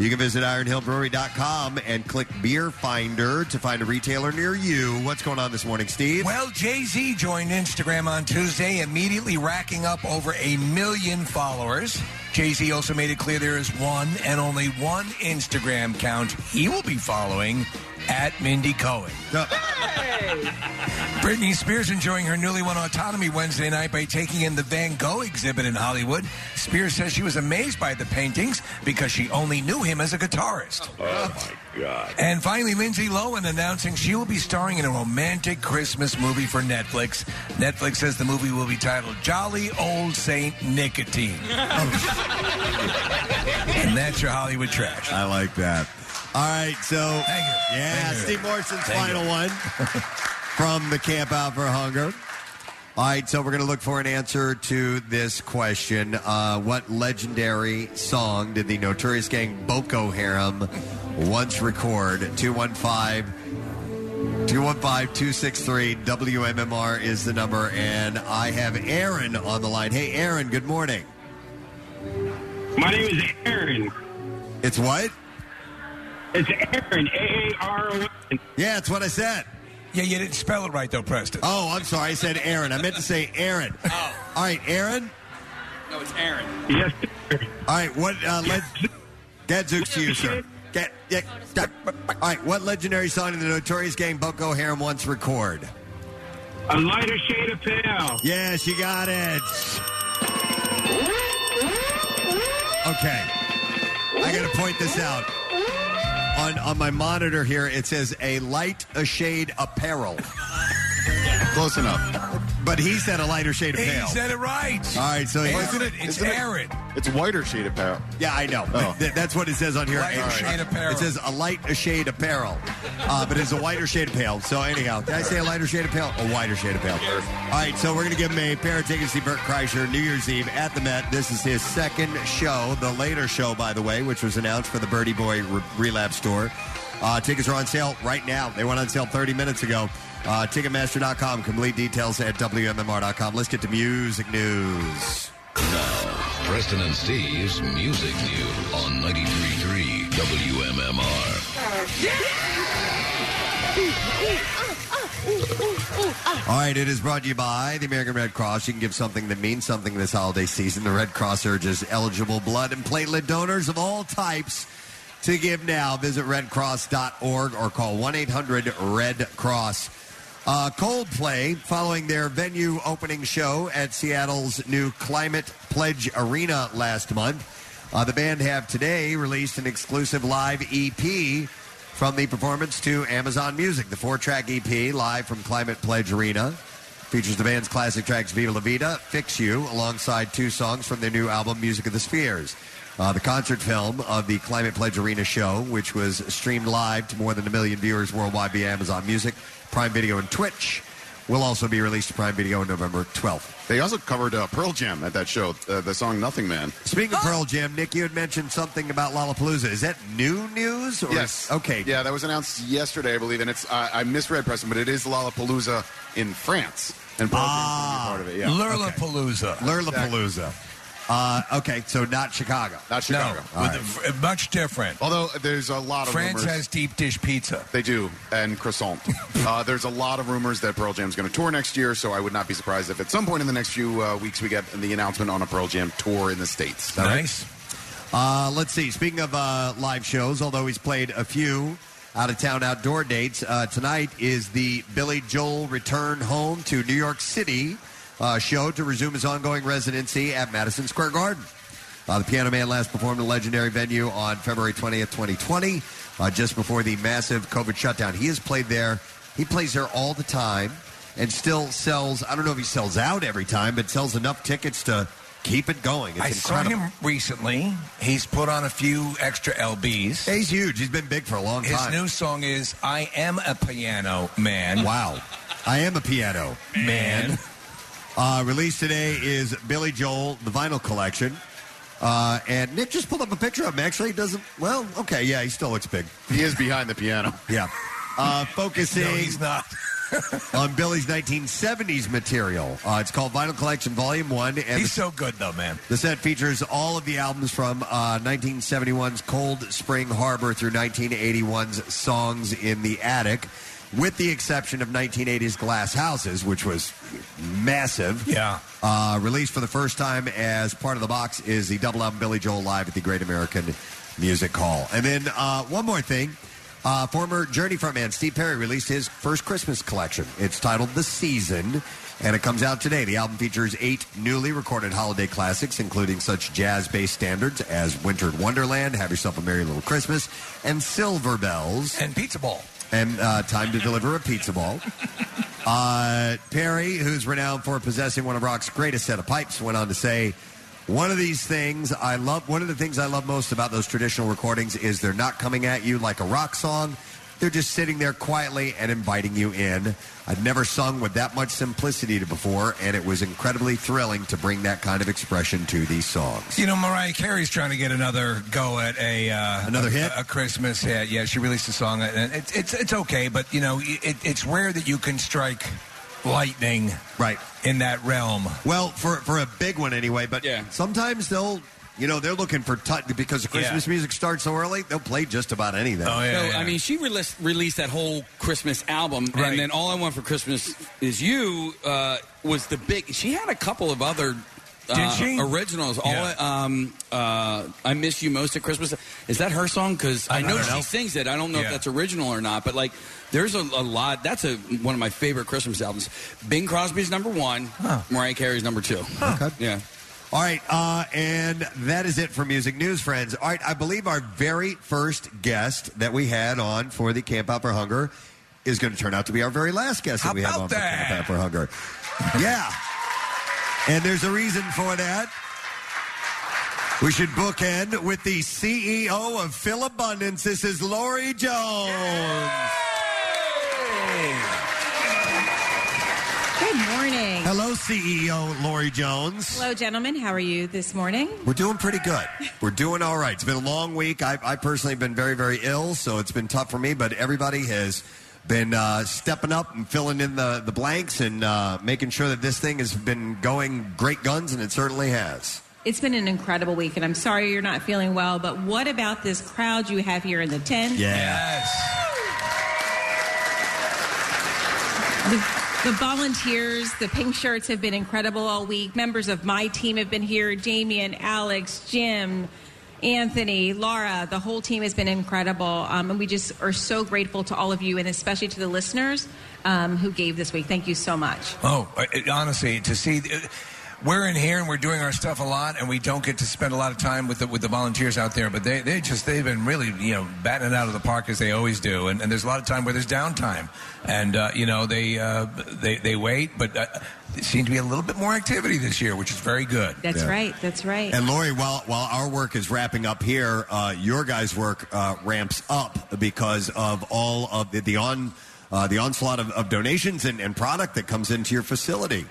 Speaker 3: You can visit ironhillbrewery.com and click Beer Finder to find a retailer near you. What's going on this morning, Steve?
Speaker 5: Well, Jay Z joined Instagram on Tuesday, immediately racking up over a million followers. Jay Z also made it clear there is one and only one Instagram account he will be following at Mindy Cohen. Britney Spears enjoying her newly won autonomy Wednesday night by taking in the Van Gogh exhibit in Hollywood. Spears says she was amazed by the paintings because she only knew him as a guitarist.
Speaker 31: Oh my god.
Speaker 5: And finally, Lindsay Lohan announcing she will be starring in a romantic Christmas movie for Netflix. Netflix says the movie will be titled Jolly Old Saint Nicotine. and that's your Hollywood trash.
Speaker 3: I like that. All right, so yeah,
Speaker 5: Thank you.
Speaker 3: Steve Morrison's
Speaker 5: Thank
Speaker 3: final
Speaker 5: you.
Speaker 3: one from the Camp Out for Hunger. All right, so we're going to look for an answer to this question: uh, What legendary song did the notorious gang Boko Haram once record? 215 215-263 WMMR is the number, and I have Aaron on the line. Hey, Aaron, good morning.
Speaker 14: My name is Aaron.
Speaker 3: It's what?
Speaker 14: It's Aaron. A A R O N.
Speaker 3: Yeah, it's what I said.
Speaker 5: Yeah, you didn't spell it right though, Preston.
Speaker 3: Oh, I'm sorry. I said Aaron. I meant to say Aaron. All right, Aaron.
Speaker 6: No, it's Aaron.
Speaker 14: Yes.
Speaker 3: All right, what uh, le- Gadzooks to you, sir. Get, yeah, get- all right, what legendary song did the notorious gang Boko Haram once record?
Speaker 14: A lighter shade of pale.
Speaker 3: Yes, you got it. Okay. I got to point this out. On, on my monitor here, it says a light a shade apparel. Close enough. But he said a lighter shade of
Speaker 5: He
Speaker 3: pale.
Speaker 5: said it right.
Speaker 3: All right, so
Speaker 5: Isn't
Speaker 3: he's-
Speaker 5: it? It's Aaron.
Speaker 7: It's whiter shade apparel.
Speaker 3: Yeah, I know. but
Speaker 7: Oh.
Speaker 3: th- that's what it says on here.
Speaker 7: Light
Speaker 3: All
Speaker 7: shade apparel.
Speaker 3: It says a light a shade apparel, uh, but it's a whiter shade of pale. So anyhow, did I say a lighter shade of pale? A whiter shade of pale. All right, so we're gonna give him a pair of tickets to Burt Kreischer New Year's Eve at the Met. This is his second show, the later show, by the way, which was announced for the Birdie Boy re- Relapse Tour. Uh, tickets are on sale right now. They went on sale 30 minutes ago. Uh, Ticketmaster.com. Complete details at WMMR.com. Let's get to music news.
Speaker 2: Now, Preston and Steve's Music News on 93.3 WMMR.
Speaker 3: All right, it is brought to you by the American Red Cross. You can give something that means something this holiday season. The Red Cross urges eligible blood and platelet donors of all types to give now. Visit redcross.org or call 1 800 Red Cross. Uh, Coldplay, following their venue opening show at Seattle's new Climate Pledge Arena last month, uh, the band have today released an exclusive live E EP from the performance to Amazon Music. The four track EP, live from Climate Pledge Arena, features the band's classic tracks Viva La Vida, Fix You, alongside two songs from their new album Music of the Spheres. Uh, the concert film of the Climate Pledge Arena show, which was streamed live to more than a million viewers worldwide via Amazon Music, Prime Video, and Twitch, will also be released to Prime Video on November 12th.
Speaker 7: They also covered uh, Pearl Jam at that show, uh, the song Nothing Man.
Speaker 3: Speaking of Pearl Jam, Nick, you had mentioned something about Lollapalooza. Is that new news? Or
Speaker 7: Yes.
Speaker 3: Okay.
Speaker 7: Yeah, that was announced yesterday, I believe, and it's uh, I misread Preston, but it is Lollapalooza in France, and Pearl ah, part of it. Yeah,
Speaker 5: Lurlapalooza.
Speaker 3: Lurlapalooza. Uh, okay, so not Chicago.
Speaker 7: Not Chicago.
Speaker 5: No, with a v- much different.
Speaker 7: Although there's a lot of
Speaker 5: France
Speaker 7: rumors.
Speaker 5: has deep dish pizza.
Speaker 7: They do, and croissant. uh, there's a lot of rumors that Pearl Jam's going to tour next year, so I would not be surprised if at some point in the next few uh, weeks we get the announcement on a Pearl Jam tour in the states.
Speaker 5: Nice.
Speaker 3: Uh, let's see. Speaking of uh, live shows, although he's played a few out of town outdoor dates, uh, tonight is the Billy Joel Return Home to New York City uh, show to resume his ongoing residency at Madison Square Garden. Uh, the Piano Man last performed at a legendary venue on February 20th, 2020, uh, just before the massive COVID shutdown. He has played there. He plays there all the time and still sells, I don't know if he sells out every time, but sells enough tickets to keep it going. It's
Speaker 5: I
Speaker 3: incredible.
Speaker 5: saw him recently. He's put on a few extra LBs.
Speaker 3: He's huge. He's been big for a long
Speaker 5: His
Speaker 3: time.
Speaker 5: new song is "I Am a Piano Man."
Speaker 3: Wow, I am a piano man. Uh, released today is Billy Joel, the vinyl collection. Uh, and Nick just pulled up a picture of him. Actually, he doesn't. Well, okay, yeah, he still looks big.
Speaker 7: He is behind the piano.
Speaker 3: Yeah. Uh, focusing.
Speaker 5: No, he's not.
Speaker 3: on Billy's 1970s material. Uh, it's called Vinyl Collection Volume 1. And He's
Speaker 5: so good, though, man.
Speaker 3: The set features all of the albums from uh, 1971's Cold Spring Harbor through 1981's Songs in the Attic, with the exception of 1980's Glass Houses, which was massive.
Speaker 5: Yeah.
Speaker 3: Uh, released for the first time as part of the box is the double album Billy Joel Live at the Great American Music Hall. And then uh, one more thing. Uh, former Journey frontman Steve Perry released his first Christmas collection. It's titled The Season, and it comes out today. The album features eight newly recorded holiday classics, including such jazz based standards as Winter in Wonderland, Have Yourself a Merry Little Christmas, and Silver Bells.
Speaker 5: And Pizza Ball.
Speaker 3: And uh, Time to Deliver a Pizza Ball. Uh, Perry, who's renowned for possessing one of rock's greatest set of pipes, went on to say, one of these things I love, one of the things I love most about those traditional recordings is they're not coming at you like a rock song. They're just sitting there quietly and inviting you in. I've never sung with that much simplicity before, and it was incredibly thrilling to bring that kind of expression to these songs.
Speaker 5: You know, Mariah Carey's trying to get another go at a uh,
Speaker 3: Another
Speaker 5: a-
Speaker 3: hit?
Speaker 5: a, Christmas hit. Yeah, she released a song, and it's it's it's okay, but you know, it, it's rare that you can strike lightning
Speaker 3: right
Speaker 5: in that realm.
Speaker 3: Well, for for a big one anyway, but sometimes they'll, you know, they're looking for t- because the Christmas music starts so early, they'll play just about anything.
Speaker 5: Oh,
Speaker 6: so, I mean, she released, released that whole Christmas album,
Speaker 3: Right.
Speaker 6: and then All I Want for Christmas Is You uh, was the big. She had a couple of other. uh,
Speaker 5: Did she?
Speaker 6: Originals.
Speaker 5: Yeah.
Speaker 6: All um, uh, I miss you most at Christmas. Is that her song? Because I,
Speaker 5: I
Speaker 6: know
Speaker 5: don't
Speaker 6: she
Speaker 5: know.
Speaker 6: sings it. I don't know
Speaker 5: Yeah.
Speaker 6: if that's original or not. But like, there's a, a lot. That's a one of my favorite Christmas albums. Bing Crosby's number one. Mariah Carey's number two.
Speaker 3: Okay.
Speaker 6: Yeah.
Speaker 3: All right, uh, and that is it for music news, friends. All right, I believe our very first guest that we had on for the Camp Out for Hunger is going to turn out to be our very last guest that we have on for Camp Out for Hunger. yeah, and there's a reason for that. We should bookend with the CEO of Phil Abundance. This is Lori Jones.
Speaker 15: Good morning.
Speaker 3: Hello, CEO Lori Jones.
Speaker 15: Hello, gentlemen. How are you this morning?
Speaker 3: We're doing pretty good. We're doing all right. It's been a long week. I, I personally have been very, very ill, so it's been tough for me, but everybody has been uh, stepping up and filling in the, the blanks and uh, making sure that this thing has been going great guns, and it certainly has.
Speaker 15: It's been an incredible week, and I'm sorry you're not feeling well, but what about this crowd you have here in the tent? The, the volunteers, the pink shirts have been incredible all week. Members of my team have been here Damien, Alex, Jim, Anthony, Laura. The whole team has been incredible. Um, and we just are so grateful to all of you and especially to the listeners um, who gave this week. Thank you so much.
Speaker 5: Oh, it, honestly, to see. It, we're in here and we're doing our stuff a lot, and we don't get to spend a lot of time with the, with the volunteers out there. But they they just they've been really you know batting it out of the park as they always do. And, and there's a lot of time where there's downtime, and uh, you know they uh, they they wait, but uh, there seemed to be a little bit more activity this year, which is very good.
Speaker 15: That's right. That's right.
Speaker 3: And Lori, while while our work is wrapping up here, uh, your guys' work uh, ramps up because of all of the, the on uh, the onslaught of, of donations and, and product that comes into your facility.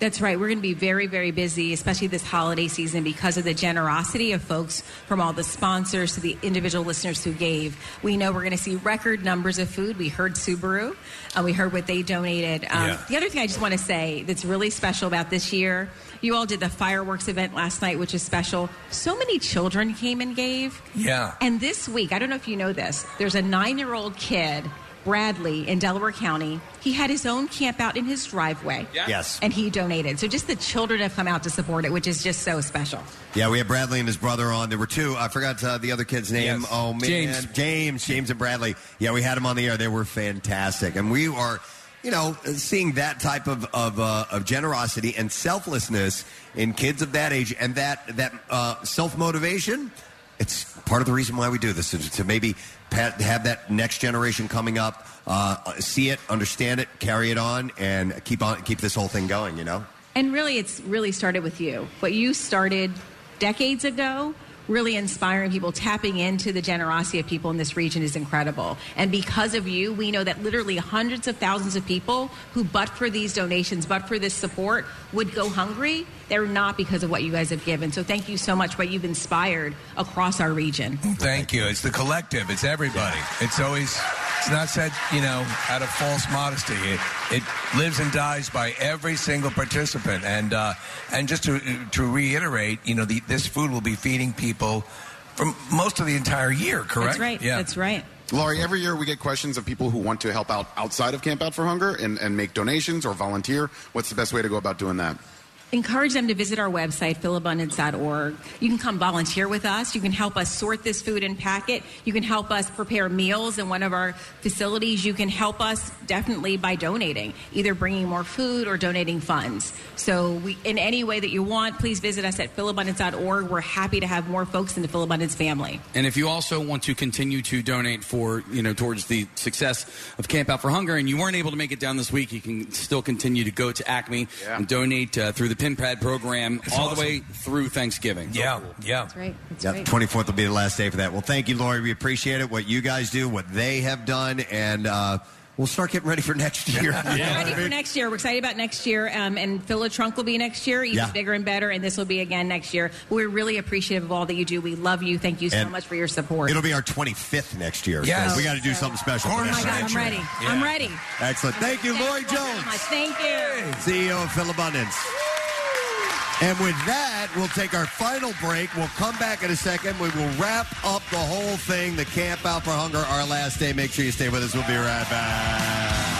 Speaker 15: That's right. We're going to be very, very busy, especially this holiday season, because of the generosity of folks from all the sponsors to the individual listeners who gave. We know we're going to see record numbers of food. We heard Subaru, uh, we heard what they donated. Um,
Speaker 34: Yeah.
Speaker 15: The other thing I just want to say that's really special about this year you all did the fireworks event last night, which is special. So many children came and gave.
Speaker 5: Yeah.
Speaker 15: And this week, I don't know if you know this, there's a nine year old kid, Bradley, in Delaware County. He had his own camp out in his driveway.
Speaker 3: Yeah. Yes.
Speaker 15: And he donated. So just the children have come out to support it, which is just so special.
Speaker 3: Yeah, we had Bradley and his brother on. There were two. I forgot uh, the other kid's name.
Speaker 15: Yes.
Speaker 3: Oh man,
Speaker 15: James.
Speaker 3: James, James and Bradley. Yeah, we had them on the air. They were fantastic, and we are, you know, seeing that type of of, uh, of generosity and selflessness in kids of that age, and that that uh, self motivation. It's part of the reason why we do this is to maybe pat, have that next generation coming up, uh, see it, understand it, carry it on, and keep on keep this whole thing going. You know.
Speaker 15: And really, it's really started with you. What you started decades ago, really inspiring people, tapping into the generosity of people in this region is incredible. And because of you, we know that literally hundreds of thousands of people who, but for these donations, but for this support, would go hungry. They're not because of what you guys have given. So thank you so much for what you've inspired across our region.
Speaker 5: Thank you. It's the collective. It's everybody. It's always It's not said, you know, out of false modesty. It, it lives and dies by every single participant. And uh, and just to to reiterate, you know, the, this food will be feeding people from most of the entire year. Correct?
Speaker 15: That's right.
Speaker 5: Yeah.
Speaker 15: That's right.
Speaker 7: Laurie, every year we get questions of people who want to help out outside of Camp Out for Hunger and, and make donations or volunteer. What's the best way to go about doing that?
Speaker 15: encourage them to visit our website philabundance.org you can come volunteer with us you can help us sort this food and pack it you can help us prepare meals in one of our facilities you can help us definitely by donating either bringing more food or donating funds so we, in any way that you want please visit us at philabundance.org we're happy to have more folks in the philabundance family
Speaker 6: And if you also want to continue to donate for, you know, towards the success of Camp Out for Hunger and you weren't able to make it down this week, you can still continue to go to Acme and donate uh, through the Pinpad program all the way through Thanksgiving.
Speaker 5: Yeah, yeah. That's
Speaker 15: right.
Speaker 3: Yep, 24th will be the last day for that. Well, thank you, Lori. We appreciate it, what you guys do, what they have done, and uh, we'll start getting ready for next year.
Speaker 15: We're ready for next year. We're excited about next year. Um, and Fill a Trunk will be next year, even
Speaker 3: Yeah.
Speaker 15: bigger and better. And this will be again next year. We're really appreciative of all that you do. We love you. Thank you so
Speaker 3: And
Speaker 15: much for your support.
Speaker 3: It'll be our 25th next year.
Speaker 15: Yes.
Speaker 3: So we got to do something special.
Speaker 15: Oh
Speaker 3: for
Speaker 15: my
Speaker 3: that.
Speaker 15: God, I'm ready. I'm ready.
Speaker 3: Excellent. Thank you, Lori
Speaker 15: Thank you so
Speaker 3: Jones.
Speaker 15: much. Thank you.
Speaker 3: CEO E of Phil Abundance. And with that, we'll take our final break. We'll come back in a second. We will wrap up the whole thing, the Camp Out for Hunger, our last day. Make sure you stay with us. We'll be right back.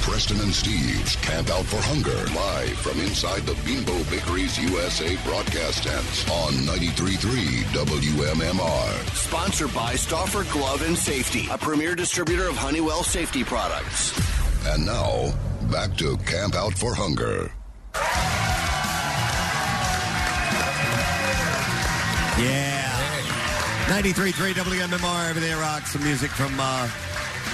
Speaker 2: Preston and Steve's Camp Out for Hunger, live from inside the Bimbo Bakeries USA broadcast tent on 93.3 WMMR.
Speaker 8: Sponsored by Stauffer Glove and Safety, a premier distributor of Honeywell safety products.
Speaker 2: And now, back to Camp Out for Hunger.
Speaker 3: Yeah. 93.3 WMMR, everything that rocks. Some music from uh,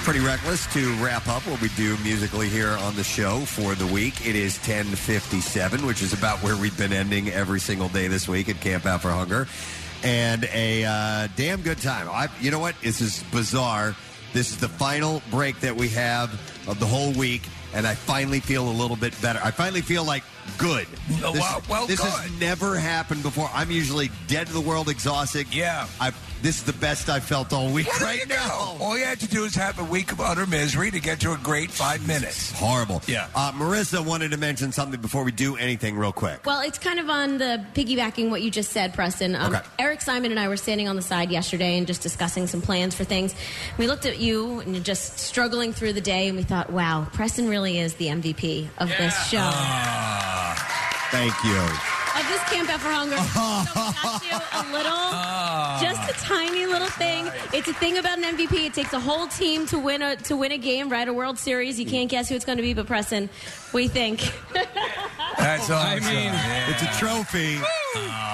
Speaker 3: Pretty Reckless to wrap up what we do musically here on the show for the week. It is 10.57, which is about where we've been ending every single day this week at Camp Out for Hunger. And a uh, damn good time. I, you know what? This is bizarre. This is the final break that we have of the whole week, and I finally feel a little bit better. I finally feel like good.
Speaker 5: Oh,
Speaker 3: this,
Speaker 5: wow. Well,
Speaker 3: this
Speaker 5: good.
Speaker 3: has never happened before. I'm usually dead to the world, exhausted. Yeah, I, this is the best I felt all week.
Speaker 5: Well, there you
Speaker 3: right now,
Speaker 5: go. All you had to do is have a week of utter misery to get to a great five minutes.
Speaker 3: horrible.
Speaker 5: Yeah.
Speaker 3: uh, Marissa wanted to mention something before we do anything, real quick.
Speaker 16: Well, it's kind of on the piggybacking what you just said, Preston. Um,
Speaker 3: Okay.
Speaker 16: Eric Simon and I were standing on the side yesterday and just discussing some plans for things. We looked at you and you're just struggling through the day, and we thought, wow, Preston really is the MVP of this show,
Speaker 3: Uh. Ah. Thank you.
Speaker 16: of this Camp Out for Hunger. so we got you a little,
Speaker 3: Uh.
Speaker 16: just a tiny little thing. It's a thing about an MVP. It takes a whole team to win a to win a game, right? A World Series. You can't guess who it's going to be, but Preston, we think.
Speaker 5: That's awesome. I mean,
Speaker 3: It's a trophy. Ah.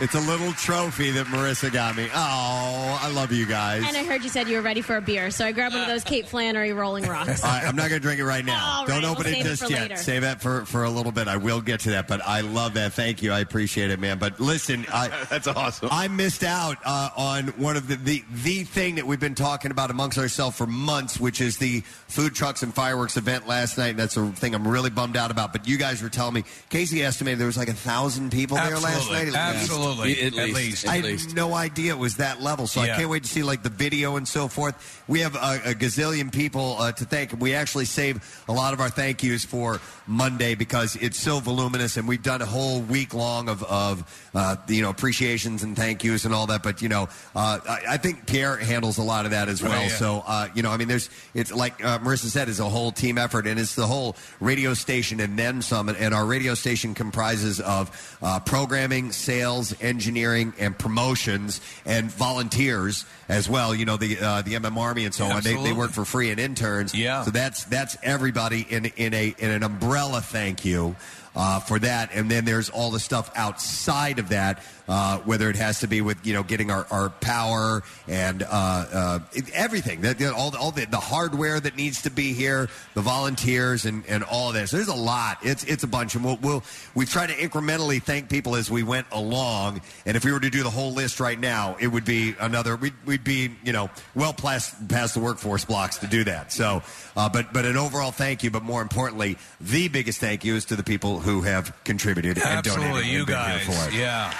Speaker 3: It's a little trophy that Marissa got me. Oh, I love you guys.
Speaker 16: And I heard you said you were ready for a beer, so I grabbed one of those Cape Flannery Rolling Rocks.
Speaker 3: All right, I'm not going to drink it right now.
Speaker 16: All
Speaker 3: Don't
Speaker 16: right,
Speaker 3: open
Speaker 16: we'll
Speaker 3: it
Speaker 16: save it
Speaker 3: just
Speaker 16: for
Speaker 3: yet.
Speaker 16: later.
Speaker 3: Save that for, for a little bit. I will get to that, but I love that. Thank you. I appreciate it, man. But listen, I,
Speaker 7: that's
Speaker 5: Oh.
Speaker 7: awesome.
Speaker 3: I missed out uh, on one of the, the the thing that we've been talking about amongst ourselves for months, which is the food trucks and fireworks event last night. And that's a thing I'm really bummed out about. But you guys were telling me, Casey estimated there was like a thousand people there last night.
Speaker 5: Absolutely.
Speaker 3: at least.
Speaker 5: Absolutely. At At least. least.
Speaker 3: I
Speaker 5: At
Speaker 3: had
Speaker 5: least.
Speaker 3: no idea it was that level. So
Speaker 5: Yeah.
Speaker 3: I can't wait to see like the video and so forth. We have a, a gazillion people uh, to thank. We actually save a lot of our thank yous for Monday because it's so voluminous, and we've done a whole week long of of uh, you know appreciations and thank yous and all that. But you know, uh, I, I think Pierre handles a lot of that as
Speaker 5: Oh,
Speaker 3: well.
Speaker 5: yeah.
Speaker 3: So uh, you know, I mean, there's it's like uh, Marissa said, it's a whole team effort, and it's the whole radio station and then some. And, and our radio station comprises of uh, programming, sales, engineering, and promotions, and volunteers as well. You know, the uh, the MM Army and so on. They, they
Speaker 5: Absolutely.
Speaker 3: work for free and interns.
Speaker 5: Yeah.
Speaker 3: So that's that's everybody in in a in an umbrella. Thank you. Uh, for that, and then there's all the stuff outside of that, uh, whether it has to be with you know getting our, our power and uh, uh, it- everything, that, that- all, the- all the, the hardware that needs to be here, the volunteers and, and all this. There's a lot. It's it's a bunch, and we'll, we'll we've tried to incrementally thank people as we went along. And if we were to do the whole list right now, it would be another. We'd, we'd be you know well past past the workforce blocks to do that. So, uh, but but an overall thank you, but more importantly, the biggest thank you is to the people who have contributed and donated.
Speaker 5: Absolutely,
Speaker 3: and
Speaker 5: you
Speaker 3: been here
Speaker 5: guys.
Speaker 3: for it.
Speaker 5: Yeah,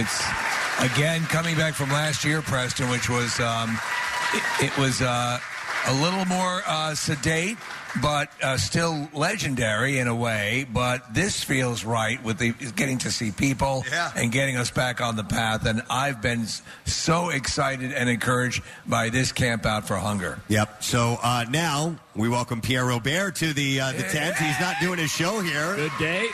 Speaker 5: it's. Again, coming back from last year, Preston, which was um, it, it was uh, a little more uh, sedate, but uh, still legendary in a way. But this feels right with the getting to see people and getting us back on the path. And I've been s- so excited and encouraged by this camp out for hunger.
Speaker 3: Yep. So uh, now we welcome Pierre Robert to the uh, the tent. He's not doing his show here. Good
Speaker 30: day.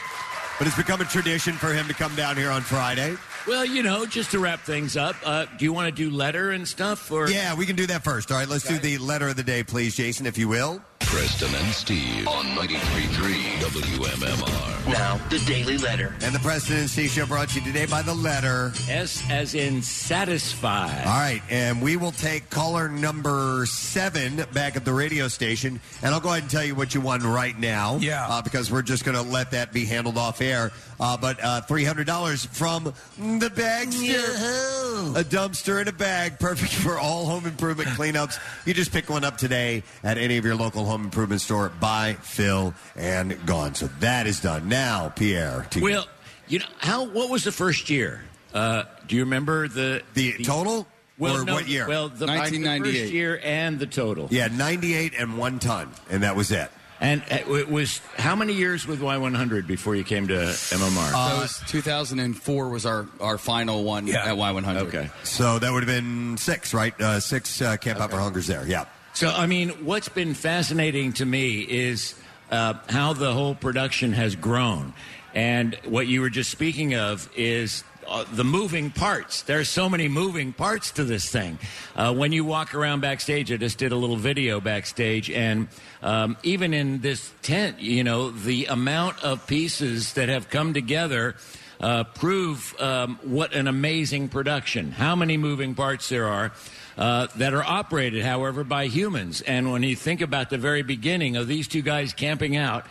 Speaker 3: But it's become a tradition for him to come down here on Friday.
Speaker 30: Well, you know, just to wrap things up, uh, do you want to do letter and stuff? Or
Speaker 3: Yeah, we can do that first. All right, let's do the letter of the day, please, Jason, if you will.
Speaker 2: Preston and Steve on 93.3 WMMR.
Speaker 30: Now, the Daily Letter.
Speaker 3: And the Preston and Steve Show brought to you today by the letter
Speaker 30: S as in satisfied.
Speaker 3: All right, and we will take caller number seven back at the radio station, and I'll go ahead and tell you what you won right now. Yeah, uh, because we're just going to let that be handled off air. Uh, but uh, three hundred dollars from the Bagster, a dumpster in a bag, perfect for all home improvement cleanups. You just pick one up today at any of your local home improvement store. Buy, fill, and gone. So that is done now, Pierre. To
Speaker 30: Well, you know how? What was the first year? Uh, do you remember the
Speaker 3: the, total?
Speaker 30: Well,
Speaker 3: Or
Speaker 30: no,
Speaker 3: what year?
Speaker 30: Well, the, the first
Speaker 3: 1998.
Speaker 30: year and the total.
Speaker 3: Yeah, ninety-eight and one ton, and that was it.
Speaker 30: And uh, it was how many years with Y100 before you came to MMR?
Speaker 6: That Uh,
Speaker 3: Uh,
Speaker 6: was 2004 was our, our final one at Y100. Okay.
Speaker 3: So that would have been six, right? Uh, six uh, Camp Out for Hungers there. Yeah.
Speaker 30: So, I mean, what's been fascinating to me is uh, how the whole production has grown. And what you were just speaking of is uh, the moving parts. There are so many moving parts to this thing. Uh, when you walk around backstage, I just did a little video backstage, and um, even in this tent, you know, the amount of pieces that have come together uh, prove um, what an amazing production, how many moving parts there are uh, that are operated, however, by humans. And when you think about the very beginning of these two guys camping out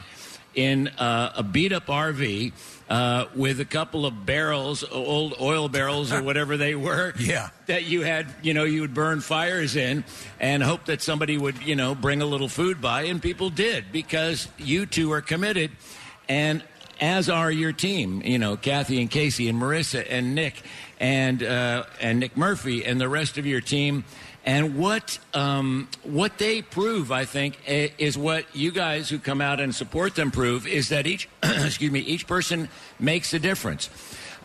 Speaker 30: in uh, a beat up RV uh, with a couple of barrels, old oil barrels or whatever they were,
Speaker 5: Yeah.
Speaker 30: that you had, you know, you would burn fires in and hope that somebody would, you know, bring a little food by, and people did because you two are committed, and as are your team, you know, Kathy and Casey and Marissa and Nick and uh, and Nick Murphy and the rest of your team. And what um, what they prove, I think, i- is what you guys who come out and support them prove is that each excuse me each person makes a difference.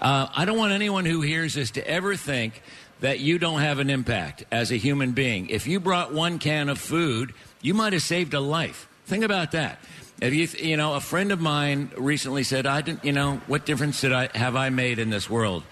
Speaker 30: Uh, I don't want anyone who hears this to ever think that you don't have an impact as a human being. If you brought one can of food, you might have saved a life. Think about that. If you, th- you know, a friend of mine recently said, "I didn't, you know, what difference did I have I made in this world?"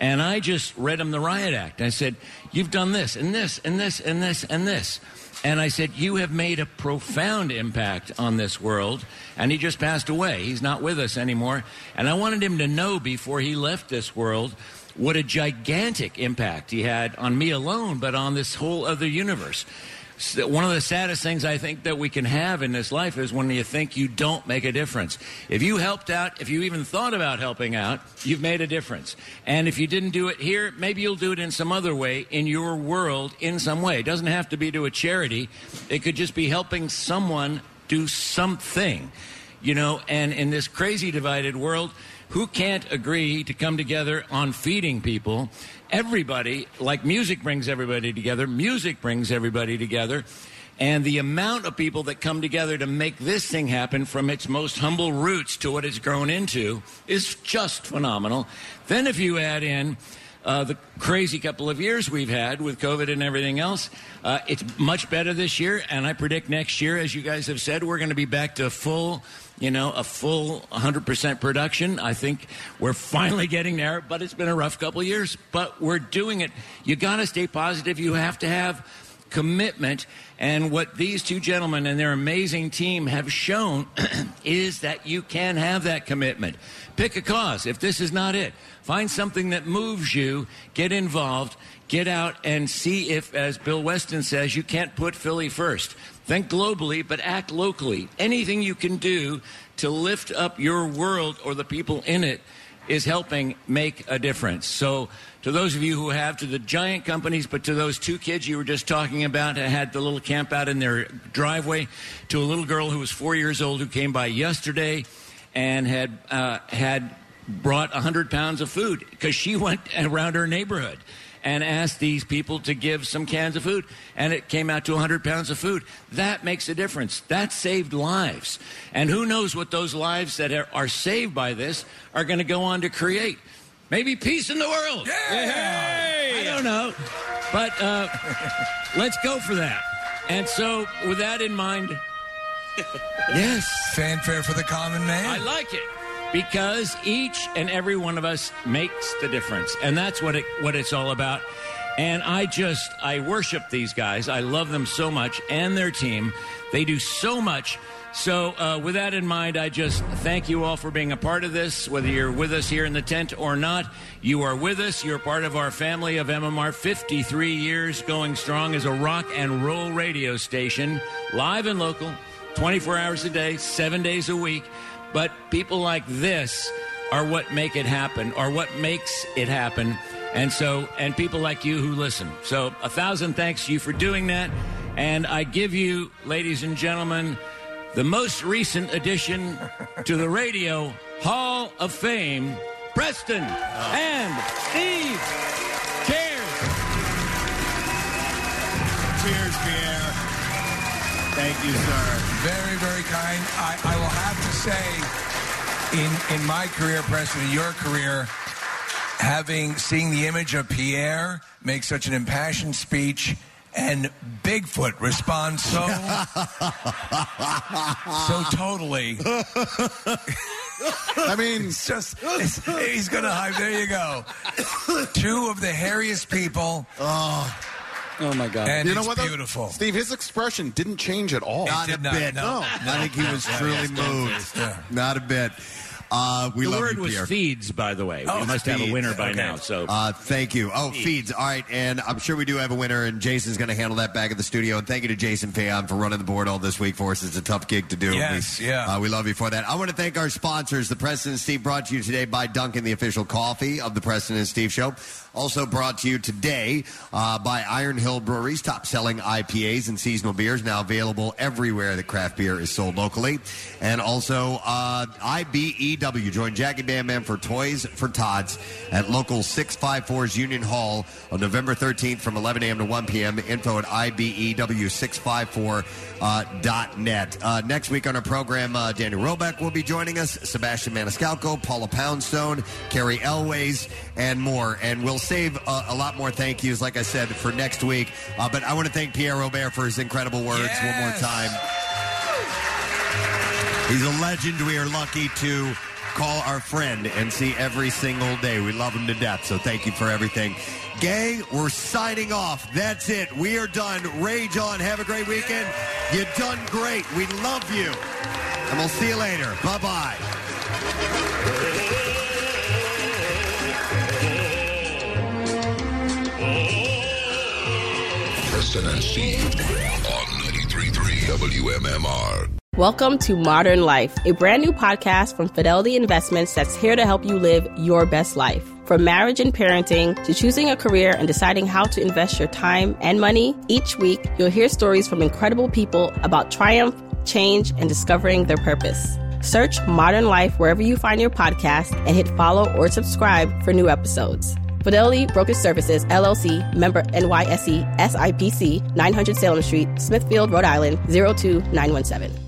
Speaker 30: And I just read him the riot act. I said, "You've done this and this and this and this and this." And I said, "You have made a profound impact on this world." And he just passed away. He's not with us anymore. And I wanted him to know before he left this world what a gigantic impact he had on me alone, but on this whole other universe. S- One of the saddest things I think that we can have in this life is when you think you don't make a difference. If you helped out, if you even thought about helping out, you've made a difference. And if you didn't do it here, maybe you'll do it in some other way in your world in some way. It doesn't have to be to a charity, it could just be helping someone do something you know and in this crazy divided world who can't agree to come together on feeding people everybody like music brings everybody together music brings everybody together and the amount of people that come together to make this thing happen from its most humble roots to what it's grown into is just phenomenal then if you add in uh, the crazy couple of years we've had with COVID and everything else. Uh, it's much better this year, and I predict next year, as you guys have said, we're going to be back to full, you know, a full 100% production. I think we're finally getting there, but it's been a rough couple of years, but we're doing it. You got to stay positive. You have to have commitment. And what these two gentlemen and their amazing team have shown is that you can have that commitment. Pick a cause. If this is not it, find something that moves you, get involved, get out and see if, as Bill Weston says, you can't put Philly first. Think globally, but act locally. Anything you can do to lift up your world or the people in it is helping make a difference. So, to those of you who have, to the giant companies, but to those two kids you were just talking about that had the little camp out in their driveway, to a little girl who was four years old who came by yesterday and had uh, had brought 100 pounds of food because she went around her neighborhood and asked these people to give some cans of food and it came out to 100 pounds of food that makes a difference that saved lives and who knows what those lives that are, are saved by this are going to go on to create maybe peace in the world Yay! i don't know but uh, let's go for that and so with that in mind Yes.
Speaker 5: Fanfare for the common man.
Speaker 30: I like it. Because each and every one of us makes the difference. And that's what it what it's all about. And I just I worship these guys. I love them so much and their team. They do so much. So uh, with that in mind, I just thank you all for being a part of this. Whether you're with us here in the tent or not, you are with us. You're part of our family of MMR. 53 years going strong as a rock and roll radio station, live and local. 24 hours a day, seven days a week. But people like this are what make it happen, or what makes it happen. And so, and people like you who listen. So, a thousand thanks to you for doing that. And I give you, ladies and gentlemen, the most recent addition to the Radio Hall of Fame, Preston and Steve Cheers.
Speaker 5: Cheers, Pierre.
Speaker 29: Thank you, sir.
Speaker 5: Very, very kind. I, I will have to say, in in my career, Preston, in your career, having seeing the image of Pierre make such an impassioned speech and Bigfoot respond so so totally. I
Speaker 7: mean,
Speaker 5: it's just it's, he's gonna hide. There you go. Two of the hairiest people.
Speaker 7: Oh,
Speaker 6: oh my God!
Speaker 5: And
Speaker 7: you know
Speaker 5: it's
Speaker 7: what? though?
Speaker 5: beautiful.
Speaker 7: Steve, his expression didn't change at all.
Speaker 5: It Not did a not, bit. no.
Speaker 7: No.
Speaker 3: I think he was
Speaker 7: Yeah,
Speaker 3: truly
Speaker 7: yeah, yeah.
Speaker 3: moved.
Speaker 7: Yeah.
Speaker 3: Not a bit. Uh, we
Speaker 30: the
Speaker 3: love
Speaker 30: word
Speaker 3: you,
Speaker 30: was
Speaker 3: Pierre. Oh,
Speaker 30: feeds, by the way. we must have a
Speaker 3: Feeds.
Speaker 30: winner by now. So
Speaker 3: uh, thank you. Oh, feeds. All right, and I'm sure we do have a winner, and Jason's going to handle that back at the studio. And thank you to Jason Fayon for running the board all this week for us. It's a tough gig to do.
Speaker 5: Yes,
Speaker 3: we,
Speaker 5: yeah.
Speaker 3: uh, we love you for that. I want to thank our sponsors. The President and Steve brought to you today by Duncan, the official coffee of the President and Steve Show. Also brought to you today uh, by Iron Hill Breweries, top selling IPAs and seasonal beers, now available everywhere that craft beer is sold locally. And also uh, IBEW. Join Jackie Bam Bam for Toys for Tots at local 654's Union Hall on November 13th from 11 a.m. to 1 p.m. Info at E IBEW654.net. Uh, next week on our program, uh, Danny Robeck will be joining us, Sebastian Maniscalco, Paula Poundstone, Carrie Elways, and more. And we'll save uh, a lot more thank yous, like I said, for next week. Uh, but I want to thank Pierre Robert for his incredible words one more time. He's a legend we are lucky to call our friend and see every single day. We love him to death, so thank you for everything. Gay, we're signing off. That's it. We are done. Rage on. Have a great weekend. you done great. We love you. And we'll see you later. Bye bye.
Speaker 2: Preston and Steve on 93.3 WMMR.
Speaker 34: Welcome to Modern Life, a brand new podcast from Fidelity Investments that's here to help you live your best life. From marriage and parenting to choosing a career and deciding how to invest your time and money, each week you'll hear stories from incredible people about triumph, change, and discovering their purpose. Search Modern Life wherever you find your podcast and hit follow or subscribe for new episodes. Fidelity Brokerage Services, LLC, member E, NYSE, SIPC, 900 Salem Street, Smithfield, Rhode Island, 02917.